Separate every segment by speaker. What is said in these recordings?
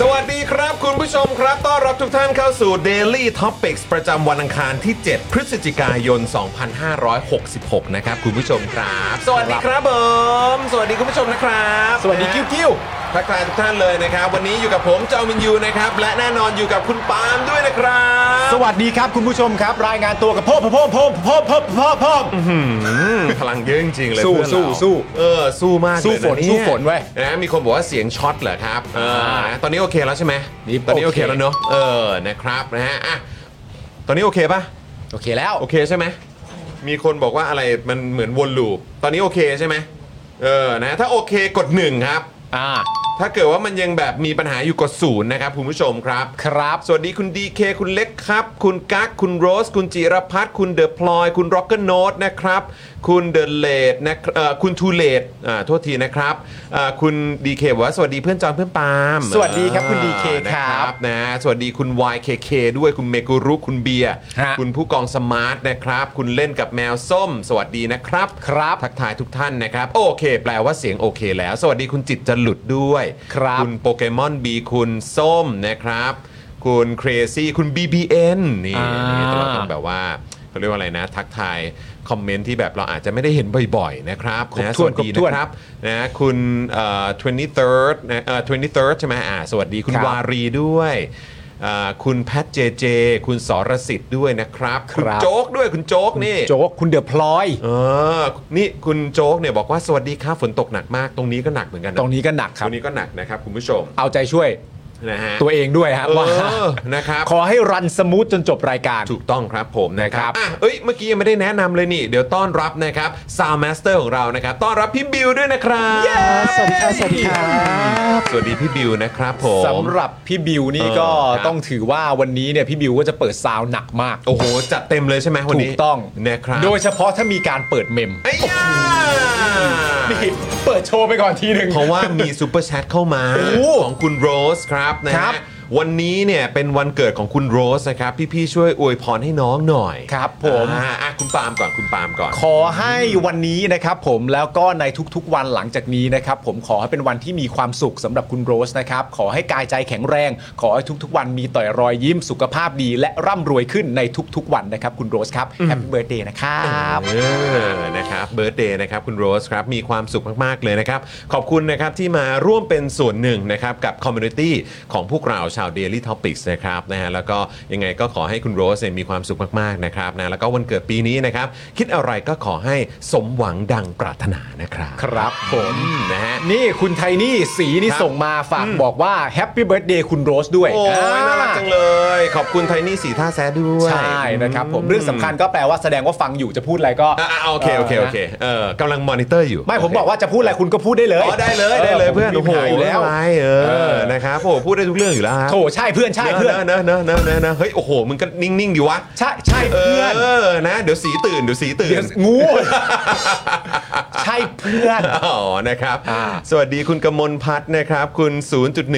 Speaker 1: สวัสดีครับคุณผู้ชมครับ ต้อนรับทุกท่านเข้าสู่ Daily Topics ประจำวันอังคารที่ 7 พฤศจิกายน 2566 นะครับ คุณผู้ชมครับ สวัสดีครับผมสวัสดีคุณผู้ชมนะครับ
Speaker 2: สวัสดีกิ้วกิ้ว
Speaker 1: ทักทายทุกท่านเลยนะครับ วันนี้อยู่กับผมจอมินยูนะครับ และแน่นอนอยู่กับคุณปาล์มด้วยนะครับ
Speaker 2: สวัสดีครับคุณผู้ชมครับ รายงานตัวกับพ่อพ่อพ่อพ่อพ่อพ่อพ่อพ่อ
Speaker 1: พลังเยอะจริงๆเลย
Speaker 2: สู้
Speaker 1: เพื่อนเรา
Speaker 2: สู้สู้
Speaker 1: เออสู้มากเลย
Speaker 2: สู้ฝนะ
Speaker 1: เย
Speaker 2: สู้ฝนเว้ย
Speaker 1: นะมีคนบอกว่าเสียงช็อตเหรอครับเออตอนนี้โอเคแล้วใช่ไหม
Speaker 2: นี่
Speaker 1: ตอนนี้โอเค
Speaker 2: โอเค
Speaker 1: แล้วเนอะเออนะครับนะฮะอ่ะตอนนี้โอเคปะ
Speaker 2: โอเคแล้ว
Speaker 1: โอเคใช่ไหมมีคนบอกว่าอะไรมันเหมือนวนลูปตอนนี้โอเคใช่ไหมเออนะถ้าโอเคกดหนึ่งครับ
Speaker 2: อ่า
Speaker 1: ถ้าเกิดว่ามันยังแบบมีปัญหาอยู่กดศูนย์นะครับคุณผู้ชมครับ
Speaker 2: ครับ
Speaker 1: สวัสดีคุณ DK คุณเล็กครับ คุณกั๊กคุณโรส คุณจิรพัฒน์คุณเดอะพลอย คุณร็อกเกอร์โนตนะครับ คุณเดอะเลดนะเอ่อคุณทูเลดอ่าโทษทีนะครับอ่าคุณ DK บอกว่าสวัสดีเพื่อนจอนเพื่อนปาล์ม
Speaker 2: สวัสดีครับคุณ
Speaker 1: อ่า
Speaker 2: DK ครับ
Speaker 1: นะนะสวัสดีคุณ YKK ด้วยคุณเมกุรุคุณเบียร์
Speaker 2: ฮะ
Speaker 1: คุณผู้กองสมาร์ทนะครับ คุณเล่นกับแมวส้ม สวัสดีนะครับ
Speaker 2: ครับ
Speaker 1: ทักทายทุกท่านนะครับ โอเค แปลว่าเสียงโอเค แล้ว สวัสดีคุณจิตจะหลุดด้วย
Speaker 2: ครับ
Speaker 1: คุณโปเกมอนบีคุณส้มนะครับ คุณเครซี่คุณ BBN นี่
Speaker 2: อ่า
Speaker 1: นี่เราต้องแบบว่าเขาเรียกว่าอะไรนะ ทักทายคอมเมนต์ที่แบบเราอาจจะไม่ได้เห็นบ่อยๆนะครับ
Speaker 2: ครบ
Speaker 1: นะ
Speaker 2: ถ้วน
Speaker 1: สวัสดี
Speaker 2: ครบถ้วน
Speaker 1: นะครับนะคุณเอ่อ 23rd นะเอ่อ 23rd ใช่ไหมอ่าสวัสดีคุณ
Speaker 2: ครับ
Speaker 1: วารีด้วยอ่าคุณแพทเจเจ คุณสรสิทธิ์ด้วยนะครับ คุณ
Speaker 2: ครับ
Speaker 1: โจ๊กด้วยคุณโจ๊กนี่
Speaker 2: โจ๊กคุณเดือพลอย
Speaker 1: เออ นี่คุณโจ๊กเนี่ยบอกว่าสวัสดีค่ะฝนตกหนักมาก ตรงนี้ก็หนักเหมือนกันะ
Speaker 2: ตรงนี้ก็หนักครับ
Speaker 1: ตรงนี้ก็หนักนะครับคุณผู้ชม
Speaker 2: เอาใจช่วย
Speaker 1: นะฮะ
Speaker 2: ตัวเองด้วยฮะ
Speaker 1: เออ
Speaker 2: ว่า
Speaker 1: นะครับ
Speaker 2: ขอให้รันสมูทจนจบรายการ
Speaker 1: ถูกต้องครับผมนะครั
Speaker 2: นะครับ บ
Speaker 1: อ่ะเอ้ย เมื่อกี้ยังไม่ได้แนะนำเลยนี่ เดี๋ยวต้อนรับนะครับซาวมาสเตอร์ของเรานะครับ ต้อนรับพี่บิวด้วยนะครับ
Speaker 2: สวัสดีครับสวัสดีครับ
Speaker 1: สวัสดีพี่บิวนะครับผม
Speaker 2: สำหรับพี่บิวนี่ก็
Speaker 1: เออครับ
Speaker 2: ต้องถือว่าวันนี้เนี่ยพี่บิวก็จะเปิดซาวน์หนักมาก
Speaker 1: โอ้โห จัดเต็มเลยใช่ไหมวัน
Speaker 2: ถู
Speaker 1: นี้
Speaker 2: กต้อง
Speaker 1: นะครับ
Speaker 2: โดยเฉพาะถ้ามีการเปิดเมม
Speaker 1: ไอ้ยา
Speaker 2: นี่เปิดโชว์ไปก่อนทีหนึ่ง
Speaker 1: เพราะว่ามีซูเปอร์แชทเข้ามา
Speaker 2: โอ้
Speaker 1: ของคุณโรสครับนะครับฮะวันนี้เนี่ยเป็นวันเกิดของคุณโรสนะครับ พี่ๆช่วยอวยพรให้น้องหน่อย
Speaker 2: ครับผม
Speaker 1: อ่าอ่ะคุณปาล์มก่อนคุณปาล์มก่อน
Speaker 2: ขอให้วันนี้นะครับผมแล้วก็ในทุกๆวันหลังจากนี้นะครับผมขอให้เป็นวันที่มีความสุขสำหรับคุณโรสนะครับขอให้กายใจแข็งแรง ขอให้ทุกๆ วันมีต่อยรอยยิ้มสุขภาพดี และร่ำรวยขึ้นในทุกๆ วันนะครับคุณโรสครับแฮปปี้เบิร์ดเดย์นะครับ
Speaker 1: เออนะครับเบิร์ตเดย์นะครับคุณโรสครับ มีความสุขมาก ๆ เลยนะครับ ขอบคุณนะครับที่มาร่วมเป็นส่วนหนึ่งนะครับกับคอมมูนิตี้ของพวกเราชาว Daily Topics นะครับนะฮะแล้วก็ยังไงก็ขอให้คุณโรสเนี่ยมีความสุขมาก ๆ นะครับนะแล้วก็วันเกิดปีนี้นะครับ คิดอะไรก็ขอให้สมหวังดังปรารถนานะครับ
Speaker 2: ครับผม
Speaker 1: อืมนะฮะ
Speaker 2: นี่คุณไทนี่สีนี่
Speaker 1: ครับ
Speaker 2: ส่งมาฝากบอกว่าแฮปปี้เบิร์ดเดย์คุณโรสด้วย
Speaker 1: โอ้ยน่ารักจังเลย ขอบคุณไทนี่สีท่าแซะด้วย
Speaker 2: ใช่นะครับผมเรื่องสำคัญก็แปลว่าแสดงว่าฟังอยู่จะพูดอะไรก็
Speaker 1: อ่ะอ่ะโอเคโอเคโอเคเออกำลังมอนิเตอร์อยู่
Speaker 2: ไม่ผมบอกว่าจะพูดอะไรคุณก็พูดได้เลย
Speaker 1: อ๋อได้เลยได้เลยเพื่อน
Speaker 2: โอ้
Speaker 1: โอ้
Speaker 2: โห
Speaker 1: โห
Speaker 2: อยู่แล้ว
Speaker 1: ไม่เป็นไรเอ
Speaker 2: เอ
Speaker 1: อ
Speaker 2: อ
Speaker 1: นะครับโอ้โหพูดได้ทุกเรื่องอยู่แล้ว ครับ
Speaker 2: โถใช่เพื่อนใช่เพื่อน
Speaker 1: เนอะเนอะเนอะเนอะเนอะเฮ้ยโอ้โหมึงก็นิ่งๆดิวะ
Speaker 2: ใช่ใช่
Speaker 1: เอ
Speaker 2: เพื่อน
Speaker 1: อนะเดี๋ยวสีตื่นเดี๋ยวสีตื่
Speaker 2: เดี๋ย
Speaker 1: น
Speaker 2: วงูใช่เพื่อน
Speaker 1: อ๋อ นะครับ
Speaker 2: อ่า
Speaker 1: สวัสดีคุณกมลพัฒน์นะครับ คุณ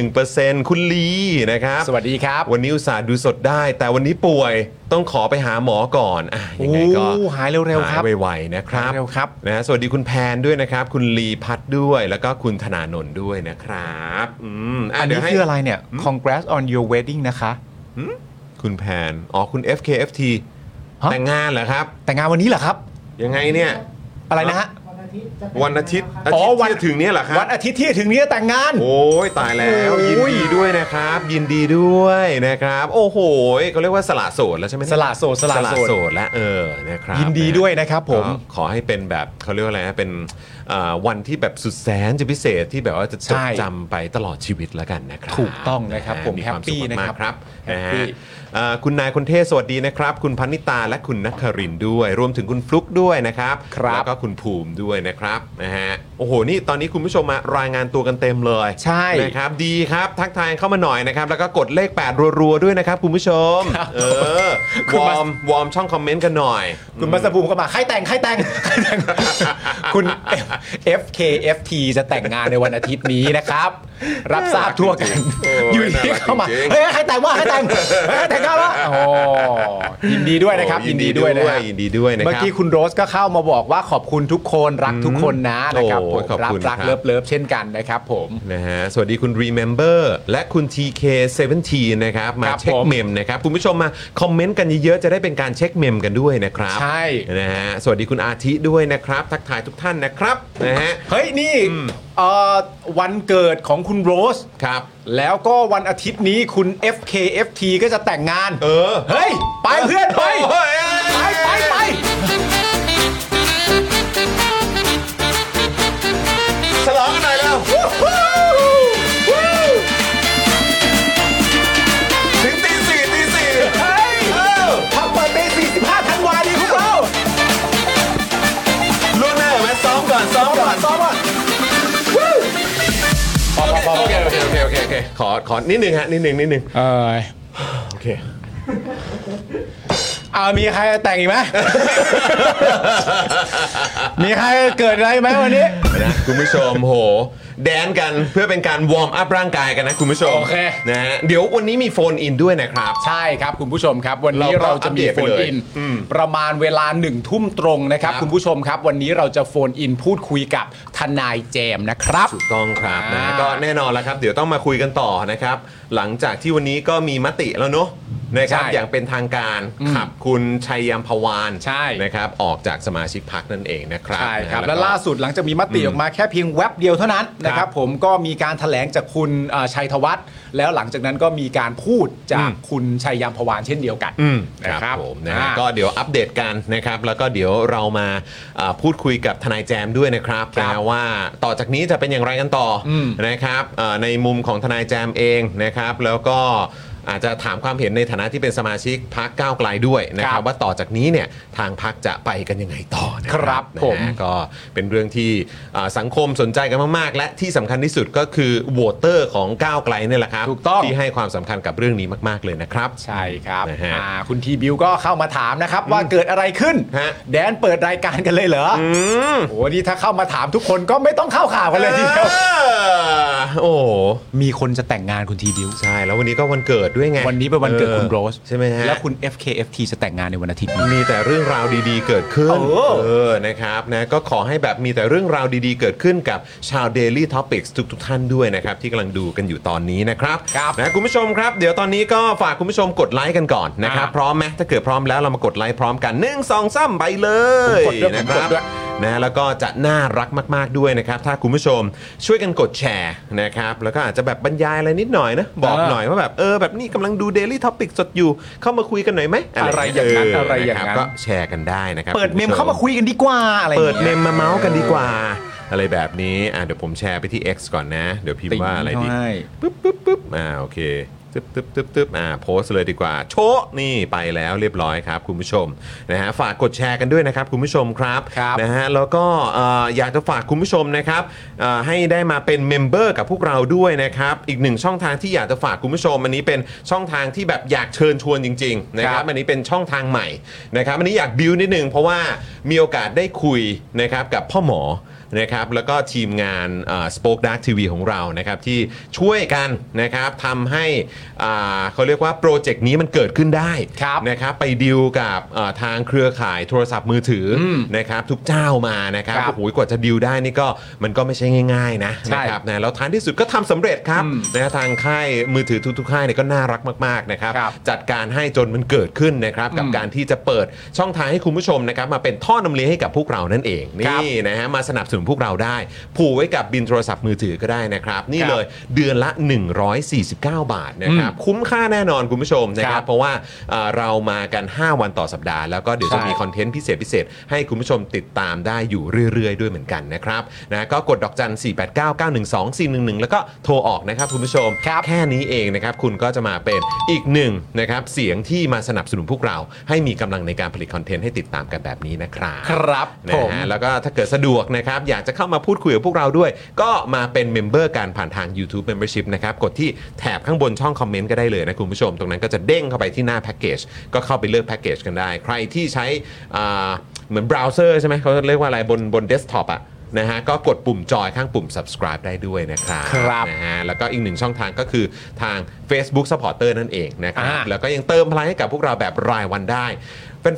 Speaker 1: 0.1%คุณลีนะครับ
Speaker 2: สวัสดีครับ
Speaker 1: วันนี้อุตส่าห์ดูสดได้ แต่วันนี้ป่วย ต้องขอไปหาหมอก่อนอ่ะยังไงก็
Speaker 2: โอ้หายเร็วๆครับ
Speaker 1: หายไวๆนะครับ
Speaker 2: หายเร็วครับ
Speaker 1: นะสวัสดีคุณแพนด้วยนะครับ คุณลีพัฒน์ด้วย แล้วก็คุณธนาโนนท์ด้วยนะครับอืมะ
Speaker 2: อัน
Speaker 1: เดี๋ยว
Speaker 2: นี้
Speaker 1: ให้
Speaker 2: คืออะไรเนี่ย congrats on your wedding นะคะ
Speaker 1: คุณแพน อ๋อ คุณ FKFT
Speaker 2: ฮะ
Speaker 1: แต่งงานเหรอครับ
Speaker 2: แต่งานวันนี้เหรอครับ
Speaker 1: ยังไงเนี่ย
Speaker 2: อะไรนะฮะ
Speaker 1: วันอาทิตย์อา
Speaker 2: อ๋
Speaker 1: ทิ
Speaker 2: อ
Speaker 1: ตย์
Speaker 2: วัน
Speaker 1: ที่จะถึงเนี่ยเหรอครับ
Speaker 2: วันอาทิตย์ที่จะถึงนี้แต่งงาน
Speaker 1: โอ้ยตายแล้ว
Speaker 2: โอ้ย
Speaker 1: ยินดีด้วยนะครับ ยินดีด้วยนะครับ โอ้โหเขาเรียกว่าสละโสดแล้วใช่ไหม
Speaker 2: สละโสดสละ
Speaker 1: สละ
Speaker 2: โสด
Speaker 1: โสดแล้วเออนะครับ
Speaker 2: ยินดีด้วยนะครับผม
Speaker 1: ก็ขอให้เป็นแบบเขาเรียกว่าอะไรนะเป็นเอ่อวันที่แบบสุดแสนจะพิเศษที่แบบว่าจะจ
Speaker 2: ใช่
Speaker 1: ดจำไปตลอดชีวิตแล้วกันนะครับ
Speaker 2: ถูกต้องนะครับผม
Speaker 1: วาสุข
Speaker 2: แฮปปี้
Speaker 1: มา
Speaker 2: นะค
Speaker 1: ก
Speaker 2: รับ
Speaker 1: ๆครับ
Speaker 2: แฮ
Speaker 1: นะ
Speaker 2: ปปี้
Speaker 1: ฮะ เอ่อคุณนายคนเทศสวัสดีนะครับ คุณพันิตาและคุณนักครินทร์ด้วย รวมถึงคุณฟลุกด้วยนะครับ
Speaker 2: ครับ
Speaker 1: แล้วก็คุณภูมิด้วยนะครับนะฮะโอ้โหนี่ตอนนี้คุณผู้ชมมารายงานตัวกันเต็มเลย
Speaker 2: ใช่
Speaker 1: นะครับดีครับ ทักทายเข้ามาหน่อยนะครับ แล้วก็กดเลข 8 รัวๆด้วยนะครับ คุณผู้ชม เออ
Speaker 2: คุณ
Speaker 1: ว
Speaker 2: มา
Speaker 1: อร์มวอร์มช่องคอมเมนต์กันหน่อย
Speaker 2: คุณบัสบูมก็มาใครแต่งใครแต่ง ใครแต่ง คุณ FKFT จะแต่งงานในวันอาทิตย์นี้นะครับ รับทราบทั่วกัน
Speaker 1: โอ้ย
Speaker 2: อยู่ที่เข้ามา
Speaker 1: น่ารักจริงๆ
Speaker 2: เฮ้ยใครแต่งว่าใครแต่งเฮ้ยใครแต่ง กันวะโอ้ยินดีด้วยนะครับ ยินดีด้วยนะฮะ
Speaker 1: ยินดีด้วยนะ
Speaker 2: เมื่อ
Speaker 1: ครับ
Speaker 2: กี้คุณโรสก็เข้ามาบอกว่าขอบคุณทุกคนรักทุกคนนะนะครับ
Speaker 1: โอ้
Speaker 2: ผ
Speaker 1: ย
Speaker 2: ม
Speaker 1: ขอบ
Speaker 2: รั
Speaker 1: คุณ
Speaker 2: รัก
Speaker 1: ครับ
Speaker 2: เลิฟเลิฟเช่นกันนะครับผม
Speaker 1: นะฮะสวัสดีคุณ Remember และคุณ TK17 นะครับ มา
Speaker 2: ครับ
Speaker 1: เช็ค
Speaker 2: ผม
Speaker 1: เมมนะครับ คุณผู้ชมมาคอมเมนต์กันเยอะๆ จะได้เป็นการเช็คเมมกันด้วยนะครับ
Speaker 2: ใช่
Speaker 1: นะฮะสวัสดีคุณอาทิด้วยนะครับ ทักทายทุกท่านนะครับนะฮะ
Speaker 2: เฮ้ยนี่
Speaker 1: อืม
Speaker 2: เอ่อวันเกิดของคุณโรส
Speaker 1: ครับ
Speaker 2: แล้วก็วันอาทิตย์นี้คุณ FKFT ก็จะแต่งงาน
Speaker 1: เออ
Speaker 2: เฮ้ย ไปเพื่อนไป
Speaker 1: โอ้ย
Speaker 2: ไปไปไป
Speaker 1: ฉลองกันหน่อยแล้วถึงตีสี่ตีสี่
Speaker 2: เฮ้ยทำเปิดเดย์45ธันวาดีพวกเรา
Speaker 1: ล่วงหน้าเหรอไหมซ้อมก่อนซ้อมก่อน
Speaker 2: ซ้อมอ่ะพอพอพ
Speaker 1: โอ
Speaker 2: อ
Speaker 1: เคโอเคโอเคโอเคโอเคขอขอนิดนึงฮะนิดนึงนิดนึง
Speaker 2: เออ
Speaker 1: โอเค
Speaker 2: เอามีใครแต่งอีกไหม มีใครเกิดอะไรไหมวันนี้
Speaker 1: นะคุณผู้ชมโห แดนกันเพื่อเป็นการวอร์มอัพร่างกายกันนะคุณผู้ชม
Speaker 2: โอเค
Speaker 1: นะฮะเดี๋ยววันนี้มีโฟนอินด้วยนะครับ
Speaker 2: ใช่ครับคุณผู้ชมครับ วันนี้
Speaker 1: เราก็
Speaker 2: เราจะมี
Speaker 1: อัปเดต
Speaker 2: โฟ
Speaker 1: ไป
Speaker 2: น
Speaker 1: เลย
Speaker 2: อิน ประมาณเวลาหนึ่งทุ่มตรงนะครับ
Speaker 1: ครับ
Speaker 2: คุณผู้ชมครับ วันนี้เราจะโฟนอินพูดคุยกับทนายเจมส์นะครับ
Speaker 1: ถูกต้องครับนะ
Speaker 2: อ่า
Speaker 1: ก็แน่นอนแล้วครับ เดี๋ยวต้องมาคุยกันต่อนะครับ หลังจากที่วันนี้ก็มีมติแล้วเนาะนะครับ
Speaker 2: ใช่
Speaker 1: อย่างเป็นทางการ
Speaker 2: อืม
Speaker 1: ขับคุณชัยยามพวาน
Speaker 2: ใช่
Speaker 1: นะครับออกจากสมาชิกพักนั่นเองนะครับ
Speaker 2: ใช่ครับ
Speaker 1: นะฮะ
Speaker 2: และ
Speaker 1: ก็
Speaker 2: ล่าสุดหลังจากมีมติออกมาแค่เพียงแว็บเดียวเท่านั้นนะค
Speaker 1: ครั
Speaker 2: รับบ ผมก็มีการถแถลงจากคุณเอ่อชัยธวัฒน์แล้วหลังจากนั้นก็มีการพูดจาก
Speaker 1: อืม
Speaker 2: คุณชัยยามพวานเช่นเดียวกัน
Speaker 1: อืม
Speaker 2: นะ
Speaker 1: ค
Speaker 2: ครั
Speaker 1: รับบ ผมนะฮะ
Speaker 2: อ่า
Speaker 1: ก็เดี๋ยวอัปเดตกันนะครับ แล้วก็เดี๋ยวเรามาเอ่อพูดคุยกับทนายแจมด้วยนะครับ
Speaker 2: ครับ
Speaker 1: นะว่าต่อจากนี้จะเป็นอย่างไรกันต่ออ
Speaker 2: ม
Speaker 1: นะครับเอ่อในมุมของทนายแจมเองนะครับ แล้วก็อาจจะถามความเห็นในฐานะที่เป็นสมาชิกพักก้าวไกลด้วยนะค
Speaker 2: ค
Speaker 1: รั
Speaker 2: รับ บ
Speaker 1: ว่าต่อจากนี้เนี่ยทางพักจะไปกันยังไงต่อนะครับ นะฮะ
Speaker 2: ผม
Speaker 1: ก็เป็นเรื่องที่เอ่อสังคมสนใจกันมากๆ และที่สำคัญที่สุดก็คือโหวตเตอร์ของก้าวไกลเนี่ยแหละครับ
Speaker 2: ถูกต้อง
Speaker 1: ที่ให้ความสำคัญกับเรื่องนี้มาก ๆเลยนะครับ
Speaker 2: ใช่ครับ
Speaker 1: นะฮะ
Speaker 2: อ่าคุณทีบิวก็เข้ามาถามนะครับว่าเกิดอะไรขึ้น
Speaker 1: ฮะ
Speaker 2: แดนเปิดรายการกันเลยเหรอ
Speaker 1: อืม
Speaker 2: โอ้โหนี่ถ้าเข้ามาถามทุกคนก็ไม่ต้องเข้าข่าวกันเลยทีเดียว
Speaker 1: ออโอ้โห
Speaker 2: มีคนจะแต่งงานคุณทีบิว
Speaker 1: ใช่แล้ววันนี้ก็วันเกิดด้วยไง
Speaker 2: วันนี้เป็นวันเกิดคุณโรส
Speaker 1: ใช่ไหมฮะ
Speaker 2: และคุณ FKFT จะแต่งงานในวันอาทิตย์นี้
Speaker 1: มีแต่เรื่องราวดีๆ เกิดขึ้น
Speaker 2: โอ้โห
Speaker 1: เออนะครับนะก็ขอให้แบบมีแต่เรื่องราวดีๆ เกิดขึ้นกับชาว Daily Topics ทุกๆท่านด้วยนะครับที่กำลังดูกันอยู่ตอนนี้นะครับ
Speaker 2: ครับ
Speaker 1: นะคุณผู้ชมครับ เดี๋ยวตอนนี้ก็ฝากคุณผู้ชมกดไลค์กันก่อนนะครับ
Speaker 2: อ่า
Speaker 1: พร้อมไหมถ้าเกิดพร้อมแล้วเรามากดไลค์พร้อมกันหนึ่งสองสามไปเลย
Speaker 2: ผมกดด้วยผม
Speaker 1: นะครับ
Speaker 2: กดด้วย
Speaker 1: นะแล้วก็จะน่ารักมากๆด้วยนะครับ ถ้าคุณผู้ชมช่วยกันกดแชร์นะครับ แล้วก็อาจจะแบบบรรยายอะไรนิดหน่อยนะ บอก
Speaker 2: เออ
Speaker 1: หน่อยว่าแบบ เออ แบบนี้กำลังดู Daily Topic สดอยู่ เข้ามาคุยกันหน่อยไหม
Speaker 2: อะไรอย่างนั้นอะไรอย่างนั้น
Speaker 1: ะคบก็แชร์กันได้นะครับ
Speaker 2: เปิดเมม
Speaker 1: ณผู้ช
Speaker 2: เข้ามาคุยกันดีกว่าอะไรอย่ง
Speaker 1: เปิ
Speaker 2: งี้
Speaker 1: ด
Speaker 2: ย
Speaker 1: เมมมาเมาส์กันดีกว่า อะไรแบบนี้อ่ะเดี๋ยวผมแชร์ไปที่ X ก่อนนะ เดี๋ยวพิมพ์ว่าอะไรดี
Speaker 2: ใช่
Speaker 1: ปึ๊บปึ๊บปึ๊บอ่าโอเค ตึ๊บตึ๊บตึ๊บตึ๊บอ่าโพสต์เลยดีกว่า โชะนี่ไปแล้วเรียบร้อยครับคุณผู้ชมนะฮะฝากกดแชร์กันด้วยนะครับคุณผู้ชมครับ
Speaker 2: ครับ
Speaker 1: นะฮะแล้วก็เอ่ออยากจะฝากคุณผู้ชมนะครับเอ่อให้ได้มาเป็นเมมเบอร์กับพวกเราด้วยนะครับอีกหนึ่งช่องทางที่อยากจะฝากคุณผู้ชม อันนี้เป็นช่องทางที่แบบอยากเชิญชวนจริงๆนะค
Speaker 2: ครั
Speaker 1: รับบ อันนี้เป็นช่องทางใหม่นะครับอันนี้อยากบิวนิดนึงเพราะว่ามีโอกาสได้คุยนะครับกับพ่อหมอ นะครับแล้วก็ทีมงานสป็อคดักทีวีของเรานะครับที่ช่วยกันนะครับทำให้อ่าเขาเรียกว่าโปรเจกต์นี้มันเกิดขึ้นได้
Speaker 2: ครับ
Speaker 1: นะครับไปดิวกับอ่าทางเครือข่ายโทรศัพท์มือถืออ
Speaker 2: ม
Speaker 1: นะครับทุกเจ้ามานะครับ
Speaker 2: ครับ
Speaker 1: โอ้โหกว่าจะดิวได้นี่ก็มันก็ไม่ใช่ง่ายๆนะ
Speaker 2: ใช่
Speaker 1: นะครับนะแล้วท้ายที่สุดก็ทำสำเร็จครับ
Speaker 2: อืม
Speaker 1: นะทางค่ายมือถือทุกๆค่ายเนี่ยก็น่ารักมากๆนะครับ
Speaker 2: ครับ
Speaker 1: จัดการให้จนมันเกิดขึ้นนะครับกับ
Speaker 2: อืม
Speaker 1: การที่จะเปิดช่องทางให้คุณผู้ชมนะครับมาเป็นท่อนำเลี้ยงให้กับพวกเรานั่นเอง
Speaker 2: ค
Speaker 1: นี่
Speaker 2: รับ
Speaker 1: นี่นะฮะมาสนับสนุนพวกเราได้ ผูกไว้กับบินโทรศัพท์มือถือก็ได้นะครับ นี่
Speaker 2: ครับ
Speaker 1: เลยเดือนละ 149 บาทนะครับ คุ้มค่าแน่นอนคุณผู้ชมนะค
Speaker 2: ครั
Speaker 1: รับบ เพราะว่าเอ่อเรามากัน 5 วันต่อสัปดาห์ แล้วก็เดี๋ยวจะ
Speaker 2: ใช่
Speaker 1: มีคอนเทนต์พิเศษพิเศษให้คุณผู้ชมติดตามได้อยู่เรื่อย ๆ ด้วยเหมือนกันนะครับนะก็กดดอกจัน 4 8 9 9 1 2 4 1 1 แล้วก็โทรออกนะครับคุณผู้ชม
Speaker 2: ครับ
Speaker 1: แค่นี้เองนะครับคุณก็จะมาเป็นอีกหนึ่งนะครับเสียงที่มาสนับสนุนพวกเรา ให้มีกำลังในการผลิตคอนเทนต์ให้ติดตามกันแบบนี้นะครับ
Speaker 2: ครับ
Speaker 1: นะ
Speaker 2: ผม
Speaker 1: ฮะ แล้วก็ถ้าเกิดสะดวกนะครับ อยากจะเข้ามาพูดคุยกับพวกเราด้วย ก็มาเป็นเมมเบอร์การผ่านทาง YouTube Membership นะครับ กดที่แถบข้างบนช่องคอมเมนต์ก็ได้เลยนะคุณผู้ชม ตรงนั้นก็จะเด้งเข้าไปที่หน้าแพ็กเกจก็เข้าไปเลือกแพ็กเกจกันได้ ใครที่ใช้อ่าเหมือนเบราว์เซอร์ใช่ไหมเขาเรียกว่าอะไรบนบนเดสก์ท็อปอะนะฮะก็กดปุ่มจอยข้างปุ่ม subscribe ได้ด้วยนะครับ
Speaker 2: ครับ
Speaker 1: นะฮะแล้วก็อีกหนึ่งช่องทางก็คือทาง Facebook Supporter นั่นเองนะครับ
Speaker 2: อ่า
Speaker 1: แล้วก็ยังเติมพลังให้กับพวกเราแบบรายวันได้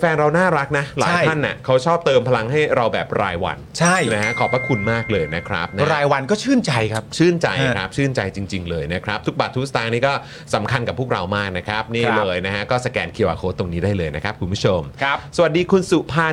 Speaker 1: แฟนๆเราน่ารักนะ หลาย
Speaker 2: ใช่
Speaker 1: ท่านน่ะเขาชอบเติมพลังให้เราแบบรายวัน
Speaker 2: ใช่
Speaker 1: นะฮะขอบพระคุณมากเลยนะครับนะฮะ
Speaker 2: รายวันก็ชื่นใจครับ
Speaker 1: ชื่นใจครับชื่นใจจริง ๆ เลยนะครับทุกบาททุกสตางค์นี่ก็สำคัญกับพวกเรามากนะครับนี่
Speaker 2: ครับ
Speaker 1: เลยนะฮะก็สแกน QR Code ตรงนี้ได้เลยนะครับคุณผู้ชม
Speaker 2: ครับ
Speaker 1: สวัสดีคุณสุภา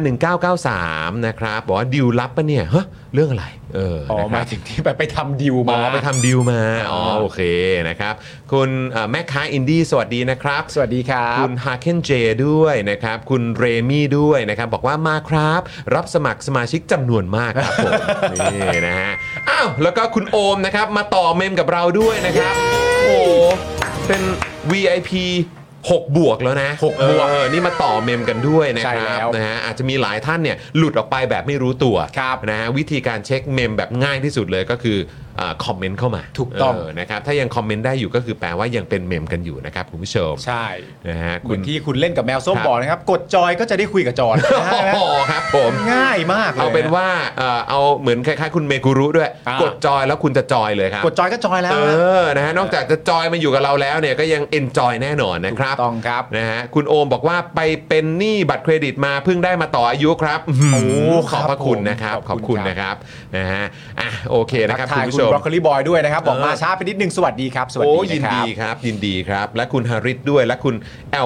Speaker 1: 1993 นะครับบอกว่าดิวลับปะเนี่ยฮะเรื่องอะไรเออ
Speaker 2: อ๋อ
Speaker 1: นะครับ
Speaker 2: หมายถึงที่แบบไปทำดิว
Speaker 1: อ๋
Speaker 2: มา
Speaker 1: อไปทำดีลมา อ๋อ
Speaker 2: อ่า
Speaker 1: โอเคนะครับ คุณเอ่อแม่ค้าอินดี้สวัสดีนะครับ
Speaker 2: สวัสดีครับ
Speaker 1: คุณฮาเคนเจด้วยนะครับ คุณเรมี่ด้วยนะครับ บอกว่ามาครับ รับสมัครสมาชิกจำนวนมากครับ ผม นี่นะฮะ อ้าว แล้วก็คุณโอมนะครับ มาต่อเมมกับเราด้วยนะครับ โอ้โหเป็น VIP 6 บวกแล้วนะ
Speaker 2: หกบวก
Speaker 1: เออนี่มาต่อเมมกันด้วยนะ
Speaker 2: ใช่
Speaker 1: ค
Speaker 2: แล้
Speaker 1: รับ
Speaker 2: ว
Speaker 1: นะฮะอาจจะมีหลายท่านเนี่ยหลุดออกไปแบบไม่รู้ตัว
Speaker 2: ครับ
Speaker 1: นะฮะวิธีการเช็คเมมแบบง่ายที่สุดเลยก็คือคอมเมนต์เข้ามา
Speaker 2: ถูกต้อง
Speaker 1: เนะครับถ้ายังคอมเมนต์ได้อยู่ก็คือแปลว่ายังเป็นเมมกันอยู่นะครับคุณผู้ชม
Speaker 2: ใช่
Speaker 1: นะฮะ
Speaker 2: เห
Speaker 1: คุ
Speaker 2: มือ
Speaker 1: ณ
Speaker 2: นที่คุณเล่นกับแมวส้ม
Speaker 1: ครับ
Speaker 2: บอกนะครับ กดจอยก็จะได้คุยกับจอน
Speaker 1: โอ้โหครับผม
Speaker 2: ง่ายมากเลย
Speaker 1: เอาเป็นว่าเอ่อเอาเหมือนคล้ายๆ คุณเมกุรุด้วย
Speaker 2: อ่าก ก
Speaker 1: ดจอยแล้วคุณจะจอยเลยครับ
Speaker 2: กดจอยก็จอยแล้ว
Speaker 1: เอ
Speaker 2: นะ
Speaker 1: อนะฮะนอกจากจะจอยมาอยู่กับเราแล้วเนี่ยก็ยังเอนจอยแน่นอนนะครับ
Speaker 2: ถูกต้องครับ
Speaker 1: นะฮะคุณโอมบอกว่าไปเป็นหนี้บัตรเครดิตมาเพิ่งได้มาต่ออายุครับ
Speaker 2: โอ้
Speaker 1: ข
Speaker 2: โหครั
Speaker 1: อบบ พระคุณ
Speaker 2: ผม
Speaker 1: นะครับข
Speaker 2: ข
Speaker 1: อ
Speaker 2: อ
Speaker 1: บบ
Speaker 2: คุ
Speaker 1: คุณ
Speaker 2: ณ
Speaker 1: นะครับนะฮะอ่ะโอเคนะครับ
Speaker 2: ทัก
Speaker 1: คุณ
Speaker 2: ทาย
Speaker 1: ผู้
Speaker 2: คุณ
Speaker 1: ชม
Speaker 2: บรอกโคลีบอยด้วยนะครับ บอก
Speaker 1: เออ
Speaker 2: มาช้าไปนิดนึงสวัสดีครับ สวัส
Speaker 1: โอ้
Speaker 2: ดี
Speaker 1: ยิน
Speaker 2: นะครับ
Speaker 1: ดีครับยินดีครับ และคุณฮาริสด้วยและคุณ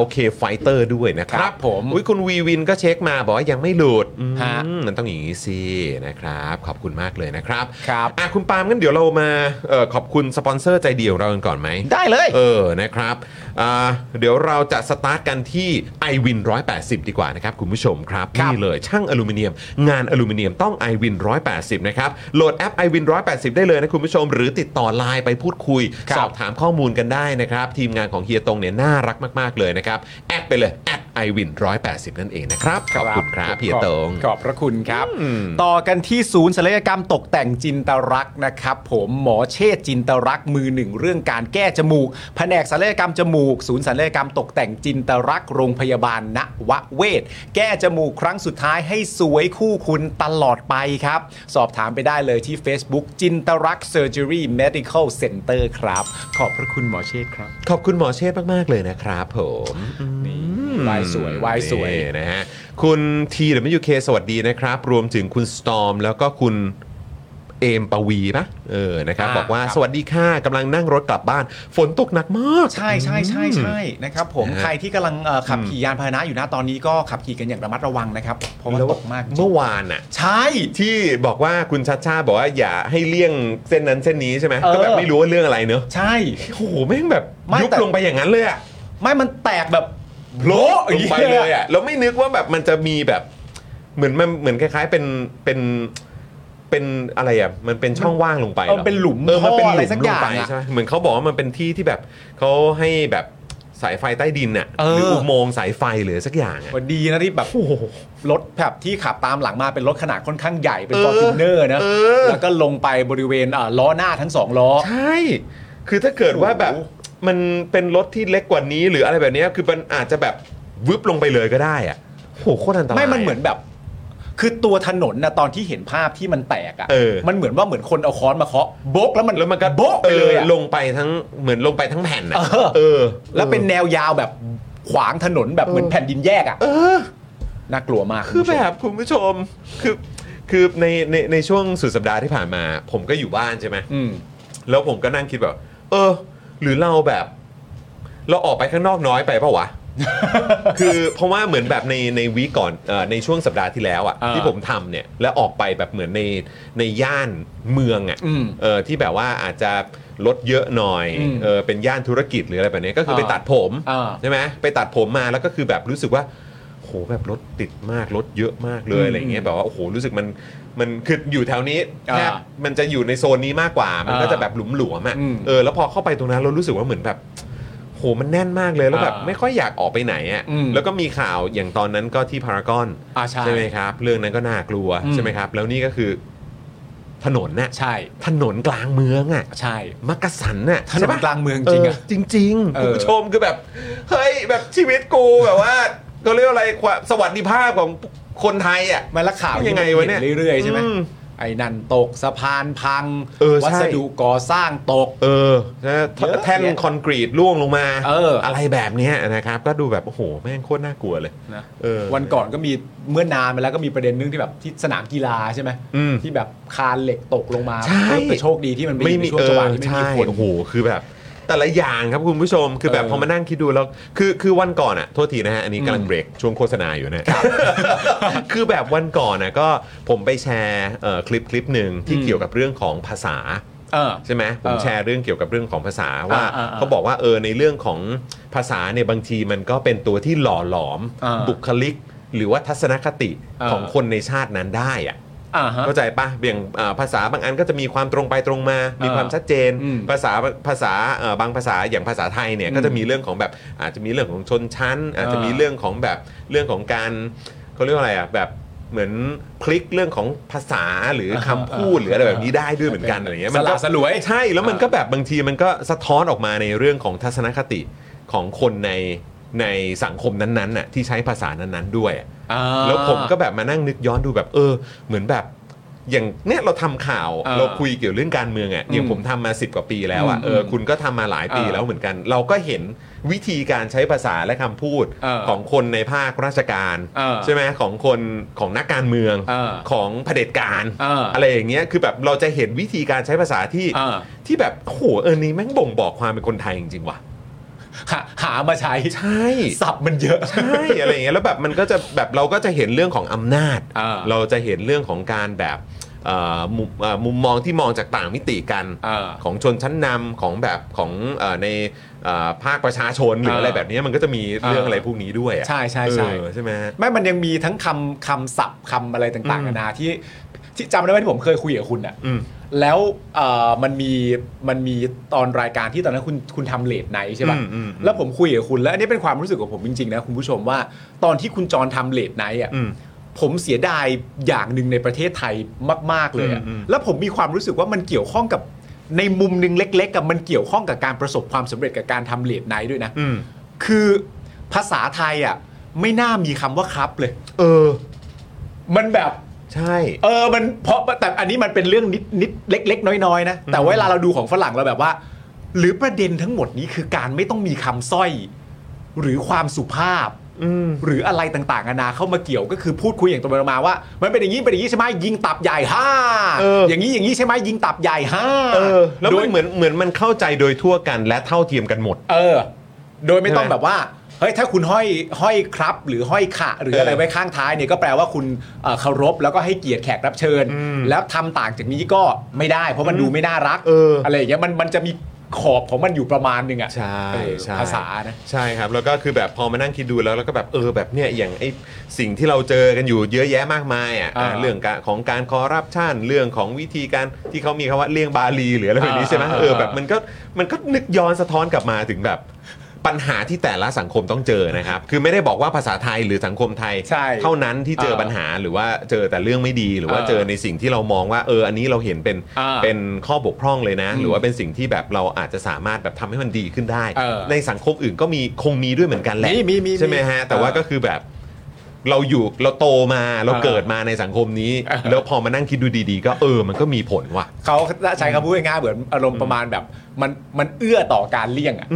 Speaker 1: LK Fighter ด้วยนะค
Speaker 2: ค
Speaker 1: รั
Speaker 2: รั
Speaker 1: บบ
Speaker 2: ผม
Speaker 1: อุ๊ยคุณวีวินก็เช็คมาบอกว่ายังไม่หลุดอืม
Speaker 2: ฮะ
Speaker 1: มันต้องอย่างนี้สินะครับ ขอบคุณมากเลยนะครับ
Speaker 2: ครับ
Speaker 1: อ่ะคุณปาล์มงั้นเดี๋ยวเรามาเอ่อขอบคุณสปอนเซอร์ใจเดียวเรากันก่อนไหม
Speaker 2: ได้เลย
Speaker 1: เออ นะครับอ่าเดี๋ยวเราจะสตาร์ทกันที่ i w วิน180 ดีกว่านะครับ คุณผู้ชมครับ
Speaker 2: ครับ
Speaker 1: นี่เลยช่างอลูมิเนียม งานอลูมิเนียมต้อง i w วิน180 นะครับ โหลดแอป i w วิน180 ได้เลยนะคุณผู้ชม หรือติดต่อไลน์ไปพูดคุย
Speaker 2: ครับ
Speaker 1: สอบถามข้อมูลกันได้นะครับ ทีมงานของเฮียตงเนี่ยน่ารักมาก ๆ เลยนะครับ แอดไปเลยแอด i w วิน180 นั่นเองนะครับ ขอบคุณครับเฮียตง
Speaker 2: ขอบพระคุณครับ ต่อกันที่ศูนย์ศัลยกรรมตกแต่งจินตรักษณ์นะครับ ผมหมอเชษจินตรักษณ์มือหนึ่งเรื่องการแก้จมูก แผนกศัลยกรรมจมูก ศูนย์ศัลยกรรมตกแต่งจินตรักษณ์โรงพยาบาลนวเวศแก้จมูกครั้งสุดท้ายให้สวยคู่คุณตลอดไปครับ สอบถามไปได้เลยที่ Facebook จินตรักเซอร์เจอรี่เมดิคอลเซ็นเตอร์ครับ ขอบพระคุณหมอเชษครับ
Speaker 1: ขอบคุณหมอเชษมาก ๆ เลยนะครับผม
Speaker 2: นี่วายสวยวายสวย
Speaker 1: นี่นะฮะคุณ TWK สวัสดีนะครับ รวมถึงคุณ Storm แล้วก็คุณเอมปวีปะเออนะครับ
Speaker 2: อ่า
Speaker 1: บอกว่า
Speaker 2: ครับ
Speaker 1: สวัสดีค่ะกำลังนั่งรถกลับบ้าน ฝนตกหนักมาก
Speaker 2: ใช่ใช่ใช่ใช่นะครับผม
Speaker 1: นะฮะ
Speaker 2: ใครที่กำลังเอ่อขับขี่ยานพาหนะอยู่นะตอนนี้ก็ขับขี่กันอย่างระมัดระวังนะครับ เพราะว่าตกมากจริง
Speaker 1: เมื่อวานอะ
Speaker 2: ใช่
Speaker 1: ที่บอกว่าคุณชัดชาติบอกว่าอย่าให้เลี่ยงเส้นนั้นเส้นนี้ใช่ไหม
Speaker 2: เออ
Speaker 1: ก็แบบไม่รู้ว่าเรื่องอะไรเนอะ
Speaker 2: ใช่
Speaker 1: โอ้โหแม่งแบบ
Speaker 2: ไม่
Speaker 1: ยุบ
Speaker 2: แต่
Speaker 1: ลงไปอย่างนั้นเลยอะ
Speaker 2: ไม่มันแตกแบบ
Speaker 1: โล
Speaker 2: อาง งงี้
Speaker 1: ไปเลยอะแล้วไม่นึกว่าแบบมันจะมีแบบ เหมือนมันเหมือนคล้ายๆเป็นเป็น เป็นอะไรอ่ะมันเป็นช่องว่างลงไปหร
Speaker 2: เออเป็นหลุม
Speaker 1: เออมันเป็นห
Speaker 2: ท่ออะไร
Speaker 1: ลุม
Speaker 2: สัก
Speaker 1: ล
Speaker 2: อง ย่าง
Speaker 1: ไป
Speaker 2: อะ
Speaker 1: ใช่ไหมเหมือนเขาบอกว่ามันเป็นที่ที่แบบเขาให้แบบสายไฟใต้ดินน่ะ
Speaker 2: เอ
Speaker 1: ห
Speaker 2: อ
Speaker 1: รืออุโมงค์สายไฟหรือสักอย่างอ่ะ
Speaker 2: ว่าดีนะที่แบบรถแบบที่ขับตามหลังมาเป็นรถขนาดค่อนข้างใหญ่เป็นฟอร์จูเนอร์นะ
Speaker 1: เออ
Speaker 2: แล้วก็ลงไปบริเวณอ่าล้อหน้าทั้งสองล้อ
Speaker 1: ใช่ คือถ้าเกิดว่าแบบ
Speaker 2: โอ้โห
Speaker 1: มันเป็นรถที่เล็กกว่านี้ หรืออะไรแบบเนี้ยคือมันอาจจะแบบวึบลงไปเลยก็ได้อ่ะโหโคตรอันตราย
Speaker 2: ไม่มันเหมือนแบบ คือตัวถนนนะตอนที่เห็นภาพที่มันแตก
Speaker 1: เออ
Speaker 2: อะ่ะมันเหมือนว่าเหมือนคนเอาค้อนมาเคาะโบกแล้วมัน
Speaker 1: แล้วมันก็
Speaker 2: โบกไปเลย
Speaker 1: อ
Speaker 2: อะ
Speaker 1: อลงไปทั้งเหมือนลงไปทั้งแผ่นอะ
Speaker 2: เออ
Speaker 1: เออ
Speaker 2: แล้วเป็นแนวยาวแบบขวางถนนแบบเหมือนแผ่นดินแยกอะ่ะ
Speaker 1: เออ
Speaker 2: น่ากลัวมาก
Speaker 1: คือ
Speaker 2: ณ
Speaker 1: แบ
Speaker 2: ผู้ชม
Speaker 1: บคุณผู้ชมคือคือในในในช่วงสุดสัปดาห์ที่ผ่านมา ผมก็อยู่บ้านใช่ไหม
Speaker 2: อืม
Speaker 1: แล้วผมก็นั่งคิดแบบ เออ หรือเราแบบ เราออกไปข้างนอกน้อยไปเปล่า วะ คือเพราะว่าเหมือนแบบในในวีก่อนเออในช่วงสัปดาห์ที่แล้ว
Speaker 2: อ่า
Speaker 1: อะ่ะที่ผมทำเนี่ยแล้วออกไปแบบเหมือนในในย่านเมืองอะ่ะ
Speaker 2: อืม
Speaker 1: เออที่แบบว่าอาจจะลดเยอะหน่อย
Speaker 2: อืม
Speaker 1: เออเป็นย่านธุรกิจหรืออะไรแบบเนี้ยก็คือไป
Speaker 2: อ่า
Speaker 1: ตัดผม
Speaker 2: อ่า
Speaker 1: ใช่ไหมไปตัดผมมาแล้วก็คือแบบรู้สึกว่าโหแบบรถติดมากรถเยอะมากเลยอะไรอย่างเงี้ยแบบว่าโอ้โหรู้สึกมันมันคืออยู่แถวนี้
Speaker 2: อ่า
Speaker 1: แทบมันจะอยู่ในโซนนี้มากกว่ามันก็
Speaker 2: อ่า
Speaker 1: จะแบบหลุมหลวมๆอ่ะ
Speaker 2: อืม
Speaker 1: เออแล้วพอเข้าไปตรงนั้นเรารู้สึกว่าเหมือนแบบ โหมันแน่นมากเลยแล้วแบบ
Speaker 2: อ่า
Speaker 1: ไม่ค่อยอยากออกไปไหนอ่ะ
Speaker 2: อืม
Speaker 1: แล้วก็มีข่าวอย่างตอนนั้นก็ที่พารากอน
Speaker 2: อ่าใช่
Speaker 1: ไหมครับ เรื่องนั้นก็น่ากลัว
Speaker 2: อืม
Speaker 1: ใช่ไหมครับ แล้วนี่ก็คือถนนน่ะ
Speaker 2: ใช่
Speaker 1: ถนนกลางเมืองอ่ะ
Speaker 2: ใช่
Speaker 1: มักกะสันน่ะ
Speaker 2: ถนน
Speaker 1: ใช่ปะ
Speaker 2: กลางเมืองจริงอะ
Speaker 1: เจริงๆ
Speaker 2: เออ
Speaker 1: คุณผู้ชมคือแบบเฮ้ยแบบชีวิตกูแบบว่าเขาเรียกว่าอะไรความสวัสดิภาพของคนไทยอ่ะ
Speaker 2: มันละข่าว
Speaker 1: ยังไง
Speaker 2: ที่มั
Speaker 1: วะเนี่ย
Speaker 2: ห็เรื่อยๆใช่ไหม
Speaker 1: อืม
Speaker 2: ไอ้นั่นตกสะพานพัง
Speaker 1: เออใช่
Speaker 2: วัสดุก่อสร้างตก
Speaker 1: เออนะ
Speaker 2: เยอะ
Speaker 1: แท่น
Speaker 2: แยะ
Speaker 1: คอนกรีตล่วงลงมา
Speaker 2: เอออ
Speaker 1: ไรแบบเนี้ยนะครับ ก็ดูแบบโอ้โหแม่งโคตรน่ากลัวเลย
Speaker 2: นะ
Speaker 1: เออ
Speaker 2: วันก่อนก็มีเมื่อนานมาแล้วก็มีประเด็นเรื่องที่แบบที่สนามกีฬาใช่ไหม
Speaker 1: อืม
Speaker 2: ที่แบบคานเหล็กตกลงมา
Speaker 1: ใช่
Speaker 2: เออแต่โชคดีที่มันไม่
Speaker 1: ไม่
Speaker 2: มี
Speaker 1: มี
Speaker 2: ช่วง
Speaker 1: เอ
Speaker 2: จัง
Speaker 1: อ
Speaker 2: หวะที่ไม่มี
Speaker 1: ใช่
Speaker 2: คน
Speaker 1: โอ้โหคือแบบแต่ละอย่างครับคุณผู้ชมคือแบบ
Speaker 2: เออ
Speaker 1: พอมานั่งคิดดูแล้วคือคือวันก่อนอ่ะโทษทีนะฮะอันนี้กำลัง
Speaker 2: อืม
Speaker 1: เบรกช่วงโฆษณาอยู่นะ คือแบบวันก่อนน่ะก็ผมไปแชร์เอ่อคลิปคลิปหนึ่งที่
Speaker 2: อืม
Speaker 1: เกี่ยวกับเรื่องของภาษา
Speaker 2: เออ
Speaker 1: ใช่ไหมผม
Speaker 2: เออ
Speaker 1: แชร์เรื่องเกี่ยวกับเรื่องของภาษาว่า
Speaker 2: อ่าอ่า
Speaker 1: เขาบอกว่าเออในเรื่องของภาษาเนี่ยบางทีมันก็เป็นตัวที่หล่อหลอม
Speaker 2: อ่า
Speaker 1: บุคลิก หรือว่าทัศนคติ
Speaker 2: อ่า
Speaker 1: ของคนในชาตินั้นได้อะ
Speaker 2: อ่าฮะ
Speaker 1: เข้าใจปะเบี่ยงอ่าภาษาบางอันก็จะมีความตรงไปตรงมา มีความชัดเจน
Speaker 2: อืม
Speaker 1: ภาษาภาษาเอ่อบางภาษาอย่างภาษาไทยเนี่ย
Speaker 2: อืม
Speaker 1: ก็จะมีเรื่องของแบบอาจจะมีเรื่องของชนชั้น อาจจะ
Speaker 2: อ่ามี
Speaker 1: มีเรื่องของแบบเรื่องของการเขาเรียกว่าอะไรอ่ะแบบเหมือนพลิกเรื่องของภาษาหรือคำพูดห
Speaker 2: อ่า
Speaker 1: รืออะไรแบบนี้ได้ด้วยเหมือนกัน
Speaker 2: เป็น
Speaker 1: อะไรเงี้ย
Speaker 2: สละ
Speaker 1: ก็
Speaker 2: สลวย
Speaker 1: ใช่แล้วมัน
Speaker 2: อ่า
Speaker 1: ก็แบบบางทีมันก็สะท้อนออกมาในเรื่องของทัศนคติของคนในในสังคมนั้นๆน่ะที่ใช้ภาษานั้นๆด้วยอะ
Speaker 2: า
Speaker 1: แล้วผมก็แบบมานั่งนึกย้อนดูแบบเออ เหมือนแบบอย่างเนี่ยเราทำข่าว
Speaker 2: เออ
Speaker 1: เราคุยเกี่ยวเรื่องการเมืองอ่ะอย่างผมทำมา 10 กว่าปีแล้วอ่ะ
Speaker 2: อืม
Speaker 1: เออคุณก็ทำมาหลายปี
Speaker 2: เออ
Speaker 1: แล้วเหมือนกัน เราก็เห็นวิธีการใช้ภาษาและคำพูด
Speaker 2: เออ
Speaker 1: ของคนในภาคราชการ
Speaker 2: เออ
Speaker 1: ใช่ไหมของคนของนักการเมือง
Speaker 2: เออ
Speaker 1: ของเผด็จการ
Speaker 2: เอออ
Speaker 1: ไรอย่างเงี้ยคือแบบเราจะเห็นวิธีการใช้ภาษาที่
Speaker 2: เออ
Speaker 1: ที่แบบโอ้โหเออนี่แม่งบ่งบอกความเป็นคนไทยจริงๆว่ะ
Speaker 2: หาหามาใช้
Speaker 1: ใช่
Speaker 2: สับมันเยอะ
Speaker 1: ใช่อะไรอย่างเงี้ยแล้วแบบมันก็จะแบบเราก็จะเห็นเรื่องของอำนาจ
Speaker 2: อ่า
Speaker 1: เราจะเห็นเรื่องของการแบบเอ่อมุมเอ่อมุมมองที่มองจากต่างมิติกัน
Speaker 2: อ่า
Speaker 1: ของชนชั้นนำของแบบของเอ่อในเอ่อภาคประชาชนหรืออะไร
Speaker 2: อ่า
Speaker 1: แบบเนี้ยมันก็จะมีเรื่อง
Speaker 2: อ่า
Speaker 1: อะไรพวกนี้ด้วยอะ
Speaker 2: ใช่ใช่ใช่
Speaker 1: เออใช่ไหมฮะ
Speaker 2: ไม่มันยังมีทั้งคำคำศัพท์คำอะไรต่าง
Speaker 1: อืม
Speaker 2: ๆนานาที่ที่จำได้ไหมที่ผมเคยคุยกับคุณอ่ะ
Speaker 1: อืม
Speaker 2: แล้วเอ่อมันมีมันมีตอนรายการที่ตอนนั้นคุณคุณทำเลดไนใช่ป่ะ
Speaker 1: อืมอืมอืม
Speaker 2: แล้วผมคุยกับคุณแล้วอันนี้เป็นความรู้สึกของผมจริงๆนะคุณผู้ชมว่าตอนที่คุณจรทำเลดไนอ่ะ
Speaker 1: อืม
Speaker 2: ผมเสียดายอย่างหนึ่งในประเทศไทยมาก ๆ เลยอะ
Speaker 1: อืมอืม
Speaker 2: แล้วผมมีความรู้สึกว่ามันเกี่ยวข้องกับในมุมหนึ่งเล็ก ๆ กับมันเกี่ยวข้องกับการประสบความสำเร็จกับการทำเลดไนด้วยนะ
Speaker 1: อืม
Speaker 2: คือภาษาไทยอ่ะไม่น่ามีคำว่าครับเลย
Speaker 1: เออ
Speaker 2: มันแบบ
Speaker 1: ใช่
Speaker 2: เออ มันเพราะแต่อันนี้มันเป็นเรื่องนิดนิดเล็ก ๆ น้อยๆนะ แต่เวลาเราดูของฝรั่งเราแบบว่า หรือประเด็นทั้งหมดนี้คือการไม่ต้องมีคำสร้อย หรือความสุภาพ
Speaker 1: อืม
Speaker 2: หรืออะไรต่างๆนานาเข้ามาเกี่ยวก็คือพูดคุยอย่างตรงไปตรงมาว่า มันเป็นอย่างนี้เป็นอย่างนี้ใช่ไหมยิงตับใหญ่ห้า
Speaker 1: เอออ
Speaker 2: ย่างนี้อย่างนี้ใช่ไหมยิงตับใหญ่ห้า
Speaker 1: เออแล้ว
Speaker 2: โด
Speaker 1: มั
Speaker 2: ย
Speaker 1: นเหมือนเหมือนมันเข้าใจโดยทั่วกันและเท่าเทียมกันหมด
Speaker 2: เออ โดยไม่ต้อง
Speaker 1: ใช่ไหม
Speaker 2: แบบว่าเฮ้ยถ้าคุณห้อยห้อยครับ หรือห้อยขะหรืออะไร
Speaker 1: เออ
Speaker 2: ไว้ข้างท้ายเนี่ยก็แปลว่าคุณเอ่อเคารพแล้วก็ให้เกียรติแขกรับเชิญ
Speaker 1: อืม
Speaker 2: แล้วทำต่างจากนี้ก็ไม่ได้ เพราะมันดูไม่น่ารัก
Speaker 1: เอออ
Speaker 2: ไรอย่างเงี้ยมันมันจะมี ขอบของมันอยู่ประมาณหนึงอ่ะ
Speaker 1: ใช่
Speaker 2: เออ
Speaker 1: ใช่
Speaker 2: ภาษานะ
Speaker 1: ใช่ครับ แล้วก็คือแบบพอมานั่งคิดดูแล้วแล้วก็แบบเออแบบเนี่ยอย่างไอสิ่งที่เราเจอกันอยู่เยอะแยะมากมายอ่ะ
Speaker 2: อ่า
Speaker 1: อ่าเรื่องการของการคอร์รัปชันเรื่องของวิธีการที่เขามีคำว่าเลี่ยงบาลีหรืออะไรแบบนี้
Speaker 2: อ่า
Speaker 1: ใช่ไหม
Speaker 2: อ่า
Speaker 1: เออแบบ
Speaker 2: อ่ามั
Speaker 1: มันก็มันก็นึกย้อนสะท้อนกลับมาถึงแบบปัญหาที่แต่ละสังคมต้องเจอนะครับ คือไม่ได้บอกว่าภาษาไทยหรือสังคมไทย
Speaker 2: ใช่
Speaker 1: เท่านั้นที่เจอ
Speaker 2: เออ
Speaker 1: ปัญหาหรือว่าเจอแต่เรื่องไม่ดีหรือว่า
Speaker 2: เออ
Speaker 1: เจอในสิ่งที่เรามองว่าเอออันนี้เราเห็นเป็น
Speaker 2: อ่า
Speaker 1: เป็นข้อบกพร่องเลยนะ
Speaker 2: อืม
Speaker 1: หรือว่าเป็นสิ่งที่แบบเราอาจจะสามารถแบบทำให้มันดีขึ้นได้
Speaker 2: เออ
Speaker 1: ในสังคมอื่นก็มีคงมีด้วยเหมือนกันแหละ
Speaker 2: มีมีมี
Speaker 1: ใช่ไหมฮะ
Speaker 2: มี
Speaker 1: แต่ว่า
Speaker 2: เออ
Speaker 1: ก็คือแบบเราอยู่เราโตมาเรา
Speaker 2: เออ
Speaker 1: เกิดมาในสังคมนี้
Speaker 2: เออ
Speaker 1: แล้วพอมานั่งคิดดูดีๆ ก็เออมันก็มีผลว่ะ
Speaker 2: เขาใช้คำพูดง่ายๆเหมือนอารมณ์ประมาณแบบ มันมันเอื้อต่อการเลี่ยงอ่ะ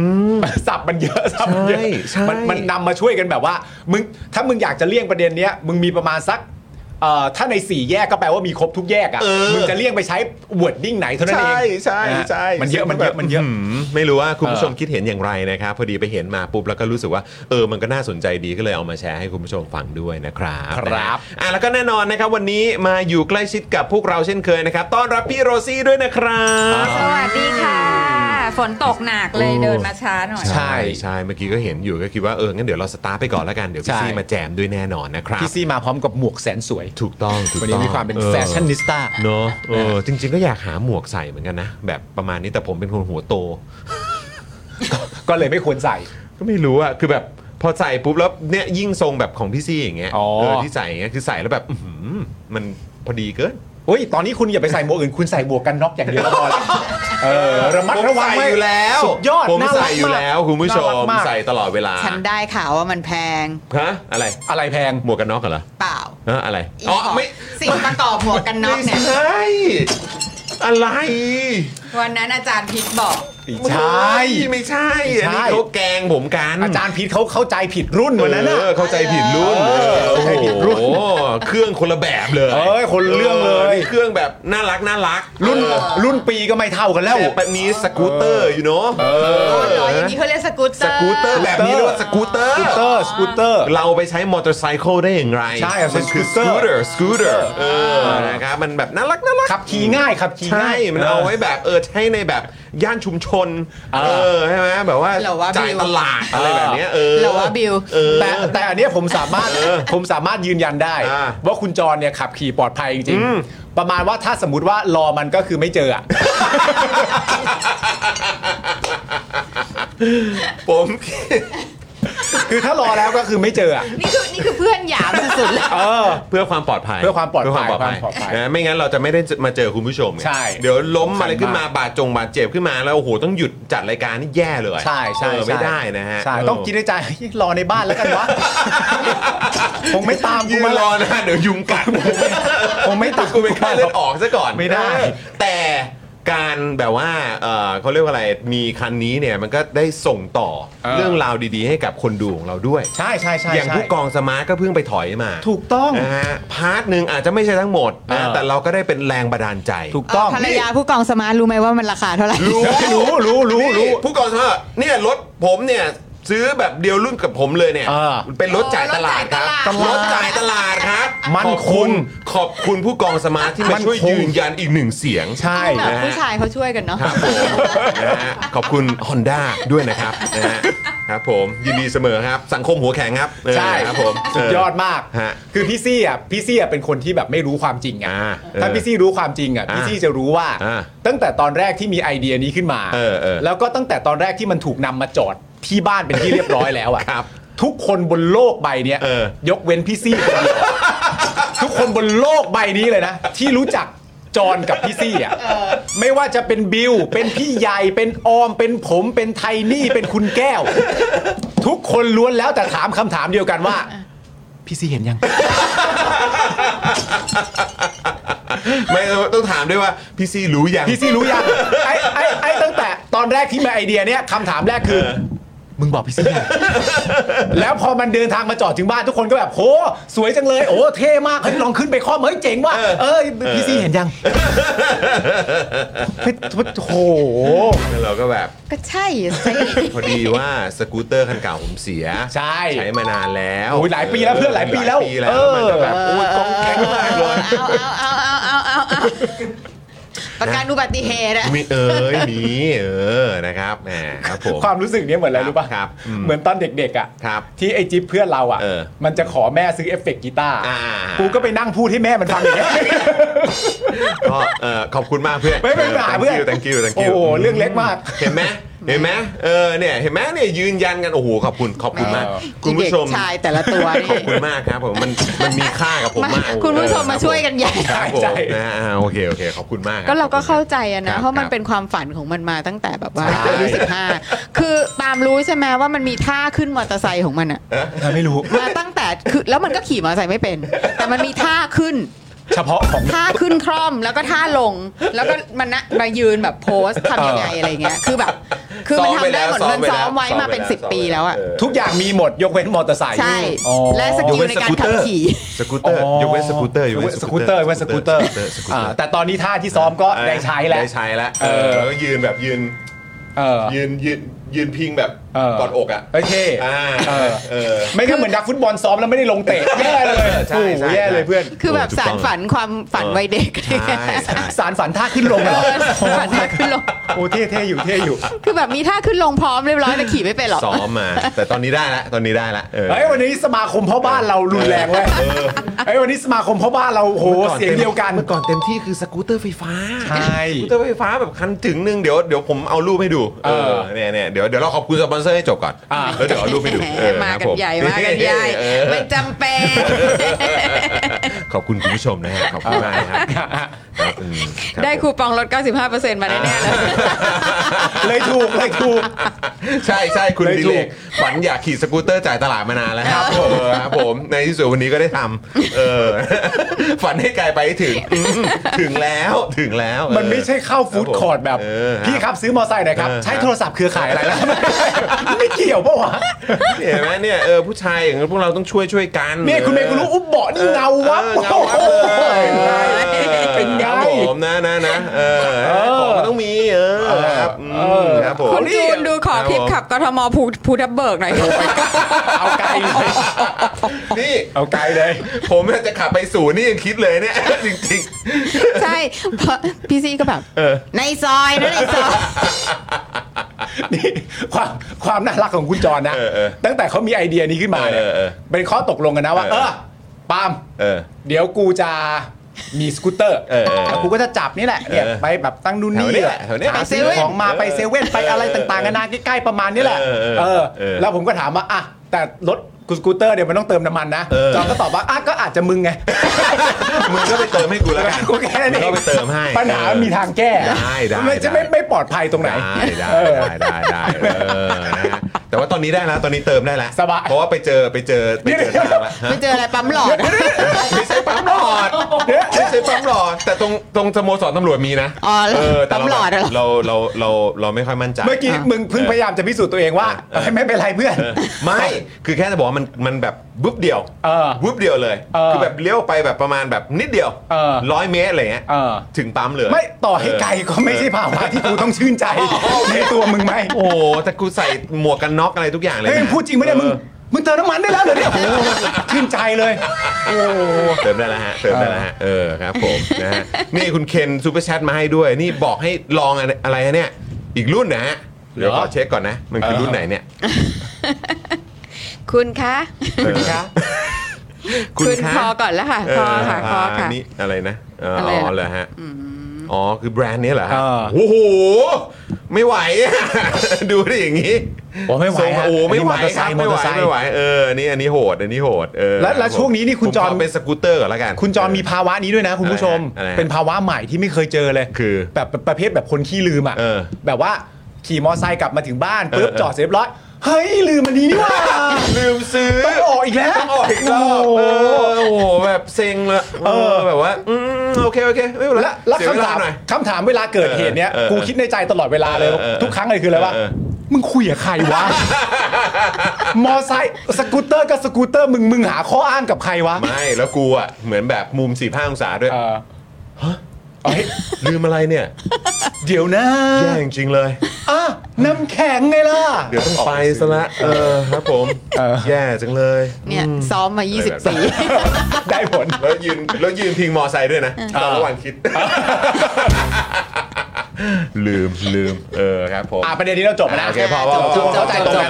Speaker 2: สับมันเยอะ สับมันเยอะ
Speaker 1: ใช่ใช่
Speaker 2: มันมันนำมาช่วยกันแบบว่ามึงถ้ามึงอยากจะเลี่ยงประเด็นเนี้ยมึงมีประมาณสักเอ่อถ้าในสี่แยกก็แปลว่ามีครบทุกแยกอ่ะมึงจะเลี่ยงไปใช้วอร์ดดิ้งไหนเท่านั้นเองนะมันเยอะมันเยอะมันเยอะ
Speaker 1: มไม่รู้ว่าคุณผู้ชม
Speaker 2: เออ
Speaker 1: คิดเห็นอย่างไรนะครับ พอดีไปเห็นมาปุ๊บแล้วก็รู้สึกว่าเออมันก็น่าสนใจดีก็เลยเอามาแชร์ให้คุณผู้ชมฟังด้วยนะครับ
Speaker 2: ครับ
Speaker 1: นะฮะอ่ะแล้วก็แน่นอนนะครับวันนี้มาอยู่ใกล้ชิดกับพวกเราเช่นเคยนะครับต้อนรับพี่โรซี่ด้วยนะครับ
Speaker 3: สวัสดีค่ะ ฝนตกหนักเลย
Speaker 1: โอ้
Speaker 3: เดินมาช้าหน่อย
Speaker 2: ใช่
Speaker 1: ใช่ใช่เมื่อกี้ก็เห็นอยู่ก็คิดว่าเอองั้นเดี๋ยวเราสตาร์ทไปก่อนแล้วกันเดี๋ยวพี่
Speaker 2: ใช่
Speaker 1: ซี่มาแจมด้วยแน่นอนนะครับ
Speaker 2: พี่ซี่มาพร้อมกับหมวกแสนสวย
Speaker 1: ถูกต้องถูกต้อง
Speaker 2: วันนี้มีความเป็น
Speaker 1: ออ
Speaker 2: แฟชั่นนิสต้า
Speaker 1: เนาะเออจริง ๆ ก็อยากหาหมวกใส่เหมือนกันนะ แบบประมาณนี้แต่ผมเป็นคนหัวโต
Speaker 2: ก็เลยไม่ควรใส่
Speaker 1: ก็ไม่รู้อะคือแบบพอใส่ปุ๊บแล้วเนี่ยยิ่งทรงแบบของพี่ซี่อย่างเงี้ย
Speaker 2: อ๋อ
Speaker 1: เออที่ใส่อย่างเงี้ยคือใส่แล้วแบบอื้อหือมันพอดีเกิน
Speaker 2: เฮ้ย ตอนนี้คุณอย่าไปใส่หมวกอื่น คุณใส่หมวกกันน็อกอย่างเดียวก็พอแล้วเออ ระมัดระวัง
Speaker 1: ผม
Speaker 2: ไ
Speaker 1: ใส่อยู่แล้ว
Speaker 2: สุดยอด
Speaker 1: ผม
Speaker 2: น่ารัก
Speaker 1: ใส่อยู่แล้ว คุณผู้ชม
Speaker 2: น่ารักาก
Speaker 1: ใส่ตลอดเวลา
Speaker 3: ฉันได้ข่าวว่ามันแพง
Speaker 1: ฮะอะไร
Speaker 2: อะไรแพง
Speaker 1: หมวกกันน็อกเหรอ
Speaker 3: เปล่า
Speaker 1: ฮะอะไร
Speaker 3: อี
Speaker 1: อ๋อ
Speaker 3: ขง
Speaker 1: ไม่
Speaker 3: สิ่งประกอบหมวกกันน็อกเนี่ย
Speaker 1: ไม่ใช่อะไร
Speaker 3: วันนั้นอาจารย์พิษบอก
Speaker 2: ใช่
Speaker 1: ไม่ใช่อัน
Speaker 2: ใช่
Speaker 1: นี้เขาแกล้งผมกัน
Speaker 2: อาจารย์พีทเขาเข้าใจผิดรุ่นวันนั้นน่ะ
Speaker 1: เออเข้าใจผิดรุ่น
Speaker 2: เออ
Speaker 1: โอ้
Speaker 2: เข้าใจผิดรุ่น
Speaker 1: โหเครื่องคนละแบบเลย
Speaker 2: เอ้ยคนละเรื่องเลย
Speaker 1: นี่เครื่องแบบน่ารักน่ารัก
Speaker 2: รุ่น
Speaker 1: เออ
Speaker 2: รุ่นปีก็ไม่เท่ากันแล้ว
Speaker 1: แบบนี้สกูตเตอร์อยู่เนาะ
Speaker 3: อ๋ออย่างนี้เขาเรียกสกูตเตอ
Speaker 1: ส
Speaker 3: ร์
Speaker 1: กูตเตอร์แบบนี้เรียกว่าสกูตเตอ
Speaker 2: ส
Speaker 1: ร์
Speaker 2: กูตเตอร์ สกูตเตอร์
Speaker 1: เราไปใช้มอเตอร์ไซค์ได้อย่างไร
Speaker 2: ใช่ครับ
Speaker 1: มันคือส
Speaker 2: สกู
Speaker 1: กูต
Speaker 2: ต
Speaker 1: เต
Speaker 2: เต
Speaker 1: อ
Speaker 2: อร์
Speaker 1: ร์สกูตเตอร์เออนะครับมันแบบน่ารักน่ารัก
Speaker 2: ขับขี่ง่ายขับขี่
Speaker 1: ใช่
Speaker 2: ง่าย
Speaker 1: มันเอาไว้แบบเออใช้ในแบบย่านชุมชน
Speaker 2: เออ
Speaker 1: อใช่ไหมแบบว่า
Speaker 3: เราว่า
Speaker 1: จ่าย
Speaker 3: บิว
Speaker 1: ตลาดอะไรแบบเนี้ยเออ
Speaker 3: หรือว่าบิล
Speaker 2: แต่แต่อันเนี้ยผมสามารถผมสามารถยืนยันได้
Speaker 1: อ่า
Speaker 2: ว่าคุณจรเนี่ยขับขี่ปลอดภัยจริง
Speaker 1: อืม
Speaker 2: ๆ ประมาณว่าถ้าสมมติว่ารอมันก็คือไม่เจออะ
Speaker 1: ผม
Speaker 2: คือถ้ารอแล้วก็คือไม่เจออะ
Speaker 3: นี่คือนี่คือเพื่อนหยามสุดๆเลย
Speaker 2: เออ
Speaker 1: เพื่อความปลอดภัย
Speaker 2: เพื่อความปลอดภัย
Speaker 1: เพื่อความปลอดภัย
Speaker 2: ความปลอดภัย
Speaker 1: นะไม่งั้นเราจะไม่ได้มาเจอคุณผู้ชมไง
Speaker 2: ใช่
Speaker 1: เดี๋ยวล้มอะไร
Speaker 2: ใช่
Speaker 1: ขึ้นมาบาดจงบาดเจ็บขึ้นมาแล้วโอ้โหต้องหยุดจัดรายการนี่แย่เลย
Speaker 2: ใช่ใช่
Speaker 1: เออไม่
Speaker 2: ใช่
Speaker 1: ได้นะฮะ
Speaker 2: ใช่ต้องกินในใจ รอในบ้านแล้วกันวะ ผมไม่ตามกู
Speaker 1: ยืน
Speaker 2: มารร
Speaker 1: อ
Speaker 2: อ
Speaker 1: นะเดี๋ยวยุง กัด
Speaker 2: ผมไม่ตัด
Speaker 1: กูเป็นไข้เลือดออกซะก่อน
Speaker 2: ไม่ได้
Speaker 1: เออแต่การแบบว่าเอ่อเขาเรียกว่าอะไรมีคันนี้เนี่ยมันก็ได้ส่งต่อเรื่องราวดีๆ ให้กับคนดูของเราด้วย
Speaker 2: ใช่ใช่ใช่
Speaker 1: อย่าง
Speaker 2: ใช่
Speaker 1: ผู้กองสมาร์ทก็เพิ่งไปถอยมา
Speaker 2: ถูกต้อง
Speaker 1: นะฮะพาร์ทหนึ่งอาจจะไม่ใช่ทั้งหมดนะ
Speaker 2: เออ
Speaker 1: แต่เราก็ได้เป็นแรงบันดาลใจ
Speaker 2: ถูกต้อง
Speaker 3: ภรรยาผู้กองสมาร์ทรู้ไหมว่ามันราคาเท่าไหร่
Speaker 1: รู้
Speaker 2: รู้รู้รู้รู้
Speaker 1: ผู้กองสมาร์ทเนี่ยรถผมเนี่ยซื้อแบบเดียวรุ่นกับผมเลยเนี่ย
Speaker 2: เออ
Speaker 1: เป็นรถจ่ายตลาดครับ
Speaker 3: ตลาด
Speaker 1: รถจ่ายตลาดครับ
Speaker 2: มัน
Speaker 1: ขอบคุณ
Speaker 2: คง
Speaker 1: ขอบคุณผู้กองสมาร์ทที่
Speaker 2: มั
Speaker 1: มาน ช่วย
Speaker 2: คง
Speaker 1: ยืนยันอีกหนึ่งเสียง
Speaker 2: ใช่
Speaker 3: แบบผู้ชายเขาช่วยกันเนาะ
Speaker 1: ครับผมนะฮะขอบคุณ Honda ด้วยนะครับนะฮะครับผมยินดีเสมอครับ สังคมหัวแข็งครับเออ
Speaker 2: ใช่
Speaker 1: ครับผม
Speaker 2: สุดยอดมาก
Speaker 1: เออฮะ
Speaker 2: คือพี่ซี่อ่ะพี่ซี่อ่ะเป็นคนที่แบบไม่รู้ความจริงอ่ะ
Speaker 1: อ่าเออ
Speaker 2: ถ้าพี่ซี่รู้ความจริงอ่ะ
Speaker 1: อ่า
Speaker 2: พี่ซี่จะรู้ว่า
Speaker 1: อ่า
Speaker 2: ตั้งแต่ตอนแรกที่มีไอเดียนี้ขึ้นมา
Speaker 1: เออเออ
Speaker 2: แล้วก็ตั้งแต่ตอนแรกที่มันถูกนำมาจอดที่บ้านเป็นที่เรียบร้อยแล้วอ่ะ
Speaker 1: ครับ
Speaker 2: ทุกคนบนโลกใบเนี้ย
Speaker 1: เออ
Speaker 2: ยกเว้นพี่ซี่คนเดียวทุกคนบนโลกใบนี้เลยนะ ที่รู้จักจอนกับพี่ซี่อ่ะไม่ว่าจะเป็นบิวเป็นพี่ใหญ่เป็นออมเป็นผมเป็นไทนี่เป็นคุณแก้ว ทุกคนล้วนแล้วแต่ถามคำถามเดียวกันว่า พี่ซีเห็นยัง
Speaker 1: ไม่ต้องถามด้วยว่าพี่ซีรู้ยัง
Speaker 2: พี่ซีรู้ยังไอ้ไอ้ไอ้ตั้งแต่ตอนแรกที่มาไอเดียเนี้ยคำถามแรกคือ มึงบอกพี่ซี ยังแล้วพอมันเดินทางมาจอดถึงบ้านทุกคนก็แบบโหสวยจังเลย โอ้เท่มากเฮ้ยลองขึ้นไปข้อมเฮ้ยเจ๋งว่ะเอ้ยพี่ซีเห็นยังเฮ้ยโห
Speaker 1: แล้วเราก็แบบ
Speaker 3: ก็ใช่สิ
Speaker 1: พอดีว่าสกูตเตอร์คันเก่าผมเสีย
Speaker 2: ใช่
Speaker 1: ใช้มานานแล้ว
Speaker 2: โอ้ยหลายปีแล้วเพื่อนหลายปีแล้ว
Speaker 1: หายปีแล้ว
Speaker 2: เออ
Speaker 1: มันก็แบบโอ้ยกองแข็งมากเลย
Speaker 3: เอาเอาเอาเอาเอาเอา ประกันอุบัติเหตุอะ
Speaker 1: มีเอ้ยมีเออนะครับแหมครับผม
Speaker 2: ความรู้สึกเนี้ยเหมือนอะไรรู้ป่ะ
Speaker 1: ครับอืม
Speaker 2: เหมือนตอนเด็กๆอ่ะ
Speaker 1: ครับ
Speaker 2: ที่ไอจิ๊บเพื่อนเราอ่ะ
Speaker 1: เออ
Speaker 2: มันจะขอแม่ซื้อเอฟเฟกต์กีตาร์
Speaker 1: อ่า
Speaker 2: กูก็ไปนั่งพูดให้แม่มันฟัง อย่างเงี้ย
Speaker 1: ก็เอ่อขอบคุณมากเพื่อน
Speaker 2: ไม่เป็นไรเพื่อน
Speaker 1: ต h ง n ิ you thank
Speaker 2: โอ้
Speaker 1: you
Speaker 2: โหเรื่องเล็กมาก
Speaker 1: เห็นไหมเห็นไหมเออเนี่ยเห็นไหมเนี่ยยืนยันกันโอ้โหขอบคุณขอบคุณมาก
Speaker 2: เออ
Speaker 1: คุณผู้ชม
Speaker 3: เด็กชายแต่ละตัวนี่
Speaker 1: ขอบคุณมากครับผมมันมันมีค่ากับผมมาก
Speaker 3: มาคุณผู้ชมมาช่วยกันใหญ่
Speaker 1: ครับผม
Speaker 2: ใช่
Speaker 1: นะอ่าโอเคโอเคขอบคุณมากคบ
Speaker 3: ก็เราก็เข้าใจ
Speaker 1: ค
Speaker 3: อะ
Speaker 1: รั
Speaker 3: นะ
Speaker 1: บ
Speaker 3: เพราะมันเป็นความฝันของมันมาตั้งแต่แบบว่า
Speaker 1: ใช่
Speaker 3: อายุสิบห้าคือปาล์มรู้ใช่ไหมว่ามันมีท่าขึ้นมอเตอร์ไซค์ของมันอะ
Speaker 2: ไม่รู้
Speaker 3: มาตั้งแต่คือแล้วมันก็ขี่มอเตอร์ไซค์ไม่เป็น แต่มันมีท่าขึ้น
Speaker 2: เฉพาะของ
Speaker 3: ท่าขึ้นคร่อมแล้วก็ท่าลง แล้วก็มันนะมายืนแบบโพสต์ทำยังไงอะไรเงี้ยคือแบบ คือมันทำได้หมด
Speaker 1: ซ้อ
Speaker 3: มัน
Speaker 1: ปแล้
Speaker 3: ซ้อมไว้มาเป็น
Speaker 1: ซ้อ
Speaker 3: สิบปีแล้วอะ
Speaker 1: เ
Speaker 2: ทุกอย่างมีหมดยกเว้นมอเตอร์ไซค์
Speaker 3: ใช่
Speaker 2: อ๋อ
Speaker 3: และสกิลในการขับขี่
Speaker 1: สกูตเตอร์
Speaker 2: อ๋อย
Speaker 1: กเว้นสกูตเตอร์ยกเว้น
Speaker 2: สกูตเตอร์ยกเว้นสกูตเตอร์
Speaker 1: สกูตเตอ
Speaker 2: อ่า
Speaker 1: ร์
Speaker 2: แต่ตอนนี้ท่าที่ซ้อมก็ได้ใช้แล้ว
Speaker 1: ได้ใช้แล้ว
Speaker 2: เออ
Speaker 1: แล้วก็ยืนแบบยืน
Speaker 2: เออ
Speaker 1: ยืนยืนยืนพิงแบบ
Speaker 2: เออ
Speaker 1: กอดอกอ่ะ
Speaker 2: โอเค
Speaker 1: อ่า
Speaker 2: เออ
Speaker 1: เออ
Speaker 2: ไม่งั้นเหมือนนักฟุตบอลซ้อมแล้วไม่ได้ลงเตะแย่เลย
Speaker 1: ใช่
Speaker 2: โอ้
Speaker 1: ใช่
Speaker 2: โหแย่เลยเพื่อน
Speaker 3: คือแบบสารฝันความฝัน
Speaker 1: เออ
Speaker 3: วัยเด็ก
Speaker 1: ใช่ใช่
Speaker 2: สารฝันท่าขึ้นลงเหรอ
Speaker 3: เออสารฝันท่าขึ้นลง
Speaker 2: โอ้เท่เท่อยู่เท่อยู่
Speaker 3: คือแบบมีท่าขึ้นลงพร้อมเรียบร้อยแต่ขี่ไม่เป็นหรอก
Speaker 1: ซ้อมมา แต่ตอนนี้ได้ละตอนนี้ได้ละเออ
Speaker 2: เฮ้ยวันนี้สมาคมพ่อบ้านเรารุนแรงเว้ยเฮ้ยวันนี้สมาคมพ่อบ้านเราโอ้โห
Speaker 1: มื่อก่อน
Speaker 2: เสียงเดียวกัน
Speaker 1: เมื่อก่อนเต็มที่คือสกูตเตอร์ไฟฟ้า
Speaker 2: ใช่
Speaker 1: สกูตเตอร์ไฟฟ้าแบบคันถึงหนึงเดี๋ยวเดี๋ยวผมเอารูปให้ดู
Speaker 2: เออ
Speaker 1: เนี่ยเนี่ยเดี๋ยวเดี๋ยวเราขอบคุณสปอนเซอร์ให้จบก่อน
Speaker 2: อ่า
Speaker 1: แล้วเดี๋ยวเอารูปให้ดูเออ
Speaker 3: มา
Speaker 1: ครับ
Speaker 3: กัน
Speaker 1: ผ
Speaker 3: ใหญ่ มากันใหญ่
Speaker 1: เออ
Speaker 3: ไม่จำเป็น
Speaker 1: ขอบคุณคุณผู้ชมนะฮะขอบคุณมากนะครับครับอืมรับ
Speaker 3: ได้คูปองลด 95%มาแน่ๆเลย
Speaker 2: เลยถูกเลยถูก
Speaker 1: ใช่ใช่คุณ
Speaker 2: ได้
Speaker 1: ดิ
Speaker 2: ถู
Speaker 1: เล
Speaker 2: ก
Speaker 1: กฝันอยากขี่สกูตเตอร์จ่ายตลาดมานานแล้วครับผมครับผมในที่สุดวันนี้ก็ได้ทำเอ อ ฝันให้ไกลไปให้ถึงอืมถึงแล้วถึงแล้ว
Speaker 2: มันไม่ใช่เข้าฟู้ดคอร์ทแบบ
Speaker 1: เออ
Speaker 2: พี่ครับซื้อมอไซค์หน่อยครับ
Speaker 1: เออ
Speaker 2: ใช้โทรศัพท์เครือข่ายอะไรแล้ว ไม่เกี่ยวปะวะ
Speaker 1: เห็นไหมเนี่ยเออผู้ชายอย่างพวกเราต้องช่วยช่วยกัน
Speaker 2: เนี่ยคุณเมย์คุณรู้อุ๊บเบาะนี่เงาวับ
Speaker 1: เออเงาวับ
Speaker 2: โอ้
Speaker 1: เลย
Speaker 2: โหเป็นไง
Speaker 1: ครับผมนะนะนะเออ
Speaker 2: เออ
Speaker 1: ของมันต้องมีเออครับอืม
Speaker 2: เออ
Speaker 1: ครับผม
Speaker 3: คุณจูนดูขอคลิปขับกทมภูภูทับเบิกหน่อย
Speaker 2: เอาไกลเลย
Speaker 1: นี่
Speaker 2: เอาไกลเลย
Speaker 1: ผมน่าจะขับไปศูนย์นี่ยังคิดเลย เนี่ย จริง
Speaker 3: ใช่เพราะพี่ซีก็แบบ
Speaker 1: เออ
Speaker 3: ในซอยนะในซอย
Speaker 2: นี่ความความน่ารักของคุณจรนะ
Speaker 1: เออเออ
Speaker 2: ตั้งแต่เขามีไอเดียนี้ขึ้นมาเนี่ย
Speaker 1: เออเออเออ
Speaker 2: เป็นข้อตกลงกันนะว่า
Speaker 1: เอ
Speaker 2: เอ
Speaker 1: อ
Speaker 2: อปาล์ม
Speaker 1: ๆเออ
Speaker 2: เดี๋ยวกูจะมีสกูตเตอร์
Speaker 1: เออเออเออ
Speaker 2: แล้วกูก็จะจับนี่แหละเนี่ย
Speaker 1: เออ
Speaker 2: ไปแบบตั้งนู่นนี่
Speaker 1: แถวนี้แหละ
Speaker 2: อะ
Speaker 1: แถวนี้
Speaker 2: หาซื้อของมา
Speaker 1: เออ
Speaker 2: ไปเซเว่นไปอะไรต่างๆกันานาใกล้ๆประมาณนี้แหละ
Speaker 1: เออเออ
Speaker 2: เออ
Speaker 1: เออ
Speaker 2: แล้วผมก็ถามว่าอ่ะแต่รถกูสกูตเตอร์เดี๋ยวมันต้องเติมน้ำมันนะ
Speaker 1: เออ
Speaker 2: จอนก็ตอบว่าอ่ะก็อาจจะมึงไง
Speaker 1: มึงก็ไปเติมให้กูแล้วกัน
Speaker 2: กูแค่นั้นเอง
Speaker 1: มึก็ไปเติมให้
Speaker 2: ปัญหา
Speaker 1: เออ
Speaker 2: มีทางแก้
Speaker 1: ได้ได้
Speaker 2: มันจะไม่
Speaker 1: ได้
Speaker 2: ไม่ปลอดภัยตรงไหน
Speaker 1: ได้ได้ได้ได้ได้เออนะฮะแต่ว่าตอนนี้ได้แล้วตอนนี้เติมได้แล้ว
Speaker 2: สบาย
Speaker 1: เพราะว่าไปเจอไปเจอไปเจอทางแล้วฮะ
Speaker 3: ไปเจออะไรปั๊มหลอด
Speaker 1: ไม่ใช่ปั๊มหลอดไม่ใช่ปั๊มหลอด แต่ตรงตรงสโมสรตำรวจมีนะ
Speaker 3: อ๋อ
Speaker 1: เออแต่
Speaker 3: ปั๊มหลอดอะเหรอ
Speaker 1: เราเราเราเราไม่ค่อยมั่นใจ
Speaker 2: เมื่อกี้
Speaker 3: อ่ะ
Speaker 2: มึงเพิ่ง
Speaker 1: เออ
Speaker 2: พยายามจะพิสูจน์ตัวเองว่า
Speaker 1: เออ
Speaker 2: เอ้ยไม่เป็นไรเพื่อน
Speaker 1: เออไม่ คือแค่จะบอกว่ามันมันแบบวุบเดียว
Speaker 2: เออ
Speaker 1: วุบเดียวเลย
Speaker 2: เออ
Speaker 1: คือแบบเลี้ยวไปแบบประมาณแบบนิดเดียว
Speaker 2: เออ
Speaker 1: ร้อยเมตรอะไรเงี้ย
Speaker 2: เออ
Speaker 1: ถึงปั๊มเลย
Speaker 2: ไม่ต่อให้ไกลก็ไม่ใช่ภาวะที่กูต้องชื่นใจในตัวมึงไหม
Speaker 1: โอ้โหแต่กูใส่หมวกกันน็อกอะไรทุกอย่างเลย
Speaker 2: เฮ้ย
Speaker 1: นะ
Speaker 2: มึงพูดจริงไหมเนี่ยมึง
Speaker 1: ออ
Speaker 2: มึงเติมน้ำมันได้แล้วเหรอเนี่ยโอ้โหชื่นใจเลยโอ้โห
Speaker 1: เติมได้แล้วฮะเติมได้แล้วฮะเออครับผมนะฮะนี่คุณเคนซูเปอร์แชทมาให้ด้วย นี่บอกให้ลองอะไรอะไรฮะเนี่ย อีกรุ่นนะฮะเดี๋ยวขอเช็คก่อนนะ มันคือ
Speaker 2: เออ
Speaker 1: รุ่นไหนเนี่ย
Speaker 3: คุณคะ
Speaker 2: คุณคะ
Speaker 3: คุณพอก่อนแล้วค่ะพอค่ะพอค่ะ
Speaker 1: นี่อะไรนะเออ
Speaker 3: อะไร
Speaker 1: อ๋
Speaker 3: ล่ะ
Speaker 1: อเหรอฮะอ๋อคือแบรนด์นี้เหรอฮะ
Speaker 2: เออ
Speaker 1: โอ้โหไม่ไหวอะ ดูได้อย่างนี้
Speaker 2: โอ้ไม่ไหว
Speaker 1: ทรง
Speaker 2: ฮะ
Speaker 1: โอ้ไม่ไหว
Speaker 2: อันนี้มอเตอร์ไซ
Speaker 1: ค
Speaker 2: ค์
Speaker 1: รับไม่ไหว
Speaker 2: มอเตอร์ไซค์
Speaker 1: ไม่ไหวเอออันนี้อันนี้โหดอันนี้โหดเออ
Speaker 2: แล้วแล้ว
Speaker 1: ครับผม
Speaker 2: ช่วงนี้นี่คุณ
Speaker 1: ผม
Speaker 2: จอห์น
Speaker 1: ขเป็นสกูตเตอร์ก่อนละกัน
Speaker 2: คุณจอมมีภาวะนี้ด้วยนะคุณผู้ชม
Speaker 1: อะไรฮะอะไรฮะ
Speaker 2: เป็นภาวะใหม่ที่ไม่เคยเจอเลย
Speaker 1: คือ
Speaker 2: แบบประเภทแบบคนขี้ลืมอ่ะ
Speaker 1: เออ
Speaker 2: แบบว่าขี่มอไซค์กลับมาถึงบ้านปุ๊บ
Speaker 1: เออ
Speaker 2: จอดเสร็จเรียบร้อยเฮ้ยลืมมันนี้นี่หว่า
Speaker 1: ลืมซื้อ
Speaker 2: ต้องออกอีกแล้ว
Speaker 1: ต้องออกอีกรอบ
Speaker 2: โอ้
Speaker 1: เอ
Speaker 2: โห
Speaker 1: อโอ้โหแบบเซ็งเลย
Speaker 2: เออ
Speaker 1: แบบว่าอืมโอเคโอเคไม่เป็นไร
Speaker 2: แล้วแล้ว
Speaker 1: เสียเว
Speaker 2: คำ
Speaker 1: ลา
Speaker 2: ถาม
Speaker 1: หน่อย
Speaker 2: คำถามเวลาเกิดเหตุเนี้ย
Speaker 1: เออเออ
Speaker 2: กูคิดในใจตลอดเวลาเลย
Speaker 1: เออเออ
Speaker 2: ทุกครั้งเลยคืออะไรวะ
Speaker 1: เออเอ
Speaker 2: มึงคุยกับใครวะ มอไซค์สกูตเตอร์กับสกูตเตอร์มึงมึงหาข้ออ้างกับใครวะ
Speaker 1: ไม่แล้วกูอ่ะเหมือนแบบมุมสี่ห้าองศาด้วย
Speaker 2: เออเฮ้ย
Speaker 1: ลืมอะไรเนี่ย
Speaker 2: เดี๋ยวนะ
Speaker 1: แย่จริงๆเลย
Speaker 2: อ่ะน้ำแข็งไงล่ะ
Speaker 1: เดี๋ยวต้องไปซะละเออครับผม
Speaker 2: เออ
Speaker 1: แย่จังเลย
Speaker 3: เนี่ยซ้อมมา 24
Speaker 2: ได้ผล
Speaker 1: แล้วยืนแล้วยืนพิงมอไซค์ด้วยนะตอนระหว่างคิด ลืมลืมเออครับผม
Speaker 2: อ่าประเด็นนี้เราจบแล้วนะ
Speaker 1: โอเคพอพอ
Speaker 2: จบเข้าใจตรงกั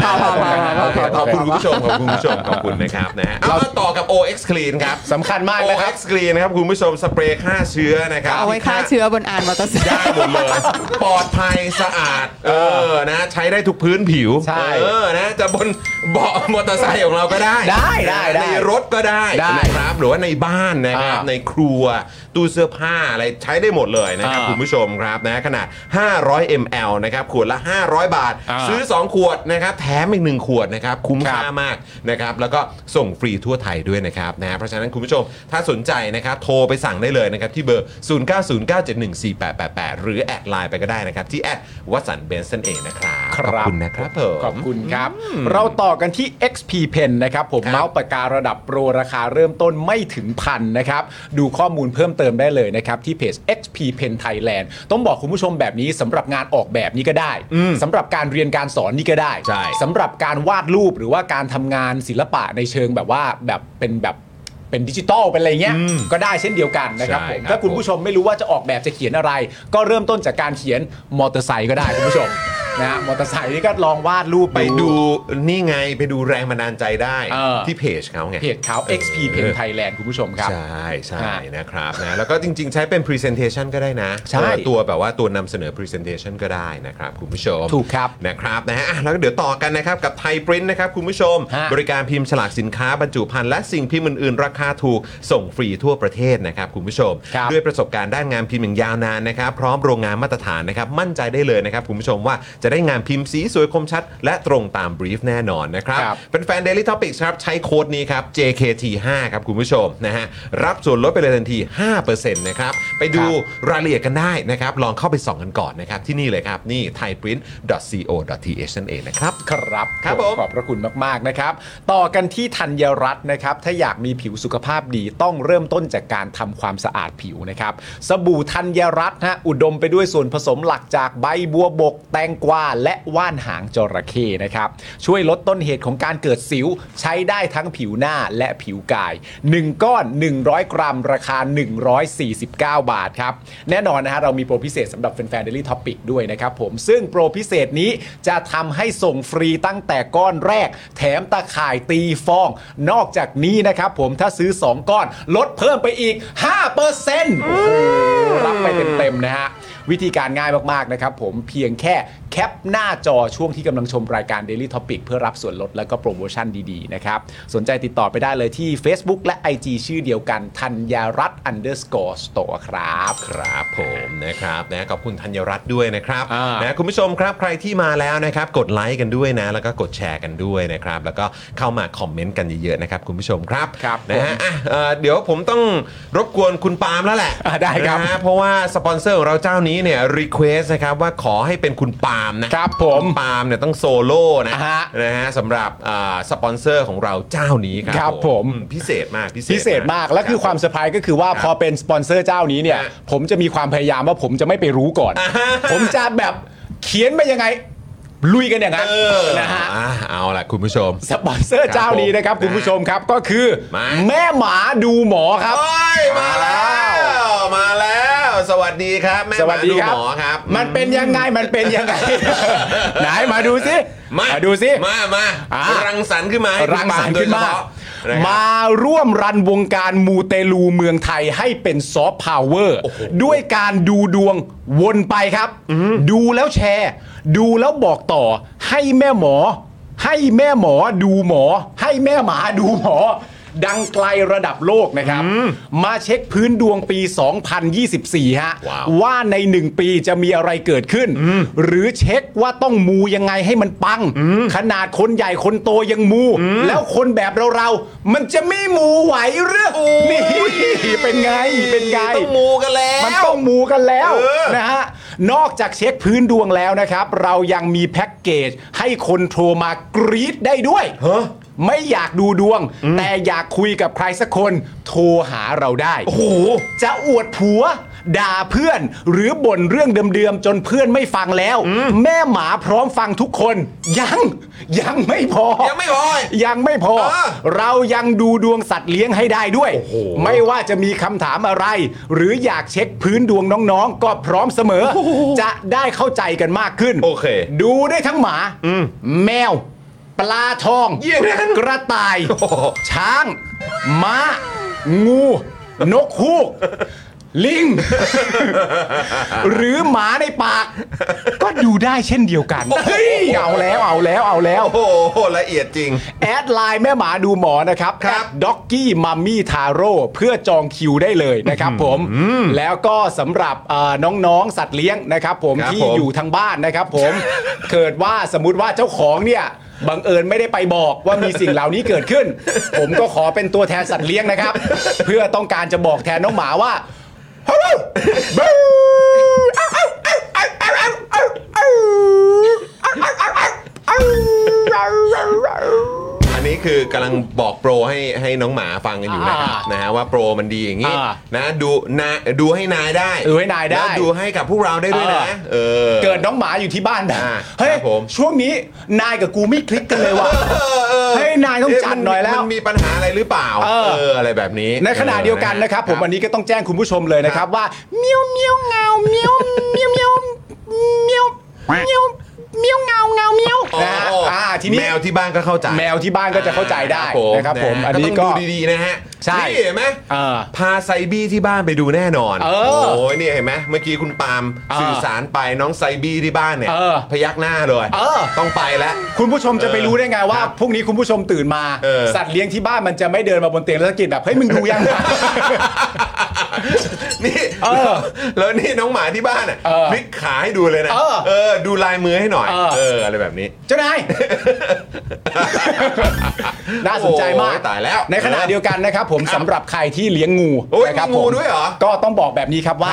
Speaker 2: นนะ
Speaker 1: โอเคขอบคุณคุณผู้ชมขอบคุณคุณผู้ชมขอบคุณนะครับนะฮะเอามาต่อกับ OX Clean ครับ
Speaker 2: สำคัญมากนะครับ
Speaker 1: OX Clean นะครับคุณผู้ชมสเปรย์ฆ่าเชื้อนะครับ
Speaker 3: เอาไว้ฆ่าเชื้อบนอานมอเตอร์ไซค์
Speaker 1: ได้หมดเลยปลอดภัยสะอาดเออนะใช้ได้ทุกพื้นผิว
Speaker 2: ใช่
Speaker 1: เออนะจะบนเบาะมอเตอร์ไซค์ของเราก็ได้
Speaker 2: ได้ได้ได้
Speaker 1: ในรถก็ได้
Speaker 2: ได้
Speaker 1: นะครับหรือว่าในบ้านนะครับ
Speaker 2: อ่า
Speaker 1: ในครัวตู้เสื้อผ้าอะไรใช้ได้หมดเลยนะครับ
Speaker 2: อ่า
Speaker 1: คุณผู้ชมครับนะขนาด 500 ml นะครับขวดละ 500 บาท
Speaker 2: อ่า
Speaker 1: ซื้อ 2 ขวดนะครับแถมอีก 1 ขวดนะครับ คุ้ม
Speaker 2: ครับ
Speaker 1: ค่ามากนะครับ แล้วก็ส่งฟรีทั่วไทยด้วยนะครับนะฮะเพราะฉะนั้นคุณผู้ชมถ้าสนใจนะครับ โทรไปสั่งได้เลยนะครับ ที่เบอร์ 0909714888 หรือแอดไลน์ไปก็ได้นะครับ ที่แอดวัสันเบนซ์นั่นเองนะครับ
Speaker 2: ครั
Speaker 1: ขอ
Speaker 2: บ
Speaker 1: บคุณนะครับผม
Speaker 2: ขอบคุณครับ เราต่อกันที่ XP Pen นะครับ ผม
Speaker 1: ครับ
Speaker 2: เมาส์ปากการะดับโปรราคาเริ่มต้นไม่ถึงพันนะครับ ดูข้อมูลเพิ่มเติมได้เลยนะครับ ที่เพจ XP Pen Thailand ต้องบอกคุณผู้ชมแบบนี้สำหรับงานออกแบบนี้ก็ได้
Speaker 1: อืม
Speaker 2: สำหรับการเรียนการสอนนี่ก็ได้
Speaker 1: ใช่
Speaker 2: สำหรับการวาดรูปหรือว่าการทำงานศิลปะในเชิงแบบว่าแบบเป็นแบบเป็นดิจิตอลเป็นอะไรเงี้ยก็ได้เช่นเดียวกันนะครับ
Speaker 1: ใช่
Speaker 2: ผม
Speaker 1: ครับ
Speaker 2: ถ้าคุณผู้ชมไม่รู้ว่าจะออกแบบจะเขียนอะไร ก็เริ่มต้นจากการเขียนมอเตอร์ไซค์ก็ได้คุณผู้ชม นะฮะมอเตอร์ไซค์นี่ก็ลองวาดรูป
Speaker 1: ไปดูนี่ไงไปดูแรงบันดาลใจได้
Speaker 2: เออ
Speaker 1: ที่เพจเขาไง
Speaker 2: เพจเขา XP Pen Thailand คุณผู้ชมครับ
Speaker 1: ใช่ใช่
Speaker 2: อ่า
Speaker 1: นะครับนะแล้วก็จริง ๆ ใช้เป็น Presentation ก็ได้นะ
Speaker 2: ใช่
Speaker 1: เออตัวแบบว่าตัวนำเสนอ Presentation ก็ได้นะครับ คุณผู้ชม
Speaker 2: ถูกครับ
Speaker 1: นะครับนะฮะอ่ะแล้วก็เดี๋ยวต่อกันนะครับ กับไทยปริ้นนะครับ คุณผู้ชม
Speaker 2: ฮะ
Speaker 1: บริการพิมพ์ฉลากสินค้าบรรจุภัณฑ์และสิ่งพิมพ์อื่น ๆ ราคาถูกส่งฟรีทั่วประเทศนะครับ คุณผู้ชม
Speaker 2: ครับ
Speaker 1: ด้วยประสบการณ์ด้านงานพิมพ์อย่างยาวนานนะครับ พร้อมโรงงานมาตรฐานนะครับ มั่นใจได้เลยนะครับ คุณผู้ชมว่าจะได้งานพิมพ์สีสวยคมชัด และตรงตามบรีฟแน่นอนนะครับ
Speaker 2: ครับ
Speaker 1: เป็นแฟน Daily Topics ครับ ใช้โค้ดนี้ครับ JKT5 ครับคุณผู้ชมนะฮะรับส่วนลดไปเลยทันที 5%นะครับ ไปดูรายละเอียดกันได้นะครับ ลองเข้าไปส่องกันก่อนนะครับ ที่นี่เลยครับ นี่ thaiprint.co.th นั่นเองนะครับ
Speaker 2: ครับ
Speaker 1: ครับผม
Speaker 2: ขอบพระคุณมาก ๆ นะครับ ต่อกันที่ธัญรัตน์นะครับ ถ้าอยากมีผิวสุขภาพดีต้องเริ่มต้นจากการทำความสะอาดผิวนะครับ สบู่ธัญรัตน์ฮะอุดมไปด้วยส่วนผสมหลักจากใบบัวบก แตงกวาและว่านหางจระเข้นะครับ ช่วยลดต้นเหตุของการเกิดสิว ใช้ได้ทั้งผิวหน้าและผิวกาย 1 ก้อน 100 กรัม ราคา 149 บาทครับ แน่นอนนะฮะเรามีโปรพิเศษสำหรับแฟนๆ Daily Topic ด้วยนะครับผมซึ่งโปรพิเศษนี้จะทำให้ส่งฟรีตั้งแต่ก้อนแรก แถมตะข่ายตีฟอง นอกจากนี้นะครับผมถ้าซื้อ 2 ก้อน ลดเพิ่มไปอีก 5%โอ้โหรับไปเต็มๆนะฮะ วิธีการง่ายมากๆนะครับผมเพียงแค่แคปหน้าจอช่วงที่กำลังชมรายการ Daily Topic เพื่อรับส่วนลดและก็โปรโมชั่นดีๆนะครับ สนใจติดต่อไปได้เลยที่ Facebook และ IG ชื่อเดียวกันธัญญารัตน์ underscore store ครับ
Speaker 1: ครับผมนะครับนะขอบคุณธัญรัตน์ด้วยนะครับ
Speaker 2: อ่าน
Speaker 1: นะคุณผู้ชมครับใครที่มาแล้วนะครับ กดไลค์กันด้วยนะ แล้วก็กดแชร์กันด้วยนะครับ แล้วก็เข้ามาคอมเมนต์กันเยอะๆนะครับ คุณผู้ชมครับ
Speaker 2: ครับ
Speaker 1: นะฮะอ่ะเอ่อเดี๋ยวผมต้องรบกวนคุณปาล์มแล้วแหละ
Speaker 2: อ่ะได้ครับ
Speaker 1: นะฮะเพราะว่าสปอนเซอร์ของเราเจ้านี้เนี่ยรีเควสนะครับว่าขอให้เป็นคุณปาล์มนะ
Speaker 2: ครับผม
Speaker 1: ปาล์มเนี่ยต้องโซโล่นะ
Speaker 2: อ่าฮะ
Speaker 1: นะฮะสำหรับอ่าสปอนเซอร์ของเราเจ้านี้ครั
Speaker 2: ครับผม
Speaker 1: อืพิเศษมากพิเศษ
Speaker 2: พิเศษมาก และคือความเซ
Speaker 1: รับ
Speaker 2: อร์ไพรส์ก็คือว่า
Speaker 1: ครับ
Speaker 2: พอเป็นสปอนเซอร์เจ้านี้เนี่ย
Speaker 1: ฮะ
Speaker 2: ผมจะมีความพยายามว่าผมจะไม่ไปรู้ก่อน
Speaker 1: อ่าฮะ
Speaker 2: ผมจะแบบเขียนไปยังไง ลุยกันอย่างนั้น
Speaker 1: เออ
Speaker 2: นะฮะ
Speaker 1: อ่เอาล่ะคุณผู้ชม
Speaker 2: สปอนเซอร์เจ้านี้นะครับ
Speaker 1: ครับผม
Speaker 2: คุณผู้ชมครับก็คือ
Speaker 1: มา
Speaker 2: แม่หมาดูหมอครับ
Speaker 1: โอ้ยมาแล้ว มาแล้ว สวัสดีครับแม่
Speaker 2: สวัสดี
Speaker 1: หมา
Speaker 2: ครับ
Speaker 1: หมอครับ
Speaker 2: มันเป็นยังไงมันเป็นยังไง ไหนมาดูสิ
Speaker 1: มา
Speaker 2: ดูสิ
Speaker 1: มามา
Speaker 2: อ่า
Speaker 1: รังสรรค์ขึ้นมาให้คุณ
Speaker 2: รังสรร
Speaker 1: ปล์
Speaker 2: ค์
Speaker 1: โดย
Speaker 2: ขึ้นมา
Speaker 1: เฉพะนะครับ
Speaker 2: มาร่วมรันวงการมูเตลูเมืองไทยให้เป็นซอฟต์พาวเวอร์
Speaker 1: โอ้โห
Speaker 2: ด้วยการดูดวงวนไปครับ ดูแล้วแชร์ ดูแล้วบอกต่อ ให้แม่หมอ ให้แม่หมอดูหมอ ให้แม่หมาดูหมอ ดังไกลระดับโลกนะครับ มาเช็คพื้นดวงปี 2024 ฮะ
Speaker 1: ว้าว
Speaker 2: ว่าในหนึ่งปีจะมีอะไรเกิดขึ้น หรือเช็คว่าต้องมูยังไงให้มันปัง ขนาดคนใหญ่คนโตยังมู แล้วคนแบบเราเราๆมันจะไม่มูไหวหรือนี่เป็นไงเป็นไง
Speaker 1: ต้องมูกันแล้ว
Speaker 2: มันต้องมูกันแล้ว
Speaker 1: เออ
Speaker 2: นะฮะ นอกจากเช็คพื้นดวงแล้วนะครับ เรายังมีแพ็กเกจให้คนโทรมากรีดได้ด้วย
Speaker 1: ฮะ
Speaker 2: ไม่อยากดูดวง แต่อยากคุยกับใครสักคน โทรหาเราได้
Speaker 1: โอ้โห
Speaker 2: จะอวดผัว ด่าเพื่อน หรือบ่นเรื่องเดิมๆจนเพื่อนไม่ฟังแล้ว แม่หมาพร้อมฟังทุกคน ยังยังไม่พอ
Speaker 1: ยังไม่พอ
Speaker 2: ยังไม่พอ
Speaker 1: เออ
Speaker 2: เรายังดูดวงสัตว์เลี้ยงให้ได้ด้วย
Speaker 1: โอ้โห
Speaker 2: ไม่ว่าจะมีคำถามอะไร หรืออยากเช็คพื้นดวงน้องๆ ก็พร้อมเสมอ จะได้เข้าใจกันมากขึ้น
Speaker 1: โอเค
Speaker 2: ดูได้ทั้งหมา
Speaker 1: อืม
Speaker 2: แมว ปลาทอง
Speaker 1: เยี่ยมนะ
Speaker 2: กระต่าย
Speaker 1: โอ้โห
Speaker 2: ช้าง ม้า งู นกฮูก ลิ ง หรือหมาในปาก ก็ดูได้เช่นเดียวกันเฮ้ยเอาแล้วเอาแล้วเอาแล้ว
Speaker 1: โอ้โหละเอียดจริง
Speaker 2: แอดไลน์แม่หมาดูหมอนะครับ
Speaker 1: ครับ
Speaker 2: ด็อกกี้มัมมี่ทาโร่เพื่อจองคิวได้เลยนะครับผม แล้วก็สำหรับเอ่อน้องๆ สัตว์เลี้ยงนะครับผม
Speaker 1: ครับ
Speaker 2: ที่
Speaker 1: ผม
Speaker 2: อยู่ทางบ้านนะครับผม เกิดว่าสมมุติว่าเจ้าของเนี่ยบังเอิญไม่ได้ไปบอกว่ามีสิ่งเหล่านี้เกิดขึ้น ผมก็ขอเป็นตัวแทนสัตว์เลี้ยงนะครับ เพื่อต้องการจะบอกแทนน้องหมาว่า ฮัลโหลบูอ้าวอ้าวอ้าวอ้าวอ้าวอ้าวอ้าวอ้าวอ้าวอ้าวอ้าวอ้าว
Speaker 1: อันนี้คือกำลังบอกโปรให้ให้น้องหมาฟังกันอยู่นะครับ
Speaker 2: อ่าน
Speaker 1: นะฮะว่าโปรมันดีอย่างนี้
Speaker 2: อ่า
Speaker 1: นะดูนาดูให้นายได้
Speaker 2: ดูให้นายได้
Speaker 1: แล้วดูให้กับพวกเราได้ด้วยนะ
Speaker 2: อ่า
Speaker 1: เออ
Speaker 2: เกิดน้องหมาอยู่ที่บ้านนะ
Speaker 1: อ่า
Speaker 2: เฮ้
Speaker 1: ค
Speaker 2: ย
Speaker 1: รับผม
Speaker 2: ช่วงนี้นายกับกูไม่คลิกกันเลยว่ะ
Speaker 1: เออเออ
Speaker 2: ให้นายต้องจัดหน่อยแล้ว
Speaker 1: มันมีปัญหาอะไรหรือเปล่า
Speaker 2: เออ
Speaker 1: อะไรแบบนี้
Speaker 2: ในขณะเดียวกันนะครับ ผมวันนี้ก็ต้องแจ้งคุณผู้ชมเลยนะครับว่าเมียวเมียวเงาเมียวเมียวเมียวเมียวเมียวเมียวเงาเงาเมียว
Speaker 1: อ๋อ
Speaker 2: นะฮะอ่าทีนี้
Speaker 1: แมวที่บ้านก็เข้าใจ
Speaker 2: แมวที่บ้านก็จะเข้าใจได้นะครับผม
Speaker 1: ฮ
Speaker 2: อันนี้
Speaker 1: ต้
Speaker 2: ก็
Speaker 1: องดูดีๆนะฮะ
Speaker 2: ใช่
Speaker 1: นี่เห็นไหม
Speaker 2: เออ
Speaker 1: พาไซบี้ที่บ้านไปดูแน่นอน
Speaker 2: เออ
Speaker 1: โอ้ยนี่เห็นไหมเมื่อกี้คุณปาล์ม
Speaker 2: เออ
Speaker 1: สื่อสารไปน้องไซบี้ที่บ้านเนี่ย
Speaker 2: เออ
Speaker 1: พยักหน้าเลย
Speaker 2: เออ
Speaker 1: ต้องไปแล้ว
Speaker 2: คุณผู้ชมจะไปรู้ได้ไงว่า
Speaker 1: ครับ
Speaker 2: พรุ่งนี้คุณผู้ชมตื่นมา
Speaker 1: เออ
Speaker 2: สัตว์เลี้ยงที่บ้านมันจะไม่เดินมาบนเตียงแล้วสะกิดแบบเฮ้ยมึงดูยัง
Speaker 1: นี่
Speaker 2: เอ
Speaker 1: แล้
Speaker 2: อ
Speaker 1: วแล้วนี่น้องหมาที่บ้านอ่ะ
Speaker 2: เออ
Speaker 1: พลิกขาให้ดูเลยนะ
Speaker 2: เออ
Speaker 1: ดูลายมือให้หน่อย
Speaker 2: เออ
Speaker 1: อะไรแบบนี้
Speaker 2: เจ้านาย น่าสนใจมาก
Speaker 1: โอ้ยตายแล้ว
Speaker 2: ในขณะเดียวกันนะครับ ผม
Speaker 1: ครับ
Speaker 2: สำหรับใครที่เลี้ยงงู
Speaker 1: โอ้ย
Speaker 2: นะครับ
Speaker 1: มีงู
Speaker 2: ผม
Speaker 1: ด้วยเหรอ
Speaker 2: ก็ต้องบอกแบบนี้ครับว่า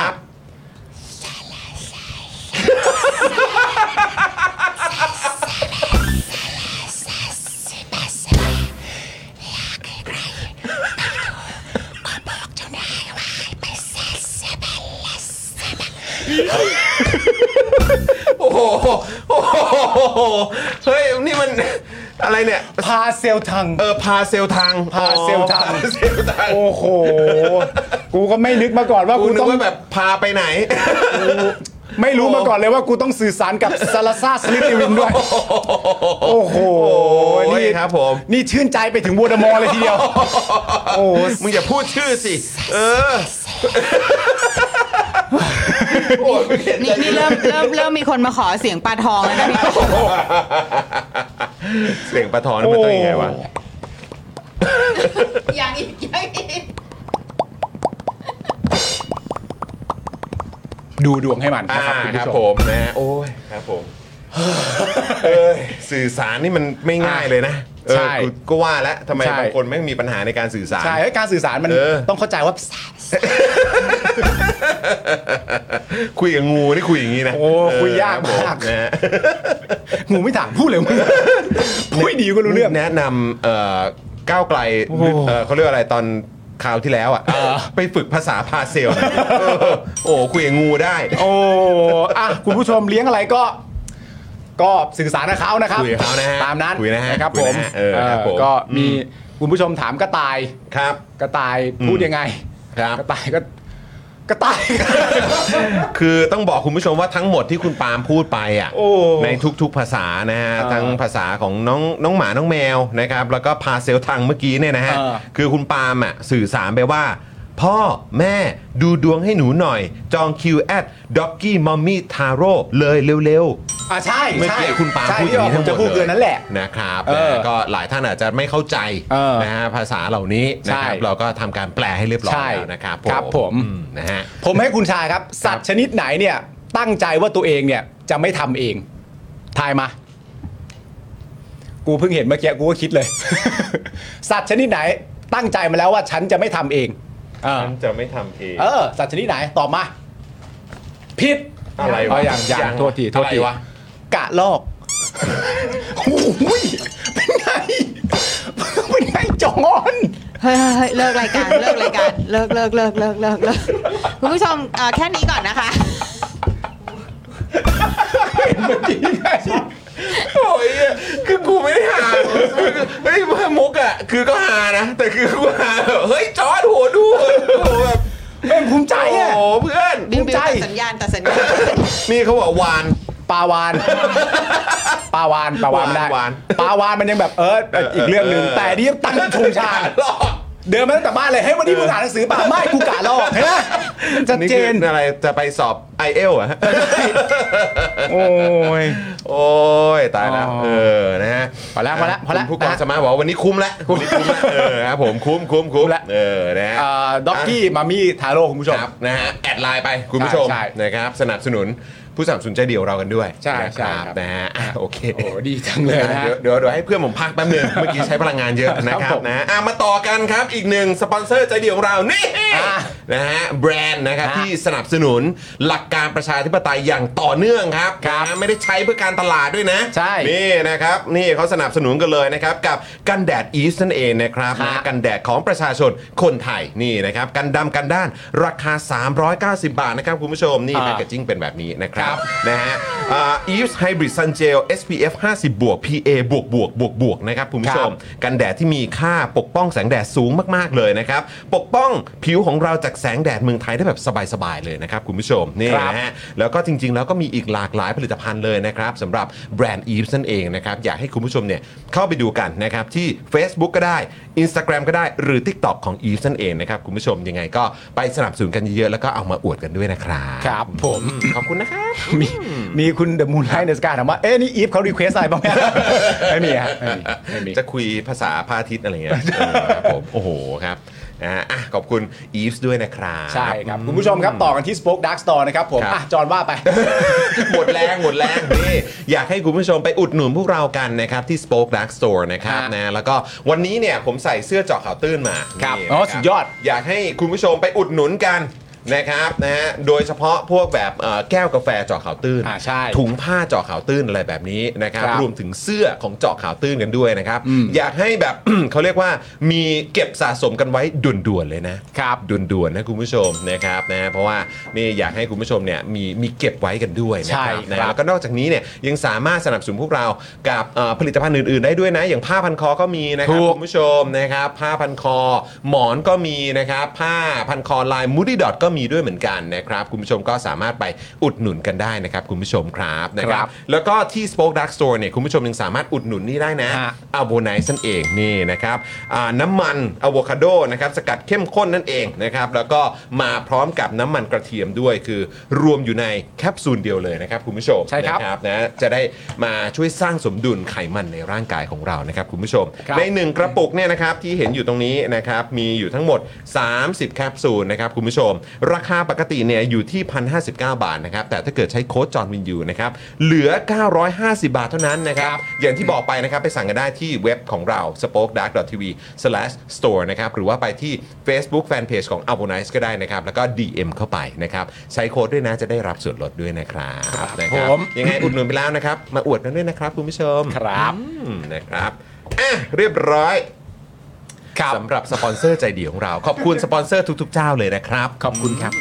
Speaker 1: โอ้โหโอ้โหเฮ้ยนี่มันอะไรเนี่ย
Speaker 2: พาเซลทัง
Speaker 1: เออพาเซลทาง
Speaker 2: พาเซลทาง
Speaker 1: อ๋อพาเซลทาง
Speaker 2: โอ้โห กูก็ไม่นึกมาก่อนว่า
Speaker 1: กู
Speaker 2: กู
Speaker 1: นึก
Speaker 2: ต้อง
Speaker 1: ว่าแบบพาไปไหน
Speaker 2: ไม่รู้มาก่อนเลยว่ากูต้องสื่อสารกับซาลาซาสลิติวินด้วย โอ้โห
Speaker 1: โอ้ย
Speaker 2: นี่
Speaker 1: ครับผม
Speaker 2: นี่ชื่นใจไปถึงบัวดมอเลยทีเดียว โอ้
Speaker 1: มึงอย่าพูดชื่อสิ เออโอ้ยไม่เห็น
Speaker 3: นี่นี่เริ่มเริ่มเริ่มมีคนมาขอเสียงปลาทองแล้วนะพี่
Speaker 1: เสียงปะทอนมันต้องยังไงวะ
Speaker 3: ยังอีกยังอีก
Speaker 2: ดูดวงให้มันนะ
Speaker 1: อ่า
Speaker 2: ครับคุณ
Speaker 1: ครับ
Speaker 2: ผู้ชม
Speaker 1: ผมนะโอ้ยครับผมเอ้ยสื่อสารนี่มันไม่ง่ายเลยนะเออ
Speaker 2: ใช่
Speaker 1: กูก็ว่าแล้วทำไม
Speaker 2: ใช่
Speaker 1: บางคนไม่งมีปัญหาในการสื่อสาร
Speaker 2: ใช่เฮ้ยการสื่อสารมัน
Speaker 1: เออ
Speaker 2: ต้องเข้าใจว่า
Speaker 1: คุยกับงูนี่คุยอย่างนี้นะ
Speaker 2: โอ้คุยยากมาก
Speaker 1: เออครับผ
Speaker 2: งูไม่ถามพูดเลยมึง พูดดีก็รู้
Speaker 1: นะ
Speaker 2: เรื่อง
Speaker 1: แนะนำเอ่อก้าวไกลหรือเอ่อเขาเรียกอะไรตอนคราวที่แล้วอ่ะไปฝึกภาษาพาเซลหน่อยเออโอ้คุยกับงูได้
Speaker 2: โอ้อะคุณผู้ชมเลี้ยงอะไรก็ ก็สื่อสารกับเขานะครับ
Speaker 1: คุยกับเขานะฮะ
Speaker 2: ตามนั้น
Speaker 1: คุยนะฮะ
Speaker 2: ครับ
Speaker 1: คุ
Speaker 2: ผ
Speaker 1: ย
Speaker 2: ม
Speaker 1: นะฮะเออครับผม
Speaker 2: ก็มีคุณผู้ชมถามกระต่าย
Speaker 1: ครับ
Speaker 2: กระต่ายพูดยังไง
Speaker 1: ครับ
Speaker 2: กระต่ายก็กระต่าย
Speaker 1: คือต้องบอกคุณผู้ชมว่าทั้งหมดที่คุณปาล์มพูดไปอ่ะ
Speaker 2: โอ้
Speaker 1: ในทุกๆภาษานะฮะ
Speaker 2: เออ
Speaker 1: ทั้งภาษาของน้องน้องหมาน้องแมวนะครับแล้วก็พาเซลทังเมื่อกี้เนี่ยนะฮะ
Speaker 2: เออ
Speaker 1: คือคุณปาล์มอ่ะสื่อสารไปว่า พ่อแม่ดูดวงให้หนูหน่อย จองคิวแอดด็อกกี้มอมมี่ทาโร่เลยเร็วๆ
Speaker 2: อ่ะใช่
Speaker 1: เมื่อกี้
Speaker 2: ใช่
Speaker 1: คุณปาล์ม
Speaker 2: ใช่
Speaker 1: พูดอย่างนี้ทั้งหมด
Speaker 2: ผมจะพูดเกินนั้นแหละ
Speaker 1: นะครับ
Speaker 2: เออ
Speaker 1: นะก็หลายท่านอาจจะไม่เข้าใจ
Speaker 2: เออ
Speaker 1: นะฮะภาษาเหล่านี้นะครับ
Speaker 2: ใช่
Speaker 1: เราก็ทำการแปลให้เรียบร้อย
Speaker 2: ใช่
Speaker 1: แล้วนะครับ
Speaker 2: ครับผม
Speaker 1: อืนะฮะ
Speaker 2: ผมให้คุณชายครับ สัตว์ชนิดไหนเนี่ย ตั้งใจว่าตัวเองเนี่ยจะไม่ทำเองทายมา กูเพิ่งเห็นเมื่อกี้กูก็คิดเลย สัตว์ชนิดไหน ตั้งใจมาแล้วว่าฉันจะไม่ทำเองเออ
Speaker 1: ฉันจะไม่ทำเอง
Speaker 2: เออ สัตว์ชนิดไหนตอบมาผิด
Speaker 1: อะไรวะ
Speaker 2: เอย่างอย่าง
Speaker 1: ยัง
Speaker 2: โทษทีโทษที
Speaker 1: อะไรวะ
Speaker 2: กะลอก โอ้ยเป็นไงเป็นไงจอน
Speaker 3: เฮ้ยเฮ้ยเฮ้ยเลิกรายการเลิกรายการเลิกเลิกเลิกเลิกเลิกเลิกคุณผู้ชมเอ่อแค่นี้ก่อนนะคะ
Speaker 1: โอ้ยคือกูไม่ได้หาเฮ้ยมุกอ่ะ คือก็หานะ แต่คือกูหาแบบเฮ้ยจอร์ดโหดูโหแบบ
Speaker 2: เป็นภูมิใจ
Speaker 1: โอ้
Speaker 2: อ่ะ
Speaker 1: โหเพื่อน
Speaker 3: บิวบิว
Speaker 2: ใจ
Speaker 3: ตัดสัญญาณตัดสัญญาณ
Speaker 1: นี่เขาบอกวาน
Speaker 2: ปลาวาน ปลาวานปลาวานไม่ได้
Speaker 1: วาน
Speaker 2: ปลาวานมันยังแบบเอออีกเรื่องหนึ่งแต่นี่ยังตั้งธงชาติ
Speaker 1: หลอก
Speaker 2: เดินมาตั้งแต่บ้านเลยเฮ้ยวันนี้มึงอ่านหนังสือเปล่าไม่กูกะลอกเห็นไหมมันชัดเจน
Speaker 1: คืออะไรจะไปสอบ i อเอลอะ
Speaker 2: โอ้ย
Speaker 1: โอ้ยตายแล้ว
Speaker 2: อ๋อ
Speaker 1: เออนะฮะ
Speaker 2: พอแล้วพอแล้วพอแล้ว
Speaker 1: คุณผู้กอง
Speaker 2: นะ
Speaker 1: สมาร์ทบอกว่าวันนี้คุ้มละวันนี้คุ้มละเออครับผมคุ้มคุ้มคุ้มละเออนะฮะ
Speaker 2: ด็อกกี้มามี่ทาโร่คุณผู้ชม
Speaker 1: ครับนะฮะแอดไลน์ไปคุณผู้ชม
Speaker 2: ใช่ใช่
Speaker 1: นะครับสนับสนุนผู้สนับสนุนใจเดียวเรากันด้วย
Speaker 2: ใช่
Speaker 1: นะ
Speaker 2: ใช่ครับ
Speaker 1: นะฮะอ่ะโอเค
Speaker 2: โอ้ดีจังเลยนะฮะ
Speaker 1: เดี๋ยวเดี๋ยวเดี๋ยวให้เพื่อนผมพักแป๊บหนึง เมื่อกี้ใช้พลังงานเยอะนะค
Speaker 2: ครั
Speaker 1: รับบ
Speaker 2: ผม
Speaker 1: นะฮะอ่ะมาต่อกันครับอีกหนึ่งสปอนเซอร์ใจเดียวของเรานี่
Speaker 2: อ่ะ
Speaker 1: นะฮะแบรนด์นะครับ
Speaker 2: ฮะ
Speaker 1: ที่สนับสนุนหลักการประชาธิปไตยอย่างต่อเนื่องครับ
Speaker 2: ครับ
Speaker 1: นะไม่ได้ใช้เพื่อการตลาดด้วยนะ
Speaker 2: ใช่
Speaker 1: นี่นะครับนี่เขาสนับสนุนกันเลยนะครับกับกันแดดอีสนั่นเองนะครับ
Speaker 2: ฮะ
Speaker 1: นะ กันแดดของประชาชนคนไทยนี่นะครับ กันดำกันด้านราคา 390 บาทนะครับ คุณผู้ชมนี่
Speaker 2: อ่า
Speaker 1: แพคเกจจิ้งเป็นแบบนี้นะครับ
Speaker 2: ครับ
Speaker 1: นะฮะอีฟส์ไฮบริดซันเจล SPF 50 บวก PA บวกบวกบวกบวกนะครับ คุณผู้ชม กันแดดที่มีค่าปกป้องแสงแดดสูงมาก ๆ เลยนะครับ ปกป้องผิวของเราจากแสงแดดเมืองไทยได้แบบสบาย ๆ เลยนะครับ คุณผู้ชมนี่
Speaker 2: ครับ
Speaker 1: นะฮะ แล้วก็จริง ๆ แล้วก็มีอีกหลากหลายผลิตภัณฑ์เลยนะครับสำหรับแบรนด์อีฟนั่นเองนะครับ อยากให้คุณผู้ชมเนี่ยเข้าไปดูกันนะครับ ที่ Facebook ก็ได้ Instagram ก็ได้หรือ TikTok ของอีฟนั่นเองนะครับ คุณผู้ชมยังไงก็ไปสนับสนุนกันเยอะๆ แล้วก็เอามาอวดกันด้วยนะครับ
Speaker 2: ครับผม
Speaker 1: ขอบคุณนะครับ
Speaker 2: มีมีคุณเดอะมูนไลท์เดสกาถามว่า เอ๊ะ นี่อีฟเขารีเควสอะไรบ้างไหม ไม่มีฮะไม่มีไม่มี
Speaker 1: จะคุยภาษาพระอาทิตย์อะไรเงี้ยเออครับผมโอ้โหครับนะฮะอ่ะขอบคุณอีฟด้วยนะครับ
Speaker 2: ใช่ครับ คุณผู้ชมครับ ต่อกันที่ Spoke Dark Store นะครับผม
Speaker 1: ครับ
Speaker 2: อ่ะ จอนว่าไป
Speaker 1: หมดแรงหมดแรงนี่อยากให้คุณผู้ชมไปอุดหนุนพวกเรากันนะครับที่ Spoke Dark Store นะครับ
Speaker 2: ฮะ
Speaker 1: นะแล้วก็วันนี้เนี่ยผมใส่เสื้อเจาะข่าวตื้นมา
Speaker 2: ครับ
Speaker 1: นี่
Speaker 2: อ๋อ
Speaker 1: นะครับ
Speaker 2: สุดยอด
Speaker 1: อยากให้คุณผู้ชมไปอุดหนุนกันนะครับนะฮะโดยเฉพาะพวกแบบเอ่อแก้วกาแฟเจาะข่าวตื้น
Speaker 2: อ่าใช่
Speaker 1: ถุงผ้าเจาะข่าวตื้นอะไรแบบนี้นะครับ
Speaker 2: ครับ
Speaker 1: รวมถึงเสื้อของเจาะข่าวตื้นกันด้วยนะครับ อยากให้แบบ เขาเรียกว่ามีเก็บสะสมกันไว้ด่วนๆเลยนะครับ ด่วนๆนะคุณผู้ชมนะครับนะเพราะว่านี่อยากให้คุณผู้ชมเนี่ยมีมีเก็บไว้กันด้วย
Speaker 2: ใช่
Speaker 1: นะครับนะ
Speaker 2: ครั
Speaker 1: ฮะ
Speaker 2: บ
Speaker 1: แล้วก็นอกจากนี้เนี่ยยังสามารถสนับสนุนพวกเรากับเอ่อผลิตภัณฑ์อื่น ๆ ได้ด้วยนะ อย่างผ้าพันคอก็มีนะครับ
Speaker 2: ถูก
Speaker 1: คุณผู้ชมนะครับ ผ้าพันคอ หมอนก็มีนะครับ ผ้าพันคอลายมูดี้ดอทก็มีด้วยเหมือนกันนะครับ คุณผู้ชมก็สามารถไปอุดหนุนกันได้นะครับ คุณผู้ชมครับนะค
Speaker 2: ครั
Speaker 1: รับบ แล้วก็ที่ Spoke Dark Store เนี่ยคุณผู้ชมยังสามารถอุดหนุนนี่ได้นะ
Speaker 2: ฮะ
Speaker 1: อะโวไนซ์นั่นเองนี่นะครับอ่าน้ำมันอะโวคาโดนะครับสกัดเข้มข้นนั่นเองนะครับแล้วก็มาพร้อมกับน้ำมันกระเทียมด้วยคือรวมอยู่ในแคปซูลเดียวเลยนะครับคุณผู้ชม
Speaker 2: ใช่ครับ
Speaker 1: นะนะจะได้มาช่วยสร้างสมดุลไขมันในร่างกายของเรานะครับคุณผู้ชม
Speaker 2: ครับ
Speaker 1: ใน 1 กระปุกเนี่ยนะครับที่เห็นอยู่ตรงนี้นะครับมีอยู่ทั้งหมด 30 แคปซูลนะครับคุณผู้ชม ราคาปกติเนี่ยอยู่ที่ 1,059 บาทนะครับแต่ถ้าเกิดใช้โค้ดจอห์นวินยูนะครับเหลือ 950 บาทเท่านั้นนะครับ อย่างที่บอกไปนะครับไปสั่งกันได้ที่เว็บของเรา spokedark.tv/store นะครับหรือว่าไปที่ Facebook Fanpage ของ a b o n i c e ก็ได้นะครับ แล้วก็ DM เข้าไปนะครับใช้โค้ดด้วยนะจะได้รับส่วนลดด้วยนะครับนะครั
Speaker 2: ผม
Speaker 1: ยังไงอุดหนุนไปแล้วนะครับมาอวดกันด้วยนะครับคุณผู้ชม
Speaker 2: ครับ
Speaker 1: อืมนะครับอ่ะเรียบร้อย
Speaker 2: ครับ
Speaker 1: สำหรับสปอนเซอร์ใจดีของเรา ขอบคุณสปอนเซอร์ทุกๆเจ้าเลยนะครับ
Speaker 2: ขอบคุณครับ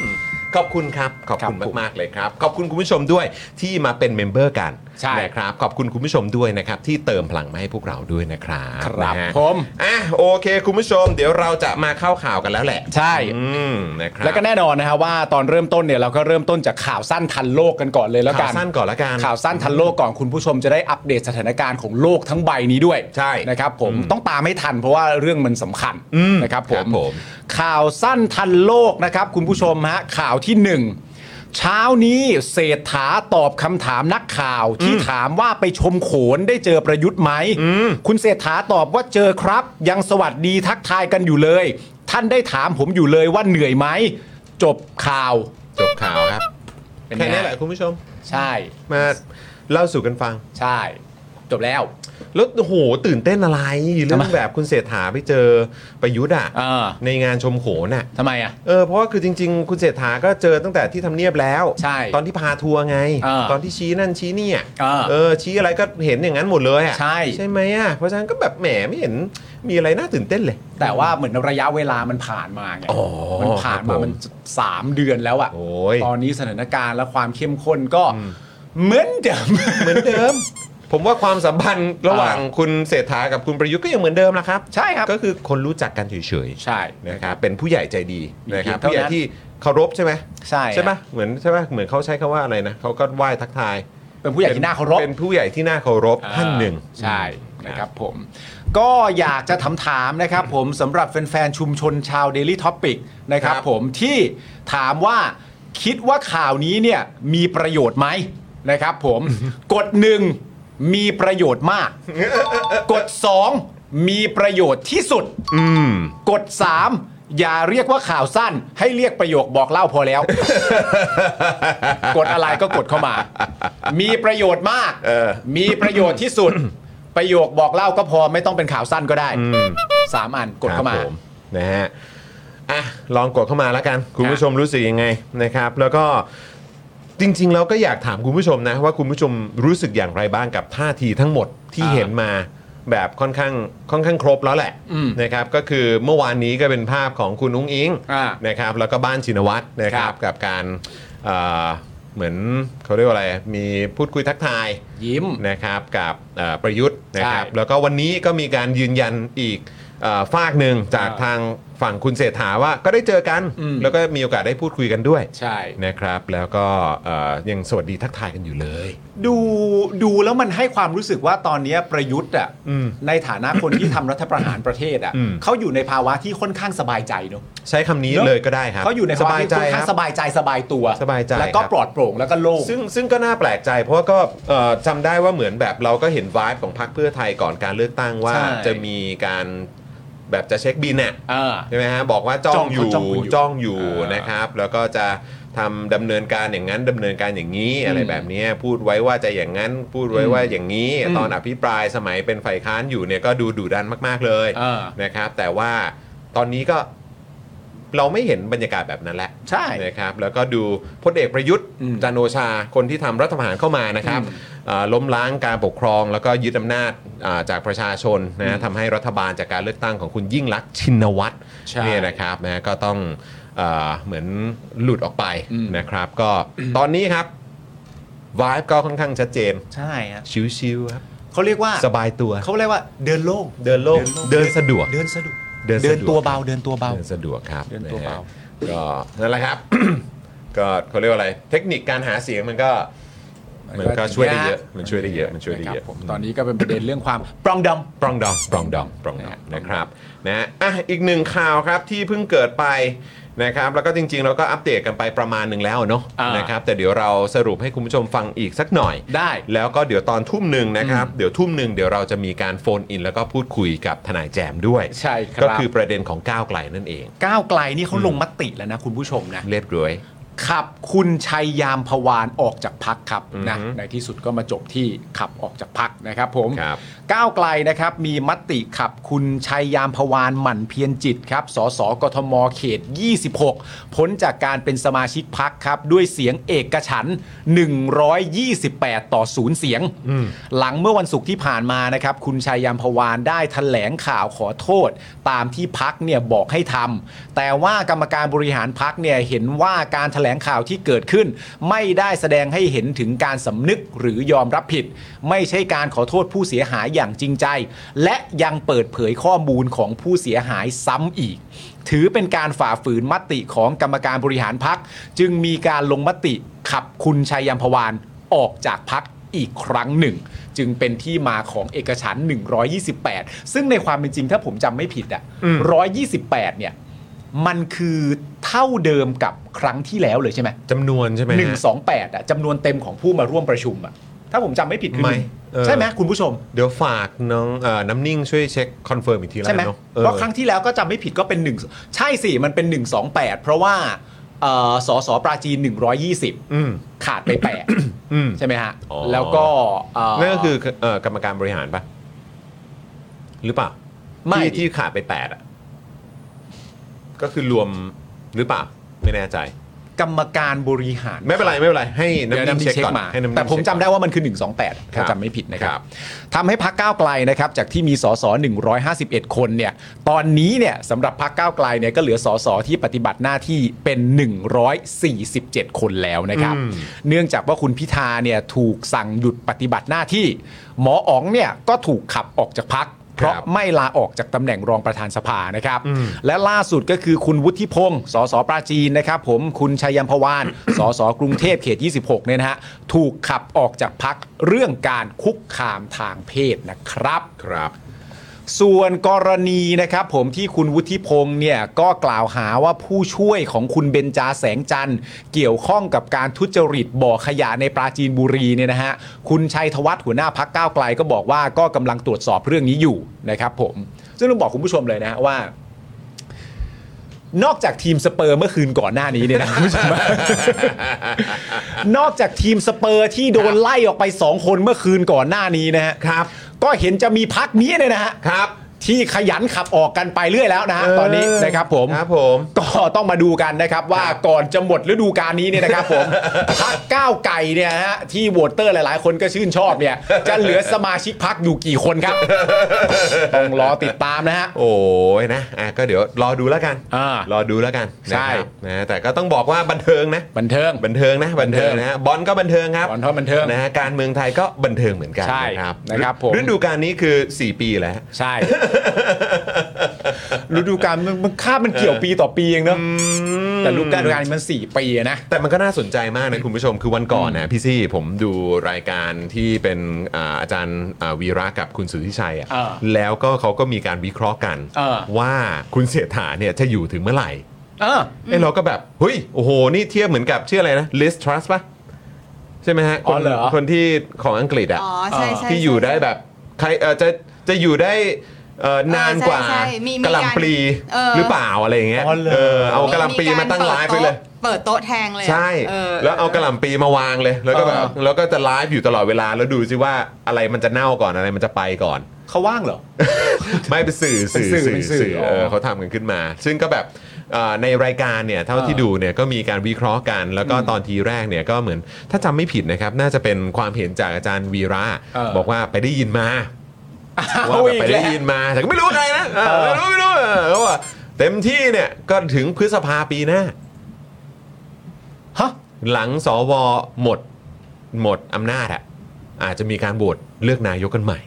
Speaker 1: ขอบคุณครับ ขอบคุณ
Speaker 2: ครับผม
Speaker 1: มาก ๆ เลยครับ ขอบคุณคุณผู้ชมด้วยที่มาเป็นเมมเบอร์กัน
Speaker 2: ใช่
Speaker 1: นะครับ ขอบคุณคุณผู้ชมด้วยนะครับ ที่เติมพลังมาให้พวกเราด้วยนะครับ
Speaker 2: ครับ
Speaker 1: นะฮะ
Speaker 2: ผม
Speaker 1: อ่ะโอเค คุณผู้ชม เดี๋ยวเราจะมาเข้าข่าวกันแล้วแหละ
Speaker 2: ใช่
Speaker 1: อืมนะครับ
Speaker 2: แล้วก็แน่นอนนะฮะว่าตอนเริ่มต้นเนี่ยเราก็เริ่มต้นจากข่าวสั้นทันโลกกันก่อนเลยแล้วกั
Speaker 1: ข่าน วสั้นก่อนละกัน
Speaker 2: ข่าวสั้นทันโลกก่อนคุณผู้ชมจะได้อัปเดตสถานการณ์ของโลกทั้งใบนี้ด้วย
Speaker 1: ใช่
Speaker 2: นะครับผมต้องตามให้ทันเพราะว่าเรื่องมันสำคัญ
Speaker 1: อืม
Speaker 2: นะครับผ
Speaker 1: ครั
Speaker 2: ม
Speaker 1: บผม
Speaker 2: ข่าวสั้นทันโลกนะครับ คุณผู้ชมฮะข่าวที่หนึ่งเช้านี้เศรษฐาตอบคำถามนักข่าวที่ถามว่าไปชมโขนได้เจอประยุทธ์ไหมคุณเศรษฐาตอบว่าเจอครับ ยังสวัสดีทักทายกันอยู่เลย ท่านได้ถามผมอยู่เลยว่าเหนื่อยไหมจบข่าว
Speaker 1: จบข่าวครับ
Speaker 2: เป็ไง
Speaker 1: แค่นี้แหละคุณผู้ชม
Speaker 2: ใช่
Speaker 1: มาเล่าสู่กันฟัง
Speaker 2: ใช่ จบแล้ว
Speaker 1: แล้วโอ้โหตื่นเต้นอะไรเรื่องแบบคุณเศรษฐาไปเจอประยุทธ์อ่ะ
Speaker 2: เออ
Speaker 1: ในงานชมโขนอ่ะ
Speaker 2: ทำไมอ่ะ
Speaker 1: เออเพราะว่าคือจริง ๆ คุณเศรษฐาก็เจอตั้งแต่ที่ทำเนียบแล้ว
Speaker 2: ใช่
Speaker 1: ตอนที่พาทัวร์ไง
Speaker 2: เออ
Speaker 1: ตอนที่ชี้นั่นชี้นี่อะ
Speaker 2: เออ
Speaker 1: เออชี้อะไรก็เห็นอย่างนั้นหมดเลยอ่ะ
Speaker 2: ใช่
Speaker 1: ใช่ไหมอ่ะเพราะฉะนั้นก็แบบแหมไม่เห็นมีอะไรน่าตื่นเต้นเลย
Speaker 2: แต่ว่าเหมือนระยะเวลามันผ่านมาไง
Speaker 1: อ๋อ
Speaker 2: มันผ่าน
Speaker 1: ค
Speaker 2: มา
Speaker 1: รับผม
Speaker 2: มันสามเดือนแล้วอะ
Speaker 1: โอ้ย
Speaker 2: ตอนนี้สถานการณ์และความเข้มข้นก็เหมือนเดิม
Speaker 1: เหมือนเดิม ผมว่าความสัมพันธ์ระหว่างคุณเศรษฐากับคุณประยุทธ์ก็ยังเหมือนเดิมนะครับ
Speaker 2: ใช่ครับ
Speaker 1: ก็คือคนรู้จักกันเฉย
Speaker 2: ใช่
Speaker 1: ๆนะครับเป็นผู้ใหญ่ใจดีนะครับ
Speaker 2: มีเพียงเท่านั้น
Speaker 1: ผู้ใหญ่ที่เคารพใช่ไหม
Speaker 2: ใช่
Speaker 1: ใช่ไหมเหมือนใช่ไหมเหมือนเขาใช้คำว่าอะไรนะเขาก็ไหว้ทักทาย
Speaker 2: เป็นผู้ใหญ่ที่น่าเคารพ
Speaker 1: เป็นผู้ใหญ่ที่น่าเคารพท่านหนึ่ง
Speaker 2: ใช่นะครับผม ก็อยากจะถามถามๆนะครับผมสำหรับแฟนๆ ชุมชนชาว Daily Topic นะครับ
Speaker 1: ครับ
Speaker 2: ผมที่ถามว่าคิดว่าข่าวนี้เนี่ยมีประโยชน์ไหมนะครับผมกดหนึ่งมีประโยชน์ มาก กด 2 มีประโยชน์ที่สุด
Speaker 1: อืม
Speaker 2: กด 3 อย่าเรียกว่าข่าวสั้น ให้เรียกประโยคบอกเล่าพอ แล้ว กดอะไรก็กดเข้ามา มีประโยชน์มาก
Speaker 1: เออ
Speaker 2: มีประโยชน์ที่สุด ประโยคบอกเล่าก็พอไม่ต้องเป็นข่าวสั้นก็ได้สามอันกดเข้ามา
Speaker 1: ครับผนะฮะอ่ะลองกดเข้ามาแล้วกัน คุณผู้ชมรู้สึกยังไงนะครับ แล้วก็จริง ๆ เราก็อยากถามคุณผู้ชมนะ ว่าคุณผู้ชมรู้สึกอย่างไรบ้างกับท่าทีทั้งหมดที่
Speaker 2: อ่า
Speaker 1: เห็นมาแบบค่อนข้างค่อนข้างครบแล้วแหละ
Speaker 2: อืม
Speaker 1: นะครับก็คือเมื่อวานนี้ก็เป็นภาพของคุณอุ้งอิง
Speaker 2: อ่า
Speaker 1: นะครับแล้วก็บ้านชินวัตรนะครั
Speaker 2: ครับ บ
Speaker 1: กับการเอ่อเหมือนเขาเรียกว่าอะไรมีพูดคุยทักทาย
Speaker 2: ยิ้ม
Speaker 1: นะครับกับเอ่อประยุทธ์นะครับ
Speaker 2: ใช่
Speaker 1: แล้วก็วันนี้ก็มีการยืนยันอีกเอ่อฝากหนึ่งจาก
Speaker 2: อ่า
Speaker 1: ทางฝั่งคุณเศรษฐาว่าก็ได้เจอกัน
Speaker 2: อืม
Speaker 1: แล้วก็มีโอกาสได้พูดคุยกันด้วย
Speaker 2: ใช่
Speaker 1: นะครับแล้วก็เอ่อยังสวัสดีทักทายกันอยู่เลย
Speaker 2: ดูดูแล้วมันให้ความรู้สึกว่าตอนเนี้ยประยุทธ์อ่ะ
Speaker 1: อืม
Speaker 2: ในฐานะคนที่ทำรัฐประหารประเทศอ่ะ
Speaker 1: อืม
Speaker 2: เขาอยู่ในภาวะที่ค่อนข้างสบายใจเนอะ
Speaker 1: ใช้คำนี้
Speaker 2: เนอะ
Speaker 1: เลยก็ได้ครับ
Speaker 2: เขาอยู่ใน
Speaker 1: ส
Speaker 2: ภาวะ
Speaker 1: บาย
Speaker 2: ที่
Speaker 1: ใจ
Speaker 2: ค่อน
Speaker 1: ค
Speaker 2: ข้า
Speaker 1: รั
Speaker 2: ง
Speaker 1: บ
Speaker 2: สบายใจสบายตัว
Speaker 1: สบายใจ
Speaker 2: แล้วก็
Speaker 1: ครับ
Speaker 2: ปลอดโปร่งแล้วก็โล่ง
Speaker 1: ซึ่งซึ่งก็น่าแปลกใจ เพราะว่าก็เอ่อจำได้ว่าเหมือนแบบเราก็เห็นวายของพรรคเพื่อไทยก่อนการเลือกตั้งว่า
Speaker 2: ใช่
Speaker 1: จะมีการแบบจะเช็คบินน่ะ
Speaker 2: เออ
Speaker 1: ใช่ไหมฮะบอกว่าจ้องอยู่
Speaker 2: จ้องคุณอยู่
Speaker 1: จ้องอยู่
Speaker 2: เออ
Speaker 1: นะครับ แล้วก็จะทำดำเนินการอย่างนั้นดำเนินการอย่างนี้
Speaker 2: อืม
Speaker 1: อะไรแบบเนี้ยพูดไว้ว่าจะอย่างนั้นพูดไว้ว่าอย่างนี้
Speaker 2: อืม
Speaker 1: ตอนอภิปรายสมัยเป็นฝ่ายค้านอยู่เนี่ยก็ดูดุดันมาก ๆเลย
Speaker 2: เออ
Speaker 1: นะครับ แต่ว่าตอนนี้ก็เราไม่เห็นบรรยากาศแบบนั้นแล้ว
Speaker 2: ใช่
Speaker 1: นะครับ แล้วก็ดูพลเอกประยุทธ์
Speaker 2: อืม
Speaker 1: จันทร์โอชาคนที่ทำรัฐประหารเข้ามานะครับ
Speaker 2: อืม
Speaker 1: เอ่อล้มล้างการปกครองแล้วก็ยึดอำนาจอ่าจากประชาชนนะทำให้รัฐบาลจากการเลือกตั้งของคุณยิ่งลักษณ์ชินวัตร
Speaker 2: ใช่
Speaker 1: เนี่ยนะครับนะก็ต้องเออเหมือนหลุดออกไป
Speaker 2: อืม
Speaker 1: นะครับ ก็ ตอนนี้ครับวายก็ค่อนข้างชัดเจน
Speaker 2: ใช่ฮะ
Speaker 1: ชิวๆครับ
Speaker 2: เขาเรียกว่า
Speaker 1: สบายตัว
Speaker 2: เขาเรียกว่าเดินโล่ง
Speaker 1: เดินโล่งเดินสะดวก
Speaker 2: เดินสะดวก
Speaker 1: เดินสะดวก
Speaker 2: ตัวเบาเดินตัวเบา
Speaker 1: เดินสะดวกครับ
Speaker 2: เดินตัวเบา
Speaker 1: ะฮะก็นั่นแหละครับ ก็เขาเรียกว่าอะไร เทคนิคการหาเสียงมันก็ มันก็ช่วยได้เยอะมันช่วยได้เยอะมันช่วยได้เยอะ
Speaker 2: ครับผมตอนนี้ก็เป็นประเด็นเรื่องความปรองดอง
Speaker 1: ปรองดองปรองดองปรองดองนะครับนะอ่ะอีกหนึ่งข่าวครับที่เพิ่งเกิดไปนะครับแล้วก็จริงๆ เราก็อัปเดตกันไปประมาณหนึ่งแล้วเนาะ
Speaker 2: อ่าน
Speaker 1: นะครับแต่เดี๋ยวเราสรุปให้คุณผู้ชมฟังอีกสักหน่อย
Speaker 2: ได้
Speaker 1: แล้วก็เดี๋ยวตอนทุ่มหนึ่งนะครับ เดี๋ยวทุ่มหนึ่งเดี๋ยวเราจะมีการโฟนอิน แล้วก็พูดคุยกับทนายแจมด้วย
Speaker 2: ใช่ครับ
Speaker 1: ก็คือประเด็นของก้าวไกลนั่นเอง
Speaker 2: ก้าวไกลนี่เขาลงมติแล้วนะคุณผู้ชมนะ
Speaker 1: เรียบร้อย
Speaker 2: ขับคุณชัยยามพวานออกจากพักครับ
Speaker 1: อือฮึ
Speaker 2: นะในที่สุดก็มาจบที่ขับออกจากพักนะครับผม
Speaker 1: ครับ
Speaker 2: ก้าวไกลนะครับมีมติขับคุณชัยยามพวานหมั่นเพียรจิตครับสสกทมเขต 26 พ้นจากการเป็นสมาชิกพักครับ ด้วยเสียงเอกฉันท์128 ต่อ0เสียง หลังเมื่อวันศุกร์ที่ผ่านมานะครับ คุณชัยยามพวานได้แถลงข่าวขอโทษ ตามที่พักเนี่ยบอกให้ทำแต่ว่ากรรมการบริหารพักเนี่ยเห็นว่าการแถลงข่าวที่เกิดขึ้น ไม่ได้แสดงให้เห็นถึงการสำนึกหรือยอมรับผิด ไม่ใช่การขอโทษผู้เสียหายอย่างจริงใจ และยังเปิดเผยข้อมูลของผู้เสียหายซ้ำอีก ถือเป็นการฝ่าฝืนมติของกรรมการบริหารพักจึงมีการลงมติขับคุณชัยยามพวานออกจากพัก อีกครั้งหนึ่ง จึงเป็นที่มาของเอกฉันท์128 ซึ่งในความเป็นจริงถ้าผมจำไม่ผิดอ่ะ128 เนี่ย มันคือเท่าเดิมกับครั้งที่แล้วเลยใช่ไหม
Speaker 1: จำนวนใช่ไหมฮะ
Speaker 2: หนึ่งสองแปดอ่ะจำนวนเต็มของผู้มาร่วมประชุมอ่ะ ถ้าผมจำไม่ผิดคือ
Speaker 1: ไม่
Speaker 2: หนึ่ง
Speaker 1: เออ
Speaker 2: ใช่ไหมคุณผู้ชม
Speaker 1: เดี๋ยวฝากน้องเอ่อน้ำนิ่งช่วยเช็คคอนเฟิร์มอีกทีแล้ว
Speaker 2: ใช่ไหม
Speaker 1: เนาะ
Speaker 2: เพราะครั้งที่แล้วก็จำไม่ผิดก็เป็นหนึ่งใช่สิมันเป็น 128 เพราะว่า เอ่อสสปราจีน 120
Speaker 1: อืม
Speaker 2: ขาดไปแป ด
Speaker 1: อืม
Speaker 2: ใช่ไหมฮะ
Speaker 1: อ๋อ
Speaker 2: แล้วก็เ
Speaker 1: นั่นก็คือเอ่อกรรมการบริหารปะหรือเปล่า
Speaker 2: ไม่
Speaker 1: ที่ที่ขาดไปแปดอ่ะ ก็คือรวมหรือเปล่า ไม่แน่ใจ
Speaker 2: กรรมการบริหาร
Speaker 1: ไม่เป็นไร ไม่เป็นไร ให้
Speaker 2: เดี๋ยว
Speaker 1: น้ำนิ่ง
Speaker 2: น้ำนิ่ง
Speaker 1: เช็ค
Speaker 2: เช็ค
Speaker 1: ก่อน
Speaker 2: มา
Speaker 1: ให้น้ำนิ่ง
Speaker 2: แต่ผม
Speaker 1: เช็ค
Speaker 2: จำ
Speaker 1: ก่อน
Speaker 2: ได้ว่ามันคือ 128
Speaker 1: ครั
Speaker 2: ถ้า
Speaker 1: บ
Speaker 2: จำไม่ผิดนะค
Speaker 1: ครั
Speaker 2: รับบ ทำให้พักก้าวไกลนะครับจากที่มีสส151 คนเนี่ยตอนนี้เนี่ยสำหรับพักก้าวไกลเนี่ยก็เหลือสสที่ปฏิบัติหน้าที่เป็น 147 คนแล้วนะครับ เนื่องจากว่าคุณพิธาเนี่ยถูกสั่งหยุดปฏิบัติหน้าที่ หมออ๋องเนี่ยก็ถูกขับออกจากพัก เพราะไม่ลาออกจากตำแหน่งรองประธานสภานะครับ และล่าสุดก็คือคุณวุฒิพงศ์สสปราจีนนะครับผมคุณชัยยมพวาน สสกรุงเทพเขต 26 เนี่ยนะฮะ ถูกขับออกจากพักเรื่องการคุกคามทางเพศนะครับ
Speaker 1: ครับ
Speaker 2: ส่วนกรณีนะครับผมที่คุณวุฒิพงศ์เนี่ยก็กล่าวหาว่าผู้ช่วยของคุณเบญจาแสงจันทร์ เกี่ยวข้องกับการทุจริตบ่อขยะในปราจีนบุรีเนี่ยนะฮะคุณชัยธวัฒน์หัวหน้าพักก้าวไกลก็บอกว่าก็กำลังตรวจสอบเรื่องนี้อยู่นะครับผม ซึ่งต้องบอกคุณผู้ชมเลยนะว่า นอกจากทีมสเปอร์เมื่อคืนก่อนหน้านี้เนี่ยนะคุณผู้ชม นอกจากทีมสเปอร์ที่โดนไล่ออกไปสองคนเมื่อคืนก่อนหน้านี้นะฮะ
Speaker 1: ครับ
Speaker 2: ก็เห็นจะมีพักนี้เนี่ยนะฮะ
Speaker 1: ครับ
Speaker 2: ที่ขยันขับออกกันไปเรื่อยแล้วนะฮะ
Speaker 1: เออ
Speaker 2: ตอนนี้นะครับผม
Speaker 1: ครับผม
Speaker 2: ก็ต้องมาดูกันนะครับว่า
Speaker 1: ครับ
Speaker 2: ก่อนจะหมดฤดูกาลนี้เนี่ยนะครับผม พักก้าวไก่เนี่ยฮะที่โหวตเตอร์หลาย ๆ คนก็ชื่นชอบ เนี่ย จะเหลือสมาชิกพักอยู่กี่คนครับ ต้องรอติดตามนะฮะ
Speaker 1: โอ้ยนะอ่ะก็เดี๋ยวรอดูแล้วกัน
Speaker 2: อ่าร
Speaker 1: อดูแล้วกัน
Speaker 2: ใช่
Speaker 1: นะครับนะแต่ก็ต้องบอกว่าบันเทิงนะ
Speaker 2: บันเทิง
Speaker 1: บันเทิงนะบันเทิงนะฮะบอลก็บันเทิงครับ
Speaker 2: บอลก็บันเทิง
Speaker 1: นะฮะการเมืองไทยก็บันเทิงเหมือนกัน
Speaker 2: ใช่
Speaker 1: นะครับ
Speaker 2: นะครับผม
Speaker 1: ฤดูกาลนี้คือ 4 ปีแล้ว
Speaker 2: ใช่ ฤดูกาลมันมันค่ามันเกี่ยวปีต่อปีเองเนอะแต่ฤดูกาลนี้มันสี่ปีอะนะ
Speaker 1: แต่มันก็น่าสนใจมากนะ คุณผู้ชมคือวันก่อนนะพี่ซี่ผมดูรายการที่เป็นอ่าอาจารย์อ่าวีระกับคุณสุทธิชัยอ่ะ
Speaker 2: เออ
Speaker 1: แล้วก็เขาก็มีการวิเคราะห์กัน
Speaker 2: เออ
Speaker 1: ว่าคุณเสถาเนี่ยจะอยู่ถึงเมื่อไหร่
Speaker 2: เออ
Speaker 1: ไอ้ยเราก็แบบเฮ้ยโอ้โห นี่เทียบเหมือนกับชื่ออะไรนะลิสทรัสปะใช่ไหมฮะ
Speaker 2: อ๋อเหรอ
Speaker 1: คนที่ของอังกฤษอ่ะ
Speaker 3: อ๋อใช่ใช่
Speaker 1: ที่อยู่ได้แบบใครเอ่อจะจะอยู่ได้เอ่อนาน
Speaker 3: เออก
Speaker 1: ว่า
Speaker 3: ใช่ใช่มีมี
Speaker 1: กะหล่ำปลี
Speaker 3: เออ
Speaker 1: หรือเปล่าอะไรอย่างเงี้ย
Speaker 2: อ๋อเหรอ
Speaker 1: เออเอากะหล่ำปลีมาตั้งไลฟ์ไปเลย
Speaker 3: เปิดโต๊ะแทงเลยอะ
Speaker 1: ใช่
Speaker 3: เออ
Speaker 1: แล้วเอากะหล่ำปลีมาวางเลย แล้วก็แบบ
Speaker 2: เออ
Speaker 1: แล้วก็จะไลฟ์อยู่ตลอดเวลาแล้วดูสิว่าอะไรมันจะเน่าก่อนอะไรมันจะไปก่อน
Speaker 2: เขาว่างเหรอ
Speaker 1: ไม่เป็นสื่อ
Speaker 2: เป็
Speaker 1: สื่
Speaker 2: น
Speaker 1: อสื่อน
Speaker 2: สื่อเป็สื่อ
Speaker 1: สื่อ
Speaker 2: อ๋อ
Speaker 1: เออเขาทำกันขึ้นมา ซึ่งก็แบบเอ่อในรายการเนี่ยเท่าที่
Speaker 2: เออ
Speaker 1: ดูเนี่ยก็มีการวิเคราะห์กัน แล้วก็ตอนทีแรกเนี่ยก็เหมือนถ้าจำไม่ผิดนะครับ น่าจะเป็นความเห็นจากอาจารย์วีระ
Speaker 2: เออ
Speaker 1: บอกว่าไปได้ยินมา
Speaker 2: เอา
Speaker 1: ว่าแบบไป
Speaker 2: อีกแล้ว
Speaker 1: ได้ยินมาแต่ก็ไม่รู้ว่าใครนะเออ
Speaker 2: เออ
Speaker 1: ไม่รู้ไม่รู้เออเขาบอกว่าเต็มที่เนี่ยก็ถึงพฤษภาปีหน้า
Speaker 2: ฮะ
Speaker 1: หลังสวหมดหมดอำนาจอะอาจจะมีการโหวตเลือกนายกกันใหม่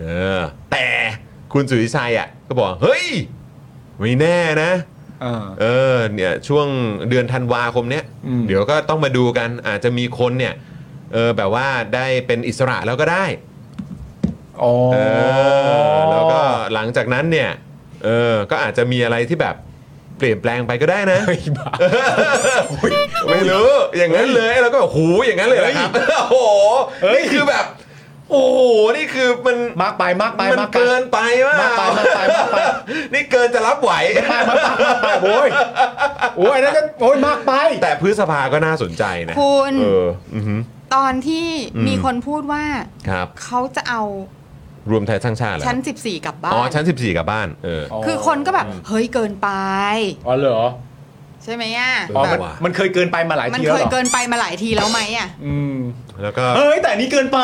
Speaker 1: เออ แต่คุณสุริชัยอะก็บอก เฮ้ย ไม่แน่นะ
Speaker 2: เออ
Speaker 1: เออเนี่ยช่วงเดือนธันวาคมเนี้ย
Speaker 2: อืม
Speaker 1: เดี๋ยวก็ต้องมาดูกันอาจจะมีคนเนี่ยเออแบบว่าได้เป็นอิสระแล้วก็ได้
Speaker 2: อ๋อ
Speaker 1: เออแล้วก็หลังจากนั้นเนี่ยเออก็อาจจะมีอะไรที่แบบเปลี่ยนแปลงไปก็ได้นะ
Speaker 2: เฮ้ยบ้า
Speaker 1: ไม่รู้อย่างนั้นเลยแล้วก็แบบหูอย่างนั้นเลยเหรอครับโอ้โห
Speaker 2: เฮ้ย
Speaker 1: นี่คือแบบ โอ้โหนี่คือมัน
Speaker 2: มากไปมากไป
Speaker 1: มัน
Speaker 2: มากไป
Speaker 1: เกินไปว่าม
Speaker 2: ากไปมากไปมากไป
Speaker 1: นี่เกินจะรับไหว
Speaker 2: มากมากมากมากไปโอ้ยโอ้ยนั่นก็โอ้ยมากไป
Speaker 1: แต่พฤษภาก็น่าสนใจนะ
Speaker 3: คุณ
Speaker 1: เอออือหือ
Speaker 3: ตอนที่
Speaker 1: อืม
Speaker 3: มีคนพูดว่า
Speaker 1: ครับ
Speaker 3: เขาจะเอา
Speaker 1: รวมไทยสร้างชาติเหรอ
Speaker 3: ชั้น 14 กลับบ้า
Speaker 1: อ๋อ
Speaker 3: น
Speaker 1: ชั้น 14 กลับบ้านเออ
Speaker 3: คือคนก็แบบ เฮ้ยเกินไป
Speaker 2: อ๋อเหรอ
Speaker 3: ใช่ไหมอ่ะ
Speaker 1: เอ
Speaker 2: อ๋อ
Speaker 3: แบ
Speaker 2: มั
Speaker 3: บ
Speaker 2: น
Speaker 1: ว่ะ
Speaker 2: มันเคยเกินไปมาหลาย
Speaker 3: มัน
Speaker 2: ที
Speaker 3: เค
Speaker 2: แล้ว
Speaker 3: ย
Speaker 2: เหรอ
Speaker 3: เกินไปมาหลายทีแล้วไหมอ่ะ
Speaker 2: อืม
Speaker 1: แล้วก็
Speaker 2: เฮ้ยแต่อันนี้เกินไป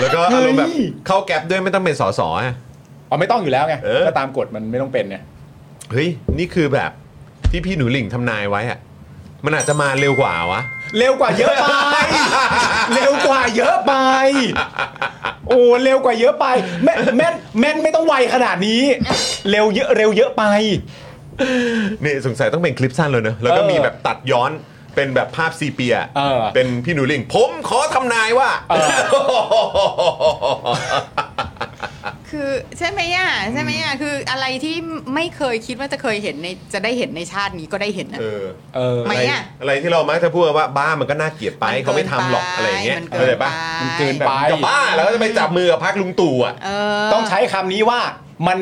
Speaker 1: แล้วก็
Speaker 2: เฮ้
Speaker 1: อาย รมณ์แบบเข้าแก๊ปด้วยไม่ต้องเป็นสสอ่ะ
Speaker 2: อ๋อไม่ต้องอยู่แล้วไง
Speaker 1: เออ
Speaker 2: ก็ตามกฎมันไม่ต้องเป็นไง
Speaker 1: เฮ้ย นี่คือแบบที่พี่หนูหลิงทำนายไว้อ่ะมันอาจจะมาเร็วกว่าวะ
Speaker 2: เร็วกว่าเยอะไป เร็วกว่าเยอะไป โอ้เร็วกว่าเยอะไปแม่นแม่นแม่นไม่ต้องไวขนาดนี้ เร็วเยอะเร็วเยอะไป
Speaker 1: นี่สงสัยต้องเป็นคลิปสั้นเลยเนอะแล้วก็
Speaker 2: เออ
Speaker 1: มีแบบตัดย้อนเป็นแบบภาพซีเปีย
Speaker 2: เออ
Speaker 1: เป็นพี่หนูลิง ผมขอทำนายว่า
Speaker 3: คือใช่ไหมอ่ะใช่ไหมอ่ะคืออะไรที่ไม่เคยคิดว่าจะเคยเห็นในจะได้เห็นในชาตินี้ก็ได้เห็นนะ
Speaker 1: เออ
Speaker 2: เออ
Speaker 3: ไม่
Speaker 1: อะไร
Speaker 3: อะ
Speaker 1: อะไรที่เรามักจะพูดว่าบ้ามันก็น่าเกลียดไป
Speaker 3: มันเกิน
Speaker 1: เขาไม่ทำหรอก
Speaker 3: ไป
Speaker 1: อะไรอย่างเงี้ย
Speaker 3: มันเกิน
Speaker 1: เข้าใจปะ
Speaker 3: ไป
Speaker 2: มันเกิน
Speaker 1: แบบ
Speaker 2: ไป
Speaker 1: จะบ้าแล้วก็จะไปจับมือกับพักลุงตู่อ่ะ
Speaker 3: เออ
Speaker 2: ต้องใช้คำนี้ว่ามัน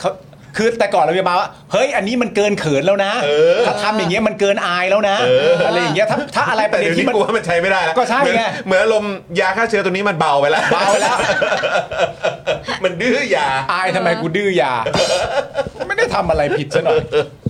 Speaker 2: เขา คือแต่ก่อนเราจะมาว่าเฮ้ยอันนี้มันเกินเขินแล้วนะถ้าทำอย่างเงี้ยมันเกินอายแล้วนะอะไรอย่างเงี้ยถ้าถ้าอะไรประ
Speaker 1: แต่
Speaker 2: เด็
Speaker 1: เดี๋ยว
Speaker 2: น
Speaker 1: นี้
Speaker 2: ที่มัน
Speaker 1: กูว่ามันใช้ไม่ได้แล้ว
Speaker 2: ก็ใช่ไง
Speaker 1: เหมือนเหมือนลมยาฆ่าเชื้อตัวนี้มันเบาไปแล้ว
Speaker 2: เบาแล้ว
Speaker 1: มันดื้อยา
Speaker 2: อายทำไมกูดื้อยา ไม่ได้ทำอะไรผิดซะหน่อย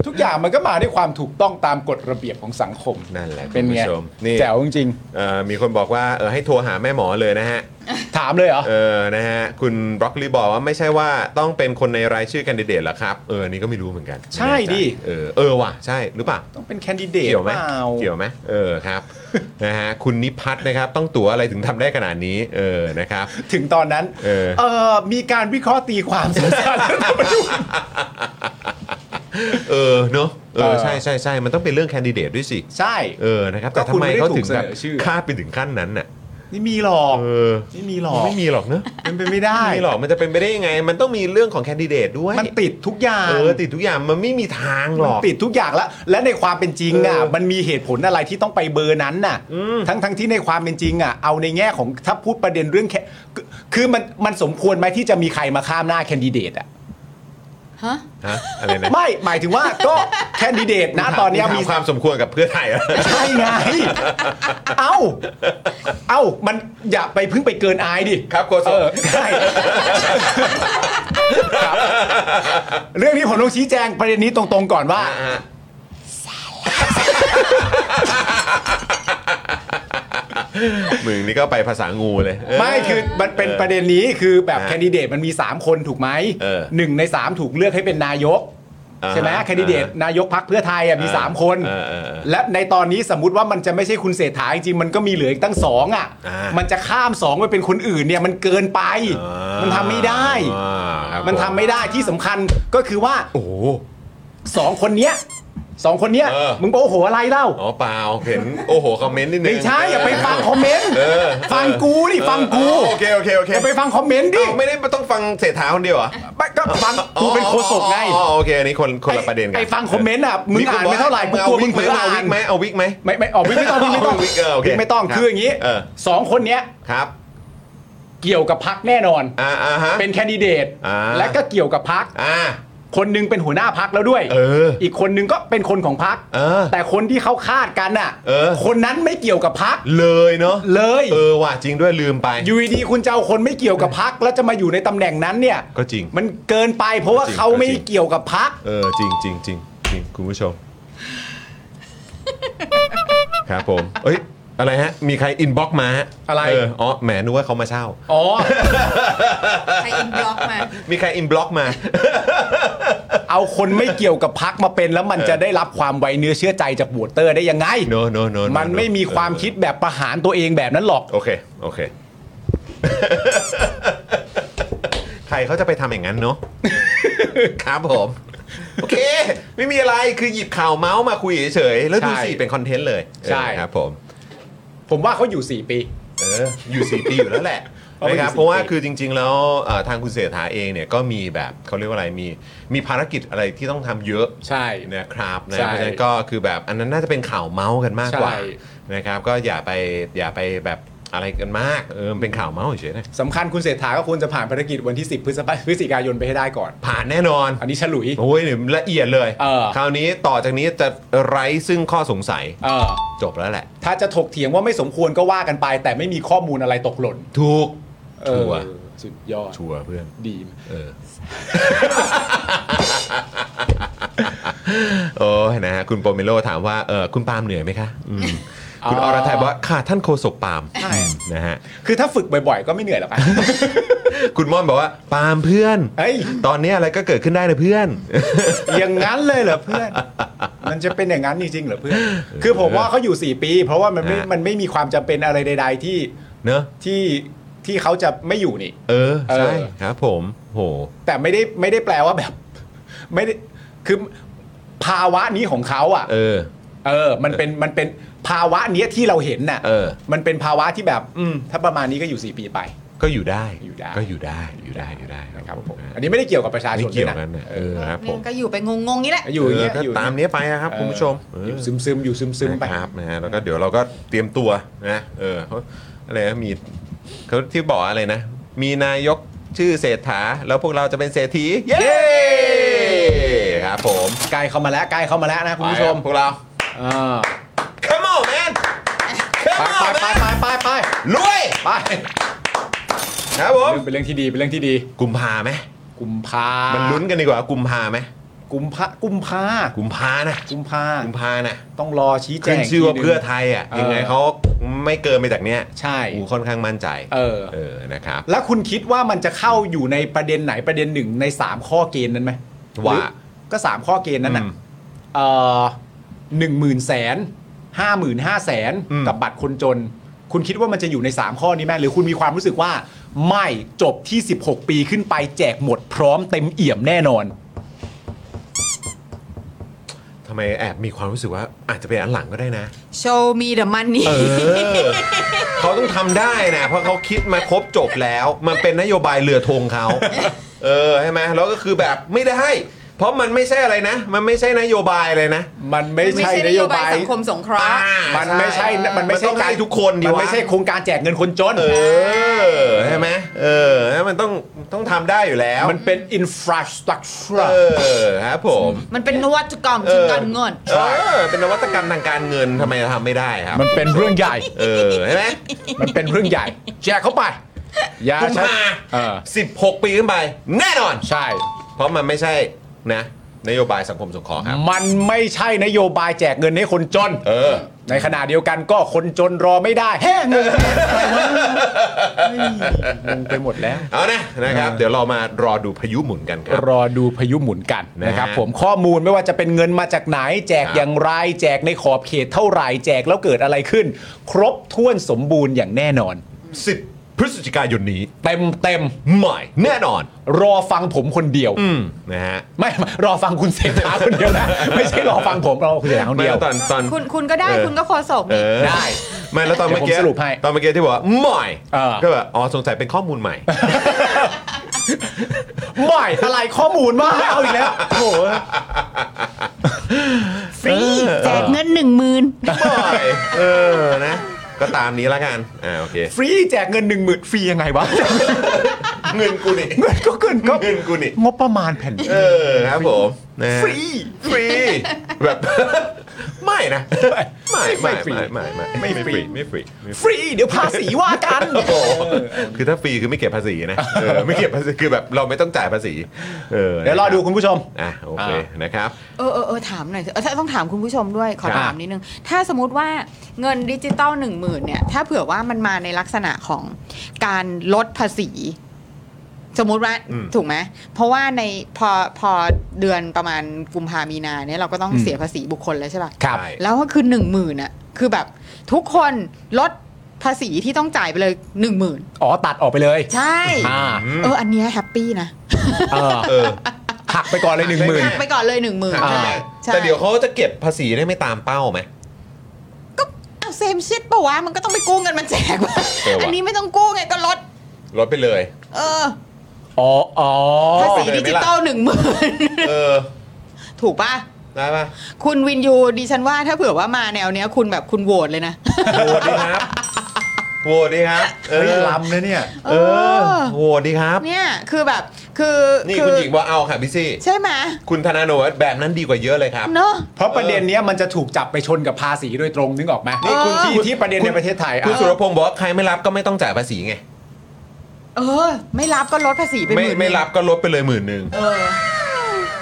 Speaker 2: ทุกอย่างมันก็มาด้วยความถูกต้องตามกฎระเบียบของสังคม
Speaker 1: นั่นแหละ
Speaker 2: เป็น
Speaker 1: คุณ
Speaker 2: ไง
Speaker 1: ผู้ชมนี่
Speaker 2: แจ๋วจริง
Speaker 1: เอ่อมีคนบอกว่าเออให้โทรหาแม่หมอเลยนะฮะ
Speaker 2: ๆถามเลยเหรอ
Speaker 1: เออ นะฮะ คุณบรอกโคลีบอกว่าไม่ใช่ว่าต้องเป็นคนในรายชื่อแคนดิเดตหรอครับ เออ อันนี่ก็ไม่รู้เหมือนกัน
Speaker 2: ใช่
Speaker 1: ไม่แน่จ
Speaker 2: ดิ
Speaker 1: เออ เออว่ะ ใช่หรือเปล่า
Speaker 2: ต้องเป็นแคนดิเดต
Speaker 1: เกี่ยวไหม
Speaker 2: ปล่า
Speaker 1: เกี่ยวไหมเออ ครับ นะฮะ คุณนิพัฒน์นะครับ ต้องตั๋วอะไรถึงทำได้ขนาดนี้ เออ นะครับ
Speaker 2: ถึงตอนนั้น
Speaker 1: เออ
Speaker 2: เอ่อมีการวิเคราะห์ตีความ สงสารรัฐธรรมนูญ
Speaker 1: เออ เนอะเอ
Speaker 2: เอ
Speaker 1: อ
Speaker 2: อ
Speaker 1: ใช่ใช่ใช่มันต้องเป็นเรื่องแคนดิเดตด้วยสิ
Speaker 2: ใช่
Speaker 1: เออ นะครับ
Speaker 2: ก็
Speaker 1: แต่ทำ
Speaker 2: คุณ
Speaker 1: ไม
Speaker 2: ไม่ได้
Speaker 1: เขา
Speaker 2: ถูก
Speaker 1: ถึงแบบ
Speaker 2: เสนอชื่อ
Speaker 1: คาดไปถึงขั้นนั้นน่ะ
Speaker 2: นี่มีหรอก
Speaker 1: เออ
Speaker 2: นี่มีหรอก
Speaker 1: ไม่มีหรอกเนอะ
Speaker 2: มันเป็นไม่ได้
Speaker 1: ไม่มีหรอก มันจะเป็นไปได้ยังไง มันต้องมีเรื่องของแคนดิเดตด้วย
Speaker 2: มันติดทุกอย่าง
Speaker 1: เออ ติดทุกอย่าง มันไม่มีทางหรอก
Speaker 2: มันติดทุกอย่างแล้วและในความเป็นจริงอ่ะ
Speaker 1: เออ
Speaker 2: มันมีเหตุผลอะไรที่ต้องไปเบอร์นั้นน่ะทั้งทั้งที่ในความเป็นจริงอ่ะเอาในแง่ของถ้าพูดประเด็นเรื่องแค่คือคือมันมันสมควรไหมที่จะมีใครมาข้ามหน้าแคนดิเดตอ่ะ
Speaker 3: ฮะ
Speaker 1: ฮะอะไรนะ
Speaker 2: ไม่หมายถึงว่าก็แคนดิเดต นะตอนเนี้ย
Speaker 1: ถา
Speaker 2: มี
Speaker 1: ความสมควรกับเพื่อไทยเหรอ
Speaker 2: ใช่ไง เอ้า เอ้า มันอย่าไปเพึ่งไปเกินอาย ดิ
Speaker 1: ครับโฆษก
Speaker 2: เออใช่ ครับ เรื่องนี้ผมต้องชี้แจงประเด็นนี้ตรงๆก่อนว่า
Speaker 1: อ่ะมึงนี่ก็ไปภาษางูเลยเออ
Speaker 2: ไม่คือมันเป็นประเด็นนี้คือแบบแคนดิเดตมันมี 3 คนถูกไหม
Speaker 1: เออ
Speaker 2: หนึ่งใน 3 ถูกเลือกให้เป็นนายก
Speaker 1: อ่าฮะ
Speaker 2: ใช่ไหมแคนดิเดตนายกพักเพื่อไทยอ่ะมี
Speaker 1: อ่า
Speaker 2: 3 คน
Speaker 1: เออเออเออ
Speaker 2: และในตอนนี้สมมติว่ามันจะไม่ใช่คุณเศรษฐาจริงๆมันก็มีเหลืออีกตั้งสองอ่ะ
Speaker 1: อ่ามั
Speaker 2: มันจะข้าม 2 ไปเป็นคนอื่นเนี่ยมันเกินไป มันทำไม่ได้
Speaker 1: อ่าครับ
Speaker 2: มันทำไม่ได้ที่สำคัญก็คือว่า
Speaker 1: โอ้โห
Speaker 2: สองคนเนี้ยสองคนเนี้ย
Speaker 1: เออ
Speaker 2: มึงบอกโอ้โหอะไรเล่า
Speaker 1: อ๋อเปล่าเห็นโอ้โหคอมเมนต์นิดนึง
Speaker 2: ไม่ใช่อย่าไปฟังคอมเมนต์
Speaker 1: เออ
Speaker 2: ฟังกูดิฟังกู
Speaker 1: โอเคโอเคโอเค
Speaker 2: อย่าไปฟังคอมเมนต์ดิ
Speaker 1: เอ้าไม่ได้ต้องฟังเศรษฐาคนเดียวเหรอ
Speaker 2: ไม่ก็ฟังกูเป็นโคศกไง
Speaker 1: อ๋อโอเคอันนี้คนคนละประเด็นกัน
Speaker 2: ไอ้ฟังคอมเมนต์อ่ะมึงอ่านไม่เท่าไหร่
Speaker 1: ง
Speaker 2: กูกลัวมึ
Speaker 1: วิ
Speaker 2: ง
Speaker 1: ไห
Speaker 2: เผลอ
Speaker 1: เอาวิ
Speaker 2: อ่าน
Speaker 1: กไหมเอาวิกไหม
Speaker 2: ไม่ไม่ออกไม่ต้องไม่ต้อ ง
Speaker 1: เอาวิกเออโอเค
Speaker 2: ไม่ต้อง
Speaker 1: ครับ
Speaker 2: คืออย่างนี้
Speaker 1: เออ
Speaker 2: สองคนเนี้ย
Speaker 1: ครับ
Speaker 2: เกี่ยวกับพักแน่นอน
Speaker 1: อ่าอ่าฮะ
Speaker 2: เป็นแคนดิเดต
Speaker 1: อ่า
Speaker 2: และก็เกี่ยวกับพัก
Speaker 1: อ่า
Speaker 2: คนหนึงเป็นหัวหน้าพักแล้วด้วย
Speaker 1: เออ
Speaker 2: อีกคนหนึงก็เป็นคนของพัก
Speaker 1: เออ
Speaker 2: แต่คนที่เขาคาดกันน่ะ
Speaker 1: เออ
Speaker 2: คนนั้นไม่เกี่ยวกับพัก
Speaker 1: เลยเนาะ
Speaker 2: เลย
Speaker 1: เออว่ะจริงด้วยลืมไป
Speaker 2: อยู่ดีๆคุณจะเอาคนไม่เกี่ยวกับพักแล้วจะมาอยู่ในตำแหน่งนั้นเนี่ย
Speaker 1: ก็จริง
Speaker 2: มันเกินไปเพราะว่า
Speaker 1: ก็จริง
Speaker 2: เขาไม่
Speaker 1: ก็จริง
Speaker 2: เกี่ยวกับพัก
Speaker 1: เออจริงจริงจริงจริงคุณผู้ชม ครับผม เอ้ย อะไรฮะ มีใครอินบ็อกมาฮะ
Speaker 2: อะไร
Speaker 1: เอ๋อแหมนึกว่าเขามาเช่า
Speaker 2: อ๋อ
Speaker 3: ใครอินบล็อกมา
Speaker 1: มีใครอินบล็อกมา
Speaker 2: เอาคนไม่เกี่ยวกับพักมาเป็น แล้วมันจะได้รับความไวเนื้อเชื่อใจจากบูเตอร์ได้ยังไง
Speaker 1: no no no no
Speaker 2: มันไม่มีความคิดแบบประหารตัวเองแบบนั้นหรอก
Speaker 1: โอเค โอเค ใครเขาจะไปทำอย่างนั้นเนาะ ครับผม โอเค ไม่มีอะไรคือหยิบข่าวเมาส์มาคุยเฉยๆแล้วดูสิ
Speaker 2: ใช่
Speaker 1: เป็นคอนเทนต์เลย
Speaker 2: ใช่
Speaker 1: เออครับผม
Speaker 2: ผมว่าเขาอยู่ 4 ปี
Speaker 1: เอออยู่สี่ปีอยู่แล้วแหละ
Speaker 2: เอาไป
Speaker 1: นะครับ
Speaker 2: อ ยู่สี่
Speaker 1: เพราะว่า
Speaker 2: ปี
Speaker 1: คือจริง ๆ แล้วเอ่อทางคุณเสถาเองเนี่ยก็มีแบบเขาเรียกว่าอะไรมีมีภารกิจอะไรที่ต้องทำเยอะ
Speaker 2: ใช่
Speaker 1: นะครับนะ
Speaker 2: ใช่
Speaker 1: เพราะฉะนั้นก็คือแบบอันนั้นน่าจะเป็นข่าวเมาส์กันมากกว่า
Speaker 2: ใช่
Speaker 1: นะครับก็อย่าไปอย่าไปแบบอะไรกันมากเออมันเป็นข่าวเมาส์เฉยๆนะ
Speaker 2: สำคัญคุณเศรษฐาก็ควรจะผ่านภารกิจวันที่ 10 พฤษภาพฤศจิกายนไปให้ได้ก่อน
Speaker 1: ผ่านแน่นอน
Speaker 2: อันนี้ฉลุย
Speaker 1: โอ้ยเนี่ยละเอียดเลย
Speaker 2: เออ
Speaker 1: คราวนี้ต่อจากนี้จะไร้ซึ่งข้อสงสัย
Speaker 2: เออ
Speaker 1: จบแล้วแหละ
Speaker 2: ถ้าจะถกเถียงว่าไม่สมควรก็ว่ากันไป แต่ไม่มีข้อมูลอะไรตกหล่น
Speaker 1: ถูก
Speaker 2: เอ
Speaker 1: ชั
Speaker 2: อ
Speaker 1: วร์
Speaker 2: สุดยอด
Speaker 1: ชัวร์เพื่อน
Speaker 2: ดี
Speaker 1: เอ อ โอ้ยนะฮะคุณโปรเมโลถามว่าเออคุณปาล์มเหนื่อยไหมคะอืมคุณ
Speaker 2: อ๋
Speaker 1: อ
Speaker 2: อ
Speaker 1: รทัยบอกว่าค่ะท่านโคศกปาล์ม
Speaker 2: ใช่
Speaker 1: นะฮะ
Speaker 2: คือถ้าฝึกบ่อยๆ ก็ไม่เหนื่อยห รอกอะ
Speaker 1: คุณม่อนบอกว่าปาล์มเพื่อน
Speaker 2: เฮ้ย
Speaker 1: ตอนนี้อะไรก็เกิดขึ้นได้นะเพื่อน
Speaker 2: อย่างนั้นเลยเหรอเพื่อน มันจะเป็นอย่างนั้นจริงๆเหรอเพื่อน คือผมว่าเขาอยู่ 4 ปี เพราะว่ามันไม่
Speaker 1: ฮะ
Speaker 2: มันไม่มีความจำเป็นอะไรใด ๆ ที่
Speaker 1: เนอะ
Speaker 2: ที่ที่เขาจะไม่อยู่นี่
Speaker 1: เออ ใช่
Speaker 2: เออ
Speaker 1: ครับผมโห
Speaker 2: แต่ไม่ได้ไม่ได้แปลว่าแบบ ไม่ได้คือภาวะนี้ของเขาอ่ะ
Speaker 1: เออ
Speaker 2: เออ มันเป็นมันเป็นภาวะเนี้ยที่เราเห็นน่ะ
Speaker 1: เออ
Speaker 2: มันเป็นภาวะที่แบบ อืมถ้าประมาณนี้ก็อยู่ 4 ปีไป
Speaker 1: ก็อยู่ได้
Speaker 2: อยู่ได้
Speaker 1: ก็อยู่ได้อยู่ได้อยู่ได้
Speaker 2: นะครับผมอันนี้ไม่ได้เกี่ยวกับประชาช
Speaker 1: ไม่
Speaker 2: น
Speaker 1: เกี่ยว
Speaker 2: ด้
Speaker 1: กัน
Speaker 2: นะ
Speaker 1: นะเออครับผ
Speaker 3: เนี่
Speaker 1: ม
Speaker 3: ยก็อยู่ไปงงๆนี้แหละ
Speaker 2: อยู่อย่างเงี้ย
Speaker 1: เก็
Speaker 2: อยู่อย่ง
Speaker 1: ตาม
Speaker 2: เงี้ย
Speaker 1: นี้ไปนะครับคุณผู้ชม
Speaker 2: เอออ
Speaker 1: เ
Speaker 2: ยู่ซึมซึมๆอยู่ซึมซึมๆไป
Speaker 1: นะครับนะฮะแล้วก็เดี๋ยวเราก็เตรียมตัวนะเออเขาอะไรนะมีเขาที่บอกอะไรนะ มีนายกชื่อเศรษฐา แล้วพวกเราจะเป็นเศรษฐีเย้ ครับผม
Speaker 2: ใกล้เข้ามาแล้วใกล้เข้ามาแล้วนะคุณผู้ชม
Speaker 1: ไปรับพวกเรา
Speaker 2: อ่า
Speaker 1: Come on man Come
Speaker 2: ไปไป
Speaker 1: on
Speaker 2: ไป
Speaker 1: man
Speaker 2: ไปไปไป
Speaker 1: รวย
Speaker 2: ไป
Speaker 1: ครับผม
Speaker 2: เป็นเรื่องที่ดีเป็นเรื่องที่ดี
Speaker 1: กุมภาไหม
Speaker 2: กุมภา
Speaker 1: มั
Speaker 2: มัน
Speaker 1: ลุ้นกันดีกว่ากุมภาไหม
Speaker 2: กุมภากุมภา
Speaker 1: กุมภานะ
Speaker 2: กุมภา
Speaker 1: กุมภานะ
Speaker 2: ต้องรอชี้แจ
Speaker 1: ขึ้
Speaker 2: ง
Speaker 1: นชื่อว่า
Speaker 2: ทีหนึ่ง
Speaker 1: เพื่อไทยอ่ะ
Speaker 2: เออ
Speaker 1: ยังไงเขาไม่เกินไปจากเนี้ย
Speaker 2: ใช่
Speaker 1: อูค่อนข้างมั่นใจ
Speaker 2: เออ
Speaker 1: เออนะครับ
Speaker 2: แล้วคุณคิดว่ามันจะเข้าอยู่ในประเด็นไหนประเด็นหนึ่งใน 3 ข้อเกณฑ์นั้นไหม
Speaker 1: ว่า
Speaker 2: หรือก็ 3 ข้อเกณฑ์นั้นน่ะ
Speaker 1: อืม
Speaker 2: เอ่อหนึ่งหมื่นแสนห้าหมื่นห้าแสน
Speaker 1: อืม
Speaker 2: กับบัตรคนจน คุณคิดว่ามันจะอยู่ใน 3 ข้อนี้ไหมหรือคุณมีความรู้สึกว่า ไม่จบที่ 16 ปีขึ้นไปแจกหมดพร้อมเต็มเอี่ยมแน่นอน
Speaker 1: ทำไมแอบมีความรู้สึกว่าอาจจะเป็นอันหลังก็ได้นะ
Speaker 3: show me the money
Speaker 1: เออ เขาต้องทำได้นะ เพราะเขาคิดมาครบจบแล้ว มันเป็นนโยบายเรือธงเขา เออใช่ไหมแล้วก็คือแบบไม่ได้ เพราะมันไม่ใช่อะไรนะ มันไม่ใช่นโยบายเลยนะ
Speaker 2: มันไม่
Speaker 3: ไม่
Speaker 2: ใช่
Speaker 3: ใช่
Speaker 2: น
Speaker 3: น
Speaker 2: โย
Speaker 3: โย
Speaker 2: บา
Speaker 3: บาย
Speaker 2: ย
Speaker 3: สังคมสงเคราะห์
Speaker 2: มันไม่ใช่
Speaker 3: ใช่
Speaker 2: มันไม่ใช่
Speaker 1: ต้อง
Speaker 2: การ
Speaker 1: ให้ทุกคนดี
Speaker 2: มัน
Speaker 1: วะ
Speaker 2: ไม่ใช่โครงการแจกเงินคนจน
Speaker 1: เออใช่ไหมเออมันต้องต้องทำได้อยู่แล้ว
Speaker 2: มันเป็น infrastructure
Speaker 1: เออครับผม
Speaker 3: มันเป็นนวัตกรรมทางการเงิน
Speaker 1: เออเป็นนวัตกรรมทางการเงินทำไมทำไม่ได้ครับ
Speaker 2: มันเป็นเรื่องใหญ่
Speaker 1: เออใช่ไหม
Speaker 2: มันเป็นเรื่องใหญ่ แจกเข้าไป ยา
Speaker 1: กุม
Speaker 2: ใช้
Speaker 1: ภา
Speaker 2: เออ
Speaker 1: สิบหกปีขึ้นไป แน่นอน
Speaker 2: ใช่
Speaker 1: เพราะมันไม่ใช่นะ นโยบายสังคมสงเคราะห์ครับ
Speaker 2: มันไม่ใช่นโยบายแจกเงินให้คนจน
Speaker 1: เออ
Speaker 2: ในขณะเดียวกันก็คนจนรอไม่ได้แห้งเลยอะไรวะเฮ้ยงงไปหมดแล้ว
Speaker 1: เอานะนะครับ เดี๋ยวเรามารอดูพายุหมุนกันครับ
Speaker 2: รอดูพายุหมุนกัน
Speaker 1: นะฮะ
Speaker 2: นะครับผมข้อมูลไม่ว่าจะเป็นเงินมาจากไหน แจก
Speaker 1: ครับ
Speaker 2: อย่างไร แจกในขอบเขตเท่าไหร่ แจกแล้วเกิดอะไรขึ้น ครบถ้วนสมบูรณ์อย่างแน่นอน
Speaker 1: 10 พฤศจิกายนนี้
Speaker 2: เต็มเต็ม
Speaker 1: ใหม่แน่นอน
Speaker 2: รอฟังผมคนเดียว
Speaker 1: อืม นะฮะ
Speaker 2: ไม่ไม่รอฟังคุณเศรษฐาคนเดียว นะ ไม่ใช่รอฟังผมรอคุณเศรษฐาคน
Speaker 1: ไม่
Speaker 2: เดีย
Speaker 1: แล้ว วตอนตอน
Speaker 3: คุณคุณก็ได้
Speaker 1: เออ
Speaker 3: คุณก็โคศก
Speaker 1: เอ
Speaker 3: นี่
Speaker 1: อ
Speaker 2: ได้
Speaker 1: ไม่แล้วตอนเมื่อกี้
Speaker 2: เดี๋ยวผมสรุปให้
Speaker 1: ตอนเมื่อกี้ที่บอกว่าใหม่
Speaker 2: เออ
Speaker 1: ก็แบบอ๋อสงสัยเป็นข้อมูลใหม่
Speaker 2: ใหม่อะไรข้อมูลมาเอาอีกแล้วโอ้โห
Speaker 3: ฟรีแจกเงินหนึ่งหมื่น
Speaker 1: ใหม่เออนะ ก็ตามนี้ละกันอ่าโอเค
Speaker 2: ฟรีแจกเงินหนึ่งหมื่นฟรียังไงวะ
Speaker 1: เงินกูนี่
Speaker 2: เงินก็เกินก็
Speaker 1: เงินกูนี่
Speaker 2: งบประมาณแผ่นดิน
Speaker 1: เออครับผมนะฮะ ฟรีแบบ ไม่นะ ไม่ไม่ไม่ไม่ไม่ไม่ฟรีไม่ฟรีไม่ฟ
Speaker 2: ฟ
Speaker 1: รี
Speaker 2: รีเดี๋ยวภาษีว่ากัน
Speaker 1: โอ้โหคือถ้าฟรีคือไม่เก็บภาษีนะเออไม่เก็บภาษีคือแบบเราไม่ต้องจ่ายภาษีเออ
Speaker 2: เดี๋ยวรอดูคุณผู้ชม
Speaker 1: อ่ะโอเคนะครับ
Speaker 3: เออเออเออถามหน่อยเออถ้าต้องถามคุณผู้ชมด้วย ขอ
Speaker 1: ครับ
Speaker 3: ถามนิดนึง ถ้าสมมติว่าเงินดิจิตอลหนึ่งหมื่นเนี่ย ถ้าเผื่อว่ามันมาในลักษณะของการลดภาษี สมมุติว่า
Speaker 1: อืม
Speaker 3: ถูกไหมเพราะว่าในพอพอเดือนประมาณกุมภามีนาเนี่ยเราก็ต้อง
Speaker 2: อืม
Speaker 3: เสียภาษีบุคคลแล้วใช่ป่ะ
Speaker 2: ครับ
Speaker 1: ใช่
Speaker 3: แล้วก็คือหนึ่งหมื่นอะคือแบบทุกคนลดภาษีที่ต้องจ่ายไปเลยหนึ่งหมื่น
Speaker 2: อ๋อตัดออกไปเลย
Speaker 3: ใช่
Speaker 2: อ่า
Speaker 1: อืม
Speaker 3: เอออันเนี้ยแฮปปี้นะ
Speaker 2: เออ
Speaker 1: เออ
Speaker 2: หักไปก่อนเลยหนึ่งหมื่น
Speaker 3: หักไปก่อนเลยหนึ่งหมื่น
Speaker 2: อ่า
Speaker 3: ใช่ใช่
Speaker 1: แต่เดี๋ยวเขาจะเก็บภาษีได้ไม่ตามเป้าไหม
Speaker 3: เอาเซมชิดปะวะ มันก็ต้องไปกู้เงินมาแจกวะ
Speaker 1: เออว่ะ
Speaker 3: อันนี้ไม่ต้องกู้ไงก็ลด
Speaker 1: ลดไปเลย
Speaker 3: เออ
Speaker 2: อ๋ออ๋อ
Speaker 3: ภาษี
Speaker 1: เลยไหมล่ะ
Speaker 3: ดิจิตอลหนึ่งหมื่น
Speaker 1: เออ
Speaker 3: ถูกปะ
Speaker 1: ได้ป่ะ
Speaker 3: คุณวินยูดิฉันว่าถ้าเผื่อว่ามาแนวเนี้ย คุณแบบคุณโหวตเลยนะ
Speaker 1: โหวตดีครับโหวตดีครับเอ
Speaker 2: เฮ้ย
Speaker 1: อ
Speaker 2: ล้ำนะเนี่ย
Speaker 1: เออโหวตดีครับ
Speaker 3: เนี่ยคือแบบคือ
Speaker 1: นี่
Speaker 3: คื
Speaker 1: คุณหญิงว่าเอาค่ะพี่ซี่
Speaker 3: ใช่ไหม
Speaker 1: คุณธนาโนตแบบนั้นดีกว่าเยอะเลยครับ
Speaker 3: เนอะ
Speaker 2: เพราะประเด็นเนี้ยมันจะถูกจับไปชนกับภาษีโดยตรงนึกออกไหม
Speaker 1: นี่คุณ
Speaker 2: ที่ที่ประเด็นในประเทศไทย
Speaker 1: คุณ
Speaker 2: อ่ะ
Speaker 1: สุรพงศ์บอกว่าใครไม่รับก็ไม่ต้องจ่ายภาษีไง
Speaker 3: เออ ไม่รับก็ลดภาษีไปห
Speaker 1: ไม่
Speaker 3: มื่น
Speaker 1: ไม่รับก็ลดไปเลยหมื่นหนึ่ง
Speaker 3: เออ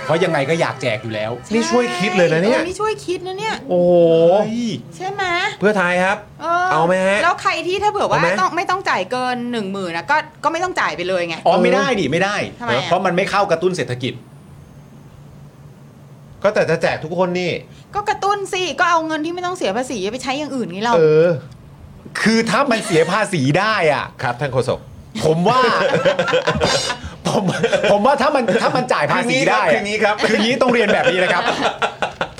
Speaker 2: เพราะยังไงก็อยากแจกอยู่แล้ว
Speaker 1: นี่ช่วยคิดเลยนะเนี่ย
Speaker 3: ออนี่ช่วยคิดนะเนี่ย
Speaker 1: โอ้โห
Speaker 3: ใช่ไหม
Speaker 1: เพื่อไทยครับ
Speaker 3: เอ
Speaker 1: เอาไหมฮะ
Speaker 3: แล้วใครที่ถ้าเผื่อว่า
Speaker 1: เอาไหม
Speaker 3: ต้องไม่ต้องจ่ายเกินหนึ่งหมื่นนะก็ก็ไม่ต้องจ่ายไปเลยไง
Speaker 2: อ๋อไม่ได้ดิไม่ได้
Speaker 3: ทำไมอะ
Speaker 2: เพราะมันไม่เข้ากระตุ้นเศรษฐกิจ
Speaker 1: ก็แต่จะแจกทุกคนนี่
Speaker 3: ก็กระตุ้นสิก็เอาเงินที่ไม่ต้องเสียภาษีไปใช้อย่างอื่นนี่เรา
Speaker 1: เออ
Speaker 2: คือถ้ามันเสียภาษีได้อ่ะ
Speaker 1: ครับท่านโฆษก
Speaker 2: ผมว่า ผมผมว่าถ้ามันถ้ามันจ่ายภาษีได้
Speaker 1: คือ
Speaker 2: อะ
Speaker 1: นี้ครับ
Speaker 2: คืองี้ต้องเรียนแบบนี้ นะครับ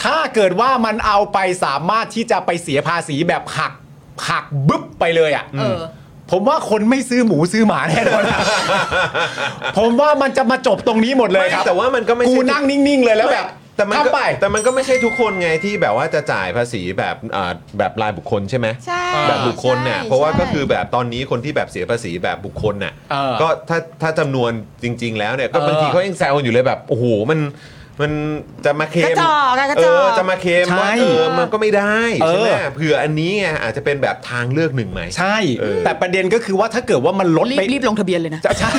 Speaker 2: ถ้าเกิดว่ามันเอาไปสามารถที่จะไปเสียภาษีแบบหักหักบึ๊บไปเลยอ่ะ
Speaker 3: เออ
Speaker 2: ผมว่าคนไม่ซื้อหมูซื้อหมาแน่ นอนอะ ผมว่ามันจะมาจบตรงนี้หมดเลย
Speaker 1: ไม่
Speaker 2: ครับ
Speaker 1: แต่ว่ามันก็ไม่
Speaker 2: กู
Speaker 1: ใช่
Speaker 2: นั่งนิ่ง ๆ เลยแล้วแบบ
Speaker 1: แต่มันก็
Speaker 2: ทำไป
Speaker 1: แต่มันก็ไม่ใช่ทุกคนไงที่แบบว่าจะจ่ายภาษีแบบอ่าแบบรายบุคคลใช่ไหม
Speaker 3: ใช่
Speaker 1: แบบบุคคลเนี่ย
Speaker 3: ใช่
Speaker 1: เพราะว่าก็คือ
Speaker 3: ใช่
Speaker 1: แบบตอนนี้คนที่แบบเสียภาษีแบบบุคคลน่ะ
Speaker 2: เออ
Speaker 1: ก็ถ้าถ้าจำนวนจริง ๆ แล้วเนี่ยก็
Speaker 2: เออ
Speaker 1: บางทีเขายังแซวอยู่เลยแบบโอ้โหมัน มันจะมาเคล
Speaker 3: ก
Speaker 1: ม
Speaker 3: ระจอกอะกระ
Speaker 1: เอ
Speaker 3: จอก
Speaker 1: อจะมาเคลม
Speaker 2: ใช่
Speaker 1: ว่าเออมันก็ไม่ได้
Speaker 2: เออ
Speaker 1: ใช่ไหมเผื่ออันนี้ไงอาจจะเป็นแบบทางเลือกหนึ่งไหม
Speaker 2: ใช่
Speaker 1: เออ
Speaker 2: แต่ประเด็นก็คือว่าถ้าเกิดว่ามันลด
Speaker 3: รี
Speaker 2: ไป
Speaker 3: บรีบลงทะเบียนเลยนะ
Speaker 2: จะใช่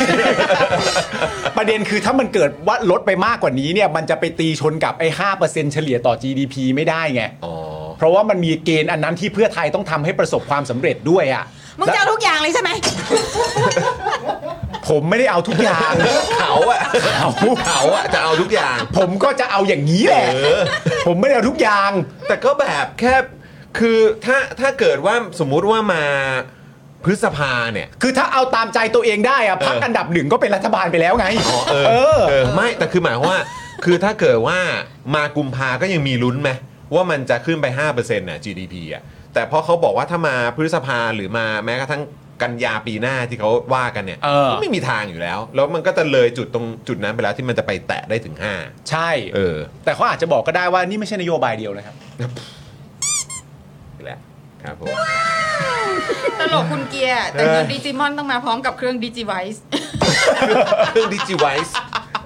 Speaker 2: ประเด็นคือถ้ามันเกิดว่าลดไปมากกว่านี้เนี่ยมันจะไปตีชนกับไอ้ห้าเปอร์เซ็นเฉลี่ยต่อ GDP ไม่ได้ไง
Speaker 1: อ๋อ
Speaker 2: เพราะว่ามันมีเกณฑ์อันนั้นที่เพื่อไทยต้องทำให้ประสบความสำเร็จด้วยอ่ะ
Speaker 3: มึงจะเอาทุกอย่างเลยใช่ไหม
Speaker 2: และผมไม่ได้เอาทุกอย่าง
Speaker 1: เขาอะ
Speaker 2: เขา
Speaker 1: เขาอะจะเอาทุกอย่าง
Speaker 2: ผมก็จะเอาอย่างนี้แหละ
Speaker 1: เออ
Speaker 2: ผมไม่ได้เอาทุกอย่าง
Speaker 1: แต่ก็แบบแค่คือถ้าถ้าเกิดว่าสมมุติว่ามาพฤษภาเนี่ย
Speaker 2: คือถ้าเอาตามใจตัวเองได้อะพัก
Speaker 1: เอออั
Speaker 2: อันดับหนึ่งก็เป็นรัฐบาลไปแล้วไง
Speaker 1: อ๋อเออ
Speaker 2: เออ
Speaker 1: เออไม่แต่คือหมายความว่า คือถ้าเกิดว่ามากุมภาก็ยังมีลุ้นไหมว่ามันจะขึ้นไป5%น่ะ GDP อ่ะแต่เพราะเขาบอกว่าถ้ามาพฤษภาหรือมาแม้กระทั่งกันยาปีหน้าที่เขาว่ากันเนี่ย
Speaker 2: เออ
Speaker 1: ก็ไม่มีทางอยู่แล้ว แล้วมันก็จะเลยจุดตรงจุดนั้นไปแล้วที่มันจะไปแตะได้ถึง 5
Speaker 2: ใช่
Speaker 1: เออ
Speaker 2: แต่เขาอาจจะบอกก็ได้ว่านี่ไม่ใช่นโยบายเดียวนะครับ
Speaker 1: นี่แหละครับผม
Speaker 3: ตลกคุณเกียร์ แต่เงินดิจิมอนต้องมาพร้อมกับเครื่องดิจิไวส์
Speaker 1: เครื่องดิจิไวส์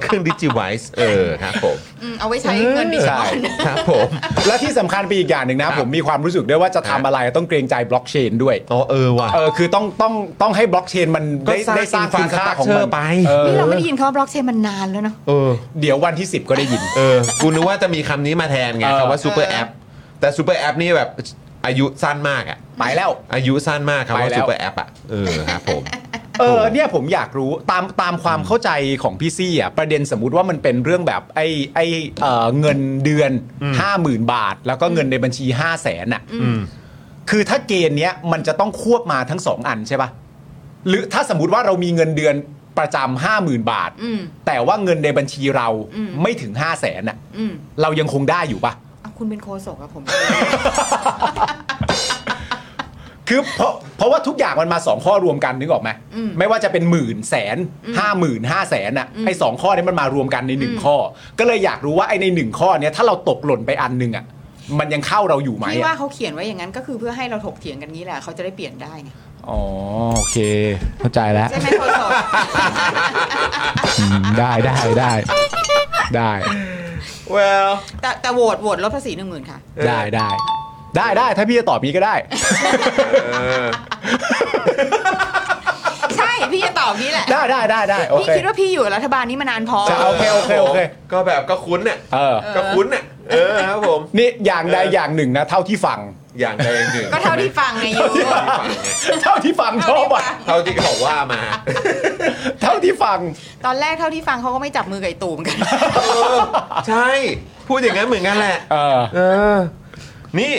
Speaker 1: เครื่องดิจิไวส์เออครับผม
Speaker 3: เอาไว้ใช้เงินดิจิมอน
Speaker 1: ครับผม
Speaker 2: และที่สำคัญไปอีกอย่างหนึ่ง
Speaker 1: ครั
Speaker 2: นะ
Speaker 1: บ
Speaker 2: ผมมีความรู้สึกด้วยว่าจะทำอะไรต้องเกรงใจบล็อกเชนด้วย
Speaker 1: อ๋อเออว่ะ
Speaker 2: เออคือต้องต้องต้องให้บล็อกเชนมัน
Speaker 1: ก็
Speaker 2: ได้
Speaker 1: สร้าง
Speaker 2: ได้สร้างคุณค่าของมัน
Speaker 1: infrastructure ไป
Speaker 2: เออ
Speaker 3: นี่เราไม่ได้ยินคำว่าบล็อกเชนมันนานแล้วเนาะ
Speaker 1: เออ
Speaker 2: เดี๋ยววันที่ 10 ก็ได้ยิน
Speaker 1: เออ กูนึกว่าจะมีคำนี้มาแทนไง
Speaker 2: เออ
Speaker 1: คำว่าซูเปอร์แอป แต่ซูเปอร์แอปนี่แบบอายุสั้นมากอะ
Speaker 2: ไปแล้ว
Speaker 1: อายุสั้นมากคำ
Speaker 2: ไป
Speaker 1: ว่า
Speaker 2: แล้ว
Speaker 1: ซูเปอร์แอปอะเออครับผม
Speaker 2: เออเนี่ยผมอยากรู้ตามตามความเข้าใจของพี่ซี่อ่ะประเด็นสมมุติว่ามันเป็นเรื่องแบบไอ้ไอ้เอ่อเงินเดือน 50,000 บาท แล้วก็เงินในบัญชี 5 0 0แสนอ่ะคือถ้าเกณฑ์เนี้ยมันจะต้องควบมาทั้ง 2 อันใช่ปะ่ะหรือถ้าสมมติว่าเรามีเงินเดือนประจำ50,000 บาท
Speaker 3: อืม
Speaker 2: แต่ว่าเงินในบัญชีเราไม่ถึง 5 0 0แสนอ่ะ
Speaker 3: อืม
Speaker 2: เรายังคงได้อยู่ปะ
Speaker 3: เอาคุณเป็นโคศกอะผม
Speaker 2: คือเพราะเพราะว่าทุกอย่างมันมาสองข้อรวมกันนึกออกไหม
Speaker 3: อืม
Speaker 2: ไม่ว่าจะเป็นหมื่นแสนห้าหมื่นห้าแสนอ่ะไอ้สองข้อนี้มันมารวมกันในหนึ่งข้อ ก็เลยอยากรู้ว่าไอ้ในหนึ่งข้อเนี้ยถ้าเราตกหล่นไปอันหนึงอ่ะมันยังเข้าเราอยู่ไหมี่
Speaker 3: ว่า
Speaker 2: อ่ะ
Speaker 3: เขาเขียนไว้อย่างนั้นก็คือเพื่อให้เราถกเถียงกันนี้แหละเขาจะได้เปลี่ยนได้ไง
Speaker 2: อ๋อโอเค เข้าใจแล้ว
Speaker 3: ใช่ไหมโคศก
Speaker 2: ได้ได้ได้ได้
Speaker 1: well
Speaker 3: แต่แต่โหวตโหวตลดภาษีหนึ่งหมื่นค่ะ
Speaker 2: ได้ได้ได้ได้ถ้าพี่จะตอบนี้ก็ได้
Speaker 3: ใช่พี่จะตอบนี้แหละ
Speaker 2: ได้ได้ได้ได้โอ
Speaker 3: พี่
Speaker 2: เค
Speaker 3: คิดว่าพี่อยู่กับรัฐบาลนี้มานานพอ
Speaker 2: จะ โเคโอเคโอเค
Speaker 1: ก็แบบก็คุ้นน่ะ
Speaker 2: เออ
Speaker 1: ก็คุ้นน่ะเออครับผม
Speaker 2: นี่อย่างใด
Speaker 1: เออ
Speaker 2: อ
Speaker 1: อ
Speaker 2: ย่างหนึ่งนะเท่าที่ฟัง
Speaker 1: อย่างใดอย่างหนึ่ง
Speaker 3: ก็เท่าที่ฟังไงยู
Speaker 2: เท่าที่ฟังชอบอ่ะ
Speaker 1: เท่าที่เขาว่ามา
Speaker 2: เท่าที่ฟัง
Speaker 3: ตอนแรกเท่าที่ฟังเขาก็ไม่จับมือกับไอ้ตูมกัน
Speaker 1: เออใช่ พูดอย่างนั้นเหมือนกันแหละ
Speaker 2: เออ
Speaker 1: เออ นี่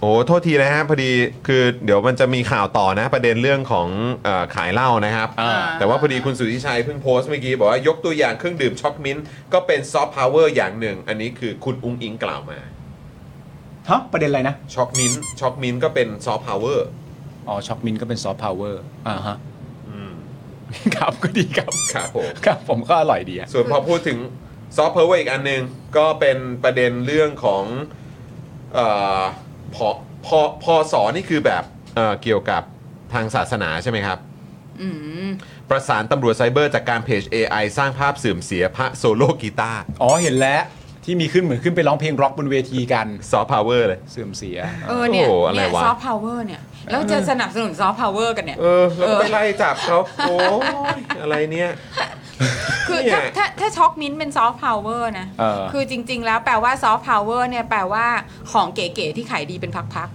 Speaker 1: โอ้โทษทีนะฮะ พอดีคือเดี๋ยวมันจะมีข่าวต่อนะ ประเด็นเรื่องของเออขายเหล้านะครับ
Speaker 2: อ่า
Speaker 1: แต่ว่าพอดีคุณสุทธิชัยเพิ่งโพสต์เมื่อกี้ บอกว่ายกตัวอย่างเครื่องดื่มช็อกมิ้นท์ก็เป็นซอฟต์พาวเวอร์อย่างหนึ่ง อันนี้คือคุณอุ้งอิงกล่าวมา
Speaker 2: ฮะประเด็นอะไรนะ
Speaker 1: ช็อกมิ้นท์ช็อกมิ้นท์ก็เป็นซอฟต์พาวเวอร์
Speaker 2: อ๋อ ช็อกมินก็เป็นซอฟต์พาวเวอร์อ่าฮะ ครับ ก็ดีครับ
Speaker 1: ครับผม
Speaker 2: ครับผมก็อร่อยดีอะ
Speaker 1: ส่วนพอพูดถึงซอฟต์พาวเวอร์อีกอันหนึ่งก็เป็นประเด็นเรื่องของเอ่อพอพอพอสอนี่คือแบบเอ่อเกี่ยวกับทางศาสนาใช่ไหมครับ
Speaker 3: อืม
Speaker 1: ประสานตำรวจไซเบอร์จากการเพจ AI สร้างภาพเสื่อมเสียพระโซโลกีตาร์
Speaker 2: อ๋อ เห็นแล้วที่มีขึ้นเหมือนขึ้นไปร้องเพลงร็อกบนเวทีกัน
Speaker 1: ซอฟต์พาวเวอร์เลย
Speaker 2: เสื่อมเสีย
Speaker 3: เออเนี่ย
Speaker 1: โอ้โหอะไร
Speaker 3: เนี่ยว
Speaker 1: ะ
Speaker 3: ซอฟต์พาวเวอร์เนี่ย แล้วจะสนับสนุนซอฟต์พาวเวอร์กันเนี่ย
Speaker 1: เออ แล้วก็ไปไล่จับเขาโอ้ยอะไรเนี่ย
Speaker 3: คือ
Speaker 1: เนี่
Speaker 3: ถ้าย ถ้าถ้าช็อกมิ้นท์เป็นซอฟต์พาวเวอร์นะ
Speaker 2: เออ
Speaker 3: คือจริง ๆ แล้วแปลว่าซอฟต์พาวเวอร์เนี่ยแปลว่าของเก๋ๆที่ขายดีเป็นพัก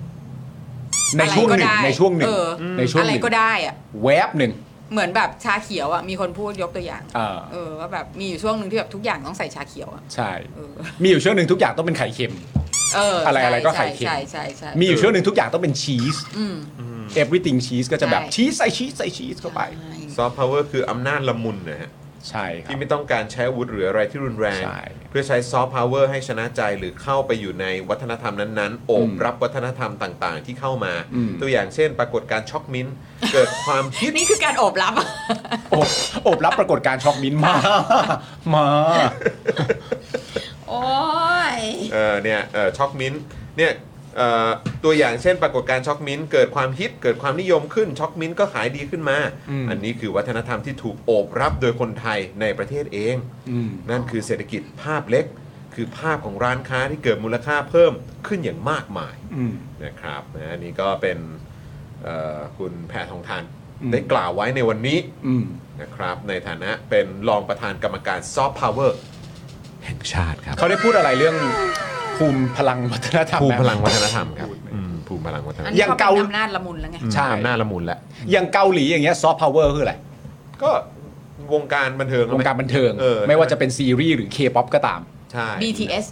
Speaker 3: ๆ
Speaker 2: ในช่วงหนึ่ง
Speaker 3: อะไรก็ได้
Speaker 2: ในช่วงหนึ่ง
Speaker 3: เออ
Speaker 2: ในช่วง
Speaker 3: อะ
Speaker 2: ห
Speaker 3: ไร
Speaker 2: นึ่ง
Speaker 3: ก็ได้อะ
Speaker 2: แวบหนึ่ง
Speaker 3: เหมือนแบบชาเขียวอ่ะมีคนพูดยกตัวอย่าง
Speaker 2: เออ
Speaker 3: เออว่าแบบมีอยู่ช่วงหนึ่งที่แบบทุกอย่างต้องใส่ชาเขียวอ่ะ
Speaker 2: ใช่
Speaker 3: เออ
Speaker 2: มีอยู่ช่วงหนึ่งทุกอย่างต้องเป็นไข่เค็ม
Speaker 3: เออ
Speaker 2: อะไรอะไรก็ไข่
Speaker 3: ใช่
Speaker 2: เค็ม
Speaker 3: ใช่ใช่ใช่
Speaker 2: มีอยู่ช่วงหนึ่งทุกอย่างต้องเป็นชีส
Speaker 3: อืม
Speaker 2: everything cheese ก็จะแบบ
Speaker 3: ใช่
Speaker 2: ชีสใส่ชีสใส่ชีสเข้าไป
Speaker 3: ใช่
Speaker 1: ซอฟต์พาวเวอร์คืออำนาจละมุนนะฮะ
Speaker 2: ใช่ครับ
Speaker 1: ที่ไม่ต้องการใช้อาวุธหรืออะไรที่รุนแรง
Speaker 2: ใช่
Speaker 1: เพื่อใช้ซอฟต์พาวเวอร์ให้ชนะใจหรือเข้าไปอยู่ในวัฒนธรรมนั้นๆโอบรับวัฒนธรรมต่างๆ ที่เข้ามา
Speaker 2: อืม
Speaker 1: ตัวอย่างเช่น ปรากฏการณ์ช็อกมิ้นท์เกิดความคิด
Speaker 3: นี่คือการโอบรับ
Speaker 2: โอบโอบรับปรากฏการณ์ช็อกมิ้นท์มา มา
Speaker 3: โอ้ย
Speaker 1: เออเนี่ยเออช็อกมิ้นท์เนี่ยเอ่อตัวอย่างเช่น ปรากฏการณ์ช็อกมิ้นท์เกิดความฮิตเกิดความนิยมขึ้นช็อกมิ้นท์ก็ขายดีขึ้นมา
Speaker 2: อืม
Speaker 1: อันนี้คือวัฒนธรรมที่ถูกโอบรับโดยคนไทยในประเทศเอง
Speaker 2: อืม
Speaker 1: นั่นคือเศรษฐกิจภาพเล็ก คือภาพของร้านค้าที่เกิดมูลค่าเพิ่มขึ้นอย่างมากมาย
Speaker 4: อืม
Speaker 1: นะครับนะอันนี่ก็เป็นเอ่อคุณแพทองทาน
Speaker 4: อืม
Speaker 1: ได้กล่าวไว้ในวันนี้
Speaker 4: อืม
Speaker 1: นะครับในฐานะเป็นรองประธานกรรมการซอฟต์พาวเวอร์แห่งชาติครับ
Speaker 2: เขาได้พูดอะไรเรื่องภูมิพลังวัฒนธรรม
Speaker 1: ภูมิ
Speaker 2: ไห
Speaker 1: พลังวัฒนธรรมครับอืมภูมิพลังวัฒนธรร
Speaker 3: อัน
Speaker 1: ม
Speaker 3: นี้
Speaker 2: ยัง
Speaker 3: เขาเป็
Speaker 2: เกา
Speaker 3: นอำนาจละมุนแล้วไง
Speaker 2: ใช่
Speaker 1: อำนาจละมุนแหละ
Speaker 2: อย่างเกาหลีอย่างเงี้ยซอฟต์พาวเวอร์คืออะไร
Speaker 1: ก็วงการบันเทิง
Speaker 2: วงการบันเทิง
Speaker 1: เออ
Speaker 2: ไม่ว่าจะเป็นซีรีส์หรือ K-POP ก็ตาม
Speaker 1: ใช่
Speaker 3: BTS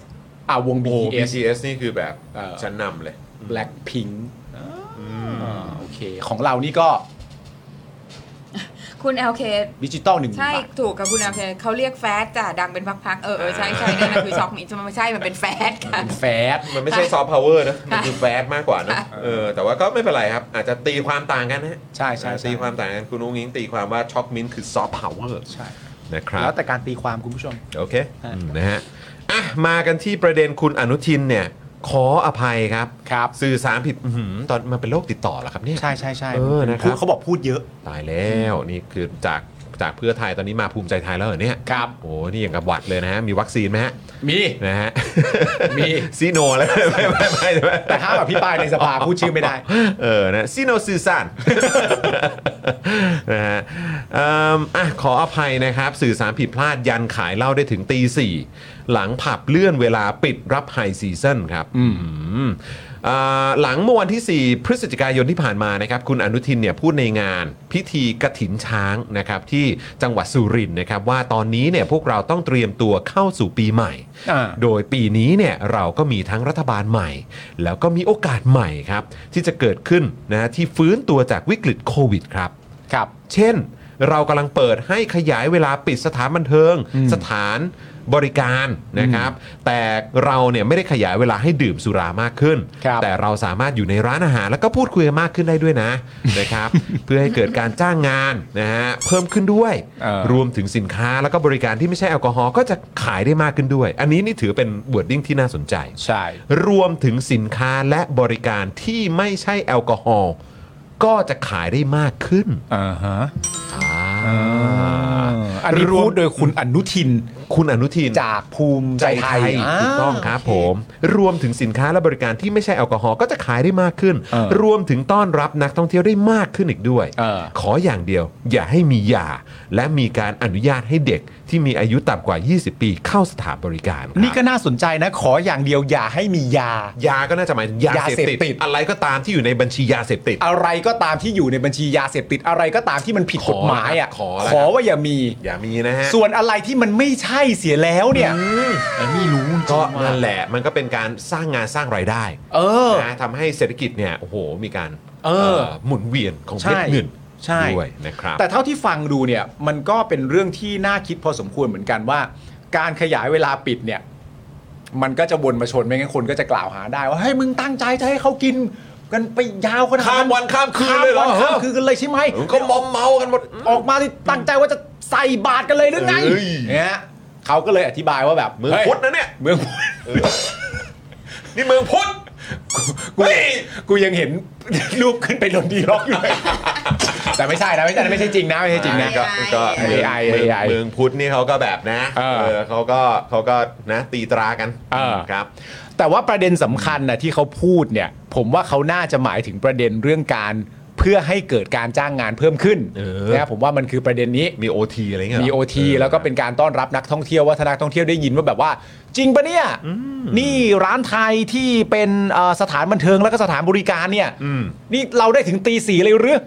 Speaker 2: อ่าวง
Speaker 1: โอ้
Speaker 2: BTS
Speaker 1: BTS นี่คือแบบ
Speaker 2: เออ
Speaker 1: ชั้นนำเลย
Speaker 2: Blackpink
Speaker 1: อืม
Speaker 2: อ่าโอเค ของเรานี่ก็
Speaker 3: คุณ LK
Speaker 2: ดิจิตอลหนึ่ง
Speaker 3: ใช่
Speaker 2: บาท
Speaker 3: ถูกกับคุณ LK เขาเรียกแฟดจ้ะดังเป็นพักๆ เออเออใช่ใช่นั่นนะคือช็อกมิมันไม่ใช่มันเป็นแฟดค่ะ
Speaker 2: เป็นแฟด
Speaker 1: มันไม่ใช่ซอฟต์พาวเวอร์นะ มัน
Speaker 3: ค่ะ
Speaker 1: คือแฟดมากกว่านะเออแต่ว่าก็ไม่เป็นไรครับ อาจจะตีความต่างกันนะฮะ
Speaker 2: ใช่ใช่ใช่
Speaker 1: ตีความต่างกันคุณนุ้งยิงตีความว่าช็อกมินท์คือซอฟต์พาวเวอร์
Speaker 2: ใช่
Speaker 1: นะครั
Speaker 2: แล้
Speaker 1: บ
Speaker 2: วแต่การตีความคุณผู้ชม
Speaker 1: โอเคอืมนะฮะอ่ะมากันที่ประเด็นคุณอนุทินเนี่ยขออภัยครับ
Speaker 2: ครับ
Speaker 1: สื่อสารผิดอื้อหือตอนมันเป็นโรคติดต่อเหรอครับเนี่ย
Speaker 2: ใช่ใช่ใช่
Speaker 1: เออนะครับ
Speaker 2: พูดเขาบอกพูดเยอะ
Speaker 1: ตายแล้วนี่คือจากจากเพื่อไทยตอนนี้มาภูมิใจไทยแล้วเหรอเนี่ย
Speaker 2: ครับ
Speaker 1: โอ้นี่อย่างกับหวัดเลยนะฮะมีวัคซีนไหมฮะ
Speaker 2: มี
Speaker 1: นะฮะ
Speaker 2: มี
Speaker 1: ซีโนแล้วไม่ไม่ไม่ไม่
Speaker 2: แต่ห้ามอภิปรายในสภาพูดชื่อไม่ได้
Speaker 1: เออนะซีโนสื่อ สารนะฮะเอิ่มอ่ะขออภัยนะครับ สื่อสารผิดพลาดยันขายเหล้าได้ถึงตีสี่หลังผับเลื่อนเวลาปิดรับไฮซีซั่นครับอืมอ่าหลังเมื่อวันที่ 4 พฤศจิกายนที่ผ่านมานะครับ คุณอนุทินเนี่ยพูดในงานพิธีกระถินช้างนะครับ ที่จังหวัดสุรินทร์นะครับ ว่าตอนนี้เนี่ยพวกเราต้องเตรียมตัวเข้าสู่ปีใหม่
Speaker 2: อ่า
Speaker 1: โดยปีนี้เนี่ยเราก็มีทั้งรัฐบาลใหม่ แล้วก็มีโอกาสใหม่ครับ ที่จะเกิดขึ้นนะที่ฟื้นตัวจากวิกฤตโควิดครับ
Speaker 2: ครับ
Speaker 1: เช่น เรากำลังเปิดให้ขยายเวลาปิดสถานบันเทิง
Speaker 2: อืม
Speaker 1: สถานบริการนะครับ แต่เราเนี่ยไม่ได้ขยายเวลาให้ดื่มสุรามากขึ้น
Speaker 2: ครับ
Speaker 1: แต่เราสามารถอยู่ในร้านอาหาร แล้วก็พูดคุยกันมากขึ้นได้ด้วย นะ นะครับ เพื่อให้เกิดการจ้างงานนะฮะเพิ่มขึ้นด้วย
Speaker 2: เออ
Speaker 1: รวมถึงสินค้าแล้วก็บริการที่ไม่ใช่แอลกอฮอล์ก็จะขายได้มากขึ้นด้วย อันนี้นี่ถือเป็นบวดดิ้งที่น่าสนใจ
Speaker 2: ใช่
Speaker 1: รวมถึงสินค้าและบริการที่ไม่ใช่แอลกอฮอล์ก็จะขายได้มากขึ้น
Speaker 2: อ่าฮะ
Speaker 1: อ่า
Speaker 2: อันนี้พูดโดยคุณอนุทิน
Speaker 1: คุณอนุทิน
Speaker 2: จากภูมิใจไทยา
Speaker 1: ถูกต้องครับผม รวมถึงสินค้าและบริการที่ไม่ใช่แอลกอฮอล์ก็จะขายได้มากขึ้น
Speaker 2: เออ
Speaker 1: รวมถึงต้อนรับนักท่องเที่ยวได้มากขึ้นอีกด้วย
Speaker 2: เออ
Speaker 1: ขออย่างเดียว อย่าให้มียา และมีการอนุญาตให้เด็กที่มีอายุต่ำกว่า 20 ปีเข้าสถานบริการครับ
Speaker 2: นี่ก็น่าสนใจนะ ขออย่างเดียวอย่าให้มียา
Speaker 1: ยาก็น่าจะหมายถึงยาย
Speaker 2: า
Speaker 1: เส
Speaker 2: เส
Speaker 1: พ
Speaker 2: พ
Speaker 1: ติด
Speaker 2: ติด
Speaker 1: อะไรก็ตามที่อยู่ในบัญชียาเสพติด
Speaker 2: อะไรก็ตามที่อยู่ในบัญชียาเสพติดอะไรก็ตามที่มันผิด
Speaker 1: ขอก
Speaker 2: ฎหมายอ่ะ
Speaker 1: ขอแล้ว
Speaker 2: ขอว่าอย่ามี
Speaker 1: อย่ามีนะฮะ
Speaker 2: ส่วนอะไรที่มันไม่ใช่เสียแล้วเนี่ยไม่รู้จริง
Speaker 1: ก็
Speaker 2: ว่า
Speaker 1: นั่นแหละมันก็เป็นการสร้างงานสร้างรายได้
Speaker 2: เออ
Speaker 1: นะทำให้เศรษฐกิจเนี่ยโอ้โหมีการ
Speaker 2: เออ
Speaker 1: เอ่อหมุนเวียนของ
Speaker 2: ใช่
Speaker 1: เม็ดเงิน
Speaker 2: ใช่
Speaker 1: ด้วยนะครับ
Speaker 2: แต่เท่าที่ฟังดูเนี่ยมันก็เป็นเรื่องที่น่าคิดพอสมควรเหมือนกันว่า การขยายเวลาปิดเนี่ย มันก็จะวนมาชนไม่งั้นคนก็จะกล่าวหาได้ว่าเฮ้ยมึงตั้งใจจะให้เขากิน กันไปยาวขนาด
Speaker 1: ข้ามวันข้ามคืน
Speaker 2: ข้าม
Speaker 1: เลยเหร
Speaker 2: วั
Speaker 1: อน
Speaker 2: ข้ามคืนกันเลยใช่ไหม
Speaker 1: เออก็มอมเมากันหมด
Speaker 2: ออกมาที่ตั้งใจว่าจะใส่บาทกันเลยหรือไง
Speaker 1: เอ้ย
Speaker 2: เนี่ยเขาก็เลยอธิบายว่าแบบ
Speaker 1: เมือง
Speaker 2: ฮ้ย
Speaker 1: พุทธนะเนี่ย
Speaker 2: เมืองพุทธ
Speaker 1: นี่เมืองพุทธ
Speaker 2: กู
Speaker 1: เฮ้ย
Speaker 2: กูยังเห็น รูปขึ้นไปลนดีร็อก อยู่เลย แต่ไม่ใช่นะไม่ใช่นะไม่ใช่จริงนะไม่ใช่จริงนะ
Speaker 1: ก็ก็
Speaker 2: AI
Speaker 1: เมือง
Speaker 2: AI
Speaker 1: เมืองพุทธนี่เขาก็แบบนะ
Speaker 2: เออ
Speaker 1: เออเขาก็เขาก็นะตีตรากัน
Speaker 2: เออ
Speaker 1: ครับ
Speaker 2: แต่ว่าประเด็นสำคัญนะที่เขาพูดเนี่ย ผมว่าเขาน่าจะหมายถึงประเด็นเรื่องการเพื่อให้เกิดการจ้างงานเพิ่มขึ้นนะครับผมว่ามันคือประเด็นนี้
Speaker 1: มี OT อะไรเงี้ยเหร
Speaker 2: มีโอทีแล้วก็เป็นการต้อนรับนักท่องเที่ยวว่าถ้านักท่องเที่ยวได้ยินว่าแบบว่า จริงปะเนี่ยนี่ร้านไทยที่เป็นเอ่อสถานบันเทิงแล้วก็สถานบริการเนี่ย
Speaker 1: อืม
Speaker 2: นี่เราได้ถึงตีสี่เลยหรือ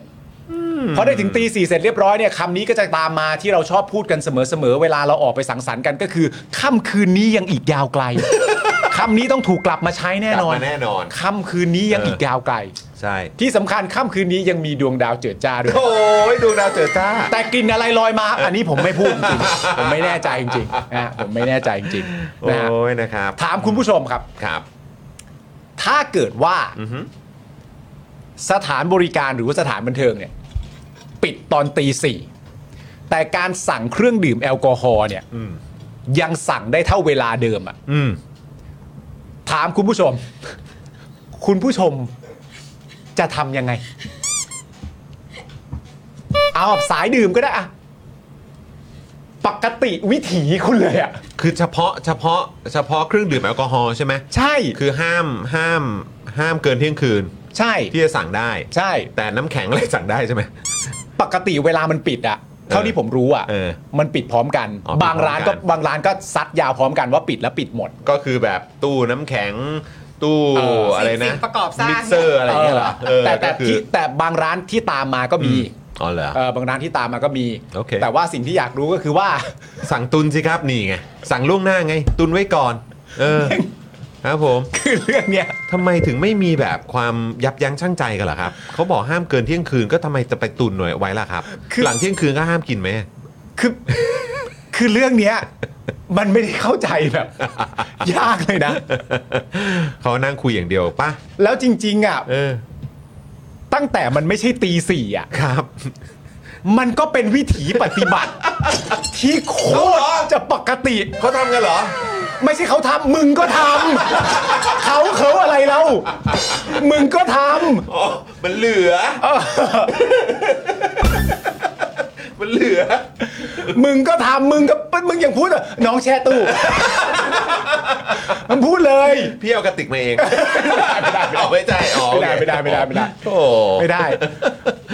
Speaker 2: อพอได้ถึงตีสี่เสร็จเรียบร้อยเนี่ยคำนี้ก็จะตามมาที่เราชอบพูดกันเสมอๆ เวลาเราออกไปสังสรรค์กันก็คือค่ำคืนนี้ยังอีกยาวไกล คำนี้ต้องถูกกลับมาใช้แน่นอน
Speaker 1: กลับมาแน่นอน
Speaker 2: ค่ำคืนนี้ยังอีกยาวไกล
Speaker 1: ใช่
Speaker 2: ที่สำคัญค่ำคืนนี้ยังมีดวงดาวเจิดจ้าด้วย
Speaker 1: โอ้ยดวงดาวเจอจ้า
Speaker 2: แต่กลิ่นอะไรลอยมา อันนี้ผมไม่พูดจริงๆผมไม่แน่ใจจริงๆนะฮะผมไม่แน่ใจจริงๆนะฮะ
Speaker 1: โอ้ยนะครับ
Speaker 2: ถามคุณผู้ชมครับ
Speaker 1: ครับ
Speaker 2: ถ้าเกิดว่า
Speaker 1: อือฮึ
Speaker 2: สถานบริการหรือว่าสถานบันเทิงเนี่ย ปิดตอนตีสี่แต่การสั่งเครื่องดื่มแอลกอฮอล์เนี่ย
Speaker 1: อืม
Speaker 2: ยังสั่งได้เท่าเวลาเดิมอะ
Speaker 1: อืม
Speaker 2: ถามคุณผู้ชม คุณผู้ชมจะทำยังไง เอาแบบสายดื่มก็ได้อะ ปกติวิถีคุณเลยอ่ะ
Speaker 1: คือเฉพาะเฉพาะเฉพาะเครื่องดื่มแอลกอฮอล์ใช่ไหม
Speaker 2: ใช่
Speaker 1: คือห้ามห้ามห้ามเกินเที่ยงคืน
Speaker 2: ใช่
Speaker 1: ที่จะสั่งได้
Speaker 2: ใช่
Speaker 1: แต่น้ำแข็งอะไรสั่งได้ใช่ไหม
Speaker 2: ปกติเวลามันปิดอะเท่าที่ผมรู้อะ
Speaker 1: เออ
Speaker 2: มันปิดพร้อมกัน
Speaker 1: อ๋อปิดพร้
Speaker 2: บา
Speaker 1: อม
Speaker 2: ง
Speaker 1: กัน
Speaker 2: ร้านก็บางร้านก็ซัดยาวพร้อมกันว่าปิดแล้วปิดหมด
Speaker 1: ก็คือแบบตู้น้ำแข็งตู้
Speaker 2: เออ
Speaker 1: อะไรนะ
Speaker 3: สิ่งประกอบสร้าง
Speaker 1: มิกเซอร์อะไรอย่างเงี้ยเหรอ
Speaker 2: เออแต่แต่
Speaker 1: ก็คือ
Speaker 2: ที่แต่บางร้านที่ตามมาก็มี
Speaker 1: อ๋อเหรอ
Speaker 2: เออบางร้านที่ตามมาก็มี
Speaker 1: โอเค
Speaker 2: แต่ว่าสิ่งที่อยากรู้ก็คือว่า
Speaker 1: สั่งตุนสิครับนี่ไงสั่งล่วงหน้าไง ตุนไว้ก่อน เออ ครับผม
Speaker 2: คือเรื่องเนี้ย
Speaker 1: ทำไมถึงไม่มีแบบความยับยั้งชั่งใจกันล่ะครับเขาบอกห้ามเกินเที่ยงคืนก็ทำไมจะไปตุนหน่วยไว้ล่ะครับ หลังเที่ยงคืนก็ห้ามกินไหม
Speaker 2: คือ คือเรื่องเนี้ย มันไม่ได้เข้าใจแบบ ยากเลยนะ
Speaker 1: เขานั่งคุยอย่างเดียวป่ะ
Speaker 2: แล้วจริง ๆอะ
Speaker 1: เออ
Speaker 2: ตั้งแต่มันไม่ใช่ตีสี่อะ
Speaker 1: ครับ
Speaker 2: มันก็เป็นวิถีปฏิบัติ ที่โคตรจะปกติ
Speaker 1: เขาทำกันเหรอ
Speaker 2: ไม่ใช่เขาทำมึงก็ทำ เขาเขาอะไรเรามึงก็ท
Speaker 1: อ๋อ มันเหลือ มันเหลือ
Speaker 2: ำมึงก็ทำมึงก็มึงยังพูดอ่ะน้องแช่ตู้ มันพูดเลย
Speaker 1: พี่เอากระติกมาเอง เอาไม่ใจอ๋อ
Speaker 2: ไม่ได้ไม่ได้ไม่ได้ไม่ได้
Speaker 1: โอ้
Speaker 2: ไม่ได้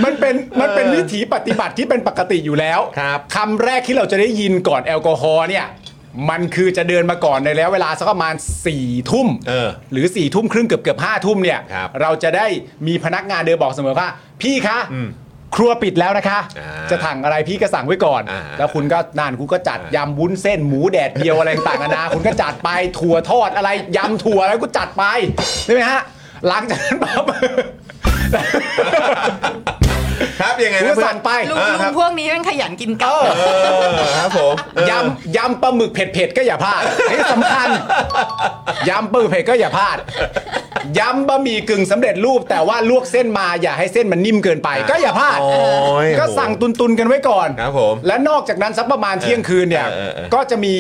Speaker 2: มันเป็นมันเป็นวิถีปฏิบัติที่เป็นปกติอยู่แล้ว
Speaker 1: ครับ
Speaker 2: แรกที่เราจะได้ยินก่อนแอลกอฮอล์เนี่ย มันคือจะเดินมาก่อนในแล้วเวลาสักประมาณ4ี่ทุ่ม
Speaker 1: เออ
Speaker 2: หรือ4ี่ทุ่มครึ่งเกือบเกือบห้าทุ่มเนี่ย
Speaker 1: ครับ
Speaker 2: เราจะได้มีพนักงานเดินบอกเสมอว่า พี่คะ
Speaker 1: อืม
Speaker 2: ครัวปิดแล้วนะคะ
Speaker 1: อ่า
Speaker 2: จะถังอะไรพี่ก็สั่งไว้ก่อน
Speaker 1: อ่า
Speaker 2: แล้วคุณก็นานคุณก็จัดยำวุ้นเส้นหมูแดดเดียวอะไรต่างๆนา นาคุณก็จัดไปถั่วทอดอะไรยำถั่วอะไรก็จัดไปใช่ไหมฮะหลังจากนั้น ปั๊บ
Speaker 1: ครับยังไง
Speaker 2: คุณ
Speaker 1: นะ
Speaker 2: ก็
Speaker 1: เพื่อ
Speaker 2: สั่
Speaker 1: น
Speaker 2: งไป
Speaker 3: ลุง
Speaker 1: า
Speaker 3: ลุ
Speaker 1: ครั
Speaker 3: ง
Speaker 1: บ
Speaker 3: พวกนี้มันขยันกินกับ
Speaker 1: เออครับผมเออย
Speaker 2: ำยำปลาหมึกเผ็ดๆก็อย่าพลาดนี่สำคัญยำปลาหมึกเผ็ดก็อย่าพลาดยำบะหมี่กึ่งสำเร็จรูป แต่ว่าลวกเส้นมาอย่าให้เส้นมันนิ่มเกินไป ก็อย่าพลาด
Speaker 1: โอ้ย
Speaker 2: ก็สั่งตุนๆกันไว้ก่อน
Speaker 1: ครับผม
Speaker 2: และนอกจากนั้นสักประมาณเที่ยงคืนเนี่ย
Speaker 1: เออเออเออ
Speaker 2: ก็จะมี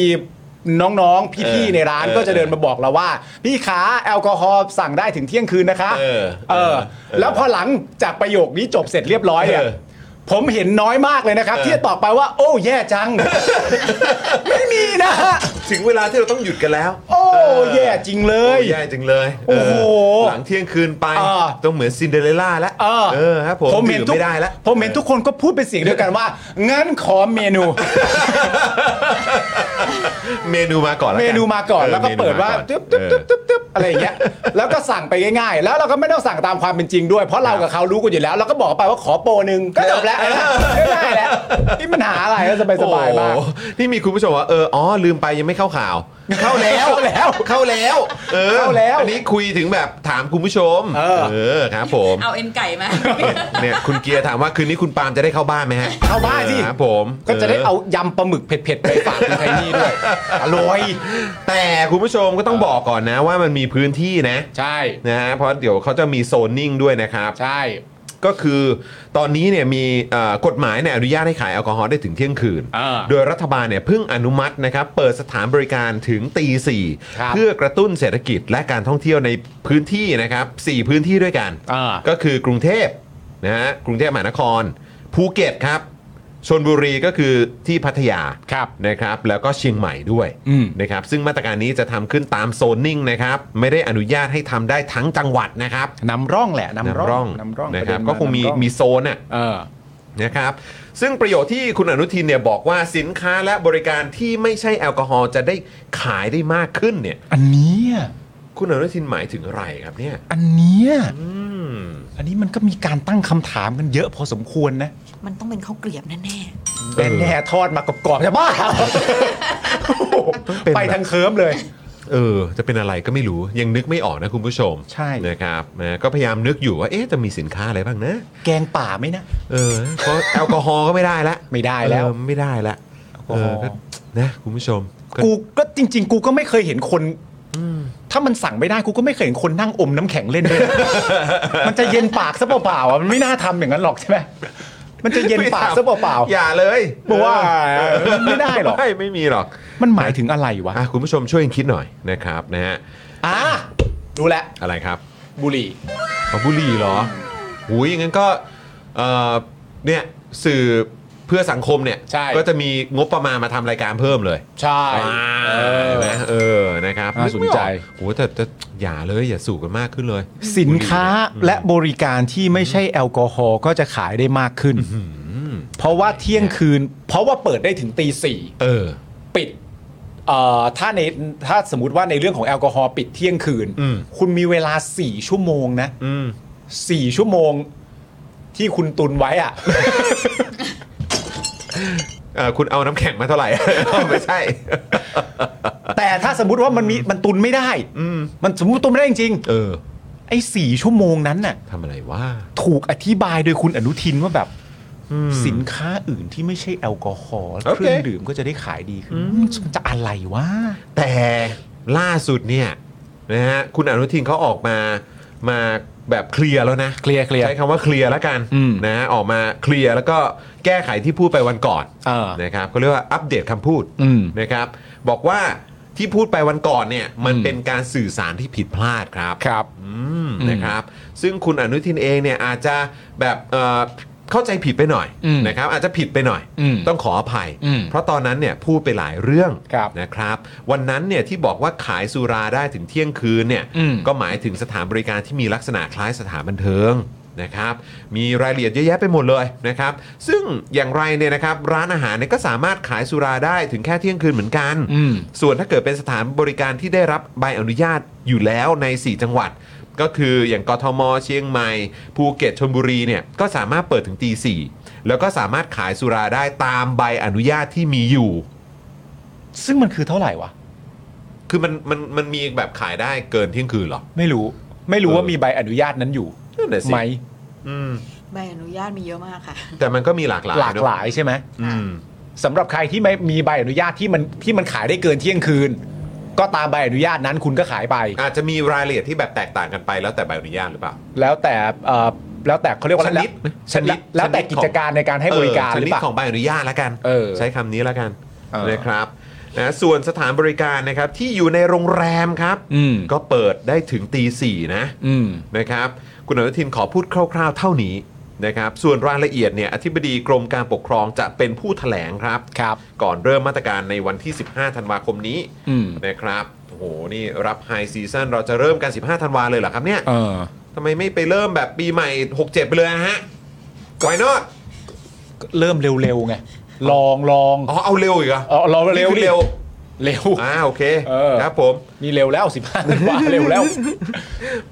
Speaker 2: น้องๆ พี่
Speaker 1: เออ
Speaker 2: ๆ ในร้าน
Speaker 1: เออ
Speaker 2: ก็จะเดินมาบอกเราว่า พี่ขาแอลกอฮอล์สั่งได้ถึงเที่ยงคืนนะคะ
Speaker 1: เออเอ
Speaker 2: เออ
Speaker 1: อ
Speaker 2: แล้วพอหลังจากประโยคนี้จบเสร็จเรียบร้อยเนี่ย
Speaker 1: เออ
Speaker 2: ผมเห็นน้อยมากเลยนะครับ
Speaker 1: เออ
Speaker 2: ที่จะตอบไปว่า โอ้แย่จัง ไม่มีนะฮะ
Speaker 1: ถึงเวลาที่ เราต้องหยุดกันแล้ว
Speaker 2: โอ้แย่จริงเล
Speaker 1: โอ้
Speaker 2: ย
Speaker 1: แย่จริงเลยเ
Speaker 2: โอ้โห
Speaker 1: หลังเที่ยงคืนไป
Speaker 2: เออ
Speaker 1: ต้องเหมือนซินเดอเรลล่าแล้ว
Speaker 2: เออ
Speaker 1: เออครับผม
Speaker 2: ผมเห็น
Speaker 1: ดื่
Speaker 2: ทุก
Speaker 1: ไม่ได้แล้ว
Speaker 2: ผมเห็นทุกคนก็พูดเป็นเสียงเดียวกันว่า งั้นขอเมนู
Speaker 1: เมนูมาก่อนแล้ว
Speaker 2: เม
Speaker 1: กัน
Speaker 2: นูมาก่อน
Speaker 1: ออ
Speaker 2: แล้วก็เปิดว่า
Speaker 1: นูมก่อน
Speaker 2: ตึ๊บตึ๊บ
Speaker 1: เออ
Speaker 2: ตึ๊บตึ๊บตึ๊บอะไรอย่างเงี้ย แล้วก็สั่งไปง่ายๆ แล้วเราก็ไม่ต้องสั่งตามความเป็นจริงด้วย เพราะเรากับเขารู้กันอยู่แล้วเราก็บอกไปว่าขอโปรหนึ่งก็จบแล้วได้แล้วนี่ปัญหาอะไรก็สบายสบายๆมาก
Speaker 1: โอ้โหนี่มีคุณผู้ชมว่าเอออ๋อลืมไปยังไม่เข้าข่าว เข้าแล้ว
Speaker 2: เข้าแล้ว
Speaker 1: เข้าแล้วออ
Speaker 2: เข้าแล้ว
Speaker 1: อันนี้คุยถึงแบบถามคุณผู้ชม
Speaker 2: เออ
Speaker 1: อครับผม
Speaker 3: เอาเอ็นไก่มา
Speaker 1: เนี่ยคุณเกียร์ถามว่าคืนนี้คุณปาล์มจะได้เข้าบ้านไหมฮะ
Speaker 2: เข้าบ้านสิ
Speaker 1: ครับผม
Speaker 2: ก็จะได้เอายำปลาหมึกเผ็ดๆไปฝากคุณไทนี่ด้วย อร่อย
Speaker 1: แต่คุณผู้ชมก็ต้องบอกก่อนนะว่ามันมีพื้นที่นะ
Speaker 2: ใช่
Speaker 1: นะฮะเพราะเดี๋ยวเขาจะมีโซนนิ่งด้วยนะครับ
Speaker 2: ใช่
Speaker 1: ก็คือตอนนี้เนี่ยมีเอ่อกฎหมายเนี่ยอนุญาตให้ขายแอลกอฮอล์ได้ถึงเที่ยงคืน
Speaker 2: อ่า
Speaker 1: โดยรัฐบาลเนี่ยเพิ่งอนุมัตินะครับเปิดสถานบริการถึงตีสี่
Speaker 2: ครับ
Speaker 1: เพื่อกระตุ้นเศรษฐกิจและการท่องเที่ยวในพื้นที่นะครับสี่พื้นที่ด้วยกัน
Speaker 2: อ่า
Speaker 1: ก็คือกรุงเทพนะฮะกรุงเทพมหานคร ภูเก็ตครับชนบุรีก็คือที่พัทยา
Speaker 2: ครับ
Speaker 1: นะครับแล้วก็เชียงใหม่ด้วย
Speaker 2: อืม
Speaker 1: นะครับซึ่งมาตรการนี้จะทำขึ้นตามโซนนิ่งนะครับไม่ได้อนุญาตให้ทำได้ทั้งจังหวัดนะครับ
Speaker 2: นำร่องแหละนำร่อง
Speaker 1: นำร่อง
Speaker 2: ป
Speaker 1: นะ
Speaker 2: เด็
Speaker 1: ครับก็คงมี
Speaker 2: นำร่อ
Speaker 1: มีโซนน่ะ
Speaker 2: เออ
Speaker 1: นะครับซึ่งประโยชน์ที่คุณอนุทินเนี่ยบอกว่าสินค้าและบริการที่ไม่ใช่แอลกอฮอล์จะได้ขายได้มากขึ้นเนี่ย
Speaker 2: อันเนี้ย
Speaker 1: คุณอนุทินหมายถึงอะไรครับเนี่ย
Speaker 2: อันเนี้ย
Speaker 1: อืม
Speaker 2: อันนี้มันก็มีการตั้งคำถามกันเยอะพอสมควรนะ
Speaker 3: มันต้องเป็นข้าวเกลียบแน่
Speaker 2: แน่แน่ๆทอดมากรอบๆจะบ้าเหรอไปทางเคิร์มเลย
Speaker 1: เออจะเป็นอะไรก็ไม่รู้ยังนึกไม่ออกนะคุณผู้ชม
Speaker 2: ใช่
Speaker 1: นะครับนะก็พยายามนึกอยู่ว่าเอ๊ะจะมีสินค้าอะไรบ้างนะ
Speaker 2: แกงป่าไหมนะ
Speaker 1: เออเพราะแอลกอฮอล์ก็ไม่ได้ละ
Speaker 2: ไม่ได้แล้ว
Speaker 1: เออไม่ได้ละ
Speaker 2: แอลกอฮอล์
Speaker 1: เก็นะคุณผู้ชม
Speaker 2: กูก็จริง ๆ กูก็ไม่เคยเห็นคนถ้ามันสั่งไม่ได้กูก็ไม่เคยเห็นคนนั่งอมน้ำแข็งเล่นด้วย นะมันจะเย็นปากซะเปล่าๆอ่ะมันไม่น่าทำอย่างนั้นหรอกใช่ไหมมันจะเย็นปากซะเปล่า
Speaker 1: อย่าเลย
Speaker 2: ๆบอกว่าไม่ได้หรอก
Speaker 1: ไม่ไม่มีหรอก
Speaker 2: มันหมายถึงอะไรวะ
Speaker 1: อ่ะคุณผู้ชมช่วยกันคิดหน่อยนะครับนะฮะ
Speaker 2: อ่ะรู้แล้ว
Speaker 1: อะไรครับ
Speaker 2: บุหรี่
Speaker 1: อ๋อบุหรี่เหรอหูยงั้นก็เอ่อเนี่ยสื่อ พื่อสังคมเนี่ย
Speaker 2: ใช่
Speaker 1: ก็จะมีงบประมาณมาทำรายการเพิ่มเลย
Speaker 2: ใช่
Speaker 1: ว้าวนะเออ นะครับ
Speaker 2: น่าสนใจ
Speaker 1: ไม่ออกโหแต่แต่อย่าเลย อย่าสู่กันมากขึ้นเลย
Speaker 2: สินค้าและบริการที่ไม่ใช่แอลกอฮอล์ก็จะขายได้มากขึ้น เพราะว่าเที่ยงคืน เพราะว่าเปิดได้ถึงตีสี่
Speaker 1: เออ
Speaker 2: ปิดเอ่อถ้าในถ้าสมมติว่าในเรื่องของแอลกอฮอล์ปิดเที่ยงคืน
Speaker 1: อืม
Speaker 2: คุณมีเวลาสี่ชั่วโมงนะ
Speaker 1: อืม
Speaker 2: สี่ชั่วโมงที่คุณตุนไว้อะ
Speaker 1: เอ่อ คุณเอาน้ำแข็งมาเท่า ไหร่ ไม่ใช่
Speaker 2: แต่ถ้าสมมติว่ามันมีมันตุนไม่ได้มันสมมติตุนไม่ได้จริง
Speaker 1: เออ
Speaker 2: ๆไอ้สี่ชั่วโมงนั้นน่ะ
Speaker 1: ทำอะไรว่า
Speaker 2: ถูกอธิบายโดยคุณอนุทินว่าแบบสินค้าอื่นที่ไม่ใช่แอลกอฮอล์และ
Speaker 1: โอเค
Speaker 2: เครื่องดื่มก็จะได้ขายดีขึ้นมันจะอะไรวะ
Speaker 1: แต่ล่าสุดเนี่ยนะฮะ คุณอนุทินเขาออกมา มาแบบเคลียร์แล้วนะ
Speaker 2: เคลียร์เคลียร์
Speaker 1: ใช้คำว่าเคลียร์แล้วกัน
Speaker 2: อืม
Speaker 1: นะฮะออกมาเคลียร์แล้วก็แก้ไขที่พูดไปวันก่อน
Speaker 2: เออ
Speaker 1: นะครับเขาเรียกว่าอัปเดตคำพูด
Speaker 2: อืม
Speaker 1: นะครับ บอกว่าที่พูดไปวันก่อนเนี่ยมัน
Speaker 2: อืม
Speaker 1: เป็นการสื่อสารที่ผิดพลาดครับ
Speaker 2: ครับ
Speaker 1: อืม
Speaker 2: อืม
Speaker 1: นะครับ ซึ่งคุณอนุทินเองเนี่ยอาจจะแบบเอ่อเข้าใจผิดไปหน่อย
Speaker 2: อืม
Speaker 1: นะครับ อาจจะผิดไปหน่อย
Speaker 2: อืม
Speaker 1: ต้องขออภัย
Speaker 2: อืม
Speaker 1: เพราะตอนนั้นเนี่ยพูดไปหลายเรื่อง
Speaker 2: ครับ
Speaker 1: นะครับ วันนั้นเนี่ยที่บอกว่าขายสุราได้ถึงเที่ยงคืนเนี่ย
Speaker 2: อืม
Speaker 1: ก็หมายถึงสถานบริการที่มีลักษณะคล้ายสถานบันเทิงนะครับ มีรายละเอียดเยอะแยะไปหมดเลยนะครับ ซึ่งอย่างไรเนี่ยนะครับร้านอาหารเนี่ยก็สามารถขายสุราได้ถึงแค่เที่ยงคืนเหมือนกัน
Speaker 2: อืม
Speaker 1: ส่วนถ้าเกิดเป็นสถานบริการที่ได้รับใบอนุญาตอยู่แล้วใน 4 จังหวัด ก็คืออย่างกทม เชียงใหม่ ภูเก็ตชนบุรีเนี่ยก็สามารถเปิดถึงตีสี่แล้วก็สามารถขายสุราได้ตามใบอนุญาตที่มีอยู่
Speaker 2: ซึ่งมันคือเท่าไหร่วะ
Speaker 1: คือมันมันมันมีแบบขายได้เกินเที่ยงคืนเหรอ
Speaker 2: ไม่รู้ ไม่รู้
Speaker 1: เออ
Speaker 2: ว่ามีใบอนุญาตนั้นอยู่
Speaker 1: นั่นแหละสิ
Speaker 2: ไหม
Speaker 1: อืม
Speaker 3: ใบอนุญาตมีเยอะมากค่ะ
Speaker 1: แต่มันก็มีหลากหลาย
Speaker 2: หลากหลาย
Speaker 1: เนอะ
Speaker 2: ใช่ไหม
Speaker 1: อืม
Speaker 2: สำหรับใครที่ไม่มีใบอนุญาตที่มันที่มันขายได้เกินเที่ยงคืน ก็ตามใบอนุญาตนั้นคุณก็ขายไป
Speaker 1: อาจจะมีรายละเอียดที่แบบแตกต่างกันไปแล้วแต่ใบอนุญาตหรือเปล่า
Speaker 2: แล้วแต่เอ่อแล้วแต่เขาเรียกว่า
Speaker 1: ชนิด
Speaker 2: แล้วชนิดแล้วแต่
Speaker 1: ชนิดของ
Speaker 2: กิจการในการให้บริการ
Speaker 1: เออช
Speaker 2: หรือ
Speaker 1: นิด
Speaker 2: เปล่า
Speaker 1: ของใบอนุญาตแล้วกัน
Speaker 2: เออ
Speaker 1: ใช้คำนี้แล้วกัน
Speaker 2: เออ
Speaker 1: นะครับนะส่วนสถานบริการนะครับที่อยู่ในโรงแรมครับ
Speaker 2: อืม
Speaker 1: ก็เปิดได้ถึงตีสี่นะ
Speaker 2: อืม
Speaker 1: นะครับ คุณอนุทินขอพูดคร่าวๆเท่านี้นะครับ ส่วนรายละเอียดเนี่ยอธิบดีกรมการปกครองจะเป็นผู้แถลงครับ
Speaker 2: ครับ
Speaker 1: ก่อนเริ่มมาตรการในวันที่ 15 ธันวาคมนี้
Speaker 2: อืม
Speaker 1: นะครับโอ้โหนี่รับไฮซีซั o นเราจะเริ่มกัน 15 ธันวาเลยเหรอครับเนี่ย
Speaker 2: เออ
Speaker 1: ทำไมไม่ไปเริ่มแบบปีใหม่ 67 ไปเลยนะฮะก่อนนอด
Speaker 2: เริ่มเร็วๆไง ลองลอง
Speaker 1: อ๋อเอาเร็วอีกหรอ
Speaker 2: เอาเอาเร็ว
Speaker 1: นี่คือ
Speaker 2: ดิ
Speaker 1: เร็ว
Speaker 2: เร็ว
Speaker 1: อ่าโอเค
Speaker 2: เออ
Speaker 1: ครับผม
Speaker 2: นี่เร็วแล้ว 15ธันวา เร็วแล้ว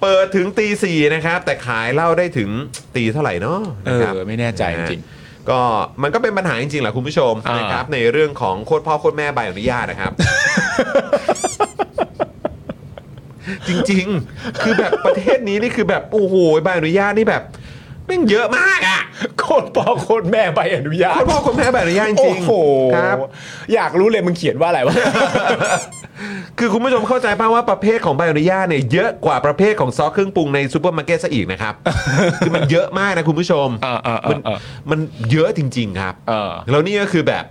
Speaker 1: เปิดถึงตีสี่นะครับ แต่ขายเหล้าได้ถึงตีเท่าไหร่เนาะนะครับ
Speaker 2: เออไม่แน่ใจจริง
Speaker 1: นะฮะก็มันก็เป็นปัญหาจริงๆแหละคุณผู้ชม
Speaker 2: อ่าน
Speaker 1: นะครับในเรื่องของโคตรพ่อโคตรแม่ใบอนุญาต นะครับ จริงๆ คือแบบประเทศนี้นี่คือแบบโอ้โหใบอนุญาตนี่แบบแม่งเยอะมากอ่ะ
Speaker 2: โคตรพ่อโคตรแม่ใบอนุญา
Speaker 1: โค
Speaker 2: ต
Speaker 1: ตรพ่อโคตรแม่ใบอนุญาตจ
Speaker 2: โอ้
Speaker 1: ริง
Speaker 2: โห
Speaker 1: ๆครับ
Speaker 2: อยากรู้เลยมึงเขียนว่าอะไรวะ
Speaker 1: คือคุณผู้ชมเข้าใจป่าวว่าประเภทของใบอนุญาตเนี่ยเยอะกว่าประเภทของซอสเครื่องปรุงในซูเปอร์มาร์เก็ตซะอีกนะครับ คือมันเยอะมากนะคุณผู้ชม
Speaker 2: อ่าอ่าอ่า
Speaker 1: มัน
Speaker 2: อ่า
Speaker 1: มันเยอะจริง ๆ ครับ
Speaker 2: อ่า
Speaker 1: แล้วนี่ก็คือแบบ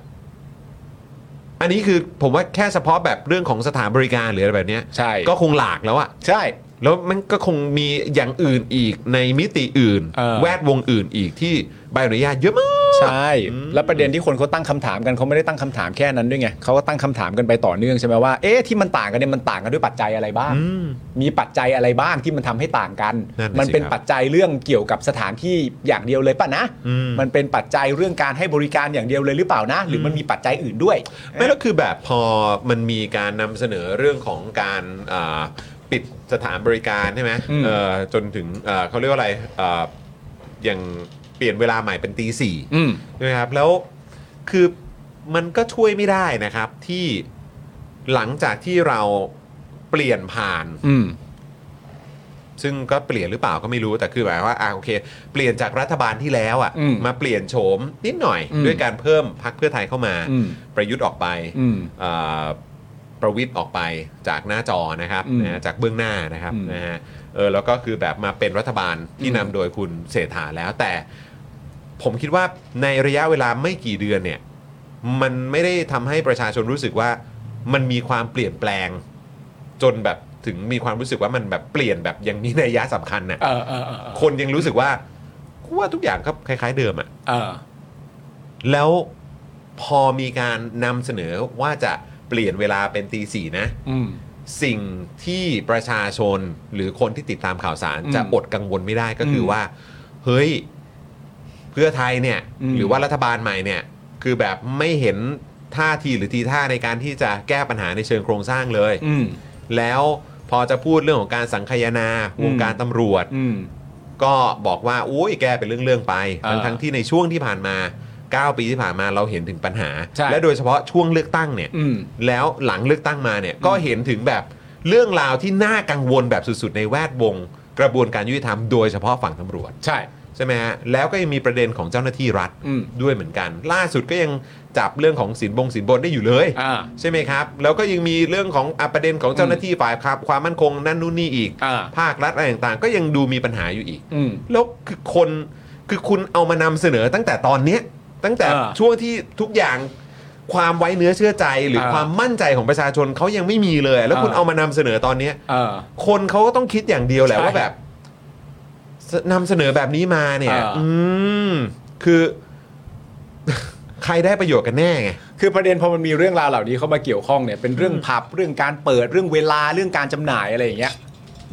Speaker 1: อันนี้คือผมว่าแค่เฉพาะแบบเรื่องของสถานบริการหรืออะไรแบบเนี้ย
Speaker 2: ใช่
Speaker 1: ก็คงหลากแล้วอะ
Speaker 2: ใช่
Speaker 1: แล้วมันก็คงมีอย่างอื่นอีกในมิติอื่น
Speaker 2: เออ
Speaker 1: แวดวงอื่นอีกที่ใบอนุญาตเยอะมาก
Speaker 2: ใช่ แล้วประเด็นที่คนเขาตั้งคำถามกันเขาไม่ได้ตั้งคำถามแค่นั้นด้วยไงเขาก็ตั้งคำถามกันไปต่อเนื่องใช่ไหมว่า เอ๊ะที่มันต่างกันเนี่ยมันต่างกันด้วยปัจจัยอะไรบ้าง มีปัจจัยอะไรบ้างที่มันทำให้ต่างกัน
Speaker 1: นั่นน่ะสิ
Speaker 2: มันเป็น
Speaker 1: ครับ
Speaker 2: ปัจจัยเรื่องเกี่ยวกับสถานที่อย่างเดียวเลยป่ะนะ
Speaker 1: อืม
Speaker 2: มันเป็นปัจจัยเรื่องการให้บริการอย่างเดียวเลยหรือเปล่านะ หรือมันมีปัจจัยอื่นด้วย
Speaker 1: ไม่แล้วคือแบบพอมันมีการนำเสนอเรื่องของการอ่าปิดสถานบริการใช่ไหม
Speaker 2: อืม
Speaker 1: เอ่อจนถึงเอ่อเขาเรียกว่าอะไรเอ่ออย่างเปลี่ยนเวลาใหม่เป็นตีสี่
Speaker 2: อืม
Speaker 1: ใช่ไหมครับแล้วคือมันก็ช่วยไม่ได้นะครับที่หลังจากที่เราเปลี่ยนผ่าน
Speaker 2: อืม
Speaker 1: ซึ่งก็เปลี่ยนหรือเปล่าก็ไม่รู้แต่คือหมายความว่าอ่ะโอเค เปลี่ยนจากรัฐบาลที่แล้วอ่ะ
Speaker 2: อืม
Speaker 1: มาเปลี่ยนโฉมนิดหน่อย
Speaker 2: อืม
Speaker 1: ด้วยการเพิ่มพักเพื่อไทยเข้ามา
Speaker 2: อืม
Speaker 1: ประยุทธ์ออกไป
Speaker 2: อืม
Speaker 1: เอ่อประวิทย์ออกไปจากหน้าจอนะครับ
Speaker 2: อืม
Speaker 1: นะฮะจากเบื้องหน้านะครับ
Speaker 2: อืม
Speaker 1: นะฮะเออแล้วก็คือแบบมาเป็นรัฐบาลที่
Speaker 2: อืม
Speaker 1: นำโดยคุณเศรษฐาแล้ว แต่ผมคิดว่าในระยะเวลาไม่กี่เดือนเนี่ย มันไม่ได้ทำให้ประชาชนรู้สึกว่ามันมีความเปลี่ยนแปลง จนแบบถึงมีความรู้สึกว่ามันแบบเปลี่ยนแบบอย่างนี้ในยะสำคัญน่ะ
Speaker 2: เออเออเออ
Speaker 1: คนยังรู้สึกว่ากูว่าทุกอย่างก็คล้าย ๆ เดิมอ่ะ
Speaker 2: เออ
Speaker 1: แล้วพอมีการนำเสนอว่าจะเปลี่ยนเวลาเป็นตีสี่นะ
Speaker 2: อืม
Speaker 1: สิ่งที่ประชาชนหรือคนที่ติดตามข่าวสาร
Speaker 2: อืม
Speaker 1: จะอดกังวลไม่ได้ก็คืออ
Speaker 2: ม
Speaker 1: ว่า เฮ้ย เพื่อไทยเนี่ย
Speaker 2: อืม
Speaker 1: หรือว่ารัฐบาลใหม่เนี่ย คือแบบไม่เห็นท่าทีหรือทีท่าในการที่จะแก้ปัญหาในเชิงโครงสร้างเลย
Speaker 2: อืม
Speaker 1: แล้วพอจะพูดเรื่องของการสังคายนา
Speaker 2: อืม
Speaker 1: วงการตำรวจ
Speaker 2: อืม
Speaker 1: ก็บอกว่าโอ้ยแกเป็นเรื่อง ๆ ไป
Speaker 2: เออ
Speaker 1: ทั้งทั้งที่ในช่วงที่ผ่านมา 9 ปีที่ผ่านมาเราเห็นถึงปัญหา
Speaker 2: ใช่
Speaker 1: และโดยเฉพาะช่วงเลือกตั้งเนี่ย
Speaker 2: อืม
Speaker 1: แล้วหลังเลือกตั้งมาเนี่ยก็เห็นถึงแบบเรื่องราวที่น่ากังวลแบบสุด ๆ ในแวดวง กระบวนการยุติธรรมโดยเฉพาะฝั่งตำรวจ
Speaker 2: ใช่
Speaker 1: ใช่ไหมฮะแล้วก็ยังมีประเด็นของเจ้าหน้าที่รัฐ
Speaker 2: อืม
Speaker 1: ด้วยเหมือนกัน ล่าสุดก็ยังจับเรื่องของสินบงสินบนได้อยู่เลย
Speaker 2: อ่า
Speaker 1: ใช่ไหมครับ แล้วก็ยังมีเรื่องของอะประเด็นของเจ้าหน้าที่ฝ่ายครับความมั่นคงนั่นนู่นนี่อีก
Speaker 2: อ่า
Speaker 1: ภาครัฐอะไรต่างๆ ก็ยังดูมีปัญหาอยู่อีก
Speaker 2: อืม
Speaker 1: แล้วคือคนคือคุณเอามานำเสนอตั้งแต่ตอนเนี้ยตั้งแต่
Speaker 2: เออ
Speaker 1: ช่วงที่ทุกอย่างความไว้เนื้อเชื่อใจหรือ
Speaker 2: เออ
Speaker 1: ความมั่นใจของประชาชนเขายังไม่มีเลย แล้วคุณ
Speaker 2: เออ
Speaker 1: เอามานำเสนอตอนเนี้ย
Speaker 2: เออ
Speaker 1: คนเขาก็ต้องคิดอย่างเดียวแหละ
Speaker 2: ใช่
Speaker 1: ว่าแบบสนำเสนอแบบนี้มาเนี่ย
Speaker 2: เอออื
Speaker 1: อืมคือ ใครได้ประโยชน์กันแน่ไง
Speaker 2: คือประเด็นพอมันมีเรื่องราวเหล่านี้เข้ามาเกี่ยวข้องเนี่ยเป็นเรื่องผับเรื่องการเปิดเรื่องเวลาเรื่องการจำหน่ายอะไรอย่างเงี้ย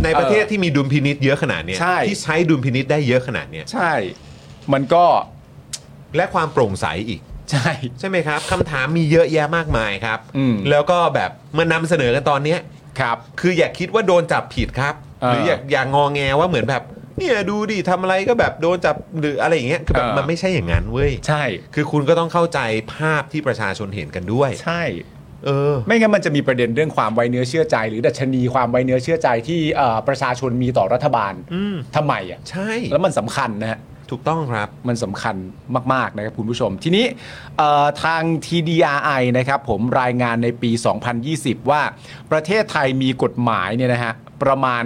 Speaker 1: ในประเทศที่มีดุลพินิษเยอะขนาดเนี้ย
Speaker 2: ใช่
Speaker 1: ที่ใช้ดุลพินิษได้เยอะขนาดเนี้ย
Speaker 2: ใช่ มันก็
Speaker 1: และความโปร่งใสอีก
Speaker 2: ใช่
Speaker 1: ใช่ไหมครับคำถามมีเยอะแยะมากมายครับ
Speaker 2: อืม
Speaker 1: แล้วก็แบบมานำเสนอกันตอนเนี้ย
Speaker 2: ครับ
Speaker 1: คืออย่าคิดว่าโดนจับผิดครับ
Speaker 2: เออ
Speaker 1: หรืออย่าอย่างงอแงว่าเหมือนแบบ เนี่ยดูดิทำอะไรก็แบบโดนจับหรืออะไรอย่างเงี้ยคือแบบ
Speaker 2: เออ
Speaker 1: มันไม่ใช่อย่างนั้นเว้ย
Speaker 2: ใช่
Speaker 1: คือคุณก็ต้องเข้าใจภาพที่ประชาชนเห็นกันด้วย
Speaker 2: ใช่
Speaker 1: เออ
Speaker 2: ไม่งั้นมันจะมีประเด็นเรื่องความไว้เนื้อเชื่อใจ หรือดัชนีความไว้เนื้อเชื่อใจที่เอ่อประชาชนมีต่อรัฐบาล
Speaker 1: อืม
Speaker 2: ทำไมอ่ะ
Speaker 1: ใช่
Speaker 2: แล้วมันสำคัญนะฮะ
Speaker 1: ถูกต้องครับ
Speaker 2: มันสำคัญมาก ๆ นะครับคุณผู้ชม ทีนี้เอ่อทาง TDRI นะครับผมรายงานในปี 2020 ว่าประเทศไทยมีกฎหมายเนี่ยนะฮะประมาณ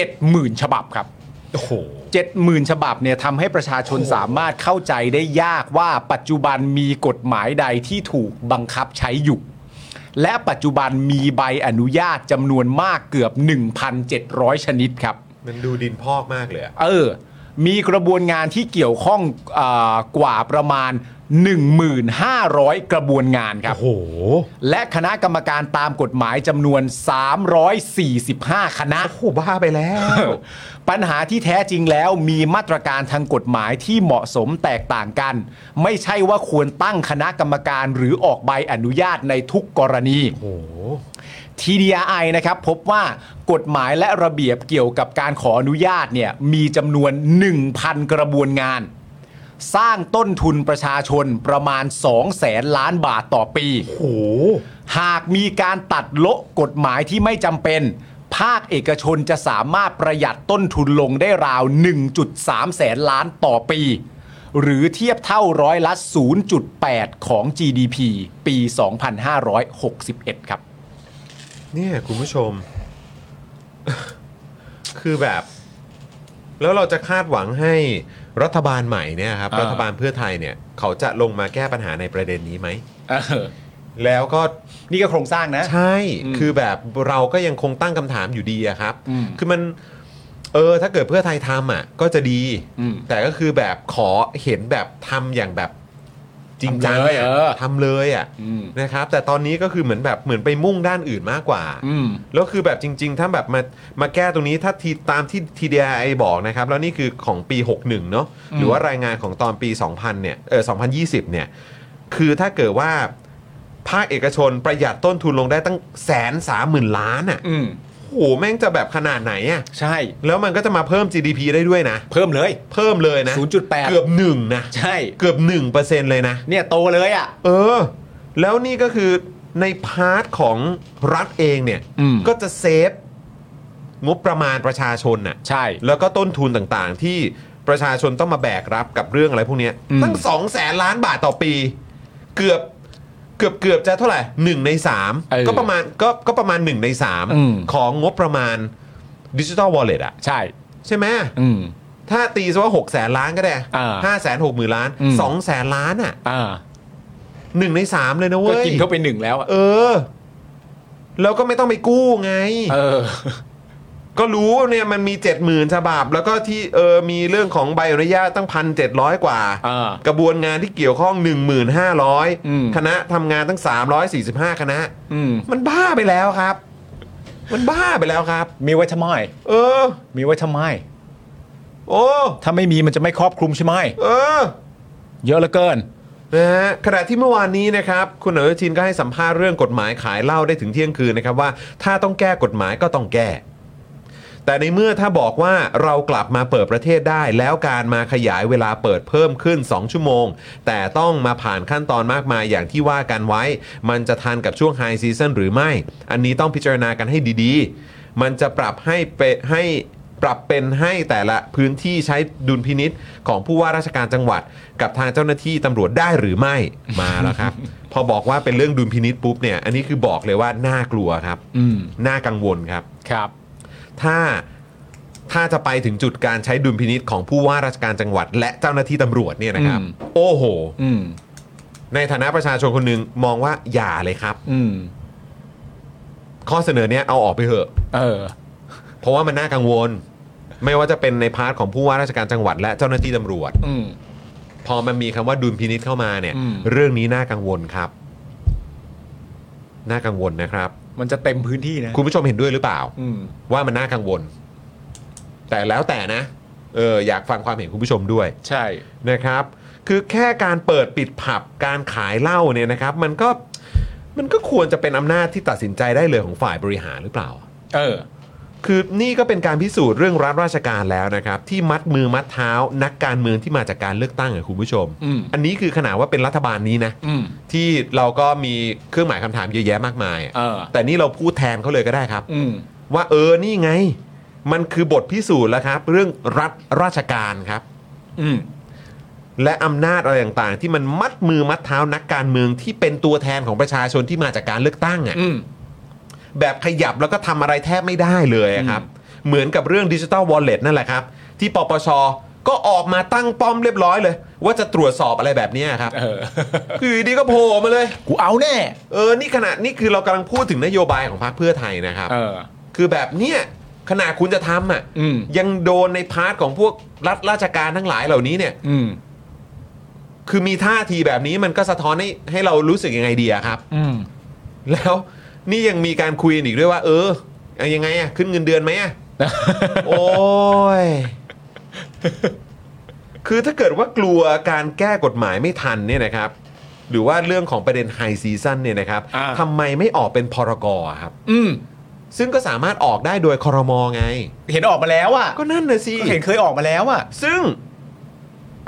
Speaker 2: 70,000 ฉบับครับ
Speaker 1: โอ้โห
Speaker 2: 70,000 ฉบับเนี่ยทำให้ประชาชนสามารถเข้าใจได้ยากว่าปัจจุบันมีกฎหมายใดที่ถูกบังคับใช้อยู่ และปัจจุบันมีใบอนุญาตจำนวนมากเกือบ 1,700 ชนิดครับ
Speaker 1: มันดูดินพอกมากเลยอะ
Speaker 2: เออ มีกระบวนงานที่เกี่ยวข้องอากว่าประมาณ 1,500 กระบวนงานครับ
Speaker 1: โอ้โห
Speaker 2: และคณะกรรมการตามกฎหมายจำนวน 345 คณะ
Speaker 1: โอ้โหบ้าไปแล้ว
Speaker 2: ปัญหาที่แท้จริงแล้วมีมาตรการทางกฎหมายที่เหมาะสมแตกต่างกัน ไม่ใช่ว่าควรตั้งคณะกรรมการหรือออกใบอนุญาตในทุกกรณี
Speaker 1: โอ้โห
Speaker 2: TDI นะครับพบว่ากฎหมายและระเบียบเกี่ยวกับการขออนุญาตเนี่ยมีจำนวน 1,000 กระบวนงาน สร้างต้นทุนประชาชนประมาณ 2 แสนล้านบาทต่อปี
Speaker 1: โอ้โห
Speaker 2: หากมีการตัดโละกฎหมายที่ไม่จำเป็น ภาคเอกชนจะสามารถประหยัดต้นทุนลงได้ราว 1.3 แสนล้านต่อปี หรือเทียบเท่าร้อยละ 0.8 ของ GDP ปี 2561 ครับ
Speaker 1: เนี่ยคุณผู้ชม คือแบบ แล้วเราจะคาดหวังให้รัฐบาลใหม่เนี่ยครับ
Speaker 2: อ่า
Speaker 1: รัฐบาลเพื่อไทยเนี่ย เขาจะลงมาแก้ปัญหาในประเด็นนี้ไหม
Speaker 2: เออ
Speaker 1: แล้วก็
Speaker 2: นี่ก็โครงสร้างนะ
Speaker 1: ใช่
Speaker 2: อืม
Speaker 1: คือแบบเราก็ยังคงตั้งคำถามอยู่ดีอะครับ
Speaker 2: อืม
Speaker 1: คือมัน เออ ถ้าเกิดเพื่อไทยทำอ่ะ ก็จะดี
Speaker 2: อืม
Speaker 1: แต่ก็คือแบบขอเห็นแบบทำอย่างแบบจริงจัง
Speaker 2: ทำเลย
Speaker 1: อะ
Speaker 2: เออ
Speaker 1: ทำเลยอ่ะ
Speaker 2: อืม
Speaker 1: นะครับ แต่ตอนนี้ก็คือเหมือนแบบเหมือนไปมุ่งด้านอื่นมากกว่า
Speaker 2: อืม
Speaker 1: แล้วคือแบบจริง ๆ ถ้าแบบมามาแก้ตรงนี้ถ้าทีตามที่ TDI บอกนะครับ แล้วนี่คือของปี 61 เนอะหรือว่ารายงานของตอนปี 2000 เนี่ยเออ2020 เนี่ย คือถ้าเกิดว่า ภาคเอกชนประหยัดต้นทุนลงได้ตั้งแสนสามหมื่นล้านอะ่ะ
Speaker 2: อืม
Speaker 1: โหแม่งจะแบบขนาดไหนอะ่ะ
Speaker 2: ใช่
Speaker 1: แล้วมันก็จะมาเพิ่ม GDP ได้ด้วยนะ
Speaker 2: เพิ่มเลย
Speaker 1: เพิ่มเลยนะ
Speaker 2: 0.8
Speaker 1: เกือบหนึ่งนะ
Speaker 2: ใช่
Speaker 1: เกือบหนึ่งเปอร์เซ็นต์เลยนะ
Speaker 2: เนี่ยโตเลยอ่ะ
Speaker 1: เออ แล้วนี่ก็คือในพาร์ทของรัฐเองเนี่ย
Speaker 2: อืม
Speaker 1: ก็จะเซฟงบประมาณประชาชนน่ะ
Speaker 2: ใช่
Speaker 1: แล้วก็ต้นทุนต่างๆ ที่ประชาชนต้องมาแบกรับกับเรื่องอะไรพวกเนี้ย
Speaker 2: อืม
Speaker 1: ตั้งสองแสนล้านบาทต่อปี เกือบเกือบเกือบจะเท่าไหร่หนึ่งในสาม
Speaker 2: เออ
Speaker 1: ก็ประมาณก็ก็ประมาณหนึ่งในสาม
Speaker 2: อืม
Speaker 1: ของงบประมาณดิจิทัลวอลเล็ตอะ
Speaker 2: ใช่
Speaker 1: ใช่ไหม
Speaker 2: อืม
Speaker 1: ถ้าตีซะว่าหกแสนล้านก็ได้
Speaker 2: อ่า
Speaker 1: ห้าแสนหกหมื่นล้าน
Speaker 2: อืม
Speaker 1: สองแสนล้านอะ
Speaker 2: อ่า
Speaker 1: หนึ่งในสามเลยนะ
Speaker 2: ก็
Speaker 1: เว้ย
Speaker 2: กินเข้าไปหนึ่งแล้วอะ
Speaker 1: เออ แล้วก็ไม่ต้องไปกู้ไง
Speaker 2: เออ
Speaker 1: ก็รู้เนี่ยมันมี 70,000ฉบับ แล้วก็ที่เออมีเรื่องของใบอนุญาตตั้งพันเจ็ดร้อยกว่า
Speaker 2: เออก
Speaker 1: ระบวนงานที่เกี่ยวข้อง
Speaker 2: อืม
Speaker 1: 1,500 คณะทำงานตั้ง 345 คณะ
Speaker 2: อืม
Speaker 1: มันบ้าไปแล้วครับ มันบ้าไปแล้วครับ
Speaker 2: มีไว้ทำไม
Speaker 1: เออ
Speaker 2: มีไว้ทำไม
Speaker 1: โอ้
Speaker 2: ถ้าไม่มีมันจะไม่ครอบคลุมใช่ไหม
Speaker 1: เออ
Speaker 2: เยอะเหลือเกิน
Speaker 1: นะฮะขณะที่เมื่อวานนี้นะครับ คุณอนุทินก็ให้สัมภาษณ์เรื่องกฎหมายขายเหล้าได้ถึงเที่ยงคืนนะครับว่า ถ้าต้องแก้กฎหมายก็ต้องแก้ แต่ในเมื่อถ้าบอกว่าเรากลับมาเปิดประเทศได้ แล้วการมาขยายเวลาเปิดเพิ่มขึ้น 2 ชั่วโมง แต่ต้องมาผ่านขั้นตอนมากมายอย่างที่ว่ากันไว้ มันจะทันกับช่วงไฮซีซันหรือไม่ อันนี้ต้องพิจารณากันให้ดีๆ มันจะปรับให้เปให้ปรับเป็นให้แต่ละพื้นที่ใช้ดุลพินิษของผู้ว่าราชการจังหวัด กับทางเจ้าหน้าที่ตำรวจได้หรือไม่มาแล้วครับ พอบอกว่าเป็นเรื่องดุลพินิษปุ๊บเนี่ยอันนี้คือบอกเลยว่าน่ากลัวครับ
Speaker 2: อืม
Speaker 1: น่ากังวลครับ
Speaker 2: ครับ
Speaker 1: ถ้าถ้าจะไปถึงจุดการใช้ดุลพินิษของผู้ว่าราชการจังหวัด และเจ้าหน้าที่ตำรวจเนี่ยนะครับ
Speaker 2: อืม
Speaker 1: โอ้โห
Speaker 2: อืม
Speaker 1: ในฐานะประชาชนคนหนึ่งมองว่าอย่าเลยครับ
Speaker 2: อืม
Speaker 1: ข้อเสนอเนี้ยเอาออกไปเถอะ
Speaker 2: เออ
Speaker 1: เพราะว่ามันน่ากังวล ไม่ว่าจะเป็นในพาร์ทของผู้ว่าราชการจังหวัด และเจ้าหน้าที่ตำรวจ
Speaker 2: อืม
Speaker 1: พอมันมีคำว่าดุลพินิษเข้ามาเนี่ย
Speaker 2: อืม
Speaker 1: เรื่องนี้น่ากังวลครับ น่ากังวลนะครับ
Speaker 2: มันจะเต็มพื้นที่นะ
Speaker 1: คุณผู้ชมเห็นด้วยหรือเปล่า
Speaker 2: อืม
Speaker 1: ว่ามันน่ากังวล แต่แล้วแต่นะ เอออยากฟังความเห็นคุณผู้ชมด้วย
Speaker 2: ใช่
Speaker 1: นะครับ คือแค่การเปิดปิดผับการขายเหล้าเนี่ยนะครับ มันก็มันก็ควรจะเป็นอำนาจที่ตัดสินใจได้เลยของฝ่ายบริหารหรือเปล่า
Speaker 2: เออ
Speaker 1: คือนี่ก็เป็นการพิสูจน์เรื่องรัฐราชการแล้วนะครับ ที่มัดมือมัดเท้า นักการเมืองที่มาจากการเลือกตั้งอะคุณผู้ชม
Speaker 2: อืม
Speaker 1: อันนี้คือขนาดว่าเป็นรัฐบาลนี้นะ
Speaker 2: อืม
Speaker 1: ที่เราก็มีเครื่องหมายคำถามเยอะแยะมากมายอะ
Speaker 2: เออ
Speaker 1: แต่นี่เราพูดแทนเขาเลยก็ได้ครับ
Speaker 2: อืม
Speaker 1: ว่าเออนี่ไง มันคือบทพิสูจน์แล้วครับ เรื่องรัฐราชการครับ
Speaker 2: อืม
Speaker 1: และอำนาจอะไรต่างๆ ที่มันมัดมือมัดเท้านักการเมืองที่เป็นตัวแทนของประชาชนที่มาจากการเลือกตั้งอะ
Speaker 2: อืม
Speaker 1: แบบขยับแล้วก็ทำอะไรแทบไม่ได้เลยอะครับ เหมือนกับเรื่องดิจิ t a ลวอลเล็ตนั่นแหละครับ ที่ปปชก็ออกมาตั้งป้อมเรียบร้อยเลย ว่าจะตรวจสอบอะไรแบบเนี้ยครับ
Speaker 2: เออ
Speaker 1: คืออยู่ดีก็โผล่มาเลย
Speaker 2: กูเอาแน่
Speaker 1: เออนี่ขนาดนี่คือเรากำลังพูดถึงนโยบายของพรรคเพื่อไทยนะครับ
Speaker 2: เออ
Speaker 1: คือแบบเนี้ยขนาดคุณจะทำอ่ะ
Speaker 2: อืม
Speaker 1: ยังโดนในพาร์ทของพวกรัฐราชการทั้งหลายเหล่านี้เนี่ย
Speaker 2: อืม
Speaker 1: คือมีท่าทีแบบนี้มันก็สะท้อนให้ให้เรารู้สึกยังไงดีอะครับ
Speaker 2: อืม
Speaker 1: แล้วนี่ยังมีการคุยกันอีกด้วยว่า เออเอายังไงอะขึ้นเงินเดือนไหม อะ โอ้ย คือถ้าเกิดว่ากลัวการแก้กฎหมายไม่ทันเนี่ยนะครับ หรือว่าเรื่องของประเด็นไฮซีซั่นเนี่ยนะครับ
Speaker 2: อ่า
Speaker 1: ทำไมไม่ออกเป็นพรกอะครับ
Speaker 2: อืม
Speaker 1: ซึ่งก็สามารถออกได้โดยคอรมอไง
Speaker 2: เห็นออกมาแล้วอ่ะ
Speaker 1: ก็นั่นนะสิ
Speaker 2: ก็เห็นเคยออกมาแล้วอ่ะ
Speaker 1: ซึ่ง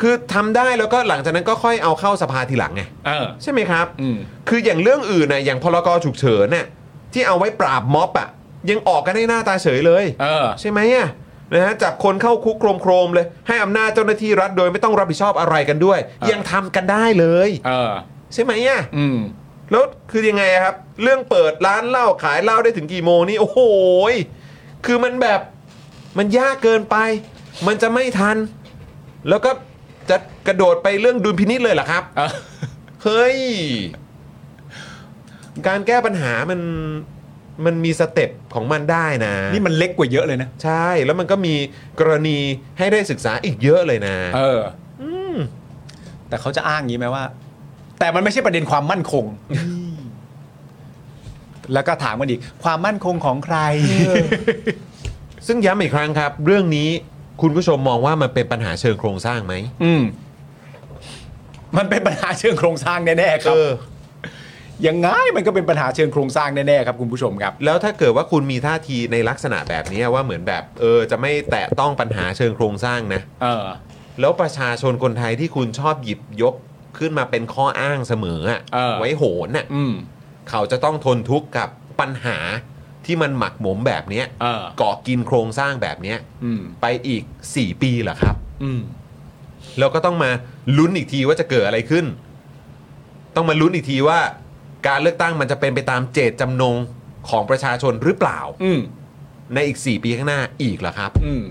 Speaker 1: คือทำได้แล้วก็หลังจากนั้นก็ค่อยเอาเข้าสภาทีหลังไง
Speaker 2: เออ
Speaker 1: ใช่ไหมครับ
Speaker 2: อืม
Speaker 1: คืออย่างเรื่องอื่นนะอย่างพรกฉุกเฉินน่ะที่เอาไว้ปราบม็อบอ่ะยังออกกันได้หน้าตาเฉยเลย
Speaker 2: เออ
Speaker 1: ใช่ไหมอ่ะนะฮะจับคนเข้าคุกโครมๆเลย ให้อำนาจเจ้าหน้าที่รัฐโดยไม่ต้องรับผิดชอบอะไรกันด้วย
Speaker 2: เออ
Speaker 1: ยังทำกันได้เลย
Speaker 2: เออ
Speaker 1: ใช่ไหมอ่ะ
Speaker 2: อืม
Speaker 1: แล้วคือยังไงอะครับ เรื่องเปิดร้านเหล้าขายเหล้าได้ถึงกี่โมงนี่โอ้โหยคือมันแบบมันยากเกินไป มันจะไม่ทัน แล้วก็จะกระโดดไปเรื่องดุลพินิษเลยเหรอครับ
Speaker 2: เออ
Speaker 1: เฮ้ย การแก้ปัญหามันมันมีสเต็ปของมันได้นะ
Speaker 2: นี่มันเล็กกว่าเยอะเลยนะ
Speaker 1: ใช่แล้วมันก็มีกรณีให้ได้ศึกษาอีกเยอะเลยนะ
Speaker 2: เออ แต่เขาจะอ้างงี้ไหมว่า แต่มันไม่ใช่ประเด็นความมั่นคง แล้วก็ถามกันอีก ความมั่นคงของใคร
Speaker 1: ซึ่งย้ำอีกครั้งครับ เรื่องนี้คุณผู้ชมมองว่ามันเป็นปัญหาเชิงโครงสร้างไหม
Speaker 2: อืม มันเป็นปัญหาเชิงโครงสร้างแน่ๆค
Speaker 1: เอ
Speaker 2: รับ
Speaker 1: อ
Speaker 2: ยังไงมันก็เป็นปัญหาเชิงโครงสร้างแน่ๆครับคุณผู้ชมครับ
Speaker 1: แล้วถ้าเกิดว่าคุณมีท่าทีในลักษณะแบบนี้ว่าเหมือนแบบ เออ จะไม่แตะต้องปัญหาเชิงโครงสร้างนะ
Speaker 2: เออ
Speaker 1: แล้วประชาชนคนไทยที่คุณชอบหยิบยกขึ้นมาเป็นข้ออ้างเสมออะ
Speaker 2: เออ
Speaker 1: ไว้โหนน่ะ
Speaker 2: อืม
Speaker 1: เขาจะต้องทนทุกข์กับปัญหาที่มันหมักหมมแบบเนี้ย
Speaker 2: เออ
Speaker 1: ก่อกินโครงสร้างแบบเนี้ย
Speaker 2: อืม
Speaker 1: ไปอีก 4 ปีเหรอครับ
Speaker 2: อืม
Speaker 1: แล้วก็ต้องมาลุ้นอีกทีว่าจะเกิดอะไรขึ้น ต้องมาลุ้นอีกทีว่า การเลือกตั้งมันจะเป็นไปตามเจตจำนงของประชาชนหรือเปล่า
Speaker 2: อืม
Speaker 1: ในอีก 4 ปีข้างหน้าอีกเหรอครับ
Speaker 2: อืม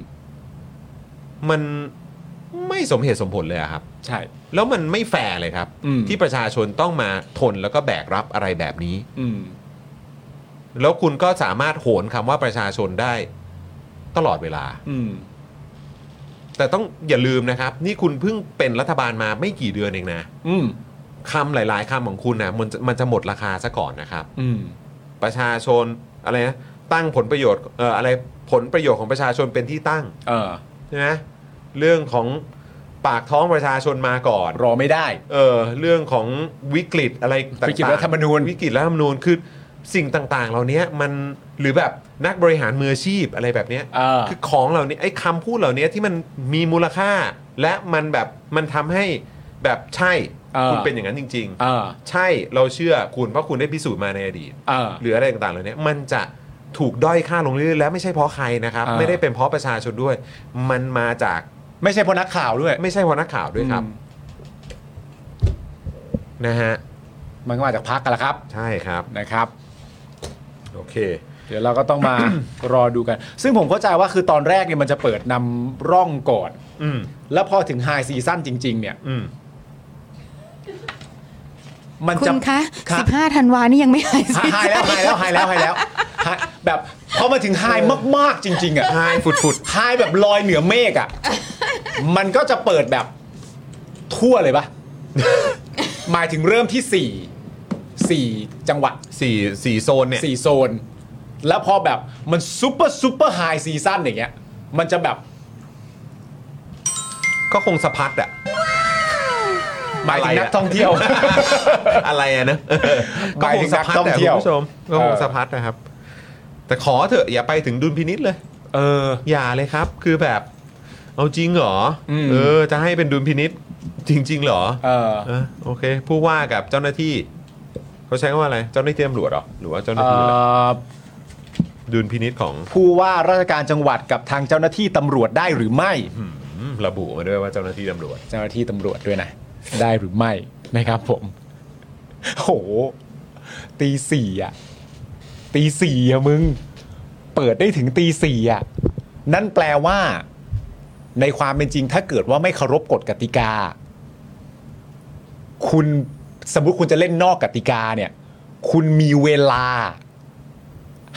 Speaker 1: มันไม่สมเหตุสมผลเลยอะครับ
Speaker 2: ใช่
Speaker 1: แล้วมันไม่แฟร์เลยครับ
Speaker 2: อืม
Speaker 1: ที่ประชาชนต้องมาทนแล้วก็แบกรับอะไรแบบนี้
Speaker 2: อืม
Speaker 1: แล้วคุณก็สามารถโหนคำว่าประชาชนได้ ตลอดเวลา
Speaker 2: อืม
Speaker 1: แต่ต้องอย่าลืมนะครับ นี่คุณเพิ่งเป็นรัฐบาลมาไม่กี่เดือนเองนะ
Speaker 2: อืม
Speaker 1: คำหลาย ๆคำของคุณนะมันจะมันจะหมดราคาซะก่อนนะครับ
Speaker 2: อืม
Speaker 1: ประชาชนอะไรนะตั้งผลประโยชน์เอ่ออะไรผลประโยชน์ของประชาชนเป็นที่ตั้ง
Speaker 2: เออ
Speaker 1: นะเรื่องของปากท้องประชาชนมาก่อน
Speaker 2: รอไม่ได้
Speaker 1: เออเรื่องของวิกฤตอะไรต่างๆ
Speaker 2: วิกฤตรัฐธรรมนูญ
Speaker 1: วิกฤตรัฐธรรมนูญคือสิ่งต่างๆ เหล่านี้มันหรือแบบนักบริหารมืออาชีพอะไรแบบเนี้ย
Speaker 2: เออ
Speaker 1: คือของเหล่านี้ไอ้คำพูดเหล่านี้ที่มันมีมูลค่า และมันแบบมันทำให้แบบใช่
Speaker 2: เออ
Speaker 1: คุณเป็นอย่างนั้นจริง
Speaker 2: เออ
Speaker 1: ๆ ใช่เราเชื่อคุณเพราะคุณได้พิสูจน์มาในอดีต
Speaker 2: เออ
Speaker 1: หรืออะไรต่างๆเหล่านี้มันจะถูกด้อยค่าลงเรื่อยๆและไม่ใช่เพราะใครนะครับ
Speaker 2: อ่า
Speaker 1: ไม่ได้เป็นเพราะประชาชนด้วย มันมาจาก
Speaker 2: ไม่ใช่เพราะนักข่าวด้วย
Speaker 1: ไม่ใช่เพราะนักข่าวด้วยครับ
Speaker 2: อืม
Speaker 1: นะฮะ
Speaker 2: มันก็มาจากพักกันละครับ
Speaker 1: ใช่ครับ
Speaker 2: นะครับ
Speaker 1: โอเค
Speaker 2: เดี๋ยวเราก็ต้องมา รอดูกัน ซึ่งผมเข้าใจว่าคือตอนแรกเนี่ยมันจะเปิดนำร่องก่อน
Speaker 1: อืม
Speaker 2: แล้วพอถึงไฮซีซั่นจริง ๆ เนี่ย
Speaker 1: อืม
Speaker 2: มัน
Speaker 3: คุ
Speaker 2: จะ
Speaker 3: ณคะ
Speaker 2: รับ
Speaker 3: 15ธันวานี่ยังไม่หาย
Speaker 2: หายหายแล้วหายแล้วหายแล้วหายแล้วหายแบบพอมาถึงหายมากๆจริง ๆ อ่ะ
Speaker 1: หายฝุดๆ
Speaker 2: หายแบบลอยเหนือเมฆอ่ะ มันก็จะเปิดแบบทั่วเลยปะ หมายถึงเริ่มที่สี่สี่จังหวัด
Speaker 1: สี่สี่โซนเนี่ย
Speaker 2: สี่โซน แล้วพอแบบมันซูเปอร์ซูเปอร์ไฮซีซั่นอย่างเงี้ย มันจะแบบ
Speaker 1: ก็คงสะพัดอะ
Speaker 2: หมายถึง
Speaker 1: อะไรอะ
Speaker 2: นักท่อง เที่ยว
Speaker 1: อะไรอะนะ
Speaker 2: หมายถึงนักท่องเที่ยว
Speaker 1: ก็คสะพัดะคุณผู้ชมก็คง
Speaker 2: เออ
Speaker 1: สะพัดนะครับ แต่ขอเถอะอย่าไปถึงดุลพินิษเลย
Speaker 2: เออ
Speaker 1: อย่าเลยครับ คือแบบ เอาจริงเหรออ
Speaker 2: ม
Speaker 1: เออ จะให้เป็นดุลพินิษจริง ๆ เหรอ
Speaker 2: เออ
Speaker 1: เออโอเคผู้ว่ากับเจ้าหน้าที่ เขาใช้คำว่าอะไร เจ้าหน้าที่ตำรวจเหรอ หรือว่าเจ้าหน้า
Speaker 2: เอ่
Speaker 1: ที่อะไร
Speaker 2: อ
Speaker 1: ดุลพินิษของ
Speaker 2: ผู้ว่าราชการจังหวัดกับทางเจ้าหน้าที่ตำรวจได้หรือไม่
Speaker 1: อืมระบุมาด้วยว่าเจ้าหน้าที่ตำรวจ
Speaker 2: เจ้าหน้าที่ตำรวจด้วยนะ ได้หรือไม่นะครับผม โห ตีสี่อ่ะ ตีสี่อ่ะมึง เปิดได้ถึงตีสี่อ่ะ นั่นแปลว่า ในความเป็นจริงถ้าเกิดว่าไม่เคารพกฎกติกา คุณสมมติคุณจะเล่นนอกกติกาเนี่ย คุณมีเวลา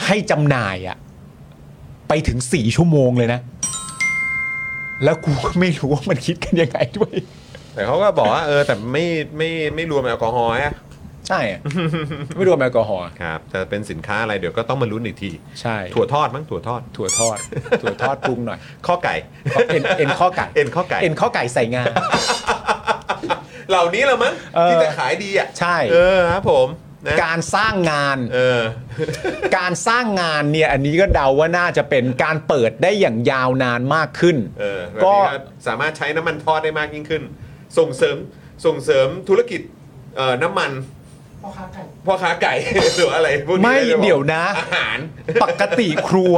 Speaker 2: ให้จำหน่ายอ่ะ ไปถึงสี่ชั่วโมงเลยนะ แล้วกูก็ไม่รู้ว่ามันคิดกันยังไงด้วย
Speaker 1: แต่เขาก็บอกว่าเออแต่ไม่ไม่ไม่รวมแอลกอฮอล์อะ
Speaker 2: ใช่อะ ไม่รวมแอลกอฮอล์
Speaker 1: ครับแต่เป็นสินค้าอะไรเดี๋ยวก็ต้องมาลุ้นอีกที
Speaker 2: ใช่
Speaker 1: ถั่วทอดมั้งถั่วทอด
Speaker 2: ถั่วทอด ถั่วทอดปรุงหน่อย
Speaker 1: ข้อไก่
Speaker 2: เอ็นเอ็นข้อไก่
Speaker 1: เอ็นข้อไก่
Speaker 2: เอ็นข้อไก่ใส่งา
Speaker 1: เหล่านี้แหละมั้ง
Speaker 2: เออ
Speaker 1: ที่จะขายดีอ่ะ
Speaker 2: ใช่
Speaker 1: เออครับผมนะ
Speaker 2: การสร้างงาน
Speaker 1: เออ
Speaker 2: การสร้างงานเนี่ยอันนี้ก็เดาว่าน่าจะเป็นการเปิดได้อย่างยาวนานมากขึ้น
Speaker 1: เออแบบนี้
Speaker 2: ก็
Speaker 1: ก็สามารถใช้น้ำมันทอดได้มากยิ่งขึ้น ส่งเสริมส่งเสริมธุรกิจเอ่อน้ำมันพ่อค้าไก่ พ่อค้าไก่ หรืออะไรพวกนี้
Speaker 2: ไม่
Speaker 1: หรือปล่า
Speaker 2: เดี๋ยวนะ
Speaker 1: อาหาร
Speaker 2: ปกติครัว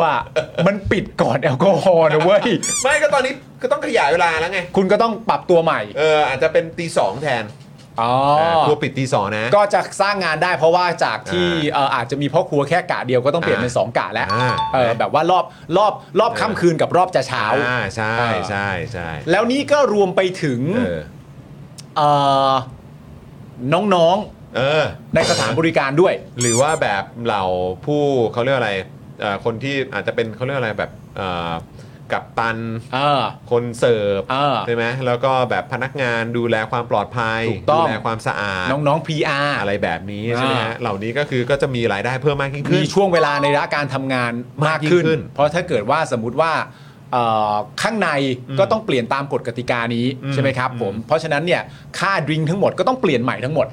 Speaker 2: มันปิดก่อนแอลกอฮอล์นะเว้ย
Speaker 1: ไม่ก็ตอนนี้ก็ต้องขยายเวลาแล้วไง
Speaker 2: คุณก็ต้องปรับตัวใหม่
Speaker 1: เอออาจจะเป็นตีสองแทน
Speaker 2: อ๋อ
Speaker 1: าครัวปิดตีสองนะ
Speaker 2: ก็จะสร้างงานได้เพราะว่าจากที่
Speaker 1: อ่า
Speaker 2: เอ่ออาจจะมีพ่อครัวแค่กะเดียวก็ต้องเปลี่ยน
Speaker 1: อ่า
Speaker 2: เป็นสองกะแล้ว
Speaker 1: อ่า
Speaker 2: เออแบบว่ารอบรอบรอบ
Speaker 1: เออ
Speaker 2: ค่ำคืนกับรอบจะเช้า
Speaker 1: อ่ใช่ใช่ใช่
Speaker 2: แล้วนี่ก็รวมไปถึง
Speaker 1: เออ
Speaker 2: เอ่อน้อง
Speaker 1: เออ
Speaker 2: ๆ ในสถานบริการด้วย
Speaker 1: หรือว่าแบบเหล่าผู้เขาเรียกอะไรเอ่อคนที่อาจจะเป็นเขาเรียกอะไรแบบเอ่อกับตัน
Speaker 2: เออ
Speaker 1: คนเสิร์ฟ
Speaker 2: เออ
Speaker 1: ใช่ไหมแล้วก็แบบพนักงานดูแลความปลอดภัย
Speaker 2: ถูกต้อง
Speaker 1: ดูแลความสะอาด
Speaker 2: น้องๆ PR
Speaker 1: อะไรแบบนี้ใช่ไหม
Speaker 2: อ่า
Speaker 1: ฮะเหล่านี้ก็คือก็จะมีรายได้เพิ่มมากยิ่งขึ้
Speaker 2: มี
Speaker 1: น
Speaker 2: ช่วงเวลาในระยะการทำงานมา
Speaker 1: มาก
Speaker 2: กขึ้น
Speaker 1: ยิ่งขึ้น
Speaker 2: เพราะถ้าเกิดว่าสมมติว่าเอ่อข้างในก็ต้องเปลี่ยนตามกฎกติกานี้
Speaker 1: อืม
Speaker 2: ใช่ไหมครับผม
Speaker 1: อืม
Speaker 2: เพราะฉะนั้นเนี่ยค่าดริงก์ทั้งหมดก็ต้องเปลี่ยนใหม่ทั้งหมด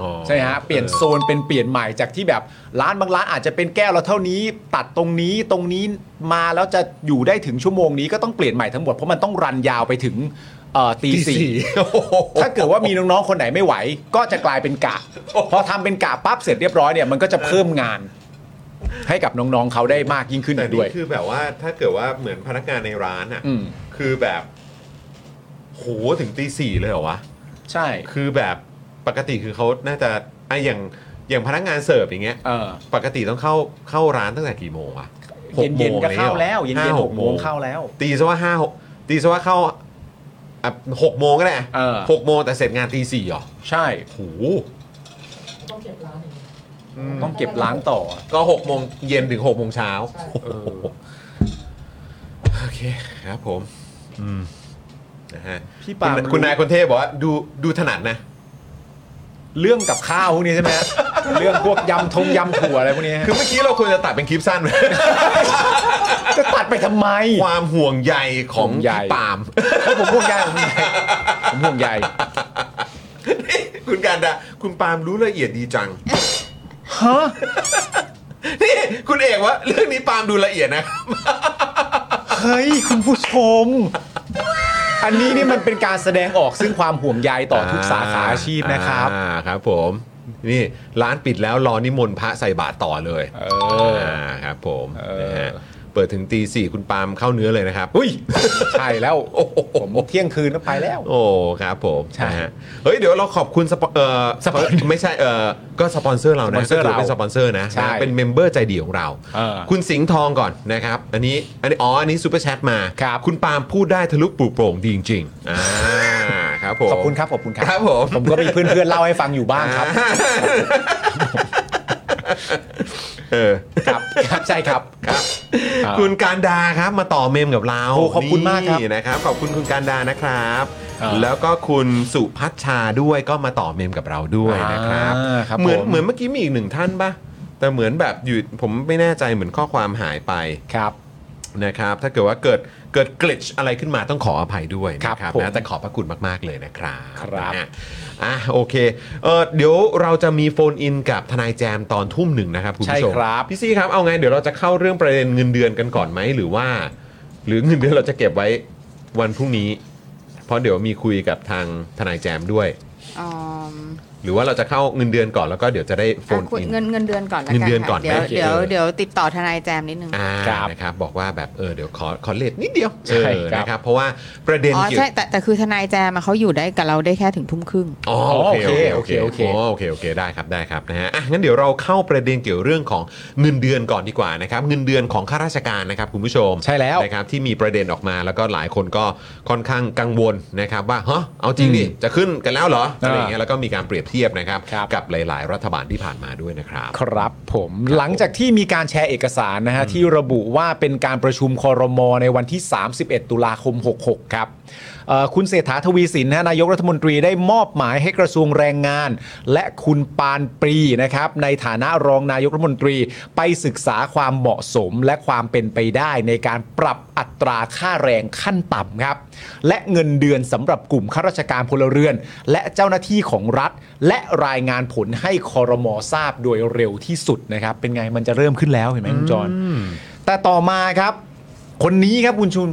Speaker 1: อ๋อ
Speaker 2: ใช่ฮะ เปลี่ยนโซนเป็นเปลี่ยนใหม่จากที่แบบร้านบางร้านอาจจะเป็นแก้วเราเท่านี้ ตัดตรงนี้ตรงนี้มาแล้วจะอยู่ได้ถึงชั่วโมงนี้ก็ต้องเปลี่ยนใหม่ทั้งหมดเพราะมันต้องรันยาวไปถึงเอ่อตี
Speaker 1: ตี
Speaker 2: สี่
Speaker 1: สี่โอ้โห
Speaker 2: ถ้าเกิดว่ามีน้องๆคนไหนไม่ไหว ก็จะกลายเป็นกะพอทำเป็นกะปั๊บเสร็จเรียบร้อยเนี่ยมันก็จะเพิ่มงาน ให้กับน้องๆเขาได้มากยิ่งขึ้น
Speaker 1: แต่
Speaker 2: อีกด้วย
Speaker 1: นี่คือแบบว่าถ้าเกิดว่าเหมือนพนักงานในร้านอ่ะ
Speaker 2: อืม
Speaker 1: คือแบบโหถึงตีสี่เลยเหรอวะ
Speaker 2: ใช่
Speaker 1: คือแบบปกติคือเขาน่าจะไอะอย่างอย่างพนักงานเสิร์ฟอย่างเงี้ย
Speaker 2: เออ
Speaker 1: ปกติต้องเข้าเข้าร้านตั้งแต่กี่โมงอะหกโม
Speaker 2: เย็น
Speaker 1: ง
Speaker 2: ๆก็เข้า
Speaker 1: อะไร
Speaker 2: แล้ว
Speaker 1: งี้
Speaker 2: เย็น
Speaker 1: ห้า
Speaker 2: ๆห
Speaker 1: ห
Speaker 2: ก
Speaker 1: ก
Speaker 2: โม
Speaker 1: โม
Speaker 2: ง
Speaker 1: ง
Speaker 2: เข้าแล้ว
Speaker 1: ตีซะว่าห้าหกตีซะว่าเข้าอ่ะหกโมงก็ได้อะ
Speaker 2: เออ
Speaker 1: หกโมงแต่เสร็จงานตีสี่เหรอ
Speaker 2: ใช่
Speaker 1: โห
Speaker 2: ต้องเก็บล้างต่อ
Speaker 1: ก็หกโมงเย็นถึงหกโมงเช้าโอ้โห เคครับผม อืมนะฮะ
Speaker 2: พี่ปาล์ม
Speaker 1: คุณคุณนายคนเทพบอกว่าดูดูถนัดนะ
Speaker 2: เรื่องกับข้าวพวกนี้ใช่ไหมฮะ เรื่องพวกยำทงยำถั่วอะไรพวกนี้ฮะ
Speaker 1: คือเมื่อกี้เราควรจะตัดเป็นคลิปสั้น ไหม
Speaker 2: จะตัดไปทำไม
Speaker 1: ความห่วงใยของ
Speaker 2: ห่วงใย
Speaker 1: พี่ปาล์ม
Speaker 2: ผมห่วงใยผมห่วงใยผมห่วงใย
Speaker 1: คุณการดาคุณปาล์มรู้ละเอียดดีจัง
Speaker 2: ฮะ
Speaker 1: นี่คุณเอกว่าเรื่องนี้ปาล์มดูละเอียดนะ
Speaker 2: เฮ้ยคุณผู้ชม อันนี้นี่มันเป็นการแสดงออกซึ่งความห่วงใยต่อทุกสาขาอาชีพนะครับ
Speaker 1: อ่าครับผมนี่ร้านปิดแล้วรอนิมนต์พระใส่บาตรต่อเลย
Speaker 2: เอออ่
Speaker 1: าครับผม
Speaker 2: เออ
Speaker 1: นะฮะเปิดถึงตีสี่คุณปาล์มเข้าเนื้อเลยนะครับ
Speaker 2: อุ้ยใช่แล้วผมเที่ยงคืนก็ไปแล้ว
Speaker 1: โอ้ครับผม
Speaker 2: ใช่
Speaker 1: นะฮะเฮ้ยเดี๋ยวเราขอบคุณสปอนเออสปอนไม่ใช่เออก็สปอนเซอร์เรานะ
Speaker 2: สปอนเซอร์
Speaker 1: ก็ถื
Speaker 2: เรา
Speaker 1: เป็นสปอนเซอร์นะ
Speaker 2: ใช่
Speaker 1: นะเป็นเมมเบอร์ใจดีของเรา
Speaker 2: เออ
Speaker 1: คุณสิงห์ทองก่อนนะครับ อันนี้อันนี้อ๋ออันนี้ซูเปอร์แชทมา
Speaker 2: ครับ
Speaker 1: คุณปาล์มพูดได้ทะลุปลุกโปร่งดีจริงๆอ่าครับผม
Speaker 2: ขอบคุณครับขอบคุณครับ
Speaker 1: ครับผม
Speaker 2: ผมก็มีเพื่อนๆเล่าให้ฟังอยู่บ้างครับ
Speaker 1: เออ
Speaker 2: ครับครับใช่ครับ อ่า
Speaker 1: คุณการดาครับมาต่อเมมกับเรา
Speaker 2: โอ้ขอบคุณมากครับ
Speaker 1: นี่นะครับ ขอบคุณคุณการดานะครับ
Speaker 2: อ่า
Speaker 1: แล้วก็คุณสุพัชชาด้วยก็มาต่อเมมกับเราด้วยนะครับ
Speaker 2: อ่าครับ
Speaker 1: เหมือน
Speaker 2: ผม
Speaker 1: เหมือนเมื่อกี้มีอีกหนึ่งท่านปะแต่เหมือนแบบอยู่ผมไม่แน่ใจเหมือนข้อความหายไป
Speaker 2: ครับ
Speaker 1: นะครับ ถ้าเกิดว่าเกิดเกิดกลิชอะไรขึ้นมาต้องขออภัยด้วยนะครับ
Speaker 2: ผม
Speaker 1: นะแต่ขอบพระคุณมาก ๆ เลยนะครับ
Speaker 2: ครับ
Speaker 1: นะฮะอ่ะโอเคเออเดี๋ยวเราจะมีโฟนอินกับทนายแจมตอนทุ่มหนึ่งนะครับ คุณ
Speaker 2: ใช่
Speaker 1: ผู้ชม
Speaker 2: ครับ
Speaker 1: พี่ซี่ครับเอาไงเดี๋ยวเราจะเข้าเรื่องประเด็นเงินเดือนกันก่อนไหมหรือว่า หรือเงินเดือนเราจะเก็บไว้วันพรุ่งนี้ เพราะเดี๋ยวมีคุยกับทางทนายแจมด้วย
Speaker 3: อืม
Speaker 1: หรือว่าเราจะเข้าเงินเดือนก่อนแล้วก็เดี๋ยวจะได้โฟน
Speaker 3: อ่ะคุณ
Speaker 1: อิน
Speaker 3: เงินเงินเดือนก่อนละ
Speaker 1: เงิ
Speaker 3: กัน
Speaker 1: นเดือนก่อน
Speaker 3: ค่ะเดี๋ยว
Speaker 1: โอเค
Speaker 3: เดี๋ยวเดี๋ยวติดต่อทนายแจมนิดนึง
Speaker 1: อ่า
Speaker 2: ครับ
Speaker 1: นะครับบอกว่าแบบเออเดี๋ยวขอขอเลทนิดเดียว
Speaker 2: ใช่
Speaker 1: เออ
Speaker 2: ครับ
Speaker 1: นะครับเพราะว่าประเด็น
Speaker 3: อ๋อ
Speaker 1: เกี่ยว
Speaker 3: ใช่แต่แต่คือทนายแจมอะเขาอยู่ได้กับเราได้แค่ถึงทุ่มครึ่ง
Speaker 1: อ๋อโอเคโอเค
Speaker 2: โอ
Speaker 1: โอ
Speaker 2: เค
Speaker 1: เค
Speaker 2: โอ
Speaker 1: อ๋
Speaker 2: เค
Speaker 1: อโอเคโอเคได้ครับได้ครับนะฮะอ่ะงั้นเดี๋ยวเราเข้าประเด็นเกี่ยวเรื่องของเงินเดือนก่อนดีกว่านะครับเงินเดือนของข้าราชการนะครับคุณผู้ชม
Speaker 2: ใช่แล้ว
Speaker 1: นะครับที่มีประเด็นออกมาแล้วก็หลายคนก็ค่อนข้างกังวลนะครับว่าฮะเอาจริงดิจะขึ้นกันแล้วเหรออะไรอย่างเงี้ยแล้วก็มีการเปรียบเทียบนะครับ
Speaker 2: ครับ
Speaker 1: กับหลาย ๆ รัฐบาลที่ผ่านมาด้วยนะครับ
Speaker 2: ครับผมหลังจากที่มีการแชร์เอกสารนะฮะที่ระบุว่าเป็นการประชุมคอรมอในวันที่ 31 ตุลาคม 66 ครับเอ่อคุณเศรษฐาทวีสินนะฮะนายกรัฐมนตรีได้มอบหมายให้กระทรวงแรงงาน และคุณปานปรีนะครับในฐานะรองนายกรัฐมนตรีไปศึกษาความเหมาะสมและความเป็นไปได้ในการปรับอัตราค่าแรงขั้นต่ำครับและเงินเดือนสำหรับกลุ่มข้าราชการพลเรือน และเจ้าหน้าที่ของรัฐ และรายงานผลให้คอรมอทราบโดยเร็วที่สุดนะครับ เป็นไงมันจะเริ่มขึ้นแล้วเห็นไหมคุณจรแต่ต่อมาครับ คนนี้ครับคุณชุน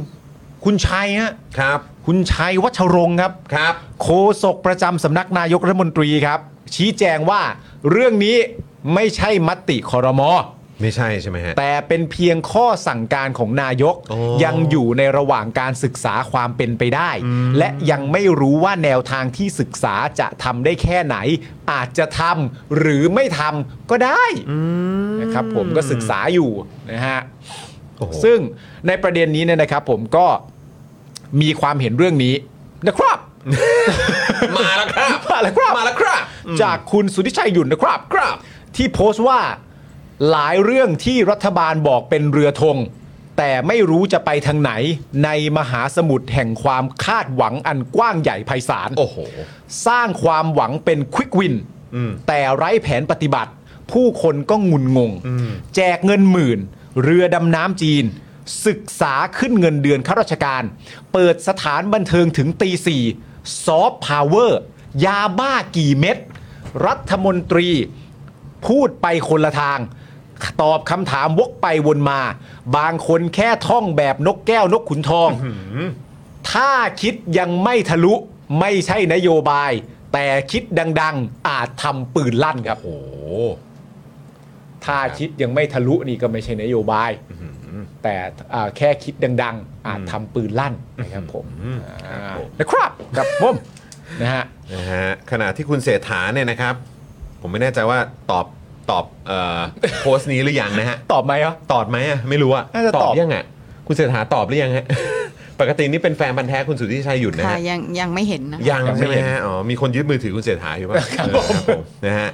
Speaker 2: คุณชัยฮะ
Speaker 1: ครับ
Speaker 2: คุณชัยวัชรงค์ครับ
Speaker 1: ครับ
Speaker 2: โฆษกประจำสำนักนายกรัฐมนตรีครับ ชี้แจงว่าเรื่องนี้ไม่ใช่มติคอรมอ
Speaker 1: ไม่ใช่ใช่ไหมฮะ
Speaker 2: แต่เป็นเพียงข้อสั่งการของนายก
Speaker 1: โอ้
Speaker 2: ยังอยู่ในระหว่างการศึกษาความเป็นไปได้ และยังไม่รู้ว่าแนวทางที่ศึกษาจะทำได้แค่ไหน อาจจะทำหรือไม่ทำก็ได้นะครับผมก็ศึกษาอยู่นะฮะ
Speaker 1: โอ้โห
Speaker 2: ซึ่งในประเด็นนี้เนี่ยนะครับผมก็มีความเห็นเรื่องนี้นะครับ
Speaker 1: มาแล้วครับ
Speaker 2: มาแล้วครับ
Speaker 1: มาแล้วครับ
Speaker 2: จากคุณสุทธิชัยหยุ่นนะครับ
Speaker 1: ครับ
Speaker 2: ที่โพสต์ว่าหลายเรื่องที่รัฐบาลบอกเป็นเรือธง แต่ไม่รู้จะไปทางไหนในมหาสมุทรแห่งความคาดหวังอันกว้างใหญ่ไพศาล
Speaker 1: โอ้โห
Speaker 2: สร้างความหวังเป็นควิกวิน แต่ไร้แผนปฏิบัติ ผู้คนก็งุนงง แจกเงินหมื่น เรือดำน้ำจีน ศึกษาขึ้นเงินเดือนข้าราชการ เปิดสถานบันเทิงถึงตีสี่ซอฟต์พาวเวอร์ ยาบ้ากี่เม็ด รัฐมนตรี พูดไปคนละทาง ตอบคำถามวกไปวนมา บางคนแค่ท่องแบบนกแก้วนกขุนทอง ถ้าคิดยังไม่ทะลุไม่ใช่นโยบาย แต่คิดดัง ๆ อาจทำปืนลั่นครับ
Speaker 1: โอ้โห
Speaker 2: ถ้าคิดยังไม่ทะลุนี่ก็ไม่ใช่นโยบาย แต่อ่าแค่คิดดัง ๆ อาจทำปืนลั่นนะครับผมอ่านะครับกับผมนะฮะ
Speaker 1: นะฮะขณะที่คุณเศรษฐาเนี่ยนะครับ ผมไม่แน่ใจว่าตอบตอบเอ่อ โพสต์นี้หรือยังนะฮะ
Speaker 2: ตอบไหมวะ
Speaker 1: ตอบไหมอ่ะไม่รู้อ่ะ
Speaker 2: น่าจะตอบ
Speaker 1: ยังอ่ะคุณเศรษฐาตอบหรือยังฮะ ปกตินี่เป็นแฟนพันธ์แท้คุณสุทธิชัยหยุ่นนะ
Speaker 3: ค่ะ
Speaker 1: ฮะ
Speaker 3: ยังยังไม่เห็นนะ
Speaker 1: ยัง
Speaker 2: ยังไม่
Speaker 1: ใช่ไหม
Speaker 2: เห็น
Speaker 1: ฮะ อ๋อ มีคนยึดมือถือคุณเศรษฐาอยู่ป่ะเออครับผมนะฮะ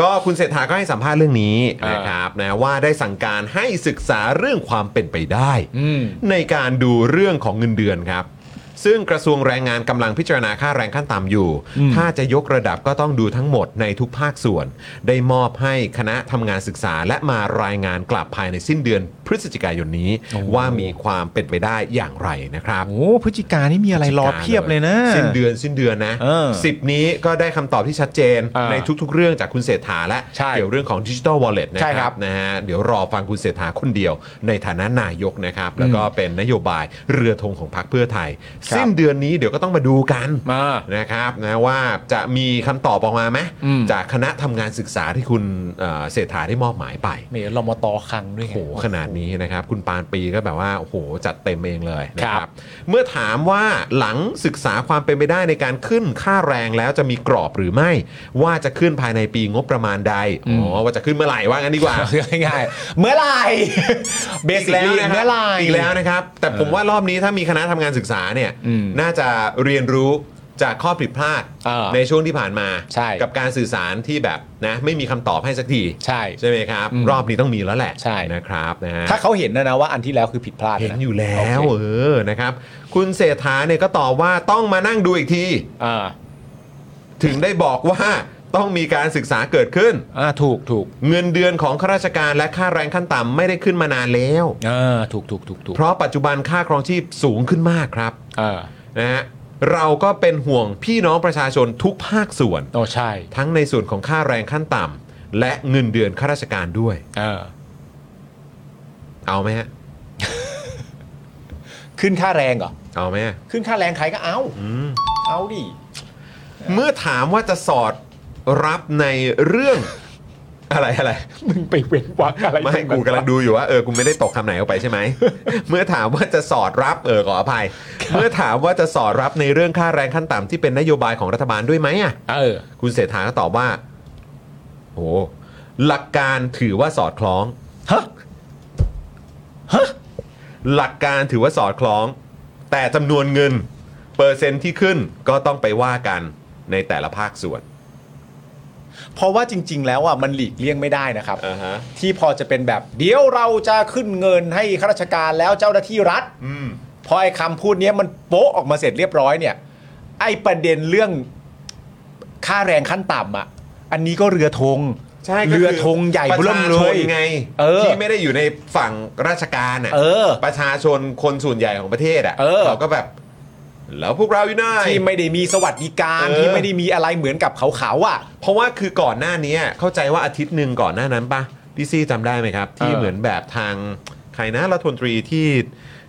Speaker 1: ก็คุณเศรษฐาก็ให้สัมภาษณ์เรื่องนี้
Speaker 2: อ่าน
Speaker 1: นะครับนะว่าได้สั่งการให้ศึกษาเรื่องความเป็นไปได้
Speaker 2: อืม
Speaker 1: ในการดูเรื่องของเงินเดือนครับ ซึ่งกระทรวงแรงงานกำลังพิจารณาค่าแรงขั้นต่ำอยู่
Speaker 2: อืม
Speaker 1: ถ้าจะยกระดับก็ต้องดูทั้งหมดในทุกภาคส่วน ได้มอบให้คณะทำงานศึกษาและมารายงานกลับภายในสิ้นเดือนพฤศจิกายนนี้ ว่ามีความเป็นไปได้อย่างไรนะครับ
Speaker 2: โอ้พฤศจิกานี่มีอะไรรอเพียบเลยนะ
Speaker 1: สิ้นเดือนสิ้นเดือนนะ
Speaker 2: เออ
Speaker 1: สิบนี้ก็ได้คำตอบที่ชัดเจน
Speaker 2: เออ
Speaker 1: ในทุกๆ เรื่องจากคุณเศรษฐาและ
Speaker 2: ใช่
Speaker 1: เกี่ยวเรื่องของดิจิ t a ลวอลเล็ตนะ
Speaker 2: ใช่
Speaker 1: ค
Speaker 2: ครั
Speaker 1: รับบ นะฮะเดี๋ยวรอฟังคุณเศรษฐาคนเดียว ในฐานะนายกนะครับ แล้วก็เป็นนโยบายเรือธงของพรรคเพื่อไทย
Speaker 2: ครับ
Speaker 1: สิ้นเดือนนี้เดี๋ยวก็ต้องมาดูกัน
Speaker 2: มา
Speaker 1: นะครับนะว่าจะมีคำตอบออกมาไหม
Speaker 2: อืม
Speaker 1: จากคณะทำงานศึกษาที่คุณเอ่อเศรษฐาได้มอบหมายไป
Speaker 2: เมรมตอคลังด้วยไง
Speaker 1: โอ้โหขนาดนี้นะครับคุณปานปีก็แบบว่าโอ้โหจัดเต็มเองเลยนะค
Speaker 2: ครั
Speaker 1: รับ
Speaker 2: บ
Speaker 1: เมื่อถามว่าหลังศึกษาความเป็นไปได้ในการขึ้นค่าแรงแล้วจะมีกรอบหรือไม่ ว่าจะขึ้นภายในปีงบประมาณใดอ๋อว่าจะขึ้นเมื่อไหร่ว่างั้น ดีกว่า
Speaker 2: ง่ายๆเมื่อไหร่ เบสิก
Speaker 1: อีก
Speaker 2: เมื่อไหร่
Speaker 1: อีกแล้วนะครับ แต่ผมว่ารอบนี้ถ้ามีคณะทำงานศึกษาเนี่ย
Speaker 2: อืม
Speaker 1: น่าจะเรียนรู้จากข้อผิดพลาด
Speaker 2: เออ
Speaker 1: ในช่วงที่ผ่านมา
Speaker 2: ใช่
Speaker 1: กับการสื่อสารที่แบบนะไม่มีคำตอบให้สักที
Speaker 2: ใช่
Speaker 1: ใช่ไหมครับ
Speaker 2: อืม
Speaker 1: รอบนี้ต้องมีแล้วแหละ
Speaker 2: ใช่
Speaker 1: นะครับนะฮะ
Speaker 2: ถ้าเขาเห็นนะนะว่าอันที่แล้วคือผิดพลาดะ
Speaker 1: เห็นอยู่แล้วเอ
Speaker 2: โเค
Speaker 1: อนะครับคุณเศรษฐาเนี่ยก็ตอบว่าต้องมานั่งดูอีกที
Speaker 2: อ่า
Speaker 1: ถึงได้บอกว่าต้องมีการศึกษาเกิดขึ้น
Speaker 2: อ่าถูกถูก
Speaker 1: เงินเดือนของข้าราชการและค่าแรงขั้นต่ำไม่ได้ขึ้นมานานแล้ว
Speaker 2: อ่าถูกถูกถูกถูก
Speaker 1: เพราะปัจจุบันค่าครองชีพสูงขึ้นมากครับ
Speaker 2: อ่า
Speaker 1: นะฮะเราก็เป็นห่วงพี่น้องประชาชนทุกภาคส่วน
Speaker 2: โอ้ใช่
Speaker 1: ทั้งในส่วนของค่าแรงขั้นต่ำและเงินเดือนข้าราชการด้วย
Speaker 2: อ่า
Speaker 1: เอาไหมฮะ
Speaker 2: ขึ้นค่าแรงเหรอ
Speaker 1: เอาไหมฮะ
Speaker 2: ขึ้นค่าแรงใครก็เอา
Speaker 1: อืม
Speaker 2: เอาดิ
Speaker 1: เมื่อถามว่าจะสอดรับในเรื่อง อะไรอะไร
Speaker 2: มึงไปเว้นวักอะไร
Speaker 1: ไม่กูกำลังดูอยู่ว่าเออกูไม่ได้ตกคำไหนออกไปใช่ไหม เมื่อถามว่าจะสอดรับเออขออภัย เมื่อถามว่าจะสอดรับในเรื่องค่าแรงขั้นต่ำที่เป็นนโยบายของรัฐบาลด้วยไหมอ่ะ
Speaker 2: เออ
Speaker 1: คุณเศรษฐาก็ตอบว่าโหหลักการถือว่าสอดคล้อง
Speaker 2: ฮะ
Speaker 1: หลักการถือว่าสอดคล้อง แต่จำนวนเงิน เปอร์เซ็นต์ที่ขึ้นก็ต้องไปว่ากันในแต่ละภาคส่วน
Speaker 2: เพราะว่าจริง ๆ แล้วอ่ะมันหลีกเลี่ยงไม่ได้นะครับ
Speaker 1: อ่าฮะ
Speaker 2: ที่พอจะเป็นแบบเดี๋ยวเราจะขึ้นเงินให้ข้าราชการแล้วเจ้าหน้าที่รัฐ
Speaker 1: อืม
Speaker 2: พอไอ้คำพูดเนี้ยมันโป๊ะออกมาเสร็จเรียบร้อยเนี่ย ไอ้ประเด็นเรื่องค่าแรงขั้นต่ำอ่ะ อันนี้ก็เรือธง
Speaker 1: ใช่ก็คื
Speaker 2: เรือธงใหญ่
Speaker 1: ประ
Speaker 2: เริ่
Speaker 1: ชาม ช
Speaker 2: เล
Speaker 1: น
Speaker 2: ย
Speaker 1: ไง
Speaker 2: เออ
Speaker 1: ที่ไม่ได้อยู่ในฝั่งราชการอ่ะ
Speaker 2: เออ
Speaker 1: ประชาชนคนส่วนใหญ่ของประเทศอ่ะ
Speaker 2: เออ
Speaker 1: ก็แบบ แล้วพวกเราอยู่ไหน
Speaker 2: ที่ไม่ได้มีสวัสดิการ
Speaker 1: เออ
Speaker 2: ที่ไม่ได้มีอะไรเหมือนกับเขาๆอ่ะ
Speaker 1: เพราะว่าคือก่อนหน้านี้เข้าใจว่าอาทิตย์หนึ่งก่อนหน้านั้นปะพี่ซี่จำได้ไหมครับ ที่
Speaker 2: เออ
Speaker 1: เหมือนแบบทางใครนะรัฐมนตรีที่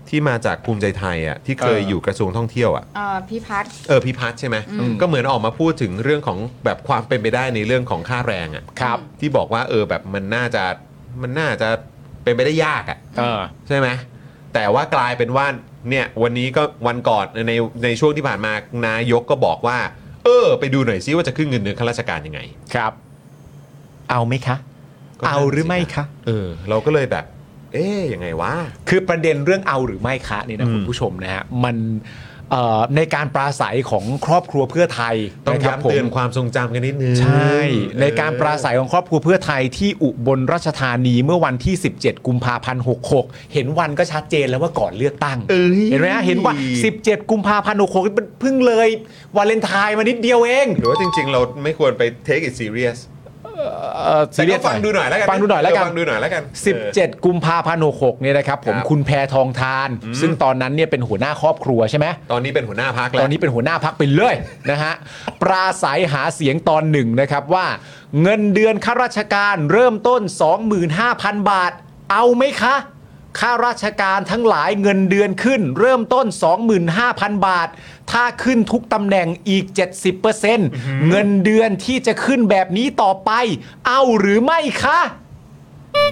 Speaker 1: ที่มาจากภูมิใจไทยอ่ะที่เคย
Speaker 2: เออ
Speaker 1: อ
Speaker 2: อ
Speaker 1: ยู่กระทรวงท่องเที่ยวอ่ะ
Speaker 3: เอ่อพี่พัฒน์
Speaker 1: เออพิพัฒน์ใช่ไหมก็เหมือนออกมาพูดถึงเรื่องของแบบความเป็นไปได้ในเรื่องของค่าแรงอ่ะ
Speaker 2: ครับ
Speaker 1: ที่บอกว่าเออแบบมันน่าจะมันน่าจะเป็นไปได้ยากอ่ะ
Speaker 2: เออ
Speaker 1: ใช่ไหมแต่ว่ากลายเป็นว่าเนี่ยวันนี้ก็วันก่อนในในช่วงที่ผ่านมานายกก็บอกว่า เออ ไปดูหน่อยซิว่าจะขึ้นเงินเดือนข้าราชการยังไง
Speaker 2: ครับ เอาไหมคะ
Speaker 1: ก็นั่น
Speaker 2: เอาหรือไม่คะ
Speaker 1: เออ เราก็เลยแบบ เอ๊ยยังไงวะ
Speaker 2: คือประเด็นเรื่องเอาหรือไม่คะเนี่ยนะ
Speaker 1: อืม
Speaker 2: คุณผู้ชมนะฮะมันเอ่อในการปราศัยของครอบครัวเพื่อไทย
Speaker 1: ต้อง
Speaker 2: ะครับ
Speaker 1: ย้ำ
Speaker 2: ผม
Speaker 1: เตือนความทรงจำกันนิดนึง
Speaker 2: ใช่
Speaker 1: เออ
Speaker 2: ในการปราศัยของครอบครัวเพื่อไทยที่อุบลราชธานีเมื่อวันที่ 17 กุมภาพันธ์ 66 เห็นวันก็ชัดเจนแล้วว่าก่อนเลือกตั้ง
Speaker 1: เอ้ย
Speaker 2: เห็นไหมฮะเห็นว่า 17 กุมภาพันธ์ 66มันเพิ่งเลยวาเลนไทน์มานิดเดียวเอง
Speaker 1: หรือว่าจริง ๆ เราไม่ควรไป take it serious แต่ก็ฟังดูหน่อยแล้วกัน
Speaker 2: ฟังดูหน่อยแล้วกัน
Speaker 1: เฟังดูหน่อยแล้วกัน
Speaker 2: 17 กุมภาพันธ์ 66 เนี่ยนะครับ ผม
Speaker 1: ครับ
Speaker 2: คุณแพทองทาน ซึ่งตอนนั้นเนี่ยเป็นหัวหน้าครอบครัวใช่ไหม
Speaker 1: ตอนนี้เป็นหัวหน้าพักแล้ว
Speaker 2: ตอนนี้เป็นหัวหน้าพักไปเลย นะฮะ ปราศัยหาเสียงตอนหนึ่งนะครับว่า เงินเดือนข้าราชการเริ่มต้น 25,000 บาท เอาไหมคะ ข้าราชการทั้งหลายเงินเดือนขึ้น เริ่มต้น 25,000 บาท ถ้าขึ้นทุกตำแหน่งอีก 70%เงินเดือนที่จะขึ้นแบบนี้ต่อไป เอาหรือไม่คะนี่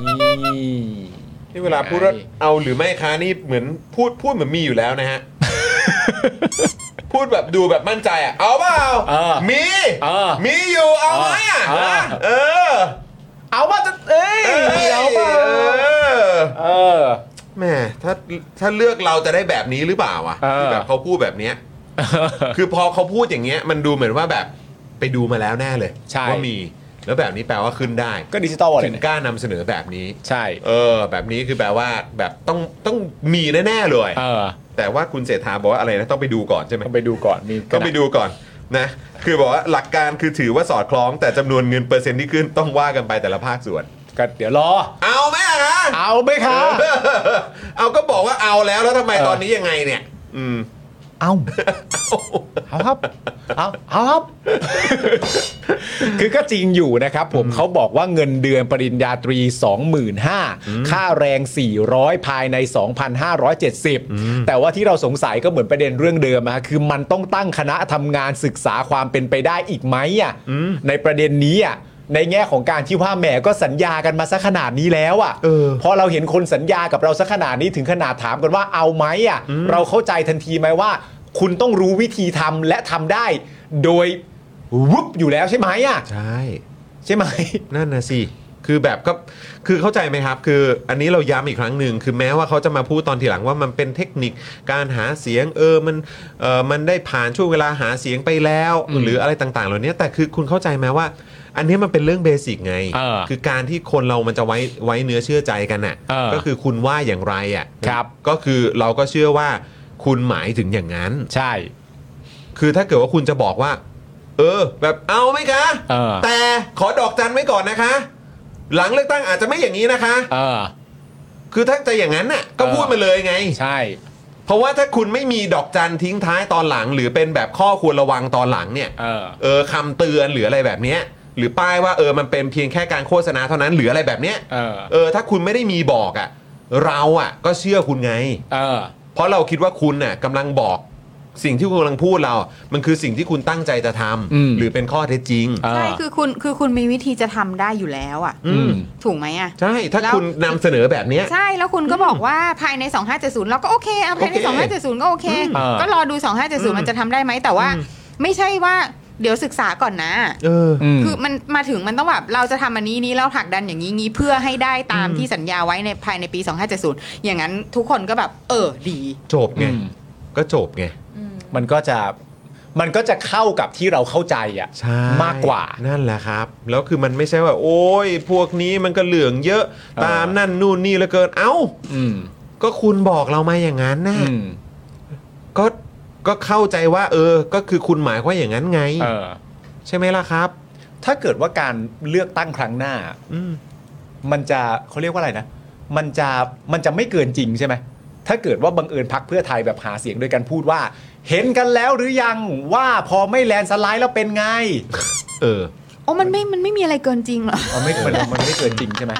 Speaker 1: นี่เวลาพูดว่า
Speaker 2: ไง
Speaker 1: เอาหรือไม่คะนี่เหมือนพูดพูดเหมือนมีอยู่แล้ว นะฮะ พูดแบบดูแบบมั่นใจอ่ะ เอาเปล่า
Speaker 2: เออ
Speaker 1: มี
Speaker 2: เออ
Speaker 1: มีอยู่เอาไหมอ่ะ
Speaker 2: เออ
Speaker 1: เออ
Speaker 2: เอาว่าจะเอ้ยเอาเปล่า
Speaker 1: เออ
Speaker 2: เออ
Speaker 1: แหม่ถ้าถ้าเลือกเราจะได้แบบนี้หรือเปล่าวะ
Speaker 2: เออ
Speaker 1: ที่แบบเขาพูดแบบเนี้ย คือพอเขาพูดอย่างเงี้ย มันดูเหมือนว่าแบบไปดูมาแล้วแน่เลย
Speaker 2: ใช่
Speaker 1: ว่ามี แล้วแบบนี้แปลว่าขึ้นได้
Speaker 2: ก็ดิจิตอลวอลเล
Speaker 1: ถึง
Speaker 2: ย
Speaker 1: กล้านำเสนอแบบนี้
Speaker 2: ใช่
Speaker 1: เออ แบบนี้คือแปลว่าแบบต้องต้องมีแน่ๆเลย
Speaker 2: เออ
Speaker 1: แต่ว่าคุณเศรษฐาบอกว่าอะไรนะต้องไปดูก่อนใช่ไหม
Speaker 2: ต้องไปดูก่อนมี
Speaker 1: ต้องไปดูก่อนนะคือบอกว่าหลักการคือถือว่าสอดคล้องแต่จำนวนเงินเปอร์เซ็นต์ที่ขึ้นต้องว่ากันไปแต่ละภาคส่วน
Speaker 2: ก็เดี๋ยวรอ
Speaker 1: เอาไหมอะนะ
Speaker 2: เอาไหมคะ
Speaker 1: เอาก็บอกว่าเอาแล้วแล้วทำไม
Speaker 2: เออ
Speaker 1: ตอนนี้ยังไงเนี่ย อืม
Speaker 2: เอาเอาครับเอาเอาครับ คือก็จริงอยู่นะครับผมเขาบอกว่าเงินเดือนปริญญาตรี 25,000ค่าแรง 400 ภายใน 2,570 แต่ว่าที่เราสงสัยก็เหมือนประเด็นเรื่องเดิมอะฮะคือมันต้องตั้งคณะทำงานศึกษาความเป็นไปได้อีกไหมอ่ะในประเด็นนี้อ่ะในแง่ของการที่ว่าแหมก็สัญญากันมาสักขนาดนี้แล้วอ่ะ
Speaker 1: เออ
Speaker 2: พอเราเห็นคนสัญญากับเราสักขนาดนี้ถึงขนาดถามกันว่าเอาไหมอ่ะเราเข้าใจทันทีไหมว่า คุณต้องรู้วิธีทำและทำได้ โดยวุบอยู่แล้วใช่ไหมอ่ะ
Speaker 1: ใช่
Speaker 2: ใช่ไหม
Speaker 1: นั่นนะสิ คือแบบก็คือเข้าใจไหมครับ คืออันนี้เราย้ำอีกครั้งหนึ่ง คือแม้ว่าเขาจะมาพูดตอนทีหลังว่ามันเป็นเทคนิคการหาเสียง เออ มัน เออมันได้ผ่านช่วงเวลาหาเสียงไปแล้ว หรืออะไรต่างๆ เหล่านี้แต่คือคุณเข้าใจไหมว่า อันนี้มันเป็นเรื่องเบสิกไง
Speaker 2: เออ
Speaker 1: คือการที่คนเรามันจะไว้ไว้เนื้อเชื่อใจกันน่ะ
Speaker 2: เออ
Speaker 1: ก็คือคุณว่าอย่างไรอ่ะ
Speaker 2: ครับ
Speaker 1: ก็คือเราก็เชื่อว่าคุณหมายถึงอย่างนั้น
Speaker 2: ใช่
Speaker 1: คือถ้าเกิดว่าคุณจะบอกว่า เออ แบบเอาไหมคะ
Speaker 2: เออ
Speaker 1: แต่ขอดอกจันไว้ก่อนนะคะ หลังเลือกตั้งอาจจะไม่อย่างนี้นะคะ
Speaker 2: เออ
Speaker 1: คือถ้าจะอย่างนั้นน่ะก็
Speaker 2: เออ
Speaker 1: พูดมาเลยไง
Speaker 2: ใช่
Speaker 1: เพราะว่าถ้าคุณไม่มีดอกจันทิ้งท้ายตอนหลัง หรือเป็นแบบข้อควรระวังตอนหลังเนี่ย
Speaker 2: เออ
Speaker 1: เออคำเตือนหรืออะไรแบบเนี้ย หรือป้ายว่าเออมันเป็นเพียงแค่การโฆษณาเท่านั้นหรืออะไรแบบเนี้ย
Speaker 2: เออ
Speaker 1: เออ ถ้าคุณไม่ได้มีบอกอะ่ะ เราอะ่ะ ก็เชื่อคุณไง
Speaker 2: เออ
Speaker 1: เพราะเราคิดว่าคุณน่ะกำลังบอกสิ่งที่คุณกำลังพูดเรา มันคือสิ่งที่คุณตั้งใจจะท
Speaker 2: อืม
Speaker 1: ำหรือเป็นข้อเท็จจริง
Speaker 2: เออ
Speaker 3: ใช่คือคุณคือคุณมีวิธีจะทำได้อยู่แล้วอ่ะ
Speaker 1: อืม
Speaker 3: ถูกไหมอ่ะ
Speaker 1: ใช่ ถ้า
Speaker 3: แล้ว
Speaker 1: คุณนำเสนอแบบเนี้ย
Speaker 3: ใช่แล้วคุณก็บอกว่าภายใน 2570 เราก็โอเคอ่ะภายใน
Speaker 1: โอเค
Speaker 3: 2570 ก็โอเค
Speaker 1: อืม
Speaker 3: ก็รอดู 2570 มันจะทำได้ไหมแต่ว่า
Speaker 1: อืม
Speaker 3: ไม่ใช่ว่าเดี๋ยวศึกษาก่อนนะ
Speaker 1: เออ
Speaker 2: ม
Speaker 3: คือมันมาถึงมันต้องแบบเราจะทำอันนี้นี้เราผลักดันอย่างนี้นี้เพื่อให้ได้ตามที่สัญญาไว้ในภายในปี 2570 อย่างนั้นทุกคนก็แบบเออดี
Speaker 1: จบไง
Speaker 2: อืม
Speaker 1: ก็จบไง
Speaker 2: มันก็จะ มันก็จะเข้ากับที่เราเข้าใจอ่ะ
Speaker 1: ใช่
Speaker 2: มากกว่า
Speaker 1: นั่นแหละครับ แล้วคือมันไม่ใช่ว่า โอ้ย พวกนี้มันก็เหลืองเยอะ ตามนั่นนู่นนี่เหลือเกิน เอ้า
Speaker 2: อืม
Speaker 1: ก็คุณบอกเรามาอย่างนั้นนะ
Speaker 2: อืม
Speaker 1: ก็ ก็เข้าใจว่า เออ ก็คือคุณหมายว่าอย่างนั้นไง
Speaker 2: เออ
Speaker 1: ใช่ไหมล่ะครับ
Speaker 2: ถ้าเกิดว่าการเลือกตั้งครั้งหน้า
Speaker 1: อืม
Speaker 2: มันจะเขาเรียกว่าอะไรนะ มันจะมันจะไม่เกินจริงใช่ไหม ถ้าเกิดว่าบังเอิญพักเพื่อไทยแบบหาเสียงโดวยกันพูดว่า เห็นกันแล้วหรือยังว่าพอไม่แลนด์สไลด์แล้วเป็นไง
Speaker 1: เออ
Speaker 3: โอ้มันไม่มันไม่มีอะไรเกินจริงหรอ
Speaker 2: มันไม่มันมันไม่เกินจริงใช่ไหม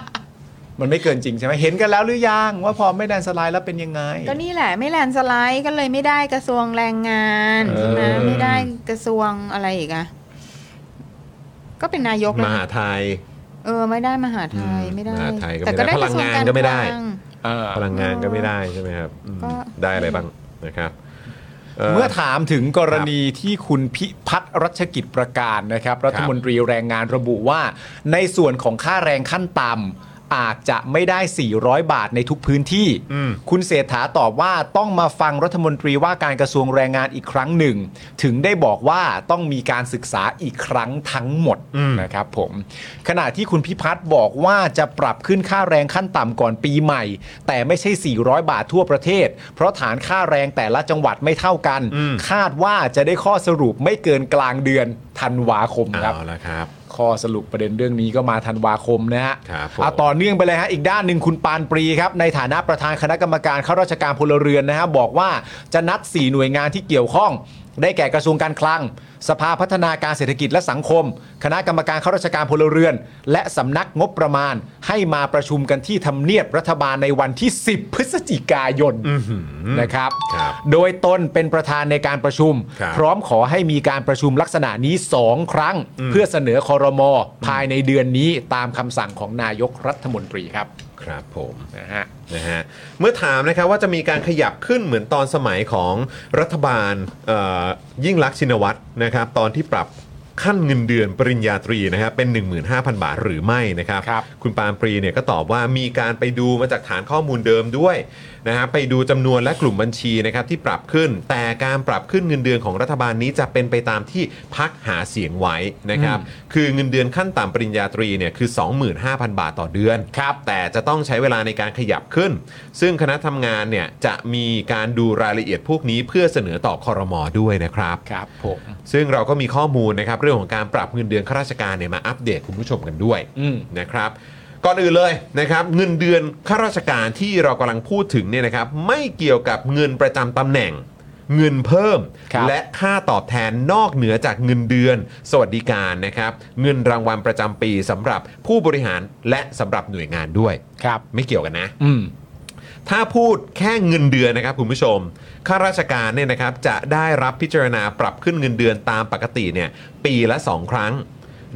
Speaker 2: มันไม่เกินจริงใช่ไหมเห็นกันแล้วหรือยังว่าพอไม่แลนด์สไลด์แล้วเป็นยังไง
Speaker 3: ก็นี่แหละไม่แลนด์สไลด์ก็เลยไม่ได้กระทรวงแรงงาน
Speaker 2: เออ
Speaker 3: ใช่ไหมไม่ได้กระทรวงอะไรอีกอะก็เป็นนายก
Speaker 1: ม
Speaker 3: แล้ว
Speaker 1: หาไทย
Speaker 3: เออไม่ได้มหาไทย
Speaker 1: อืม
Speaker 3: ไม่ได้
Speaker 1: มหาไทยก็
Speaker 3: แต่ก็
Speaker 1: ไม่
Speaker 3: ได้
Speaker 1: ได้
Speaker 3: กระทรวงการ
Speaker 1: พลังงานก็ไม่ได้
Speaker 3: คลัง
Speaker 2: เออ
Speaker 1: พลังงานก็ไม่ได้ใช่ไหมครับอืม
Speaker 3: ก็
Speaker 1: ได้อะไรบ้างนะครับ
Speaker 2: เมื่อถามถึงกรณีที่คุณพิพัฒน์รัชกิจประการนะครับ รัฐมนตรีแรงงานระบุว่า ในส่วนของค่าแรงขั้นต่ำอาจจะไม่ได้ 400 บาทในทุกพื้นที่ คุณเศรษฐาตอบว่าต้องมาฟังรัฐมนตรีว่าการกระทรวงแรงงานอีกครั้งหนึ่ง ถึงได้บอกว่าต้องมีการศึกษาอีกครั้งทั้งหมดนะครับผม ขณะที่คุณพิพัฒน์บอกว่าจะปรับขึ้นค่าแรงขั้นต่ำก่อนปีใหม่ แต่ไม่ใช่ 400 บาททั่วประเทศ เพราะฐานค่าแรงแต่ละจังหวัดไม่เท่ากัน คาดว่าจะได้ข้อสรุปไม่เกินกลางเดือนธันวาคมครับ
Speaker 1: เอาละครับ
Speaker 2: ข้อสรุปประเด็นเรื่องนี้ก็มาธันวาคมนะฮะ
Speaker 1: ครับผม
Speaker 2: เอาต่อเนื่องไปเลยฮะ อีกด้านหนึ่งคุณปานปรีครับ ในฐานะประธานคณะกรรมการข้าราชการพลเรือนนะฮะบบอกว่าจะนัด 4 หน่วยงานที่เกี่ยวข้อง ได้แก่กระทรวงการคลัง สภาพัฒนาการเศรษฐกิจและสังคม คณะกรรมการข้าราชการพลเรือน และสำนักงบประมาณ ให้มาประชุมกันที่ทำเนียบรัฐบาลในวันที่ 10 พฤศจิกายนนะครับ
Speaker 1: ครับ
Speaker 2: โดยตนเป็นประธานในการประชุม
Speaker 1: ครับ
Speaker 2: พร้อมขอให้มีการประชุมลักษณะนี้ 2 ครั้ง เพื่อเสนอคอรมอภายในเดือนนี้ตามคำสั่งของนายกรัฐมนตรีครับ
Speaker 1: ครับผม
Speaker 2: นะฮะ
Speaker 1: นะฮะเมื่อถามนะครับว่าจะมีการขยับขึ้นเหมือนตอนสมัยของรัฐบาลเอ่อยิ่งลักษณ์ชินวัตรนะครับตอนที่ปรับ ขั้นเงินเดือนปริญญาตรีนะครับเป็น 15,000 บาทหรือไม่นะครับ
Speaker 2: ครับ
Speaker 1: คุณปาล์มปรีเนี่ยก็ตอบว่ามีการไปดูมาจากฐานข้อมูลเดิมด้วยนะฮะไปดูจำนวนและกลุ่มบัญชีนะครับที่ปรับขึ้น แต่การปรับขึ้นเงินเดือนของรัฐบาลนี้จะเป็นไปตามที่พักหาเสียงไว้นะครับคือเงินเดือนขั้นต่ำปริญญาตรีเนี่ยคือ 25,000 บาทต่อเดือน
Speaker 2: ครับ
Speaker 1: แต่จะต้องใช้เวลาในการขยับขึ้น ซึ่งคณะทำงานเนี่ยจะมีการดูรายละเอียดพวกนี้เพื่อเสนอต่อคอรมอด้วยนะครับ
Speaker 2: ครับผม
Speaker 1: ซึ่งเราก็มีข้อมูลนะครับเรื่องของการปรับเงินเดือนข้าราชการเนี่ยมาอัปเดตคุณผู้ชมกันด้วย
Speaker 2: อืม
Speaker 1: นะครับก่อนอื่นเลยนะครับเงินเดือนข้าราชการที่เรากำลังพูดถึงเนี่ยนะครับไม่เกี่ยวกับเงินประจำตำแหน่ง เงินเพิ่ม
Speaker 2: ครับ
Speaker 1: และค่าตอบแทนนอกเหนือจากเงินเดือน สวัสดิการนะครับเงินรางวัลประจำปีสำหรับผู้บริหารและสำหรับหน่วยงานด้วย
Speaker 2: ครับ
Speaker 1: ไม่เกี่ยวกันนะ
Speaker 2: อืม
Speaker 1: ถ้าพูดแค่เงินเดือนนะครับคุณผู้ชม ข้าราชการเนี่ยนะครับจะได้รับพิจารณาปรับขึ้นเงินเดือนตามปกติเนี่ยปีละ 2 ครั้ง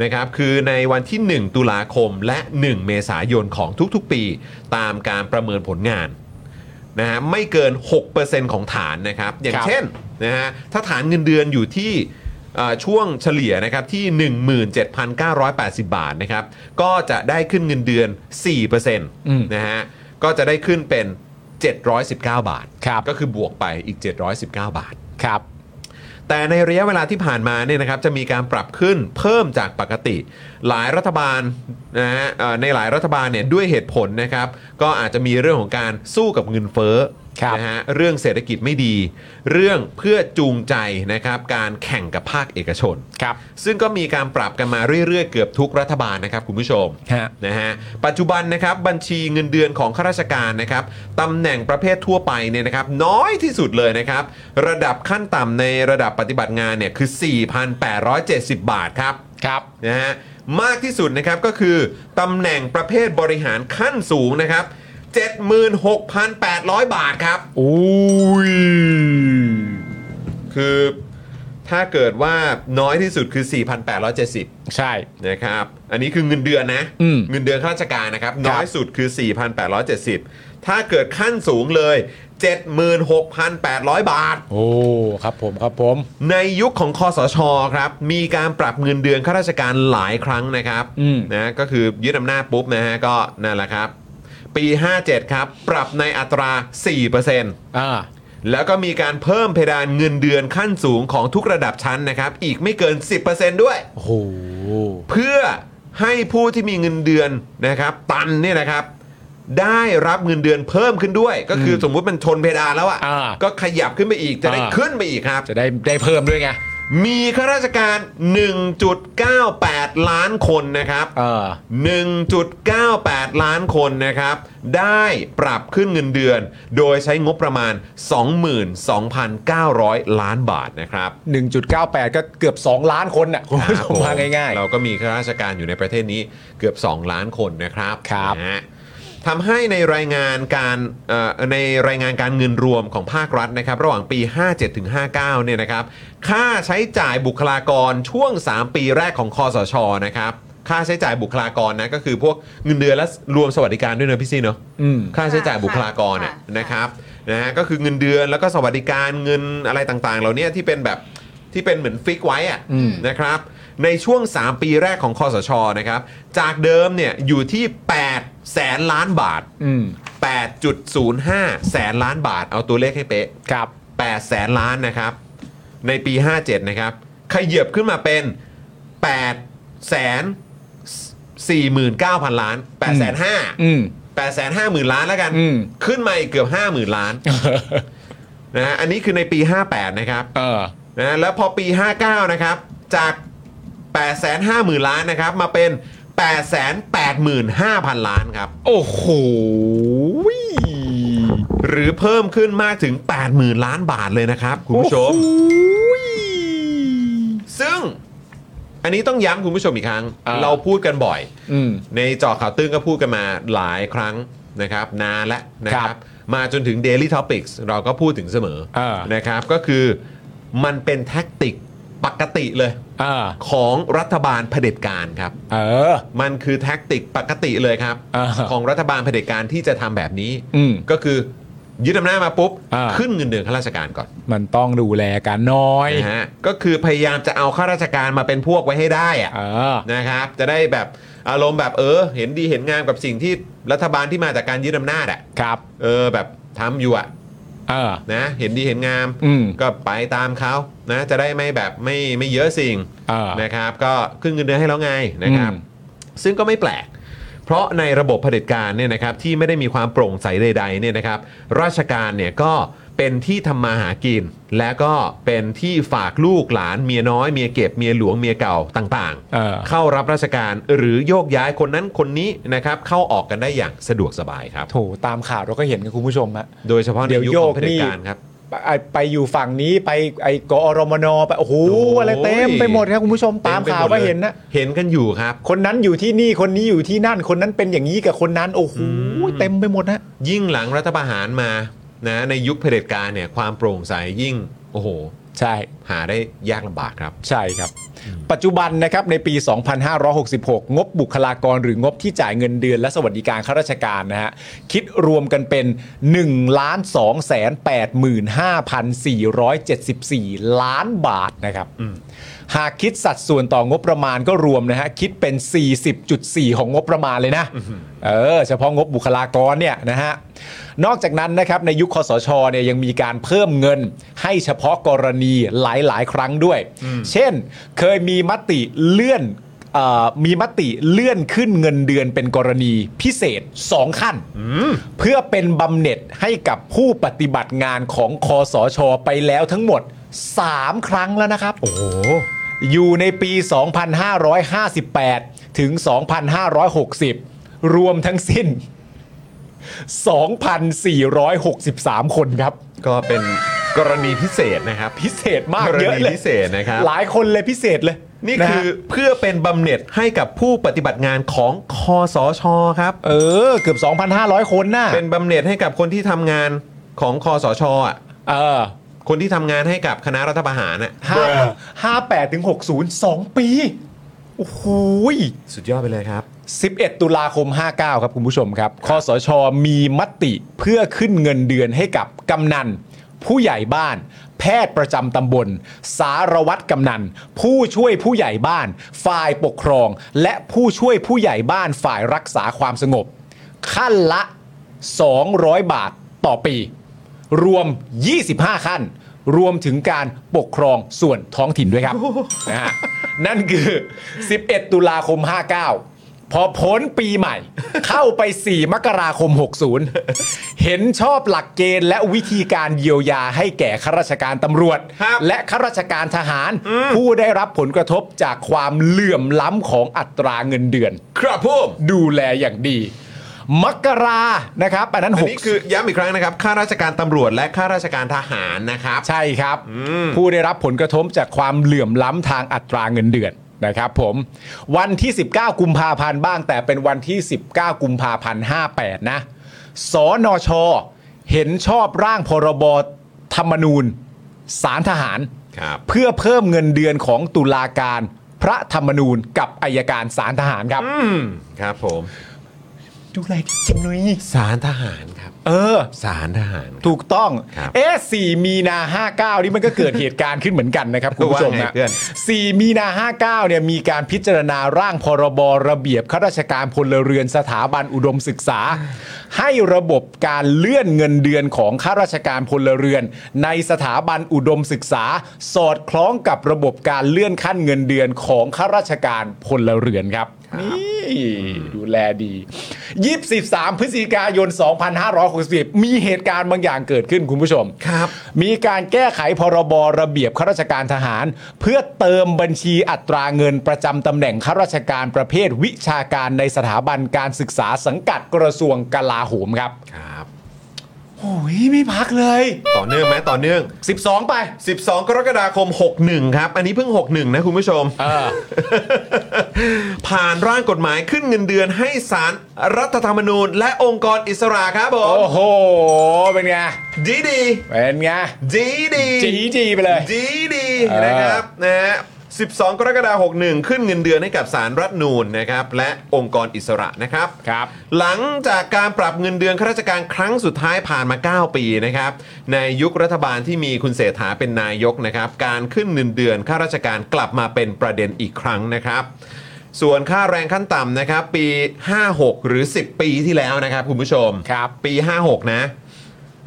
Speaker 1: นะครับคือในวันที่ 1 ตุลาคมและ 1 เมษายนของทุกๆปี ตามการประเมินผลงานนะฮะไม่เกิน 6%ของฐานนะครับอย่าง
Speaker 2: ครับ
Speaker 1: เช่นนะฮะถ้าฐานเงินเดือนอยู่ที่เอ่อช่วงเฉลี่ยนะครับที่ 17,980 บาทนะครับก็จะได้ขึ้นเงินเดือน 4%
Speaker 2: อืม
Speaker 1: นะฮะก็จะได้ขึ้นเป็น 719 บาท
Speaker 2: ครับ
Speaker 1: ก็คือบวกไปอีก 719 บาท
Speaker 2: ครับ
Speaker 1: แต่ในระยะเวลาที่ผ่านมาเนี่ยนะครับจะมีการปรับขึ้นเพิ่มจากปกติ หลายรัฐบาลนะฮะเอ่อในหลายรัฐบาลเนี่ยด้วยเหตุผลนะครับ ก็อาจจะมีเรื่องของการสู้กับเงินเฟ้อ
Speaker 2: ครับ
Speaker 1: นะฮะเรื่องเศรษฐกิจไม่ดี เรื่องเพื่อจูงใจนะครับการแข่งกับภาคเอกชน
Speaker 2: ครับ
Speaker 1: ซึ่งก็มีการปรับกันมาเรื่อยๆ เกือบทุกรัฐบาลนะครับคุณผู้ชม
Speaker 2: ฮะ
Speaker 1: นะฮะปัจจุบันนะครับบัญชีเงินเดือนของข้าราชการนะครับตำแหน่งประเภททั่วไปเนี่ยนะครับน้อยที่สุดเลยนะครับ ระดับขั้นต่ำในระดับปฏิบัติงานเนี่ยคือ 4,870 บาทครับ
Speaker 2: ครับ
Speaker 1: นะฮะมากที่สุดนะครับก็คือตำแหน่งประเภทบริหารขั้นสูงนะครับ76,800 บาทครับ
Speaker 2: อุ้ย
Speaker 1: คือถ้าเกิดว่าน้อยที่สุดคือ 4,870
Speaker 2: ใช่
Speaker 1: นะครับอันนี้คือเงินเดือนนะ
Speaker 2: อืม
Speaker 1: เงินเดือนข้าราชการนะครับ น้อยสุดคือ 4,870 ถ้าเกิดขั้นสูงเลย 76,800 บาท
Speaker 2: โอ้ ครับผม ครับผม
Speaker 1: ในยุคของคอสชครับ มีการปรับเงินเดือนข้าราชการหลายครั้งนะครับ
Speaker 2: อืม
Speaker 1: นะก็คือยึดอำนาจปุ๊บนะฮะก็นั่นแหละครับ ปี 57 ครับ ปรับในอัตรา 4%
Speaker 2: อ่า
Speaker 1: แล้วก็มีการเพิ่มเพดานเงินเดือนขั้นสูงของทุกระดับชั้นนะครับ อีกไม่เกิน 10%ด้วย
Speaker 2: โอ้โห
Speaker 1: เพื่อให้ผู้ที่มีเงินเดือนนะครับตันเนี่ยนะครับ ได้รับเงินเดือนเพิ่มขึ้นด้วย ก็คืออสมมุติมันชนเพดานแล้ว
Speaker 2: อ่า
Speaker 1: อะ่ะก็ขยับขึ้นไปอีกจะได้
Speaker 2: อ่า
Speaker 1: ขึ้นไปอีกครับ
Speaker 2: จะได้ได้เพิ่มด้วยไง
Speaker 1: มีข้าราชการ 1.98 ล้านคนนะครับ
Speaker 2: เออ
Speaker 1: 1.98 ล้านคนนะครับ ได้ปรับขึ้นเงินเดือน โดยใช้งบประมาณ 22,900 ล้านบาทนะครับ
Speaker 2: 1.98 ก็เกือบ 2 ล้านคนน่ะคุณผู้ชม
Speaker 1: รับผ
Speaker 2: ว่าง่าย
Speaker 1: เราก็มีข้าราชการอยู่ในประเทศนี้เกือบ 2 ล้านคนนะครับ
Speaker 2: ครับ
Speaker 1: นะฮะทำให้ในรายงานการเอ่อในรายงานการเงินรวมของภาครัฐนะครับ ระหว่างปี 57ถึง59เนี่ยนะครับ ค่าใช้จ่ายบุคลากรช่วง 3 ปีแรกของคอสชนะครับ ค่าใช้จ่ายบุคลากรนะก็คือพวกเงินเดือนและรวมสวัสดิการด้วยเนอะพี่ซี่เนอะ
Speaker 2: อืม
Speaker 1: ค่าใช้จ่ายบุคลากรเนี่ย
Speaker 3: ค่ะ
Speaker 1: นะครับนะฮะก็คือเงินเดือนแล้วก็สวัสดิการเงินอะไรต่างๆเหล่านี้ที่เป็นแบบที่เป็นเหมือนฟิกไว้อะ
Speaker 2: อืม
Speaker 1: นะครับในช่วง 3 ปีแรกของคอสชนะครับจากเดิมเนี่ยอยู่ที่8แสนล้านบาท
Speaker 2: อืม
Speaker 1: 8.05 แสนล้านบาท เอาตัวเลขให้เป๊ะ
Speaker 2: ครับ
Speaker 1: 8แสนล้านนะครับในปี 57 นะครับขยับขึ้นมาเป็น8แสน49,000 ล้าน8แสนห้า
Speaker 2: อืม
Speaker 1: 8แสนห้าหมื่นล้านแล้วกัน
Speaker 2: อืม
Speaker 1: ขึ้นมาอีกเกือบ 50,000 ล้านนะฮะอันนี้คือในปี 58 นะครับ
Speaker 2: เออ
Speaker 1: นะแล้วพอปี 59 นะครับ จาก 850,000 ล้านนะครับ มาเป็น 885,000 ล้านครับ
Speaker 2: โอ้โห
Speaker 1: หรือเพิ่มขึ้นมากถึง 80,000 ล้านบาทเลยนะครับ คุณผู้ชม ซึ่งอันนี้ต้องย้ำคุณผู้ชมอีกครั้ง
Speaker 2: อ่า
Speaker 1: เราพูดกันบ่อย
Speaker 2: อืม
Speaker 1: ในเจอข่าวตื้นก็พูดกันมาหลายครั้งนะครับนานและนะค
Speaker 2: ครั
Speaker 1: รับบ มาจนถึง Daily Topics เราก็พูดถึงเสมอ
Speaker 2: อ่าน
Speaker 1: นะครับ ก็คือมันเป็นแท็กติกปกติเลย
Speaker 2: อ่า
Speaker 1: ของรัฐบาลเผด็จการครับ
Speaker 2: เออ
Speaker 1: มันคือแท็กติกปกติเลยครับ
Speaker 2: อ่า
Speaker 1: ของรัฐบาลเผด็จการที่จะทำแบบนี้
Speaker 2: อืม
Speaker 1: ก็คือ ยึดอำนาจมาปุ๊บ
Speaker 2: อ่า
Speaker 1: ขึ้นเงินเดือนข้าราชการก่อน
Speaker 2: มันต้องดูแลกันหน้อย
Speaker 1: นะฮะก็คือพยายามจะเอาข้าราชการมาเป็นพวกไว้ให้ได้อะ
Speaker 2: เออ
Speaker 1: นะครับจะได้แบบอารมณ์แบบเออ เห็นดีเห็นงามกับสิ่งที่รัฐบาลที่มาจากการยึดอำนาจอะ
Speaker 2: ครับ
Speaker 1: เออแบบทำอยู่อะ
Speaker 2: เออ
Speaker 1: นะเห็นดีเห็นงาม
Speaker 2: อืม
Speaker 1: ก็ไปตามเขานะจะได้ไม่แบบไม่ไม่เยอะสิ่ง
Speaker 2: เออ
Speaker 1: นะครับ ก็ขึ้นเงินเดือนให้แล้วไงนะครับ
Speaker 2: อืม
Speaker 1: ซึ่งก็ไม่แปลก เพราะในระบบเผด็จการเนี่ยนะครับที่ไม่ได้มีความโปร่งใสใดๆเนี่ยนะครับ ราชการเนี่ยก็เป็นที่ทำมาหากิน และก็เป็นที่ฝากลูกหลานเมียน้อยเมียเก็บเมียหลวงเมียเก่าต่าง
Speaker 2: เออ
Speaker 1: เข้ารับราชการหรือโยกย้ายคนนั้นคนนี้นะครับเข้าออกกันได้อย่างสะดวกสบายครับ
Speaker 2: โถตามข่าวเราก็เห็นกันคุณผู้ชมฮะ
Speaker 1: โดยเฉพาะใน
Speaker 2: เดี๋ยว
Speaker 1: ยุค
Speaker 2: โย
Speaker 1: ขอก งเผด็
Speaker 2: นี่
Speaker 1: จการครับ
Speaker 2: ไปไปอยู่ฝั่งนี้ไปไอกอรมนไปโอ้โห
Speaker 1: โอ้ย
Speaker 2: อะไรเต็มไปหมดครับคุณผู้ชมตามข่าวก็เห็นนะ
Speaker 1: เห็นกันอยู่ครับ
Speaker 2: คนนั้นอยู่ที่นี่คนนี้อยู่ที่นั่นคนนั้นเป็นอย่างนี้กับคนนั้น โอ้โหเต็มไปหมดฮะ
Speaker 1: ยิ่งหลังรัฐประหารมานะในยุคเผด็จการเนี่ยความโปร่งใสยิ่งโอ้โห
Speaker 2: ใช่
Speaker 1: หาได้ยากลำบากครับ
Speaker 2: ใช่ครับ ปัจจุบันนะครับในปี 2566 งบบุคลากรหรืองบที่จ่ายเงินเดือนและสวัสดิการข้าราชการนะฮะ คิดรวมกันเป็น1ล้าน2 8 5 4 7 4 ล้านบาทนะครับ หากคิดสัดส่วนต่องบประมาณก็รวมนะฮะ คิดเป็น 40.4 ของงบประมาณเลยนะ เออ เฉพาะงบบุคลากรเนี่ยนะฮะ นอกจากนั้นนะครับในยุคคสชเนี่ยยังมีการเพิ่มเงินให้เฉพาะกรณีหลาย ๆ ครั้งด้วย เช่น เคยมีมติเลื่อนเอ่อมีมติเลื่อนขึ้นเงินเดือนเป็นกรณีพิเศษ 2 ขั้น เพื่อเป็นบำเหน็จให้กับผู้ปฏิบัติงานของคอสชไปแล้วทั้งหมด 3 ครั้งแล้วนะครับ
Speaker 1: โอ้โห
Speaker 2: อยู่ในปี 2558 ถึง 2560 รวมทั้งสิ้น 2,463 คนครับ
Speaker 1: ก็เป็นกรณีพิเศษนะครับ
Speaker 2: พิเศษมาก
Speaker 1: กรณี
Speaker 2: เยอะเลย
Speaker 1: พิเศษนะครับ
Speaker 2: หลายคนเลยพิเศษเลย
Speaker 1: นี่
Speaker 2: ะฮะ
Speaker 1: คือเพื่อเป็นบำเหน็จให้กับผู้ปฏิบัติงานของคอสชครับ
Speaker 2: เออ เกือบ 2,500 คนน่ะ
Speaker 1: เป็นบำเหน็จให้กับคนที่ทำงานของคอสชอ่ะ
Speaker 2: เออ
Speaker 1: คนที่ทำงานให้กับคณะรัฐประหารอ่ะ
Speaker 2: ห้าห้าแปดถึงหกศูนย์สองปี โอ้โห
Speaker 1: สุดยอดไปเลยครับ
Speaker 2: 11 ตุลาคม 59 ครับคุณผู้ชมครับคอสช มีมติเพื่อขึ้นเงินเดือนให้กับกำนัน ผู้ใหญ่บ้าน แพทย์ประจำตำบล สารวัตรกำนัน ผู้ช่วยผู้ใหญ่บ้าน ฝ่ายปกครอง และผู้ช่วยผู้ใหญ่บ้านฝ่ายรักษาความสงบ ขั้นละ 200 บาทต่อปี รวม 25 ขั้น รวมถึงการปกครองส่วนท้องถิ่นด้วยครับ นะฮะนั่นคือ 11 ตุลาคม 59 พอพ้นปีใหม่ เข้าไป 4 มกราคม 60 เห็นชอบหลักเกณฑ์และวิธีการเยียวยาให้แก่ข้าราชการตำรวจ
Speaker 1: ครับ
Speaker 2: และข้าราชการทหาร ผู้ได้รับผลกระทบจากความเหลื่อมล้ำของอัตราเงินเดือน
Speaker 1: ครับผม
Speaker 2: ดูแลอย่างดี มกรานะครับอันนั้น
Speaker 1: อัน
Speaker 2: หก
Speaker 1: นี้คือย้ำอีกครั้งนะครับข้าราชการตำรวจและข้าราชการทหารนะครับ
Speaker 2: ใช่ครับ ผู้ได้รับผลกระทบจากความเหลื่อมล้ำทางอัตราเงินเดือนนะครับผมวันที่ 19 กุมภาพันธ์บ้าง แต่เป็นวันที่ 19 กุมภาพันธ์58 นะสนช เห็นชอบร่างพรบธรรมนูญ สารทหาร
Speaker 1: ครับ
Speaker 2: เพื่อเพิ่มเงินเดือนของตุลาการ พระธรรมนูญกับอายการสารทหารครับ
Speaker 1: อืมครับผม
Speaker 2: ดูอะไรที่จริงหนุย
Speaker 1: สารทหารครับ
Speaker 2: เออ
Speaker 1: สารทหาร
Speaker 2: ถูกต้อง
Speaker 1: ครับ
Speaker 2: เอ๊ะ4มีนา 59 นี่มันก็เกิดเหตุการณ์ขึ้นเหมือนกันนะครับ คุณผู้ชม
Speaker 1: ว่าไง
Speaker 2: นะ
Speaker 1: เพื่อน
Speaker 2: 4มีนา 59 เนี่ยมีการพิจารณาร่างพรบระเบียบข้าราชการพลเรือนสถาบันอุดมศึกษา ให้ระบบการเลื่อนเงินเดือนของข้าราชการพลเรือน ในสถาบันอุดมศึกษา สอดคล้องกับระบบการเลื่อนขั้นเงินเดือนของข้าราชการพลเรือนครับนี่ดูแลดี 23 พฤศจิกายน 2560 มีเหตุการณ์บางอย่างเกิดขึ้นคุณผู้ชม
Speaker 1: ครับ
Speaker 2: มีการแก้ไขพรบระเบียบข้าราชการทหาร เพื่อเติมบัญชีอัตราเงินประจำตำแหน่งข้าราชการประเภทวิชาการในสถาบันการศึกษาสังกัดกระทรวงกลาโหมครับ
Speaker 1: ครับ
Speaker 2: โอ้ยไม่พักเลย
Speaker 1: ต่อเนื่องไหมต่อเนื่อง
Speaker 2: 12 ไป
Speaker 1: 12 กรกฎาคม 61 ครับ อันนี้เพิ่ง 61 นะคุณผู้ชม
Speaker 2: เออ
Speaker 1: ผ่านร่างกฎหมายขึ้นเงินเดือนให้สารรัฐธรรมนูญ และองค์กรอิสระครับผ
Speaker 2: โอ้
Speaker 1: ม
Speaker 2: โห เป็นไง
Speaker 1: ดีดี
Speaker 2: เป็นไง
Speaker 1: ดีดี
Speaker 2: จีจีไปเลย
Speaker 1: ดีดี
Speaker 2: เออ
Speaker 1: นะครับนะฮะ 12 กรกฎาคม61 ขึ้นเงินเดือนให้กับสารรัฐธรรมนูนนะครับและองค์กรอิสระนะครับ
Speaker 2: ครับ
Speaker 1: หลังจากการปรับเงินเดือนข้าราชการครั้งสุดท้ายผ่านมา 9 ปีนะครับในยุครัฐบาลที่มีคุณเศรษฐาเป็นนายกนะครับการขึ้นเงินเดือนข้าราชการกลับมาเป็นประเด็นอีกครั้งนะครับ ส่วนค่าแรงขั้นต่ำนะครับปี 56 หรือ 10 ปีที่แล้วนะครับคุณผู้ชม
Speaker 2: ครับ
Speaker 1: ปี 56 นะ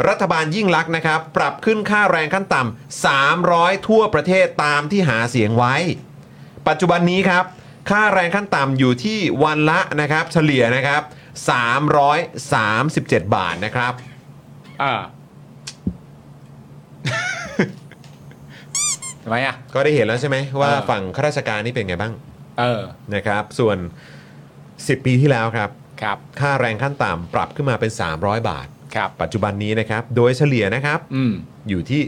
Speaker 1: รัฐบาลยิ่งลักษณ์นะครับ ปรับขึ้นค่าแรงขั้นต่ำ300 ทั่วประเทศตามที่หาเสียงไว้ ปัจจุบันนี้ครับ ค่าแรงขั้นต่ำอยู่ที่วันละนะครับ เฉลี่ยนะครับ 337 บาทนะครับ
Speaker 2: อ่า ทำไมอ่ะ
Speaker 1: ก็ได้เห็นแล้วใช่ไหมว่า
Speaker 2: เออ
Speaker 1: ฝั่งข้าราชการนี่เป็นไงบ้าง
Speaker 2: เออ
Speaker 1: นะครับ ส่วน 10 ปีที่แล้วครับ
Speaker 2: ครับ
Speaker 1: ค่าแรงขั้นต่ำปรับขึ้นมาเป็น 300 บาท
Speaker 2: ครับ
Speaker 1: ปัจจุบันนี้นะครับ โดยเฉลี่ยนะครับ
Speaker 2: อืม
Speaker 1: อยู่ที่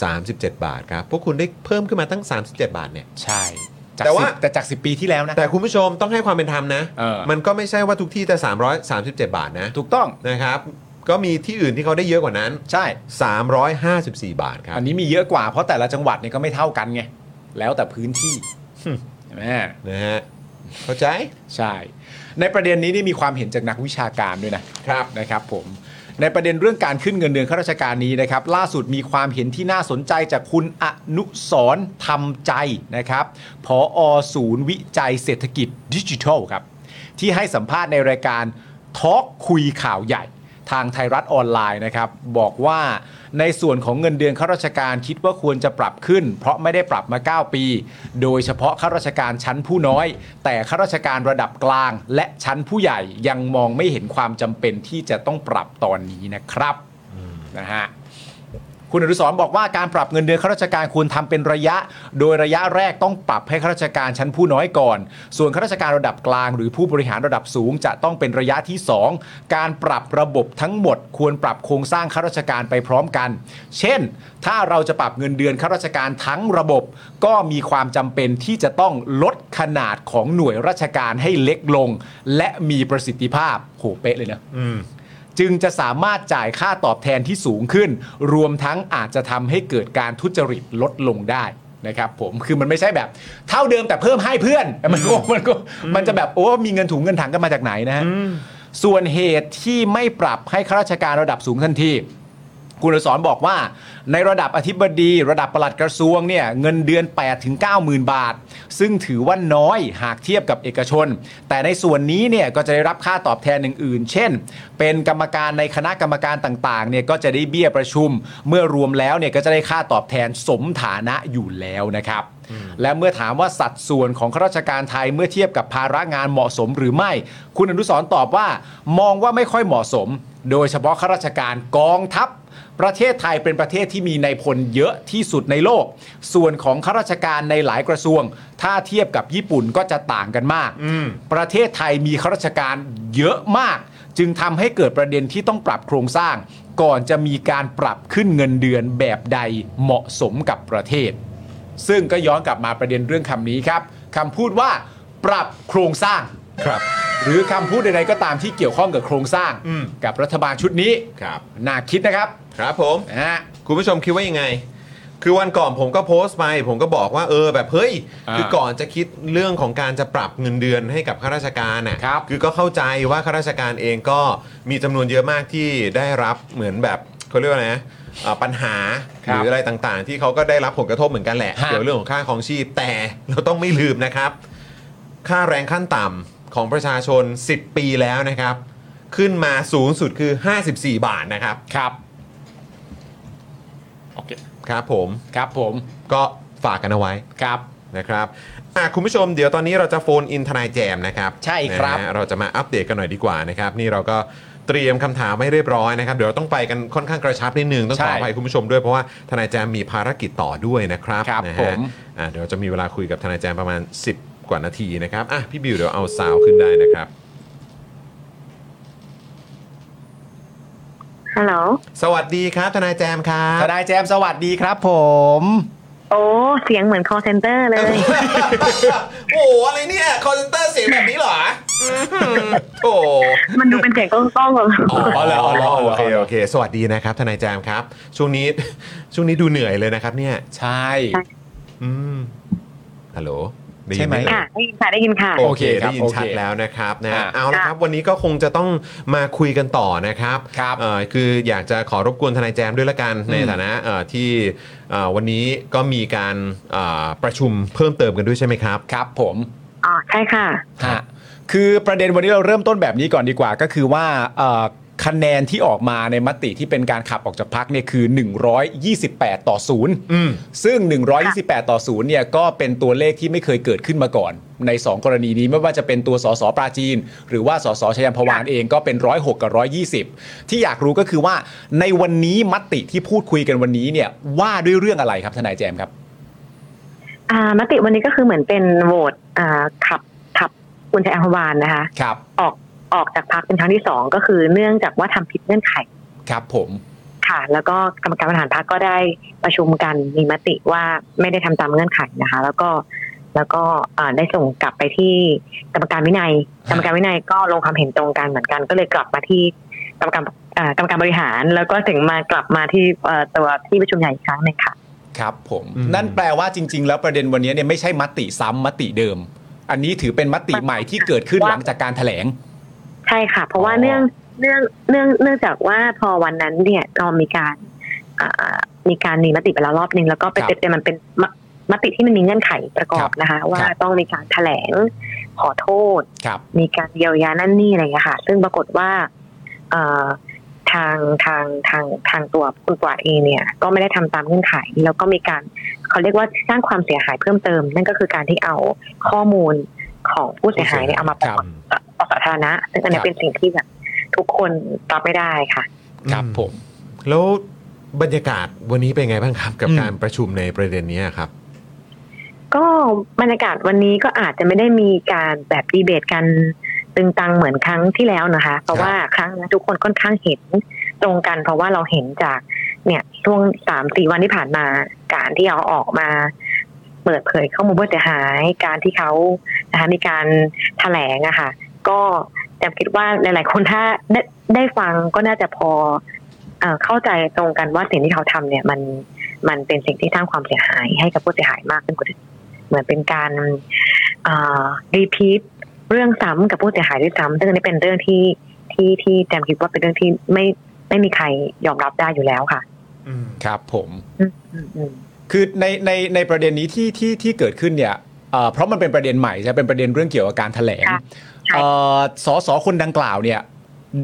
Speaker 1: 337 บาทครับ พวกคุณได้เพิ่มขึ้นมาตั้ง 37 บาทเนี่ย
Speaker 2: ใช่จก
Speaker 1: แต่ว่า
Speaker 2: สิบแต่จากสิบปีที่แล้วนะ
Speaker 1: แต่คุณผู้ชมต้องให้ความเป็นธรรมนะ
Speaker 2: เออ
Speaker 1: มันก็ไม่ใช่ว่าทุกที่จะ337 บาทนะ
Speaker 2: ถูกต้อง
Speaker 1: นะครับ ก็มีที่อื่นที่เขาได้เยอะกว่านั้น
Speaker 2: ใช่
Speaker 1: 354 บาทครับ
Speaker 2: อันนี้มีเยอะกว่าเพราะแต่ละจังหวัดเนี่ยก็ไม่เท่ากันไง แล้วแต่พื้นที่ใช่ไหม
Speaker 1: นะฮะ เข้าใจ
Speaker 2: ใช่ ในประเด็นนี้นี่มีความเห็นจากนักวิชาการด้วยนะครับ นะครับผม ในประเด็นเรื่องการขึ้นเงินเดือนข้าราชการนี้นะครับ ล่าสุดมีความเห็นที่น่าสนใจจากคุณอนุสรณ์ธรรมใจนะครับผอศูนย์วิจัยเศรษฐกิจดิจิทัลครับ ที่ให้สัมภาษณ์ในรายการทอ l k คุยข่าวใหญ่ ทางไทยรัฐออนไลน์นะครับ บอกว่าในส่วนของเงินเดือนข้าราชการคิดว่าควรจะปรับขึ้น เพราะไม่ได้ปรับมา 9 ปี โดยเฉพาะข้าราชการชั้นผู้น้อย แต่ข้าราชการระดับกลาง และชั้นผู้ใหญ่ยังมองไม่เห็นความจำเป็นที่จะต้องปรับตอนนี้นะครับนะฮะ คุณอนุสรณ์บอกว่าการปรับเงินเดือนข้าราชการควรทำเป็นระยะ โดยระยะแรกต้องปรับให้ข้าราชการชั้นผู้น้อยก่อน ส่วนข้าราชการระดับกลางหรือผู้บริหารระดับสูง จะต้องเป็นระยะที่ 2 การปรับระบบทั้งหมด ควรปรับโครงสร้างข้าราชการไปพร้อมกัน เช่น ถ้าเราจะปรับเงินเดือนข้าราชการทั้งระบบ ก็มีความจำเป็นที่จะต้องลดขนาดของหน่วยราชการให้เล็กลง และมีประสิทธิภาพโหเป๊ะเลยนะ จึงจะสามารถจ่ายค่าตอบแทนที่สูงขึ้น รวมทั้งอาจจะทำให้เกิดการทุจริตลดลงได้นะครับผมคือมันไม่ใช่แบบ เท่าเดิมแต่เพิ่มให้เพื่อน มันก็มันก็มันจะแบบโอ้มีเงินถุงเงินถังกันมาจากไหนนะฮะส่วนเหตุที่ไม่ปรับให้ข้าราชการระดับสูงทันที คุณอนุสรบอกว่า ในระดับอธิบดีระดับปลัดกระทรวงเนี่ยเงินเดือน 8 ถึง 90,000 บาท ซึ่งถือว่าน้อยหากเทียบกับเอกชน แต่ในส่วนนี้เนี่ยก็จะได้รับค่าตอบแทนอย่างอื่น เช่น เป็นกรรมการในคณะกรรมการต่างๆเนี่ยก็จะได้เบี้ยประชุม เมื่อรวมแล้วเนี่ยก็จะได้ค่าตอบแทนสมฐานะอยู่แล้วนะครับ และเมื่อถามว่าสัดส่วนของข้าราชการไทยเมื่อเทียบกับภาระงานเหมาะสมหรือไม่ คุณอนุสรณ์ตอบว่า มองว่าไม่ค่อยเหมาะสม โดยเฉพาะข้าราชการกองทัพ ประเทศไทยเป็นประเทศที่มีนายพลเยอะที่สุดในโลก ส่วนของข้าราชการในหลายกระทรวง ถ้าเทียบกับญี่ปุ่นก็จะต่างกันมาก ประเทศไทยมีข้าราชการเยอะมาก จึงทำให้เกิดประเด็นที่ต้องปรับโครงสร้าง ก่อนจะมีการปรับขึ้นเงินเดือนแบบใดเหมาะสมกับประเทศ ซึ่งก็ย้อนกลับมาประเด็นเรื่องคำนี้ครับคำพูดว่า ปรับโครงสร้าง
Speaker 1: ครับ
Speaker 2: หรือคำพูดใดๆก็ตามที่เกี่ยวข้องกับโครงสร้าง
Speaker 1: อืม
Speaker 2: กับรัฐบาลชุดนี้
Speaker 1: ครับ
Speaker 2: น่าคิดนะครับ
Speaker 1: ครับผม
Speaker 2: นะฮะ
Speaker 1: คุณผู้ชมคิดว่ายังไง คือวันก่อนผมก็โพสต์ไป ผมก็บอกว่าเออแบบเฮ้ย
Speaker 2: อ่า
Speaker 1: คือก่อนจะคิดเรื่องของการจะปรับเงินเดือนให้กับข้าราชการน่ะ
Speaker 2: ครับ
Speaker 1: คือก็เข้าใจว่าข้าราชการเองก็มีจำนวนเยอะมากที่ได้รับเหมือนแบบเขาเรียกว่าไงนะเอ่อปัญหา
Speaker 2: ค
Speaker 1: ห
Speaker 2: รับ
Speaker 1: รืออะไรต่างๆ ที่เขาก็ได้รับผลกระทบเหมือนกันแหละ
Speaker 2: ฮะ
Speaker 1: เกี่ยวเรื่องของค่าของชีพแต่เราต้องไม่ลืมนะครับ ค่าแรงขั้นต่ำของประชาชน 10 ปีแล้วนะครับ ขึ้นมาสูงสุดคือ 54 บาทนะครับ
Speaker 2: ครับ
Speaker 1: ครับผม
Speaker 2: ครับผม
Speaker 1: ก็ฝากกันเอาไว้
Speaker 2: ครับ
Speaker 1: นะครับอ่ะคุณผู้ชมเดี๋ยวตอนนี้เราจะโฟนอินทนายแจมนะครับ
Speaker 2: ใช่ครับ
Speaker 1: นะฮะเราจะมาอัปเดตกันหน่อยดีกว่านะครับ นี่เราก็เตรียมคำถามไม่เรียบร้อยนะครับ เดี๋ยวเราต้องไปกันค่อนข้างกระชับนิดนึงต้องขออ
Speaker 2: ใช่
Speaker 1: ภัยคุณผู้ชมด้วยเพราะว่าทนายแจมมีภารกิจต่อด้วยนะครับ
Speaker 2: ครับ
Speaker 1: นะ
Speaker 2: ผ
Speaker 1: ฮะ
Speaker 2: ม
Speaker 1: อ่ะเดี๋ยวจะมีเวลาคุยกับทนายแจมประมาณ 10 กว่านาทีนะครับอ่ะพี่บิวเดี๋ยวเอาซาวขึ้นได้นะครับ
Speaker 5: ฮัลโหล
Speaker 1: สวัสดีครับทนายแจมครั
Speaker 2: ท
Speaker 1: บ
Speaker 2: นายแจมสวัสดีครับผม
Speaker 5: โอ้ เสียงเหมือน call center เลย
Speaker 1: โอ้โหอะไรเนี่ยคอนเซนเตอร์เสียงแบบนี้เหรออื้อหือโถ
Speaker 5: มันดูเป็นเสียงกล้องๆของเรา
Speaker 1: อ๋อเหรออ๋อเหรอ
Speaker 2: อ๋อเห
Speaker 1: โอ
Speaker 2: รอ
Speaker 1: เคโอเค ส วัสดีนะครับ ทนายแจมครับ ช่วงนี้ ช่วงนี้ดูเหนื่อยเลยนะครับเนี่ย
Speaker 2: ใช่
Speaker 1: อืมฮัลโหลด้ยิน
Speaker 2: ใช่ไหม
Speaker 1: เอ่ย
Speaker 5: ค่ะได้ยินค่ะได้ยินค่ะ
Speaker 1: โอเค
Speaker 2: โอเคค
Speaker 1: ได้
Speaker 2: รับ
Speaker 1: ยินชัด
Speaker 2: โอเค
Speaker 1: แล้วนะครับนะ
Speaker 2: อ่า
Speaker 1: เอาละ
Speaker 5: ค่ะ
Speaker 1: ครับวันนี้ก็คงจะต้องมาคุยกันต่อนะครับ
Speaker 2: ครับ
Speaker 1: เอ่อคืออยากจะขอรบกวนทนายแจมด้วยละกันในฐานะเอ่อที่เอ่อวันนี้ก็มีการเอ่อประชุมเพิ่มเติมกันด้วยใช่ไหมครับ
Speaker 2: ครับผม
Speaker 5: อ๋อใช่ค่ะ
Speaker 2: ฮะคือประเด็นวันนี้เราเริ่มต้นแบบนี้ก่อนดีกว่า ก็คือว่าเอ่อคะแนนที่ออกมาในมติที่เป็นการขับออกจากพักเนี่ยคือ 128 ต่อศูนย์
Speaker 1: อืม
Speaker 2: ซึ่ง 128 ต่อ 0 เนี่ย ก็เป็นตัวเลขที่ไม่เคยเกิดขึ้นมาก่อน ใน 2 กรณีนี้ไม่ว่าจะเป็นตัวสสปราจีน หรือว่าสสชยัมพวานเองก็เป็น 106 กับ 120 ที่อยากรู้ก็คือว่าในวันนี้มติที่พูดคุยกันวันนี้เนี่ย ว่าด้วยเรื่องอะไรครับทนายแจมครับ
Speaker 5: อ่ามติวันนี้ก็คือเหมือนเป็นโหวตอ่าขับขับคุณชัยอัมพวานนะคะ
Speaker 2: ครับ
Speaker 5: ออกออกจากพักเป็นครั้งที่สองก็คือเนื่องจากว่าทำผิดเงื่อนไข
Speaker 2: ครับผม
Speaker 5: ค่ะ แล้วก็กรรมการบริหารพักก็ได้ประชุมกันมีมติว่าไม่ได้ทำตามเงื่อนไขนะคะ แล้วก็แล้วก็อ่าได้ส่งกลับไปที่กรรมการวินัย
Speaker 2: ฮะ
Speaker 5: กรรมการวินัยก็ลงความเห็นตรงกันเหมือนกัน ก็เลยกลับมาที่กรรมการอ่ากรรมการบริหาร แล้วก็ถึงมากลับมาที่เอ่อตัวที่ประชุมใหญ่อีกครั้งหนึ่งค่ะ
Speaker 2: ครับผม
Speaker 1: อืม
Speaker 2: นั่นแปลว่าจริง ๆ แล้วประเด็นวันนี้เนี่ยไม่ใช่มติซ้ำมติเดิม อันนี้ถือเป็นมติใหม่ที่เกิดขึ้นหลังจากการแถลง
Speaker 5: ใช่ค่ะ เพราะว่า
Speaker 2: อ๋อ
Speaker 5: เนื่องเนื่องเนื่องเนื่องจากว่าพอวันนั้นเนี่ยเรามีการอ่ามีการมีมติไปแล้วรอบหนึ่งแล้วก็ไปเต็มๆมันเป็นมมติที่มันมีเงื่อนไขประกอบนะคะ ว่าต้องมีการแถลงขอโทษ
Speaker 2: ครับ
Speaker 5: มีการเยียวยานั่นนี่อะไรอย่างเงี้ยค่ะ ซึ่งปรากฏว่าเอ่อทางทางทางทางตัวคุณกว่าดเองเนี่ย ก็ไม่ได้ทำตามเงื่อนไข แล้วก็มีการเขาเรียกว่าสร้างความเสียหายเพิ่มเติม นั่นก็คือการที่เอาข้อมูลของผู้เสียหายเนี่ยเอามาปรากฏต่อสาธารณะ ซึ่งอัน
Speaker 2: ค
Speaker 5: นี้
Speaker 2: รับ
Speaker 5: เป็นสิ่งที่แบบทุกคนรับไม่ได้ค่ะ
Speaker 2: ครับผม
Speaker 1: แล้วบรรยากาศวันนี้เป็นไงบ้างครับ กับ
Speaker 2: อืม
Speaker 1: การประชุมในประเด็นนี้ครับ
Speaker 5: ก็บรรยากาศวันนี้ก็อาจจะไม่ได้มีการแบบดีเบตกันตึงตังเหมือนครั้งที่แล้วนะคะ เพราะว่าครั้งนี้ทุกคนค่อนข้างเห็นตรงกัน เพราะว่าเราเห็นจากเนี่ยช่วงสามสี่วันที่ผ่านมาการที่เอาออกมา เปิดเผยข้อมูลผู้เสียหาย การที่เขานะคะมีการแถลงอะค่ะ ก็แจมคิดว่าหลาย ๆ คนถ้าได้ได้ฟังก็น่าจะพอเอ่อเข้าใจตรงกันว่าสิ่งที่เขาทำเนี่ยมันมันเป็นสิ่งที่สร้างความเสียหายให้กับผู้เสียหายมากขึ้นกว่าเดิม เหมือนเป็นการรีพีทเรื่องซ้ำกับผู้เสียหายด้วยซ้ำซึ่งอันนี้เป็นเรื่องที่ที่ที่แจมคิดว่าเป็นเรื่องที่ไม่ไม่มีใครยอมรับได้อยู่แล้วค่ะ
Speaker 2: ครับผม
Speaker 5: อืมอืม
Speaker 2: คือในในในประเด็นนี้ที่ที่ที่เกิดขึ้นเนี่ยเอ่อเพราะมันเป็นประเด็นใหม่ใช่ไหมเป็นประเด็นเรื่องเกี่ยวกับการแถลง
Speaker 5: ค่ะใช่
Speaker 2: เอ่อสสคนดังกล่าวเนี่ย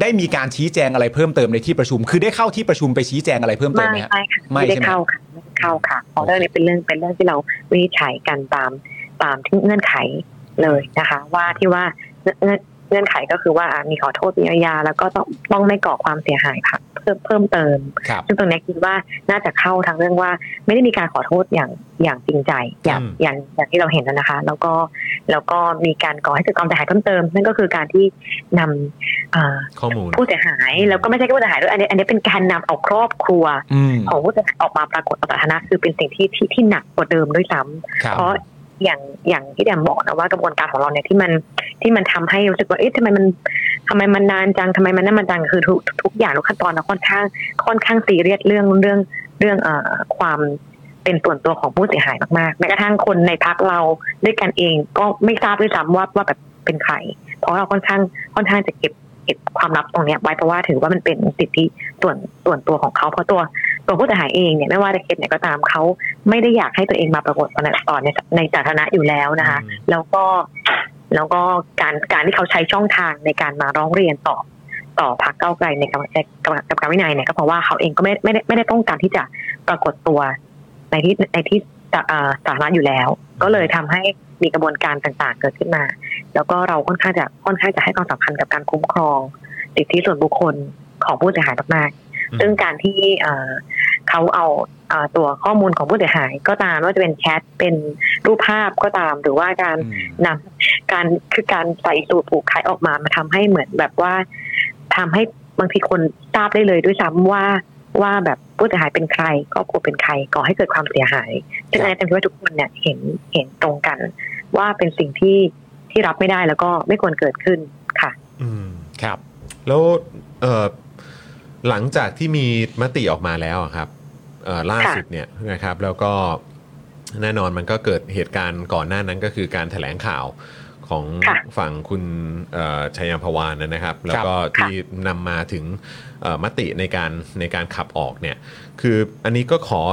Speaker 2: ได้มีการชี้แจงอะไรเพิ่มเติมในที่ประชุม คือได้เข้าที่ประชุมไปชี้แจงอะไรเพิ่มเติ
Speaker 5: ไม่
Speaker 2: มไหมฮะ
Speaker 5: ไม่ค่ะ
Speaker 2: ไม่
Speaker 5: ไม่ได้
Speaker 2: ใช่ไหม
Speaker 5: เข้าค่ะไม่ได้เข้าค่ะเพราะเรื่องนี้เป็นเรื่องเป็นเรื่องที่เราวินิจฉัยกันตามตามที่เงื่อนไขเลยนะคะ ว่าที่ว่าเงื่อนเงื่อนเงื่อนไขก็คือว่าอ่ะมีขอโทษมีเยียวยา แล้วก็ต้องต้องไม่ก่อความเสียหายค่ะเพิ่มเพิ่มเติม
Speaker 2: ครับ
Speaker 5: ซึ่งตรงเนี้ยคิดว่าน่าจะเข้าทางเรื่องว่าไม่ได้มีการขอโทษอย่างอย่างจริงใจ อย่าง
Speaker 1: อืม
Speaker 5: อย่างอย่างที่เราเห็นน่ะนะคะ แล้วก็แล้วก็มีการก่อให้เกิดความเสียหายเพิ่มเติม นั่นก็คือการที่นำเอ่อ
Speaker 1: ข้อมูล
Speaker 5: ผู้เสียหายแล้วก็ไม่ใช่แค่ผู้เสียหายด้วยอันนี้อันนี้เป็นการนำเอาครอบครัว
Speaker 2: อืม
Speaker 5: ของผู้เสียหายออกมาปรากฏต่อสาธารณะคือเป็นสิ่งที่ที่ที่หนักกว่าเดิมด้วยซ้ำ
Speaker 2: ครับ
Speaker 5: เพราะอย่างอย่างที่แดมบอกนะว่ากระบวนการของเราเนี่ยที่มันที่มันทำให้รู้สึกว่าเอ๊ะทำไมมันทำไมมันนานจังทำไมมันนั่นมันจังคือทุกทุกอย่างทุกขั้นตอนเราค่อนข้างค่อนข้างซีเรียสเรื่องเรื่องเรื่องเอ่อความเป็นส่วนตัวของผู้เสียหายมากๆแม้กระทั่งคนในพักเราด้วยกันเองก็ไม่ทราบด้วยซ้ำว่าว่าแบบเป็นใคร เพราะเราค่อนข้างค่อนข้างจะเก็บเก็บความลับตรงเนี้ยไว้เพราะว่าถือว่ามันเป็นสิทธิส่วนส่วนตัวของเขาเพราะตัวตัวผู้เสียหายเองเนี่ยไม่ว่าจะเคสไหนก็ตามเขา ไม่ได้อยากให้ตัวเองมาปรากฏต่อในในสาธารณะอยู่แล้วนะคะ
Speaker 1: อืม
Speaker 5: แล้วก็แล้วก็การการที่เขาใช้ช่องทางในการมาร้องเรียนต่อ ต่อพรรคเก้าวไกลในกรรมในกรรมกรรมการวินัยเนี่ยก็เพราะว่าเขาเองก็ไม่ไม่ได้ไม่ได้ต้องการที่จะปรากฏตัวในที่ในที่สาอ่าสาธารณะอยู่แล้ว ก็เลยทำให้มีกระบวนการต่างๆ เกิดขึ้นมา แล้วก็เราค่อนข้างจะค่อนข้างจะให้ความสำคัญกับการคุ้มครองสิทธิส่วนบุคคลของผู้เสียหายมาก
Speaker 1: อืม
Speaker 5: ๆซึ่งการที่เอ่อเขาเอาเอ่อตัวข้อมูลของผู้เสียหาย ก็ตามไม่ว่าจะเป็นแชทเป็นรูปภาพก็ตาม หรือว่าการ นำการคือการใส่สูตรผูกขายออกมามาทำให้เหมือนแบบว่าทำให้บางทีคนทราบได้เลยด้วยซ้ำว่าว่าแบบผู้เสียหายเป็นใครครอบครัวเป็นใครก่อให้เกิดความเสียหายซึ่งอันนี้เป็นว่าทุกคนเนี่ยเห็นเห็นตรงกัน ว่าเป็นสิ่งที่ที่รับไม่ได้แล้วก็ไม่ควรเกิดขึ้นค่ะ
Speaker 1: อืม
Speaker 2: ครับ
Speaker 1: แล้วเอ่อหลังจากที่มีมติออกมาแล้วอะครับเอ่อล่า
Speaker 5: ค่ะ
Speaker 1: สุดเนี่ยนะครับ แล้วก็ แน่นอนมันก็เกิดเหตุการณ์ก่อนหน้านั้นก็คือการแถลงข่าวของ
Speaker 5: ค่ะ
Speaker 1: ฝั่งคุณเอ่อชัยยามพวานนะครับ แล้วก็ที่นำมาถึงเอ่อมติในการในการขับออกเนี่ยคืออันนี้ก็ขอ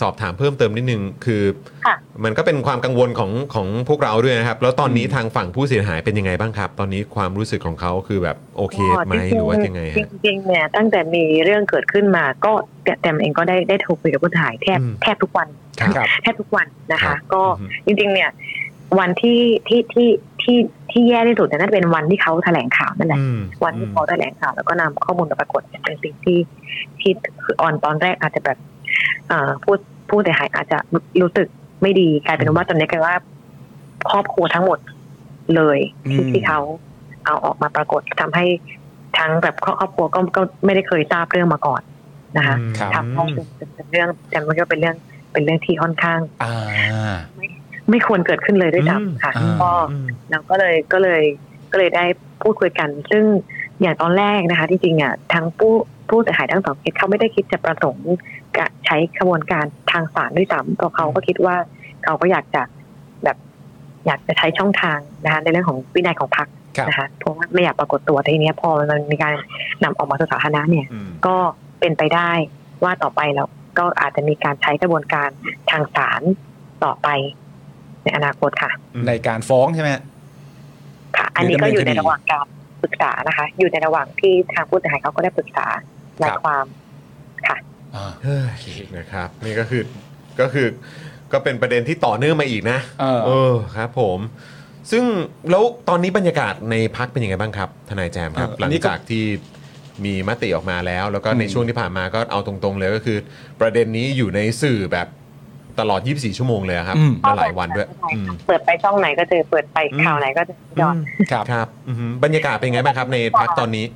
Speaker 1: สอบถามเพิ่มเติมนิดนึงคือ
Speaker 5: ค่ะ
Speaker 1: มันก็เป็นความกังวลของของพวกเราด้วยนะครับ แล้วตอนนี้ทางฝั่งผู้เสียหายเป็นยังไงบ้างครับ ตอนนี้ความรู้สึกของเขาคือแบบโอเคไหม
Speaker 5: จ
Speaker 1: ห
Speaker 5: ริ
Speaker 1: รื
Speaker 5: ง
Speaker 1: อ
Speaker 5: ๆ
Speaker 1: ว่ายังไง
Speaker 5: จ
Speaker 1: ฮะ
Speaker 5: ริงๆเนี่ยตั้งแต่มีเรื่องเกิดขึ้นมาก็แต่แต่เองก็ได้ได้โทรคุยกับผู้ถ่ายแทบ
Speaker 1: อืม
Speaker 5: แทบทุกวัน
Speaker 1: ครับ
Speaker 2: ครับ
Speaker 5: แทบทุกวันนะ
Speaker 1: ครั
Speaker 5: คะ
Speaker 1: บ
Speaker 5: ก็
Speaker 1: อือฮึ
Speaker 5: จริงๆ เนี่ยวันที่ที่ที่ที่ที่แย่ที่สุดเนี่ยน่าจะเป็นวันที่เขาแถลงข่าวนั่นแหละ
Speaker 1: อืม
Speaker 5: วันที่เขาแถลงข่าวแล้วก็นำข้อมูลมาปรากฏเนี่ยเป็นสิ่งที่ที่คือออนตอนแรกอาจจะแบบเอ่อผู้ผู้เสียหายอาจจะรู้สึกไม่ดีกลายเป็นว่าตอนนี้กลายว่า ครอบครัวทั้งหมดเลยที่
Speaker 2: อืม
Speaker 5: ที่เขาเอาออกมาปรากฏทำให้ทั้งแบบครอบครัวก็ก็ไม่ได้เคยทราบเรื่องมาก่อนนะคะ
Speaker 1: อืม
Speaker 2: ครับ
Speaker 5: ทำให้เป็นเป็นเรื่องแต่มันก็เป็นเรื่องเป็นเรื่องที่ค่อนข้าง
Speaker 2: อ่า
Speaker 5: ไม่ควรเกิดขึ้นเลยด้วยซ้ำค่ะ
Speaker 2: อืม
Speaker 5: ก็
Speaker 1: อืม
Speaker 5: เราก็เลยก็เลยก็เลยได้พูดคุยกัน ซึ่งอย่างตอนแรกนะคะ จริงๆอ่ะทั้งผู้ผู้เสียหายทั้งสองเคสเขาไม่ได้คิดจะประสงค์จะใช้กระบวนการทางศาลด้วยซ้ำเพราะเขาก็คิดว่าเขาก็อยากจะแบบอยากจะใช้ช่องทางนะคะในเรื่องของวินัยของพรรค
Speaker 2: ครับ
Speaker 5: นะคะเพราะว่าไม่อยากปรากฏตัวทีเนี้ยพอมันมีการนำออกมาสู่สาธารณะเนี่ย
Speaker 1: อืม
Speaker 5: ก็เป็นไปได้ว่าต่อไปเราก็อาจจะมีการใช้กระบวนการทางศาลต่อไปในอนาคตค่ะ
Speaker 2: ในการฟ้องใช่ไหมฮะ
Speaker 5: ค่ะ อันนี้ก็
Speaker 2: ห
Speaker 5: อ
Speaker 2: รือดำเนิน
Speaker 5: ยู่
Speaker 2: ค
Speaker 5: ใน
Speaker 2: ดี
Speaker 5: ระหว่างการปรึกษานะคะ อยู่ในระหว่างที่ทางผู้เสียหายเขาก็ได้ปรึกษาใน
Speaker 2: ครับ
Speaker 5: ความ
Speaker 2: อ่า
Speaker 1: เฮ้ยนะครับนี่ก็คือก็คือก็เป็นประเด็นที่ต่อเนื่องมาอีกนะ
Speaker 2: เออ
Speaker 1: อครับผม ซึ่งแล้วตอนนี้บรรยากาศในพักเป็นยังไงบ้างครับทนายแจมครับ
Speaker 2: เออ
Speaker 1: ห
Speaker 2: อั
Speaker 1: ลั
Speaker 2: น
Speaker 1: ง
Speaker 2: นี้ก็
Speaker 1: จากที่มีมติออกมาแล้ว แล้วก็ใน
Speaker 2: อืม
Speaker 1: ช่วงที่ผ่านมาก็เอาตรงๆเลยก็คือ ประเด็นนี้อยู่ในสื่อแบบตลอด 24 ชั่วโมงเลยครับ
Speaker 2: อืม
Speaker 1: และหลายวันด้วย
Speaker 5: ใช่ค่ะ
Speaker 1: อืม
Speaker 5: เปิดไปช่องไหนก็เจอเปิดไป
Speaker 1: อืม
Speaker 5: ข่าวไหนก็เจอจอด
Speaker 2: ครับ
Speaker 1: ครับอือหือบรรยากาศเป็นยังไงบ้างครับในพักตอนนี้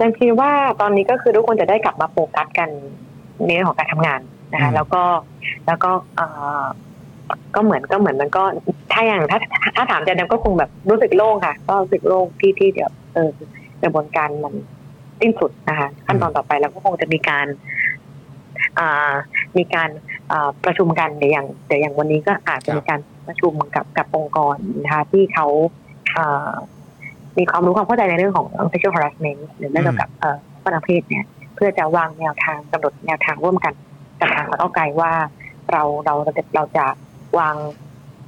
Speaker 5: จังคิดว่าตอนนี้ก็คือทุกคนจะได้กลับมาโฟกัสกันในเรื่องของการทำงานนะ
Speaker 1: อื
Speaker 5: คะ
Speaker 1: ม
Speaker 5: แล้วก็แล้วก็เอ่อก็เหมือนก็เหมือนมันก็ถ้าอย่างถ้าถ้าถามอาจารย์ดำก็คงแบบรู้สึกโล่งค่ะ ก็รู้สึกโล่งที่ที่เดี๋ยวเออกระบวนการมันสิ้นสุดนะคะ ขั้นตอนต่อไปเราก็คงจะมีการอ่ามีการอ่าประชุมกันเดี๋ยวอย่างเดี๋ยวอย่างวันนี้ก็อาจจะมีการประชุมกับกับองค์กรนะคะที่เขาอ่ามีความรู้ความเข้าใจในเรื่องของ sexual harassment หรือเรื่องเกี่ยวกับเอ่อปัญหาเพศเนี่ย เพื่อจะวางแนวทางกำหนดแนวทางร่วมกันกับทางพรรคก้าวไกลว่า เราเราเราจะเราจะวาง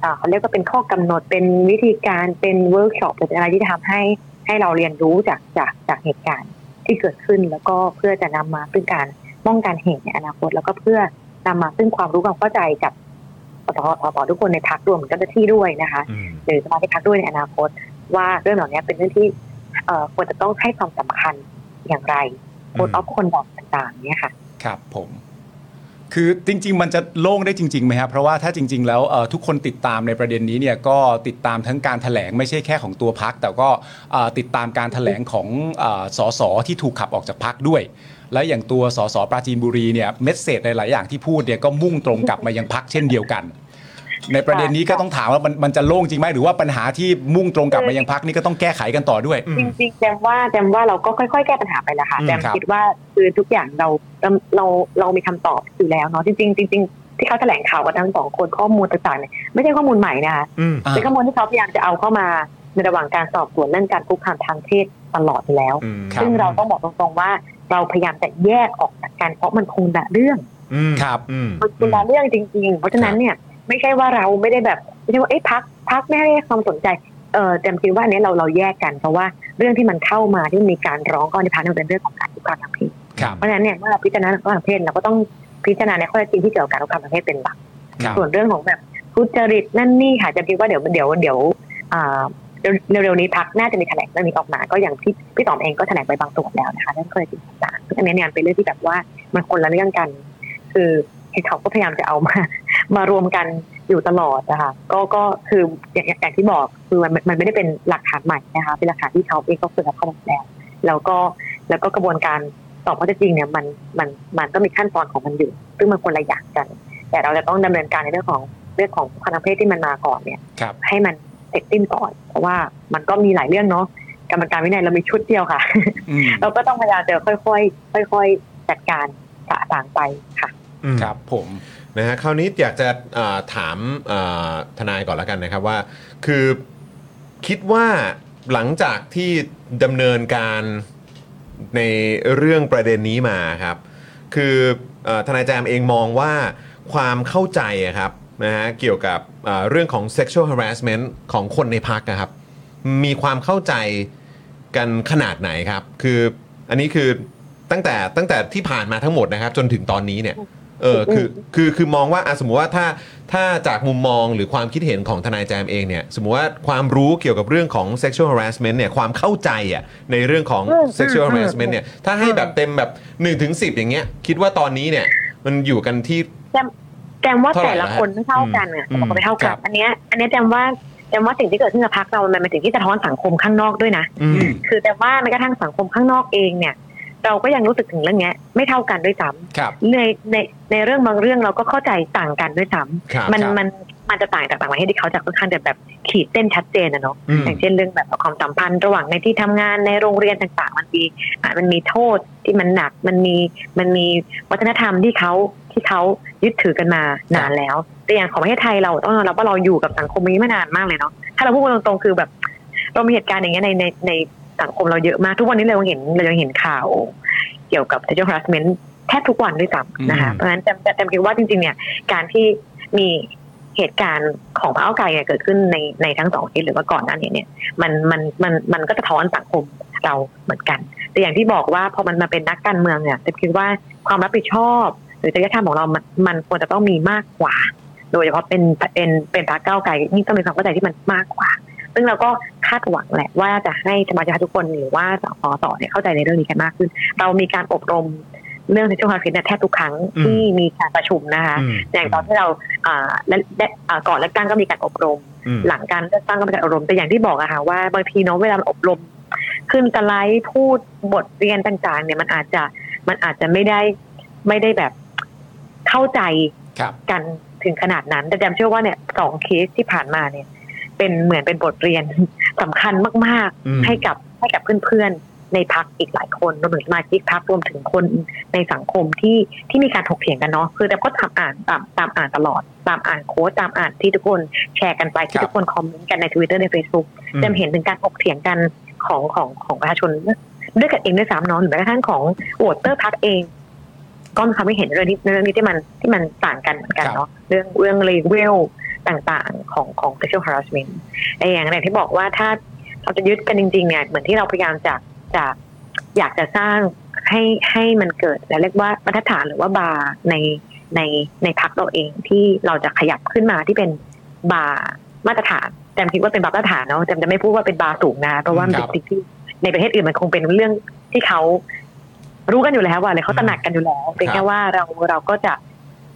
Speaker 5: อ่าเขาเรียกว่าเป็นข้อกำหนดเป็นวิธีการเป็นเวิร์กช็อปหรือเป็นอะไรที่จะทำให้ให้เราเรียนรู้จากจากจากเหตุการณ์ที่เกิดขึ้น แล้วก็เพื่อจะนำมาซึ่งการป้องกันเหตุในอนาคต แล้วก็เพื่อนำมาซึ่งความรู้ความเข้าใจกับสตสตทุกคนในพักรวมเจ้าหน้าที่ด้วยนะคะ
Speaker 1: อืม
Speaker 5: หรือสมาชิกพรรคด้วยในอนาคต ว่าเรื่องเหล่านี้เป็นเรื่องที่เอ่อควรจะต้องให้ความสำคัญอย่างไรโคดออฟคนบอกต่างๆเนี่ยค่ะ
Speaker 2: ครับผม คือจริง ๆ มันจะโล่งได้จริงๆไหมครับเพราะว่าถ้าจริง ๆ แล้วเอ่อทุกคนติดตามในประเด็นนี้เนี่ยก็ติดตามทั้งการถแถลงไม่ใช่แค่ของตัวพัก แต่ก็เอ่อติดตามการถแถลงของเออสสที่ถูกขับออกจากพักด้วย และอย่างตัวสสปราจีนบุรีเนี่ยเมสเซจหลายๆอย่างที่พูดเนี่ยก็มุ่งตรงกลับมายังพักเช่นเดียวกัน ในประเด็นนี้ก็ต้องถามว่ามันมันจะโล่งจริงไหมหรือว่าปัญหาที่มุ่งตรงกลับมายังพักนี่ก็ต้องแก้ไขกันต่อด้วย
Speaker 1: อืม
Speaker 5: จริงๆแจมว่าแจมว่าเราก็ค่อยๆ แก้ปัญหาไปแหละค่ะ
Speaker 1: อืม
Speaker 5: แจม
Speaker 2: ครับ
Speaker 5: คิดว่าคือทุกอย่างเราเราเราเรามีคำตอบอยู่แล้วเนาะจริงๆจริงๆที่เขาแถลงข่าวกันทั้งสองคนข้อมูลต่างๆเนี่ยไม่ใช่ข้อมูลใหม่นะคะ
Speaker 1: อืม
Speaker 2: อ่า
Speaker 5: เป็นข้อมูลที่เขาพยายามจะเอาเข้ามาในระหว่างการสอบสวนเรื่องการคุกคามทางเพศตลอดอยู่แล้ว
Speaker 1: อืม
Speaker 2: ครับ
Speaker 5: ซึ่งเราต้องบอกตรงๆว่าเราพยายามจะแยกออกจากกันเพราะมันคงละเรื่อง
Speaker 1: อืม
Speaker 2: ครับ
Speaker 1: อืม
Speaker 5: มันคนละเรื่องจริงๆ เพราะฉะนั้นเนี่ยไม่ใช่ว่าเราไม่ได้แบบไม่ใช่ว่าเอ้ยพักพักไม่ได้ให้ความสนใจ เออแต่คิดว่าอันเนี้ยเราเราแยกกันเพราะว่าเรื่องที่มันเข้ามาที่มีการร้องก็ในพักเนี่ยมันเป็นเรื่องของการคุกคามทางเพศ
Speaker 2: ครับ
Speaker 5: เพราะฉะนั้นเนี่ยเมื่อเราพิจารณาเรื่องทางเพศเราก็ต้องพิจารณาในข้อเท็จจริงที่เกี่ยวกับการคุกคามทางเพศเป็นหลัก
Speaker 2: ครับ
Speaker 5: ส่วนเรื่องของแบบทุจริตนั่นนี่ค่ะจะคิดว่าเดี๋ยวเดี๋ยวเดี๋ยวอ่าเร็วๆนี้พักน่าจะมีแถลงเรื่องนี้ออกมา ก็อย่างที่พี่ต๋อมเองก็แถลงไปบางส่วนแล้วนะคะเรื่องข้อเท็จจริงต่างๆซึ่งอันเนี้ยเนี่ยเป็นเรื่องที่แบบว่ามันคนละเรื่องกัน คือเขาก็พยายามจะเอามา มารวมกันอยู่ตลอดนะคะก็ก็คืออย่างอย่างอย่างที่บอกคือมันมันไม่ได้เป็นหลักฐานใหม่นะคะ เป็นหลักฐานที่เขาเองก็เคยรับเข้ามาแล้วแล้วก็แล้วก็กระบวนการสอบข้อเท็จจริงเนี่ยมันมันมันก็มีขั้นตอนของมันอยู่ซึ่งมันคนละอย่างกัน แต่เราจะต้องดำเนินการในเรื่องของเรื่องของความทางเพศที่มันมาก่อนเนี่ย
Speaker 2: ครับ
Speaker 5: ให้มันเสร็จสิ้นก่อน เพราะว่ามันก็มีหลายเรื่องเนาะกรรมการวินัยเรามีชุดเดียวค่ะ
Speaker 2: อืม
Speaker 5: เราก็ต้องพยายามจะค่อยๆค่อย ๆ จัดการสะสางไปค่ะ
Speaker 2: ครับผม
Speaker 1: นะฮะคราวนี้อยากจะเอ่อถามเอ่อทนายก่อนแล้วกันนะครับว่า คือคิดว่าหลังจากที่ดำเนินการในเรื่องประเด็นนี้มาครับ คือเอ่อทนายแจมเองมองว่าความเข้าใจอะครับนะฮะเกี่ยวกับเอ่อเรื่องของ sexual harassment ของคนในพักครับ มีความเข้าใจกันขนาดไหนครับ คืออันนี้คือตั้งแต่ตั้งแต่ที่ผ่านมาทั้งหมดนะครับ จนถึงตอนนี้เนี่ย เออคือคือคือมองว่าอ่ะสมมติว่าถ้าถ้าจากมุมมองหรือความคิดเห็นของทนายแจมเองเนี่ย สมมติว่าความรู้เกี่ยวกับเรื่องของ sexual harassment เนี่ยความเข้าใจอ่ะในเรื่องของ
Speaker 5: อืม
Speaker 1: sexual harassment เนี่ยถ้าให้แบบเต็มแบบ1นถึงสิอย่างเงี้ยคิดว่าตอนนี้เนี่ยมันอยู่กันที่
Speaker 5: แจมว่า
Speaker 1: เท่าไหร่
Speaker 5: แต่ละ
Speaker 1: นะ
Speaker 5: คนไม่เท่ากันอ่ะ
Speaker 1: อืม
Speaker 5: แต่บอกไม่เท่ากั
Speaker 1: ครั
Speaker 5: น
Speaker 1: บ
Speaker 5: อันเนี้ยอันเนี้ยแจมว่าแจมว่าสิ่งที่เกิดขึ้นกับพักเรามันเป็นสิ่งที่สะท้อนสังคมข้างนอกด้วยนะ
Speaker 1: อืม
Speaker 5: คือแต่ว่าแม้กระทั่งสังคมข้างนอกเองเนี่ย เราก็ยังรู้สึกถึงเรื่องเนี้ยไม่เท่ากันด้วยซ้
Speaker 2: ครับ
Speaker 5: ำในในในเรื่องบางเรื่องเราก็เข้าใจต่างกันด้วยซ้
Speaker 1: ครับ
Speaker 5: ำมัน
Speaker 2: ครับ
Speaker 5: มันมันจะต่างจากต่างประเทศที่เขาจะค่อนข้างจะแบบขีดเส้นชัดเจนนะเนาะ
Speaker 1: อืม
Speaker 5: อย่างเช่นเรื่องแบบความสัมพันธ์ระหว่างในที่ทำงานในโรงเรียนต่างๆ มันมีอ่ะมันมีโทษที่มันหนักมันมีมันมีวัฒนธรรมที่เขาที่เขายึดถือกันมานานแล้ว แต่อย่างของประเทศไทยเราต้องยอมรับว่าเราอยู่กับสังคมนี้มานานมากเลยเนาะถ้าเราพูดกันตรงๆคือแบบ เรามีเหตุการณ์อย่างเงี้ยในในในสังคมเราเยอะมาก ทุกวันนี้เรายังเห็นเรายังเห็นข่าว เกี่ยวกับ sexual harassment แทบทุกวันด้วยซ้ำนะคะ
Speaker 2: อืม
Speaker 5: เพราะฉะนั้นแจมแจมแจมคิดว่าจริงๆเนี่ยการที่มีเหตุการณ์ของพระเก้าไกลเนี่ยเกิดขึ้นในในทั้งสองทิศหรือว่าก่อนหน้านี้เนี่ยมันมันมันมันก็จะท้อนสังคมเราเหมือนกัน แต่อย่างที่บอกว่าพอมันมาเป็นนักการเมืองเนี่ยแจมคิดว่าความรับผิดชอบ หรือจริยธรรมของเรามันมันควรจะต้องมีมากกว่า โดยเฉพาะเป็นเป็นเป็นพรรคก้าวไกลนี่ต้องมีความเข้าใจที่มันมากกว่า ซึ่งเราก็คาดหวังแหละว่าจะให้สมาชิกทุกคนหรือว่าสพสเนี่ยเข้าใจในเรื่องนี้กันมากขึ้น เรามีการอบรมเรื่องในช่วงการฟิตเนี่ยแทบทุกครั้ง
Speaker 1: อืม
Speaker 5: ที่มีการประชุมนะคะ
Speaker 1: อืม
Speaker 5: อย่างตอนที่เราอ่าและและอ่าก่อนเลือกตั้งก็มีการอบรม
Speaker 1: อืม
Speaker 5: หลังการเลือกตั้งก็เป็นการอบรมแต่อย่างที่บอกอะค่ะว่าบางทีเนาะเวลามันอบรม ขึ้นสไลด์พูดบทเรียนต่างๆ เนี่ยมันอาจจะมันอาจจะไม่ได้ไม่ได้แบบเข้าใจ
Speaker 2: ครับ
Speaker 5: กันถึงขนาดนั้น แต่แจมเชื่อว่าเนี่ยสองเคสที่ผ่านมาเนี่ย เป็นเหมือนเป็นบทเรียน สำคัญมาก
Speaker 1: อืม
Speaker 5: ๆ ให้กับให้กับเพื่อนๆในพักอีกหลายคนรวมถึงสมาชิกพักรวมถึงคนในสังคมที่ที่มีการถกเถียงกันเนาะคือแต่ก็ตามอ่านตามตามอ่านตลอด ตามอ่านโค้ดตามอ่านที่ทุกคนแชร์กันไป
Speaker 2: ครั
Speaker 5: ที่
Speaker 2: บ
Speaker 5: ทุกคนคอมเมนต์กันใน Twitter ใน Facebook จำเห็นถึงการถกเถียงกันของของของประชาชนด้วยกันเองด้วยซ้ำเนาะหรือแม้กระทั่งของโหวตเตอร์พักเองก็มีความไม่เห็นในเรื่องนี้ในเรื่องนี้ที่มันที่มันต่างกันเหมือนกัน
Speaker 2: ครับ
Speaker 5: เนาะเรื่องเรื่องเลเวลต่างๆของของ sexual harassment ไอ้อย่างไรที่บอกว่าถ้าเราจะยึดกันจริงๆเนี่ยเหมือนที่เราพยายามจากจากอยากจะสร้างให้ให้มันเกิดและเรียกว่ามาตรฐานหรือว่าบาร์ในในในพักเราเองที่เราจะขยับขึ้นมาที่เป็นบาร์มาตรฐานแจมคิดว่าเป็นบาร์มาตรฐานเนาะแจมจะไม่พูดว่าเป็นบาร์สูงนะเพราะว่ามัน
Speaker 2: ครั
Speaker 5: เป็น
Speaker 2: บ
Speaker 5: สิ่งที่ในประเทศอื่นมันคงเป็นเรื่องที่เขารู้กันอยู่แล้วว่าอะไรเขาตระหนักกันอยู่แล้วเป็
Speaker 1: ค
Speaker 5: น
Speaker 1: รั
Speaker 5: แค่
Speaker 1: บ
Speaker 5: ว่าเราเราก็จะ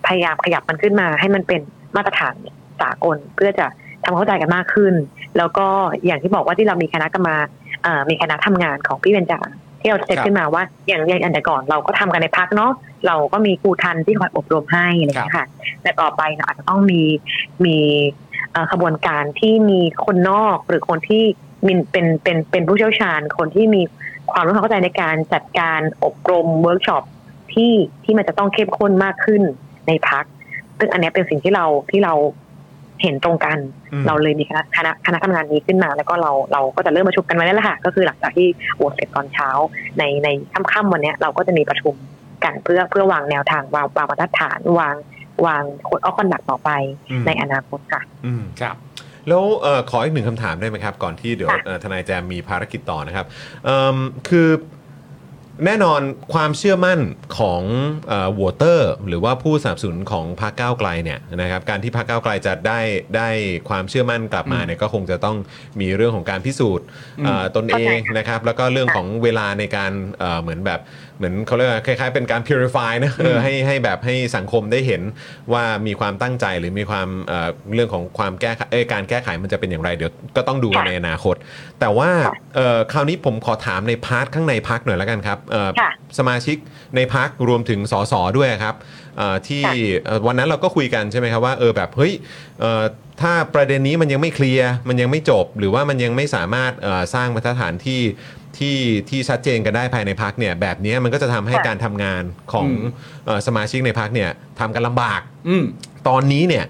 Speaker 5: พยายามขยับมันขึ้นมา ให้มันเป็นมาตรฐานสากลเพื่อจะทำความเข้าใจกันมากขึ้น แล้วก็อย่างที่บอกว่าที่เรามีคณะกรรมาเอ่อมีคณะทำงานของพี่เบญจาที่เราเช็ค
Speaker 2: ครับ
Speaker 5: ขึ้นมาว่าอย่างอย่างอันแต่ก่อนเราก็ทำกันในพักเนาะเราก็มีครูทันที่คอยอบรมให้อะไรอย่างเงี้ยค่ะแต่ต่อไปเราอาจจะต้องมีมีเอ่อขบวนการที่มีคนนอกหรือคนที่มีเป็นเป็นเป็นผู้เชี่ยวชาญ คนที่มีความรู้ความเข้าใจในการจัดการอบรมเวิร์กช็อปที่ที่มันจะต้องเข้มข้นมากขึ้นในพัก ซึ่งอันเนี้ยเป็นสิ่งที่เราที่เราเห็นตรงกัน
Speaker 1: อืม
Speaker 5: เราเลยมีคณะคณะคณะทำงานนี้ขึ้นมา แล้วก็เราเราก็จะเริ่มประชุมกันวันนี้แหละค่ะ ก็คือหลังจากที่โหวตเสร็จตอนเช้า ในในค่ำๆวันเนี้ยเราก็จะมีประชุมกันเพื่อเพื่อวางแนวทางวางวางมาตรฐานวางวางโค้ดออฟคอนดักต่อไป
Speaker 1: อืม
Speaker 5: ในอนาคตค่ะ
Speaker 1: อืม
Speaker 2: ครับ
Speaker 1: แล้วเออขออีกหนึ่งคำถามได้ไหมครับ ก่อนที่เดี๋ยว
Speaker 5: ค่ะ
Speaker 1: เอ่อทนายแจมมีภารกิจต่อนะครับเอิ่มคือแน่นอนความเชื่อมั่นของวอเตอร์หรือว่าผู้สนับสนุนของพรรคก้าวไกลเนี่ยนะครับการที่พรรคก้าวไกลจะได้ได้ความเชื่อมั่นกลับมาเนี่ยก็คงจะต้องมีเรื่องของการพิสูจน์เอ่อตนเอ
Speaker 5: เข้าใจ
Speaker 1: งนะครับ แล้วก็เรื่อง
Speaker 5: ค่ะ
Speaker 1: ของเวลาในการเอ่อเหมือนแบบเหมือนเขาเรียกว่าคล้ายๆ เป็นการ purify นะเออให้ให้แบบให้สังคมได้เห็น ว่ามีความตั้งใจหรือมีความเอ่อเรื่องของความแก้ไขเอ้ยการแก้ไขมันจะเป็นอย่างไรเดี๋ยวก็ต้องดูกัน
Speaker 5: ค่ะ
Speaker 1: ในอนาคต แต่ว่า
Speaker 5: ค่ะ
Speaker 1: เอ่อคราวนี้ผมขอถามในพาร์ทข้างในพักหน่อยแล้วกันครับเอ่อ
Speaker 5: ค่ะ
Speaker 1: สมาชิกในพักรวมถึงสสด้วยครับเอ่อที่
Speaker 5: ค่ะ
Speaker 1: เอ่อวันนั้นเราก็คุยกันใช่ไหมครับว่าเออแบบเฮ้ยเอ่อ ถ้าประเด็นนี้มันยังไม่เคลียร์มันยังไม่จบ หรือว่ามันยังไม่สามารถเอ่อสร้างมาตรฐานที่ที่ที่ชัดเจนกันได้ภายในพักเนี่ยแบบนี้มันก็จะทำให้การทำงานของ
Speaker 2: อืม
Speaker 1: เอ่อสมาชิกในพักเนี่ยทำกันลำบาก
Speaker 2: อืม
Speaker 1: ตอนนี้เนี่ย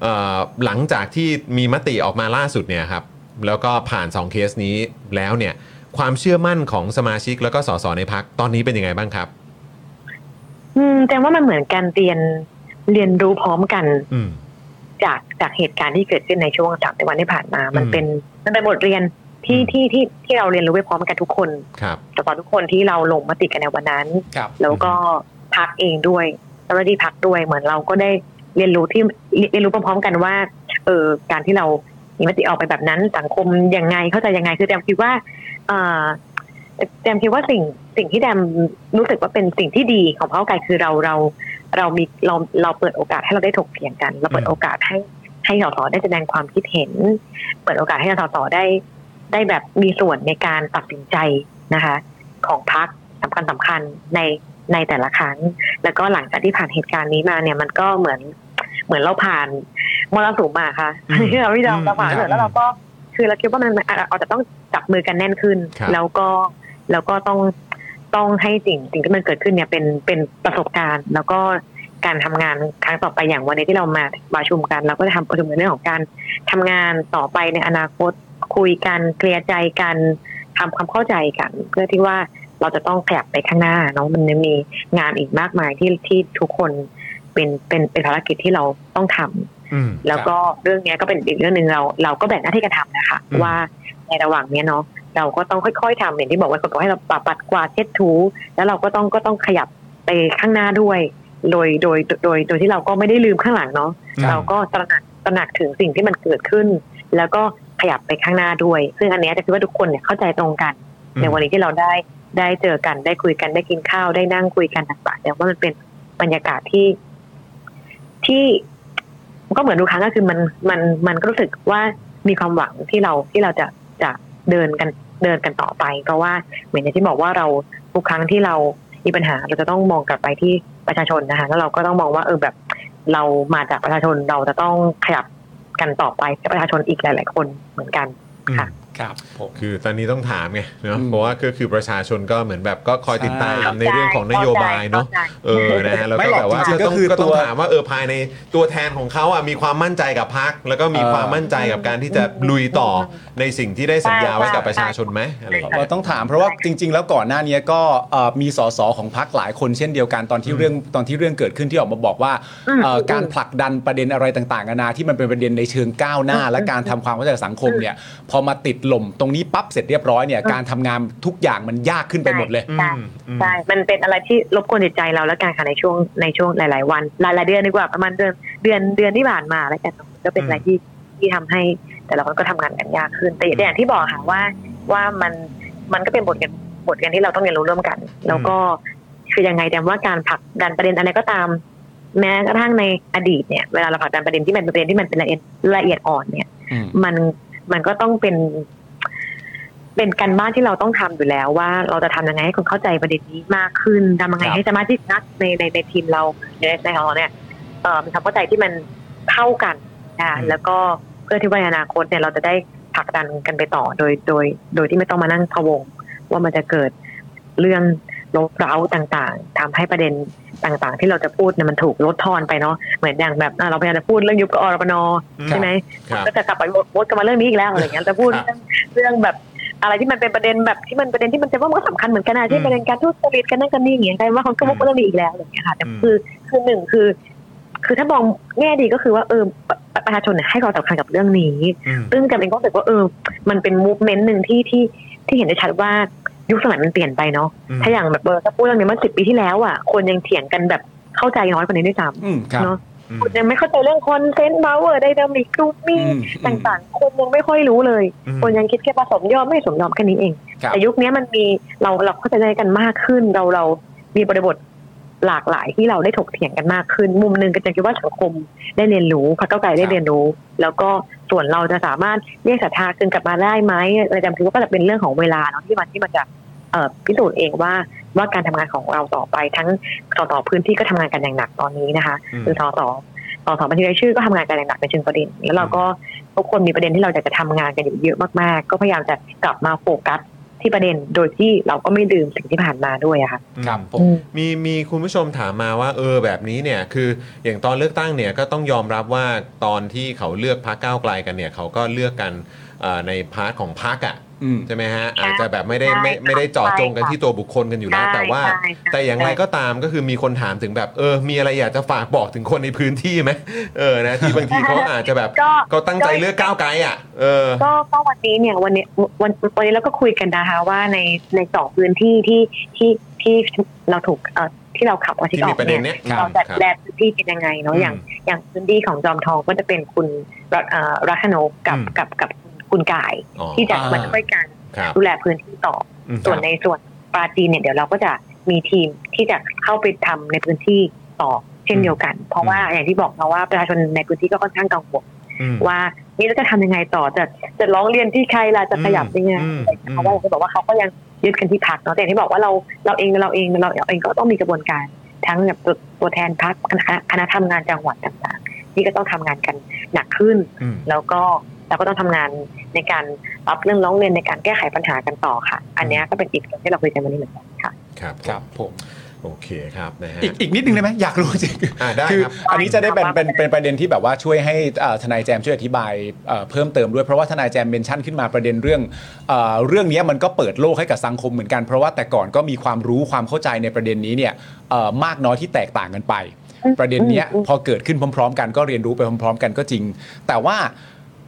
Speaker 1: เอ่อหลังจากที่มีมติออกมาล่าสุดเนี่ยครับแล้วก็ผ่าน 2 เคสนี้แล้วเนี่ยความเชื่อมั่นของสมาชิกแล้วก็สสในพักตอนนี้เป็นยังไงบ้างครับ
Speaker 5: อืมแต่ว่ามันเหมือนการเรียนเรียนรู้พร้อมกัน
Speaker 1: อืม
Speaker 5: จากจากเหตุการณ์ที่เกิดขึ้นในช่วงสามวันที่ผ่านมา มัน
Speaker 1: อืม
Speaker 5: เป็นมันเป็นบทเรียนที่
Speaker 1: อืม
Speaker 5: ที่ที่ที่เราเรียนรู้ไปพร้อมกันทุกคน
Speaker 1: ครับ
Speaker 5: แต่ก่อนทุกคนที่เราลงมติกันในวันนั้น
Speaker 2: ครับ
Speaker 5: แล้วก็พักเองด้วยเจ้าหน้าที่พักด้วยเหมือนเราก็ได้เรียนรู้ที่เรียนรู้พร้อมๆกันว่า เออการที่เรามีมติออกไปแบบนั้น สังคมยังไงเข้าใจยังไงคือแจมคิดว่าเออแจมคิดว่าสิ่งสิ่งที่แจมรู้สึกว่าเป็นสิ่งที่ดีของพรรคเก้าวไกลคือเราเราเรามีเราเราเปิดโอกาสให้เราได้ถกเถียงกัน เราเปิดโอกาสให้ให้สสได้แสดงความคิดเห็น เปิดโอกาสให้สสได้ ได้แบบมีส่วนในการตัดสินใจนะคะ ของพรรคสำคัญสำคัญในในแต่ละครั้ง แล้วก็หลังจากที่ผ่านเหตุการณ์นี้มาเนี่ยมันก็เหมือนเหมือนเราผ่านมรสุมมาค่ะ
Speaker 1: อืม
Speaker 5: ที่เราที่เราเราผ่าน
Speaker 1: อืม
Speaker 5: เสร็จแล้วเราก็คือเราคิดว่ามันอ่ะเราจะต้องจับมือกันแน่นขึ้น
Speaker 1: ครับ
Speaker 5: แล้วก็แล้วก็ต้องต้องให้สิ่งสิ่งที่มันเกิดขึ้นเนี่ยเป็นเป็นประสบการณ์ แล้วก็การทำงานครั้งต่อไปอย่างวันนี้ที่เรามาประชุมกัน เราก็จะทำประชุมในเรื่องของการ ทำงานต่อไปในอนาคตคุยกันเคลียร์ใจกันทำความเข้าใจกัน เพื่อที่ว่าเราจะต้องขยับไปข้างหน้าเนาะมันยังมีงานอีกมากมายที่ที่ทุกคนเป็นเป็นเป็นภารกิจที่เราต้องทำ
Speaker 1: อืม
Speaker 5: แล้วก็เรื่องเนี้ยก็เป็นอีกเรื่องหนึ่งเรา เราก็แบ่งหน้าที่กันทำนะคะ
Speaker 1: อืม
Speaker 5: ว่าในระหว่างเนี้ยเนาะเราก็ต้องค่อยๆทำอย่างที่บอกไว้ก่อนบอกให้เราปัดปัดกวาดเช็ดถู แล้วเราก็ต้องก็ต้องขยับไปข้างหน้าด้วย โดยโดยโดยโดยที่เราก็ไม่ได้ลืมข้างหลังเนาะ เราก็ตระหนักตระหนักถึงสิ่งที่มันเกิดขึ้น แล้วก็ขยับไปข้างหน้าด้วย ซึ่งอันเนี้ยจะคิดว่าทุกคนเนี่ยเข้าใจตรงกัน
Speaker 1: อืม
Speaker 5: ในวันนี้ที่เราได้ได้เจอกันได้คุยกันได้กินข้าวได้นั่งคุยกันต่างๆแต่ว่ามันเป็นบรรยากาศที่ที่ก็เหมือนทุกครั้งก็คือมันมันมันก็รู้สึกว่ามีความหวังที่เราที่เราจะจะเดินกันเดินกันต่อไป เพราะว่าเหมือนอย่างที่บอกว่าเราทุกครั้งที่เรามีปัญหาเราจะต้องมองกลับไปที่ประชาชนนะคะแล้วเราก็ต้องมองว่าเออแบบ เรามาจากประชาชนเราจะต้องขยับกันต่อไปกับประชาชนอีกหลาย ๆ คนเหมือนกัน
Speaker 1: อืม
Speaker 5: ค่ะ
Speaker 2: ครับผม
Speaker 1: คือตอนนี้ต้องถามไงเนาะ
Speaker 2: อืม
Speaker 1: เพราะว่าก็คือประชาชนก็เหมือนแบบก็คอยติดตามในเรื่องของนโยบายเนาะ
Speaker 5: ข้ใจ
Speaker 1: เออ นะฮะ แล้ว
Speaker 2: ไม่
Speaker 1: ก็
Speaker 2: หรอก
Speaker 1: แบบว่า
Speaker 2: จริ
Speaker 1: ก็ต้
Speaker 2: งๆก็
Speaker 1: อง
Speaker 2: คือ
Speaker 1: ก็ต้อง
Speaker 2: ตัว
Speaker 1: ถามว่าเออภายในตัวแทนของเขาอ่ะมีความมั่นใจกับพัก แล้วก็มี
Speaker 2: เออ
Speaker 1: ความมั่นใจกับการที่จะลุยต่อในสิ่งที่ได้สัญญาไว้กับประชาชนไหมอะไรอย่างเงี้ย
Speaker 2: เราต้องถามเพราะว่าจริง ๆ แล้วก่อนหน้านี้ก็เอ่อมีสสของพักหลายคนเช่นเดียวกันตอนที่เรื่องตอนที่เรื่องเกิดขึ้นที่ออกมาบอกว่า
Speaker 5: อืม
Speaker 2: เอ่อ
Speaker 5: อืม
Speaker 2: การผลักดันประเด็นอะไรต่างๆนานาที่มันเป็นประเด็นในเชิงก้าวหน้า และการทำความเข้าใจกับสังคมเนี่ยพอมาติดหล่มตรงนี้ปั๊บเสร็จเรียบร้อยเนี่ย
Speaker 5: อืม
Speaker 2: การทำงานทุกอย่างมันยากขึ้นไปหมดเลย
Speaker 5: ใช่ ใช่ มันเป็นอะไรที่รบกวนจิตใจเราแล้วกันค่ะในช่วงในช่วงหลาย ๆ วันหลายๆเดือนดีกว่าประมาณเดือนเดือนเดือนที่ผ่านมาแล้วกันก็เป็นอะไรที่ที่ทำให้แต่ละคนก็ทำงานกันยากขึ้น แต่อย่างที่บอกค่ะว่าว่ามันมันก็เป็นบทเรียนบทเรียนที่เราต้องเรียนรู้ร่วมกัน แล้วก็คือยังไงแต่ว่าการผลักดันประเด็นอะไรก็ตาม แม้กระทั่งในอดีตเนี่ยเวลาเราผลักดันประเด็นที่มันเป็นประเด็นที่มันเป็นละเอียดละเอียดอ่อนเนี่ย มันมันก็ต้องเป็น เป็นการบ้านที่เราต้องทำอยู่แล้วว่าเราจะทำยังไงให้คนเข้าใจประเด็นนี้มากขึ้นทำยังไง
Speaker 2: ครับ
Speaker 5: ให้สมาชิกนักในในในทีมเราในในของเราเนี่ยเอ่อมีความเข้าใจที่มันเท่ากันนะคะ
Speaker 1: อืม
Speaker 5: แล้วก็เพื่อที่ว่าในอนาคตเนี่ยเราจะได้ผลักดันกันไปต่อโดยโดย โดยที่ไม่ต้องมานั่งพะวง ว่ามันจะเกิดเรื่องลบเร้าต่างๆทำให้ประเด็นต่างๆ ที่เราจะพูดเนี่ยมันถูกลดทอนไปเนาะเหมือนอย่างแบบอ่ะเราพยายามจะพูดเรื่องยุบอรปนใช่ไหม
Speaker 1: ครับ
Speaker 5: ก็จะกลับไปวดกันมาเรื่องนี้อีกแล้วอะไรอย่างเงี้ยจะพูด
Speaker 2: ครับ
Speaker 5: เรื่องเรื่องแบบอะไรที่มันเป็นประเด็นแบบที่มันประเด็นที่มันจะว่ามันก็สำคัญเหมือนกันนะที่ประเด็นการทุจริตกันนั่นกันนี่อย่างเงี้ยกลายเป็นว่าคนก็วกมาเรื่องนี้อีกแล้วอะไรอย่างเงี้ยค่ะแต่
Speaker 1: อืม
Speaker 5: คือคือหนึ่งคือ คือถ้ามองแง่ดีก็คือว่าเออประประชาชนเนี่ยให้ความสำคัญกับเรื่องนี้
Speaker 1: อืม
Speaker 5: ซึ่งจำเป็นก็รู้สึกว่าเออ มันเป็นมูฟเมนต์หนึ่งที่ที่ที่เห็นได้ชัดว่ายุคสมัยมันเปลี่ยนไปเนาะ
Speaker 1: อืม
Speaker 5: ถ้าอย่างแบบเออถ้าพูดเรื่องนี้เมื่อสิบปีที่แล้วอ่ะคนยังเถียงกันแบบเข้าใจน้อยกว่านี้ด้วยซ้ำ
Speaker 2: อืมครับ
Speaker 5: เนาะ
Speaker 1: อืม
Speaker 5: คนยังไม่เข้าใจเรื่องคอนเซนต์มาเวอร์ไดนามิกรู
Speaker 2: อื
Speaker 5: มิ่
Speaker 2: มอืม
Speaker 5: ต่างๆ คนยังไม่ค่อยรู้เลย
Speaker 1: อืม
Speaker 5: คนยังคิดแค่ผสมยอมไม่สมยอมแค่นี้เอง
Speaker 2: ครับ
Speaker 5: แต่ยุคนี้มันมีเราเราเข้าใจกันมากขึ้น เราเรามีบริบทหลากหลายที่เราได้ถกเถียงกันมากขึ้น มุมหนึ่งก็จะคิดว่าสังคมได้เรียนรู้พรรคเก้าวไกลได้เรียนรู้ แล้วก็ส่วนเราจะสามารถเรียกศรัทธาคืนกลับมาได้ไหมอะไรจำคิดว่าก็จะเป็นเรื่องของเวลาเนาะที่มันที่มันจะเอ่อพิสูจน์เองว่าว่าการทำงานของเราต่อไปทั้งสสพื้นที่ก็ทำงานกันอย่างหนักตอนนี้นะคะ
Speaker 1: อืม
Speaker 5: คือสสส อสอบัญชีรายชื่อก็ทำงานกันอย่างหนักในเชิงประเด็นนี้แล้วเราก็ทุกคนมีประเด็นที่เราอยากจะทำงานกันอยู่เยอะมากๆ ก็พยายามจะกลับมาโฟกัสที่ประเด็นโดยที่เราก็ไม่ดื่มสิ่งที่ผ่านมาด้วยอะค่ะ
Speaker 2: ครับผม
Speaker 5: อืม
Speaker 1: มีมีคุณผู้ชมถามมาว่าเออแบบนี้เนี่ยคืออย่างตอนเลือกตั้งเนี่ยก็ต้องยอมรับว่าตอนที่เขาเลือกพักก้าวไกลกันเนี่ยเขาก็เลือกกันเอ่อในพาร์ทของพักอ่ะ
Speaker 2: อืม
Speaker 1: ใช่ไหมฮะอาจจะแบบไม่ได้ไม่
Speaker 5: ใช่ค่ะ
Speaker 1: ไม่ได้เจาะจงกันที่ตัวบุคคลกันอยู่แล้ว
Speaker 5: ใช่
Speaker 1: แต่ว่า
Speaker 5: ใช่ใช่
Speaker 1: แต่อย่างไรก็ตามก็คือมีคนถามถึงแบบเออมีอะไรอยากจะฝากบอกถึงคนในพื้นที่ไหมเออนะที่บางทีเขาอาจจะแบบ
Speaker 5: ก็
Speaker 1: เขาตั้งใจเลือกก้าวไกลอ่ะเออ
Speaker 5: ก็ก็วันนี้เนี่ยวันนี้วันวันนี้เราก็คุยกันนะคะว่าในในสองพื้นที่ที่ที่ที่เราถูกเอ่อที่เราขับออก
Speaker 1: ที่
Speaker 5: ที่อ
Speaker 1: มี
Speaker 5: อก
Speaker 1: ประเด็นเนี้ย
Speaker 2: ครับ
Speaker 5: เราจัด
Speaker 1: ครับ
Speaker 5: แลบพื้นที่เป็นยังไงเนาะอย่าง อย่างพื้นที่ของจอมทองก็จะเป็นคุณรัเอ่อรัชนกกับ
Speaker 1: อืม
Speaker 5: กับกับคุณกาย
Speaker 1: อ๋อ
Speaker 5: ที่จะ
Speaker 2: อ่าม
Speaker 5: มาช่วยกัน
Speaker 1: ครับ
Speaker 5: ดูแลพื้นที่ต่อ
Speaker 1: อืม
Speaker 5: ส่วนในส่วนปราจีนเนี่ยเดี๋ยวเราก็จะมีทีมที่จะเข้าไปทำในพื้นที่ต่อเช่นเดียวกัน เพราะว่าอย่างที่บอกมาว่าประชาชนในพื้นที่ก็ค่อนข้างกังวล
Speaker 1: อืม
Speaker 5: ว่านี่เราจะทำยังไงต่อจะจะร้องเรียนที่ใครล่ะจะขยับยังไง
Speaker 1: อืมอืม
Speaker 5: เพราะว่าเราก็บอกว่าเขาก็ยังยึดกันที่พักเนาะแต่อย่างที่บอกว่าเราเราเองเราเองเราเองก็ต้องมีกระบวนการ ทั้งแบบตัวตัวแทนพักคณะทำงานจังหวัดต่างๆที่ก็ต้องทำงานกันหนักขึ้น
Speaker 1: อืม
Speaker 5: แล้วก็เราก็ต้องทำงานในการรับเรื่องร้องเรียนในการแก้ไขปัญหากันต่อค่ะ อันเนี้ยก็เป็นอีกเรื่องที่เราคุยกันวันนี้เหมือนกันค่ะ
Speaker 1: ครับผม
Speaker 2: ครับผม
Speaker 1: โอเคครับนะฮะ
Speaker 2: อีกอีกนิดนึงได้ไหมอยากรู้จริง
Speaker 1: อ่าได้
Speaker 2: คือ
Speaker 1: ครับ
Speaker 2: อันนี้จะได้เป็นเป็นเป็นประเด็นที่แบบว่าช่วยให้เอ่อทนายแจมช่วยอธิบายเอ่อเพิ่มเติมด้วยเพราะว่าทนายแจมเมนชั่นขึ้นมาประเด็นเรื่องเอ่อเรื่องนี้มันก็เปิดโลกให้กับสังคมเหมือนกันเพราะว่าแต่ก่อนก็มีความรู้ความเข้าใจในประเด็นนี้เนี่ยเอ่อมากน้อยที่แตกต่างกันไป ประเด็นเนี้ยพอเกิดขึ้นพร้อม ๆ กันก็เรียนรู้ไปพร้อม ๆ กันก็จริง แต่ว่า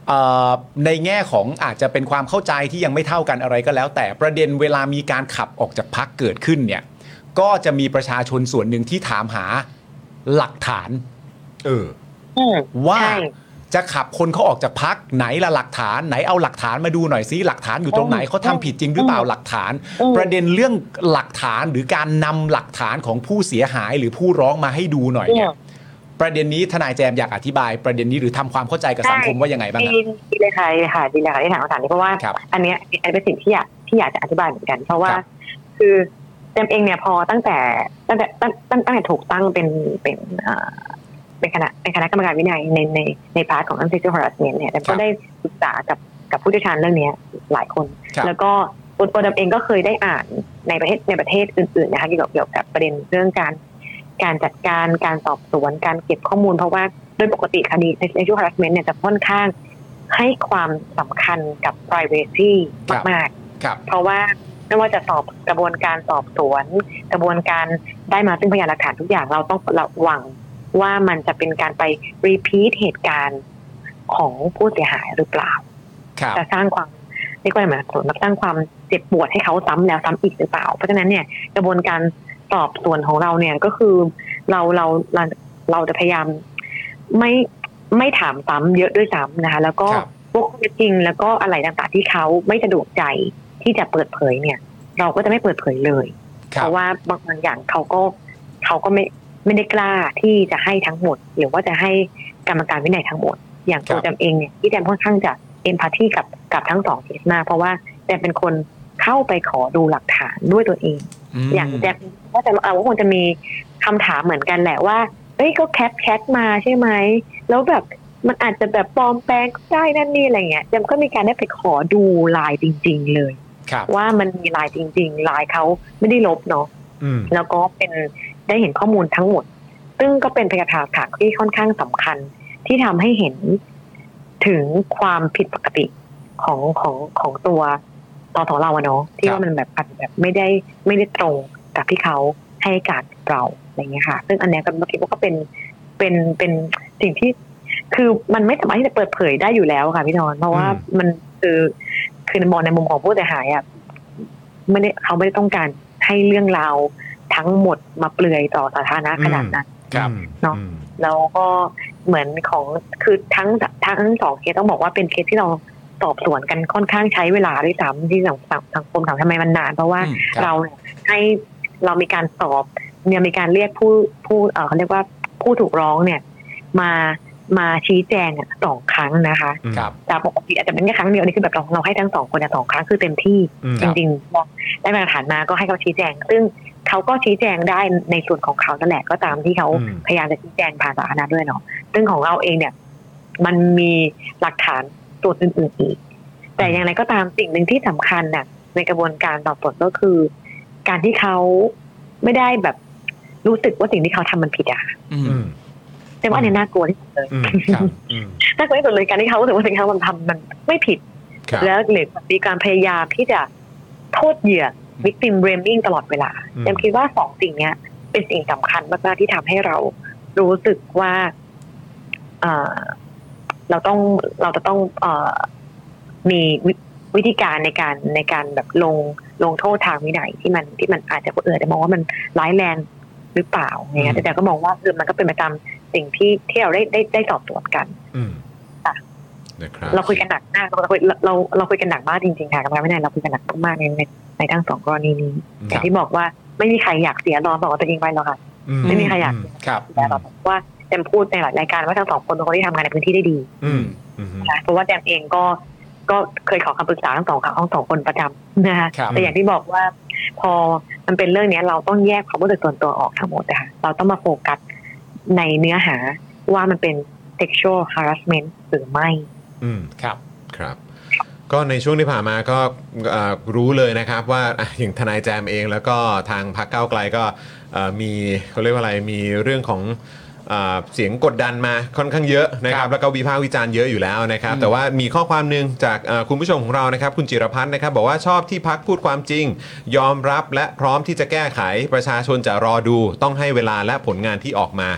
Speaker 2: เอ่อในแง่ของอาจจะเป็นความเข้าใจที่ยังไม่เท่ากันอะไรก็แล้ว แต่ประเด็นเวลามีการขับออกจากพักเกิดขึ้นเนี่ยก็จะมีประชาชนส่วนหนึ่งที่ถามหาหลักฐาน
Speaker 1: เออ
Speaker 2: ว่า
Speaker 5: ใช่
Speaker 2: จะขับคนเขาออกจากพักไหนละหลักฐานไหนเอาหลักฐานมาดูหน่อยซิหลักฐานอยู่ตรงไหนเขาทำผิดจริงหรือเปล่าหลักฐาน ประเด็นเรื่องหลักฐานหรือการนำหลักฐานของผู้เสียหายหรือผู้ร้องมาให้ดูหน่อยเนี่ยประเด็นนี้ทนายแจมอยากอธิบาย ประเด็นนี้หรือทำความเข้าใจกับสังคมว่ายังไงบ้าง
Speaker 5: ดี
Speaker 2: ครับ
Speaker 5: ดีเลยค่ะดีเลยค่ะดีเลยค่ะที่ถามคำถามนี้เพราะว่า
Speaker 2: ครับ
Speaker 5: อันเนี้ยอันเป็นสิ่งที่อยากที่อยากจะอธิบายเหมือนกัน เพราะว่า
Speaker 2: ครับ
Speaker 5: คือเต็มเองเนี่ยพอตั้งแต่ตั้งแต่ตั้งตั้งตั้งแต่ถูกตั้งเป็นเป็นเอ่อเป็นคณะเป็นคณะกรรมการวินัยในในในพาร์ทของ unsafe harassment เนี่ยแต่
Speaker 2: ครั
Speaker 5: ก็
Speaker 2: บ
Speaker 5: ได้ศึกษากับกับผู้เชี่ยวชาญเรื่องเนี้ยหลายคน
Speaker 2: ครับ
Speaker 5: แล้วก็ตัวตัวดำเองก็เคยได้อ่านในประเทศในประเทศอื่นๆนะคะเกี่ยวกับเกี่ยวกับประเด็นเรื่องการ การจัดการการสอบสวนการเก็บข้อมูล เพราะว่าโดยปกติคดี sexual harassment เนี่ยจะค่อนข้างให้ความสำคัญกับ privacy
Speaker 2: ครับ
Speaker 5: มาก
Speaker 2: ครับ
Speaker 5: ๆ เพราะว่าไม่ว่าจะสอบกระบวนการสอบสวน กระบวนการได้มาซึ่งพยานหลักฐานทุกอย่างเราต้องระวังว่ามันจะเป็นการไป repeat เหตุการณ์ของผู้เสียหายหรือเปล่า
Speaker 2: ครับ
Speaker 5: จะสร้างความเรียกว่าอะไรหมายผลสร้างความเจ็บปวดให้เขาซ้ำแล้วซ้ำอีกหรือเปล่า เพราะฉะนั้นเนี่ยกระบวนการสอบสวนของเราเนี่ยก็คือเราเราเราเราจะพยายามไม่ไม่ถามซ้ำเยอะด้วยซ้ำนะคะ แล้วก็
Speaker 2: ครับ
Speaker 5: พวกข้อเท็จจริง แล้วก็อะไรต่างๆที่เขาไม่สะดวกใจที่จะเปิดเผยเนี่ย เราก็จะไม่เปิดเผยเลย
Speaker 2: ค
Speaker 5: เพ
Speaker 2: รับ
Speaker 5: ราะว่าบางบางอย่างเขาก็เขาก็ไม่ไม่ได้กล้าที่จะให้ทั้งหมด หรือว่าจะให้กรรมการวินัยทั้งหมด อย่างตัวแจมเองเนี่ยที่แจมค่อนข้างจะเอมพัตตีกับกับทั้งสองเคสมากเพราะว่าแจมเป็นคนเข้าไปขอดูหลักฐานด้วยตัวเอง
Speaker 2: ม
Speaker 5: อย่างแจมว่าแจมเอาว่าคงจะมีคำถามเหมือนกันแหละว่าเอ้ยก็แคปแชทมาใช่ไหมแล้วแบบมันอาจจะแบบปลอมแปลงได้นั่นนี่อะไรเงี้ยแจมก็มีการได้ไปขอดูไลายจริง ๆ เลย
Speaker 2: ครับ
Speaker 5: ว่ามันมีไลายจริง ๆไลายเขาไม่ได้ลบเนาะ
Speaker 1: อืม
Speaker 5: แล้วก็เป็นได้เห็นข้อมูลทั้งหมด ซึ่งก็เป็นพยานหลักฐานที่ค่อนข้างสำคัญ ที่ทำให้เห็นถึงความผิดปกติของของของตัวตอของเราอะเนาะที่
Speaker 2: ครับ
Speaker 5: ว่ามันแบบอาจจะแบบไม่ได้ไม่ได้ตรงกับที่เขาให้การเราอะไรเงี้ยค่ะ ซึ่งอันเนี้ยก็เมื่อกี้ว่าก็เป็นเป็นเป็นสิ่งที่ คือมันไม่สามารถที่จะเปิดเผยได้อยู่แล้วค่ะพี่นอนเพราะว่า
Speaker 1: อืม
Speaker 5: มันคือคือมองในมุมของผู้เสียหายอะไม่ได้เขาไม่ได้ต้องการให้เรื่องราว ทั้งหมดมาเปลือยต่อสาธารณะขนาดนั้น
Speaker 2: ครับ
Speaker 5: เนาะ
Speaker 1: อืม
Speaker 5: แล้วก็เหมือนของคือทั้งทั้งสองเคสต้องบอกว่าเป็นเคสที่เราสอบสวนกันค่อนข้างใช้เวลาด้วยซ้ำที่สังสังสังคมถามทำไมมันนาน เพราะว่า
Speaker 2: อืมครับ
Speaker 5: เราเนี่ยให้เรามีการสอบเนี่ยมีการเรียกผู้ผู้เอ่อเขาเรียกว่าผู้ถูกร้องเนี่ย มามาชี้แจงอะสองครั้งนะคะ
Speaker 1: อืม
Speaker 2: ครับ
Speaker 5: จากปกติอาจจะเป็นแค่ครั้งเดียวอันนี้คือแบบเราเราให้ทั้งสองคนเนี่ยสองครั้งคือเต็มที่
Speaker 1: อืม
Speaker 5: จริงๆบอกได้มาตรฐานมาก็ให้เขาชี้แจง ซึ่งค เขาก็ชี้แจงได้ในส่วนของเขานั่นแหละก็ตามที่เขา
Speaker 1: อืม
Speaker 5: พยายามจะชี้แจงผ่านสาธารณะด้วยเนาะซึ่งของเราเองเนี่ย มันมีหลักฐานส่วนอื่นๆอีก แต่อย่างไรก็ตามสิ่งหนึ่งที่สำคัญน่ะ ในกระบวนการสอบสวนก็คือ การที่เขาไม่ได้แบบรู้สึกว่าสิ่งที่เขาทำมันผิดอะค่ะ
Speaker 2: อื
Speaker 1: อื
Speaker 2: ม
Speaker 1: ม
Speaker 5: แต่ว่าอันเนี้ยน่ากลัวที่สุดเลย
Speaker 1: อืม
Speaker 2: ครับ
Speaker 1: อืม
Speaker 5: น่ากลัวที่สุดเลยการที่เขารู้สึกว่าสิ่งที่เขาทำมันไม่ผิด
Speaker 1: ครับ
Speaker 5: แล้วหรือมีการพยายามที่จะโทษเหยื่อ victim blaming ตลอดเวลา
Speaker 1: อืม
Speaker 5: แจมคิดว่าสองสิ่งเนี้ย เป็นสิ่งสำคัญมากๆที่ทำให้เรารู้สึกว่าเอ่อเราต้องเราจะต้องเออมีวิวิธีการในการในการแบบลงลงโทษทางวินัยที่มันที่มันอาจจะเออจะมองว่ามันร้ายแรงหรือเปล่าอย่างเงี้ยแต่แต่ก็มองว่าคือมันก็เป็นไปตามสิ่งที่ที่เราได้ได้ได้สอบสวนกัน
Speaker 1: อืม
Speaker 5: ค่ะ
Speaker 1: นะครับ
Speaker 5: เราคุยกันหนักมากเราคุยเราเราเราคุยกันหนักมากจริงๆค่ะกับการไม่ได้เราคุยกันหนักมากๆในในในทั้งสองกรณีนี้
Speaker 1: ค
Speaker 5: แต่
Speaker 1: รับ
Speaker 5: ที่บอกว่าไม่มีใครอยากเสียรอนบอกว่าตัวเองไปหรอกค่ะ
Speaker 1: อื
Speaker 5: ไม่มีใครอยาก
Speaker 2: ครับ
Speaker 5: แต่เราบอกว่าแจมพูดในหลายรายการว่าทั้งสองคนเป็นคนที่ทำงานในพื้นที่ได้ดี
Speaker 1: อืมอืม
Speaker 5: นะคะเพราะว่าแจมเองก็ก็เคยขอคำปรึกษาทั้งสองครั้งทั้งสองคนประจำนะคะ
Speaker 2: ครับ
Speaker 5: แต่อย่างที่บอกว่า พอมันเป็นเรื่องเนี้ย เราต้องแยกความรู้สึกส่วนตัวออกทั้งหมดนะคะเราต้องมาโฟกัสในเนื้อหาว่ามันเป็น sexual harassment หรือไม่
Speaker 1: อืม
Speaker 2: ครับ
Speaker 1: ครับ ก็ในช่วงที่ผ่านมาก็เอ่อรู้เลยนะครับว่าอ่ะอย่างทนายแจมเองแล้วก็ทางพรรคก้าวไกลก็เอ่อมีเขาเรียกว่าอะไรมีเรื่องของเอ่อเสียงกดดันมาค่อนข้างเยอะนะครับ แล้วก็วิพากษ์วิจารณ์เยอะอยู่แล้วนะครับ แต่ว่ามีข้อความหนึ่งจากเอ่อคุณผู้ชมของเรานะครับ คุณจิรพัฒน์นะครับ บอกว่าชอบที่พักพูดความจริง ยอมรับและพร้อมที่จะแก้ไขประชาชนจะรอดูต้องให้เวลาและผลงานที่ออกมา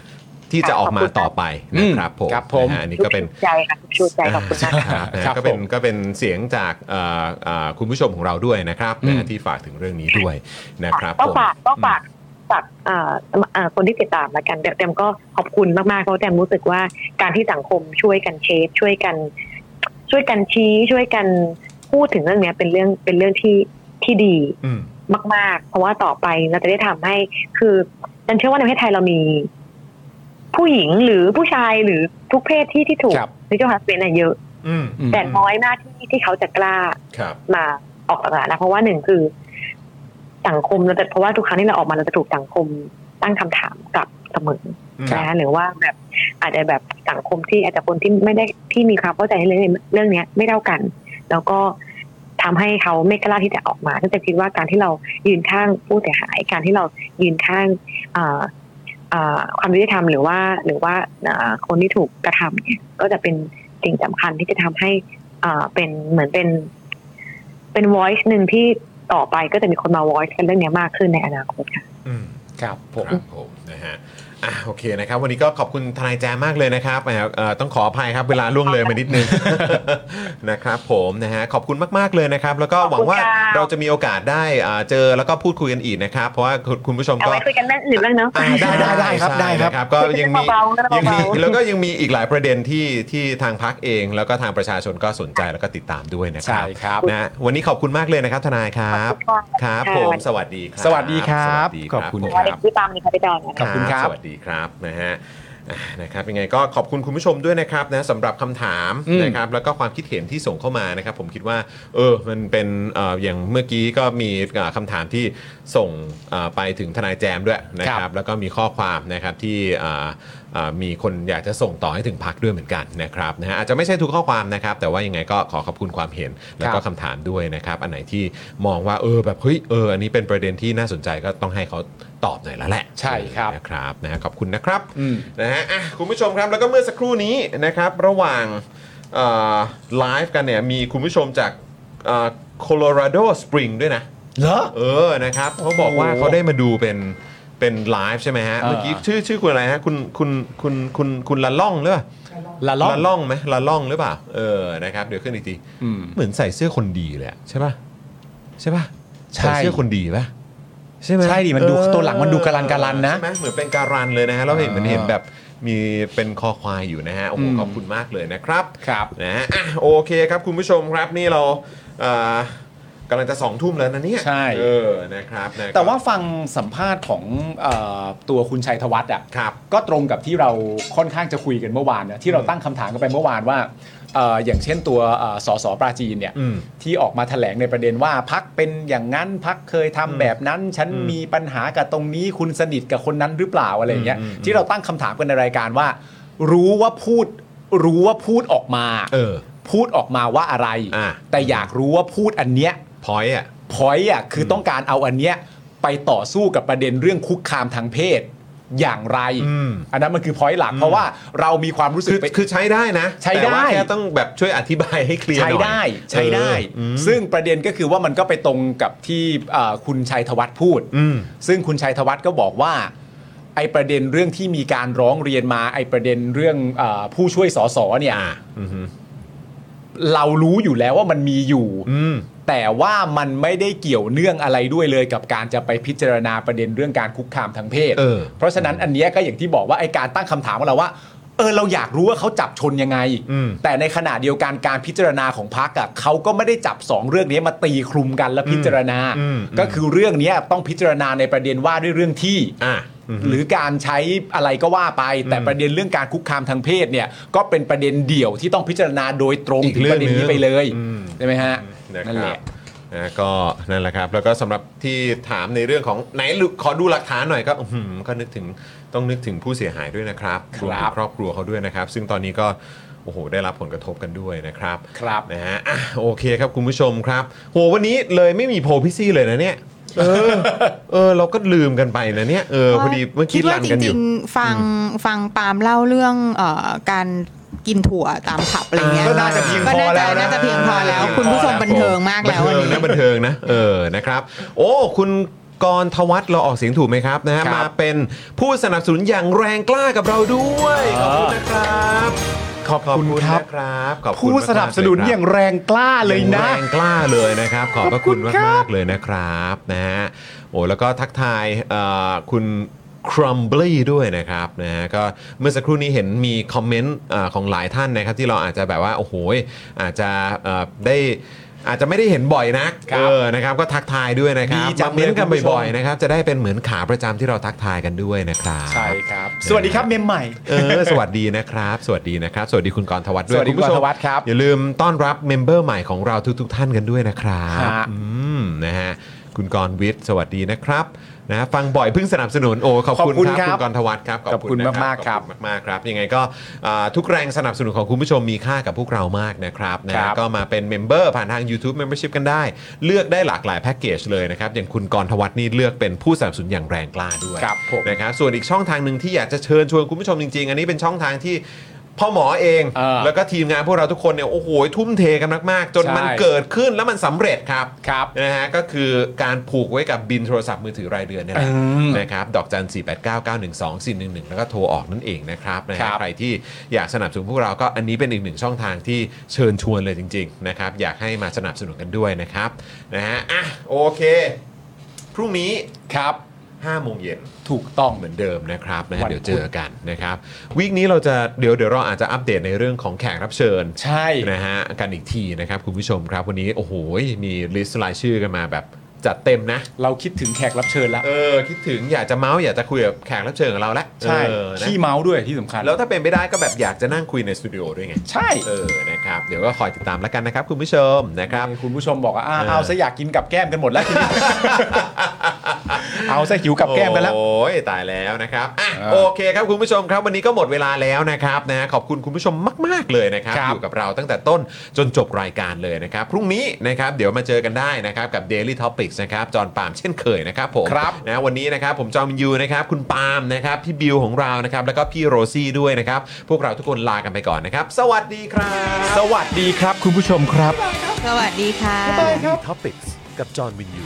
Speaker 1: ที่จะออกมาต่อไปนะครับผม
Speaker 2: ครับผม
Speaker 1: นะฮะอันนี้ก็เป็น
Speaker 5: ใจค่ะชูใจขอบคุณมากค่ะ
Speaker 1: นะ
Speaker 2: ค
Speaker 1: ครั
Speaker 2: รับบ
Speaker 1: ก็เป็น
Speaker 2: ผม
Speaker 1: ก็เป็นเสียงจากเอ่อเอ่อคุณผู้ชมของเราด้วยนะครับ
Speaker 2: อืม
Speaker 1: นะฮะที่ฝากถึงเรื่องนี้ด้วยนะครับ
Speaker 5: ก็
Speaker 1: ผม
Speaker 5: ฝากก็ฝากฝากเอ่อเอ่อคนที่ติดตามแล้วกันเดี๋ยวแตมก็ขอบคุณมากๆเพราะแตมรู้สึกว่าการที่สังคมช่วยกันเชฟช่วยกัน ช่วยกันชี้ช่วยกันพูดถึงเรื่องเนี้ยเป็นเรื่องเป็นเรื่องที่ที่ดี
Speaker 1: อืม
Speaker 5: มาก ๆ เพราะว่าต่อไปเราจะได้ทำให้คือแตมเชื่อว่าในประเทศไทยเรามี ผู้หญิงหรือผู้ชายหรือทุกเพศที่ที่ถูก
Speaker 2: ครับ
Speaker 5: นิจฮัสเป็นอะเยอะ
Speaker 1: อืม
Speaker 2: อืม
Speaker 5: แต่น้อยมากที่ที่เขาจะกล้า
Speaker 1: ครับ
Speaker 5: มาออกสถานะ เพราะว่าหนึ่งคือสังคมเราจะเพราะว่าทุกครั้งที่เราออกมาเราจะถูกสังคมตั้งคำถามกลับเสมอนะหรือว่าแบบอาจจะแบบสังคมที่อาจจะคนที่ไม่ได้ที่มีความเข้าใจในเรื่องเรื่องเนี้ยไม่เท่ากัน แล้วก็ทำให้เขาไม่กล้าที่จะออกมาตั้งแต่คิดว่าการที่เรายืนข้างผู้เสียหาย การที่เรายืนข้างเอ่อเอ่อความยุติธรรมหรือว่าหรือว่าเอ่อคนที่ถูกกระทำเนี่ยก็จะเป็นสิ่งสำคัญที่จะทำให้ อ่าเป็นเหมือนเป็นเป็น voice หนึ่งที่ต่อไปก็จะมีคนมา voice กันเรื่องเนี้ยมากขึ้นในอนาคตค่ะ
Speaker 1: อืม
Speaker 2: ครับผม
Speaker 1: ครับผมนะฮะอ่ะโอเคนะครับ วันนี้ก็ขอบคุณทนายแจมมากเลยนะครับแหมเอ่อต้องขออภัยครับเวลาล่วงเลยมานิดนึ ง นะครับผมนะฮะขอบคุณมาก ๆ เลยนะครับ แล้วก็หวังว่า
Speaker 5: ขอบคุณค่ะ
Speaker 1: เราจะมีโอกาสได้อ่าเจอแล้วก็พูดคุยกันอีกนะครับ เพราะว่าคุณคุณผู้ชม
Speaker 5: เอา
Speaker 1: ก็
Speaker 5: ไว้คุยกันเรื่องอื่นบ้างเนาะ
Speaker 1: อ่าได้ได้ได้ครับ
Speaker 2: ใช่
Speaker 1: ได้ครับ ก็ยังมี
Speaker 5: เบาๆนะ
Speaker 1: ยังมี
Speaker 5: เบาๆ
Speaker 1: แล้วก็ยังมีอีกหลายประเด็นที่ที่ทางพักเอง แล้วก็ทางประชาชนก็สนใจแล้วก็ติดตามด้วยนะครั
Speaker 2: ใช่ครับ
Speaker 1: นะวันนี้ขอบคุณมากเลยนะครับ ทนายครับครับผมสวัสดีครับ
Speaker 2: สวัสดีครับ
Speaker 1: สวัสดี
Speaker 2: ขอบคุณ
Speaker 1: ผม
Speaker 5: วันนี้ที่ตามนี้ค่ะพี่ดอนนะคะ
Speaker 2: ขอบคุณครับ
Speaker 1: สวัสดีครับนะฮะอ่ะนะครับยังไงก็ขอบคุณคุณผู้ชมด้วยนะครับนะสำหรับคำถาม
Speaker 2: อืม
Speaker 1: นะครับแล้วก็ความคิดเห็นที่ส่งเข้ามานะครับ ผมคิดว่าเออมันเป็นเอ่ออย่างเมื่อกี้ก็มีเอ่อคำถามที่ส่งเอ่อไปถึงทนายแจมด้วยนะค
Speaker 2: ครั
Speaker 1: รับบ แล้วก็มีข้อความนะครับที่เอ่อเอ่อมีคนอยากจะส่งต่อให้ถึงพักด้วยเหมือนกันนะครับนะฮะอาจจะไม่ใช่ทุกข้อความนะครับ แต่ว่ายังไงก็ขอขอบคุณความเห็นแล้ว
Speaker 2: ค
Speaker 1: ก็
Speaker 2: รับ
Speaker 1: คำถามด้วยนะครับอันไหนที่มองว่าเออแบบเฮ้ยเอออันนี้เป็นประเด็นที่น่าสนใจก็ต้องให้เขาตอบหน่อยแล้วแหละ
Speaker 2: ใช่ครับ
Speaker 1: นะครับนะฮะขอบคุณนะครับ
Speaker 2: อืม
Speaker 1: นะฮะอ่ะคุณผู้ชมครับแล้วก็เมื่อสักครู่นี้นะครับระหว่างเอ่อไลฟ์กันเนี่ยมีคุณผู้ชมจากโคโลราโดสปริงด้วยนะ
Speaker 2: เหรอ
Speaker 1: เออนะครับเขาบอกว่า
Speaker 2: โอ้โห
Speaker 1: เขาได้มาดูเป็นเป็นไลฟ์ใช่ไหมฮะ
Speaker 2: เออ
Speaker 1: เมื่อกี้ชื่อชื่อคุณอะไรฮะคุณคุณคุณคุณคุณละล่องหรือเปล่า
Speaker 2: ละล่อง
Speaker 1: ละล่องไหมละล่องหรือเปล่าเออนะครับเดี๋ยวขึ้นอีกที
Speaker 2: อืม
Speaker 1: เหมือนใส่เสื้อคนดีเลยอะใช่ป่ะใช่ป่ะ
Speaker 2: ใช่
Speaker 1: ใส่เสื้อคนดีป่ะ ใช่ไหม
Speaker 2: ใช่ดิมันดู
Speaker 1: เออ
Speaker 2: ตัวหลังมันดูการันการันนะ
Speaker 1: ใช่ไหมเหมือนเป็นการันเลยนะฮะแล้วเห็น
Speaker 2: อ่ามั
Speaker 1: มันเห็นแบบมีเป็นคอควายอยู่นะฮะโอ้โห
Speaker 2: อืม
Speaker 1: ขอบคุณมากเลยนะครับ
Speaker 2: ครับ
Speaker 1: นะฮะอ่ะโอเคครับคุณผู้ชมครับนี่เราเอ่อกำลังจะสองทุ่มแล้วนะเนี่ย
Speaker 2: ใช่
Speaker 1: เออนะครับนะ
Speaker 2: แต่ว่าฟังสัมภาษณ์ของเอ่อตัวคุณชัยธวัฒน์อ่ะ
Speaker 1: ครับ
Speaker 2: ก็ตรงกับที่เราค่อนข้างจะคุยกันเมื่อวานนะที่เราตั้งคำถามกันไปเมื่อวานว่า เอ่ออย่างเช่นตัวเอ่อสสปราจีนเนี่ย
Speaker 1: อืม
Speaker 2: ที่ออกมาแถลงในประเด็นว่าพักเป็นอย่างนั้นพักเคยทำแบบนั้น ฉัน
Speaker 1: อืม
Speaker 2: มีปัญหากับตรงนี้คุณสนิทกับคนนั้นหรือเปล่าอะไรอย่างเงี้ย
Speaker 1: อืมอืม
Speaker 2: ที่เราตั้งคำถามกันในรายการว่า รู้ว่าพูดรู้ว่าพูดออกมา
Speaker 1: เออ
Speaker 2: พูดออกมาว่าอะไร
Speaker 1: อ่ะ
Speaker 2: แต่อยากรู้ว่าพูดอันเนี้ย
Speaker 1: พอยอ่ะ
Speaker 2: พอยอ่ะคือต้องการเอาอันเนี้ยไปต่อสู้กับประเด็นเรื่องคุกคามทางเพศอย่างไร
Speaker 1: อืม
Speaker 2: นนั้นมันคือพอยหลัก เพราะว่าเรามีความรู้สึก
Speaker 1: คือ
Speaker 2: ไป
Speaker 1: คือใช้ได้นะ
Speaker 2: ใช้ได้
Speaker 1: แต่ว่าแค่ต้องแบบช่วยอธิบายให้เคลียร์ห
Speaker 2: ใช้
Speaker 1: น่อย
Speaker 2: ได้ใช้ได้
Speaker 1: เอออืม
Speaker 2: ซึ่งประเด็นก็คือว่ามันก็ไปตรงกับที่เอ่อคุณชัยธวัฒน์พูด
Speaker 1: อืม
Speaker 2: ซึ่งคุณชัยธวัฒน์ก็บอกว่า ไอประเด็นเรื่องที่มีการร้องเรียนมาไอประเด็นเรื่องเออผู้ช่วยสสเนี่ย
Speaker 1: อ่าอืมฮึ
Speaker 2: เรารู้อยู่แล้วว่ามันมีอยู่
Speaker 1: อืม
Speaker 2: แต่ว่ามันไม่ได้เกี่ยวเนื่องอะไรด้วยเลยกับการจะไปพิจารณาประเด็นเรื่องการคุกคามทางเพศ
Speaker 1: เออ
Speaker 2: ราะฉะนั้นอันเนี้ยก็อย่างที่บอกว่าไอการตั้งคำถามของเราว่า เออเราอยากรู้ว่าเขาจับชนยังไง
Speaker 1: อืม
Speaker 2: แต่ในขณะเดียวกันการพิจารณาของพักอะเขาก็ไม่ได้จับสองเรื่องนี้มาตีคลุมกันและพิจารณา
Speaker 1: อืมอืม
Speaker 2: ก็คือเรื่องเนี้ยต้องพิจารณาในประเด็นว่าด้วยเรื่องที่
Speaker 1: อ่ะมฮึ
Speaker 2: หรือการใช้อะไรก็ว่าไป แต่ประเด็นเรื่องการคุกคามทางเพศเนี่ยก็เป็นประเด็นเดี่ยวที่ต้องพิจารณาโดยตรง
Speaker 1: อีก
Speaker 2: ถึงประเด็นนี้ไปเลย
Speaker 1: เรื่องหนึ่งอืม
Speaker 2: ใช่ไหมฮะ
Speaker 1: นะ
Speaker 2: นั่น
Speaker 1: ค
Speaker 2: แห
Speaker 1: รับ
Speaker 2: ละ
Speaker 1: นะก็นั่นแหละครับ แล้วก็สำหรับที่ถามในเรื่องของไหนลุขอดูหลักฐานหน่อยก็อื้อหือก็นึกถึงต้องนึกถึงผู้เสียหายด้วยนะครับ
Speaker 2: ค
Speaker 1: วม
Speaker 2: รับ
Speaker 1: ถึงครอบครัวเขาด้วยนะครับ ซึ่งตอนนี้ก็โอ้โหได้รับผลกระทบกันด้วยนะครับ
Speaker 2: ครับ
Speaker 1: นะฮะอ่ะโอเคครับคุณผู้ชมครับโหวันนี้เลยไม่มีโพลพี่ซี่เลยนะเนี่ยเออ เออ เราก็ลืมกันไปนะเนี่ยเออพอดีเมื่อ
Speaker 3: คิ
Speaker 1: กี้
Speaker 3: ดว่า
Speaker 1: รัน
Speaker 3: จ
Speaker 1: กันอ
Speaker 3: ริ
Speaker 1: ยู่
Speaker 3: งๆ ฟังฟังปาล์มเล่าเรื่องเอ่อการกินถั่วตามผับอะไรเงี้ย
Speaker 2: ก็น่าจะเพียง
Speaker 3: ก็
Speaker 2: พอ
Speaker 3: น่า
Speaker 2: แล้วนะ
Speaker 3: จะน่าจะเพียงพอแล้ว คุณผู้ชมบันเทิงมากแล้ว
Speaker 1: บั
Speaker 3: วัน น
Speaker 1: เทิง
Speaker 3: นี้
Speaker 1: นะบันเทิงนะเออนะครับ โอ้คุณกรทวัฒน์เราออกเสียงถูกไหมครับนะฮะ
Speaker 2: ครับ
Speaker 1: มาเป็นผู้สนับสนุนอย่างแรงกล้ากับเราด้วยขอบคุณนะครับ
Speaker 2: ขอบคุณครับ
Speaker 1: นะครับขอบคุณ
Speaker 2: ผู้สนับสนุน
Speaker 1: มกๆเลค
Speaker 2: อ
Speaker 1: รับ
Speaker 2: ย่างแรงกล้าเลยนะ
Speaker 1: แรงกล้าเลยนะครับ ขอบพระคุณมากมากๆเลยนะครับนะฮะโอ้แล้วก็ทักทายเอ่อคุณครัมบลีด้วยนะครับนะฮะก็เมื่อสักครู่นี้เห็นมีคอมเมนต์เอ่อของหลายท่านนะครับ ที่เราอาจจะแบบว่า โอ้โหยอาจจะเอ่อได้อาจจะไม่ได้เห็นบ่อยนัก
Speaker 2: ครับ
Speaker 1: เออนะครับ ก็ทักทายด้วยนะครับ
Speaker 2: ดีจัง
Speaker 1: มาเม้นต์กัน
Speaker 2: เลยคุณผู้ชม
Speaker 1: บ่อยๆนะครับจะได้เป็นเหมือนขาประจำที่เราทักทายกันด้วยนะครับ
Speaker 2: ใช่ครับ สวัสดีครับเมมใหม่
Speaker 1: เออสวัสดีนะครับ สวัสดีนะครับ สวัสดีคุณกรณ์ธวัฒน์ด้วย
Speaker 2: สวัสดี
Speaker 1: ณผู้ช
Speaker 2: คุณ
Speaker 1: ม
Speaker 2: กรณ์ธวัฒน์ครับ
Speaker 1: อย่าลืมต้อนรับเมมเบอร์ใหม่ของเราทุก ๆ ท่านกันด้วยนะครับ
Speaker 2: ฮะ
Speaker 1: อืมนะฮะคุณกรณ์วิทย์สวัสดีนะครับนะฟังบ่อยเพิ่งสนับสนุนโอ้ขอบคุณครับคุณกรณ์ธวัฒน์ครับ
Speaker 2: ขอบคุณ
Speaker 1: นะ
Speaker 2: มากๆครับ
Speaker 1: ขอณมากๆครับ ยังไงก็อ่าทุกแรงสนับสนุนของคุณผู้ชมมีค่ากับพวกเรามากนะครับนะ
Speaker 2: ครั
Speaker 1: ฮะ
Speaker 2: บ
Speaker 1: ก็มาเป็นเมมเบอร์ผ่านทาง YouTube Membership กันได้ เลือกได้หลากหลายแพ็กเกจเลยนะครับอย่างคุณกรณ์ธวัฒน์นี่เลือกเป็นผู้สนับสนุนอย่างแรงกล้าด้วย
Speaker 2: ครับผม
Speaker 1: นะครับส่วนอีกช่องทางหนึ่งที่อยากจะเชิญชวนคุณผู้ชมจริง ๆ อันนี้เป็นช่องทางที่พ่อหมอเอง
Speaker 2: เออ
Speaker 1: แล้วก็ทีมงานพวกเราทุกคนเนี่ยโอ้โหทุ่มเทกันมาก ๆ จน
Speaker 2: ใช่
Speaker 1: มันเกิดขึ้นแล้วมันสำเร็จครับ
Speaker 2: ครับ
Speaker 1: นะฮะก็คือการผูกไว้กับบินโทรศัพท์มือถือรายเดือนเนี่ยแหละ
Speaker 2: อืม
Speaker 1: นะครับดอกจัน 4 8 9 9 1 2 4 1 1 แล้วก็โทรออกนั่นเองนะครับนะ
Speaker 2: ครั
Speaker 1: ฮะ
Speaker 2: บ
Speaker 1: ใครที่อยากสนับสนุนพวกเราก็อันนี้เป็นอีกหนึ่งช่องทางที่เชิญชวนเลยจริง ๆ นะครับ อยากให้มาสนับสนุนกันด้วยนะครับนะฮะอ่ะโอเค พรุ่งนี้
Speaker 2: ครับ
Speaker 1: 5โมงเย็น
Speaker 2: ถูกต้อง
Speaker 1: เหมือนเดิมนะครับนะฮะ
Speaker 2: วัน
Speaker 1: เดี๋ยว
Speaker 2: พุธ
Speaker 1: เจอกันนะครับวีคนี้เราจะเดี๋ยวเดี๋ยวเราอาจจะอัปเดตในเรื่องของแขกรับเชิญ
Speaker 2: ใช่
Speaker 1: นะฮะกันอีกทีนะครับคุณผู้ชมครับวันนี้โอ้โหมีลิสต์รายชื่อกันมาแบบจัดเต็มนะ
Speaker 2: เราคิดถึงแขกรับเชิญแล้ว
Speaker 1: เออ คิดถึงอยากจะเมาส์อยากจะคุยกับแขกรับเชิญของเราละ
Speaker 2: ใช่
Speaker 1: เออนะ
Speaker 2: ขี้เมาส์ด้วยที่สำคัญ
Speaker 1: แล้วถ้าเป็นไปได้ก็แบบอยากจะนั่งคุยในสตูดิโอด้วยไง
Speaker 2: ใช่
Speaker 1: เออนะครับเดี๋ยวก็คอยติดตามแล้วกันนะครับคุณผู้ชมนะครับ
Speaker 2: คุณผู้ชมบอกว่าอ้าว
Speaker 1: เออ
Speaker 2: เอาซะอยากกินกับแก้มกันหมดแล้วทีนี้ เอาซะหิวกับแก้มกันแล้ว
Speaker 1: โอ้ยตายแล้วนะครับอ่ะ
Speaker 2: อ่า
Speaker 1: โอเคครับคุณผู้ชมครับ วันนี้ก็หมดเวลาแล้วนะครับนะขอบคุณคุณผู้ชมมาก ๆ เลยนะครับ
Speaker 2: ครั
Speaker 1: อ
Speaker 2: บ
Speaker 1: ยู่กับเราตั้งแต่ต้นจนจบรายการเลยนะครับพรุ่งนี้นะครับเดี๋ยวมาเจอกันได้นะครับกับ Daily Topics นะครับจอห์นปาล์มเช่นเคยนะครับผม
Speaker 2: ครับ
Speaker 1: นะวันนี้นะครับผมจอห์นวินยูนะครับคุณปาล์มนะครับพี่บิวของเรานะครับแล้วก็พี่โรซี่ด้วยนะครับพวกเราทุกคนลากันไปก่อนนะครับสวัสดีครับ
Speaker 2: สวัสดีครับคุณผู้ชมครับ
Speaker 3: สวัสดีค่ะ
Speaker 1: Daily Topics กับจอห์นวินยู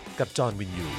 Speaker 1: กับจอห์นวินยู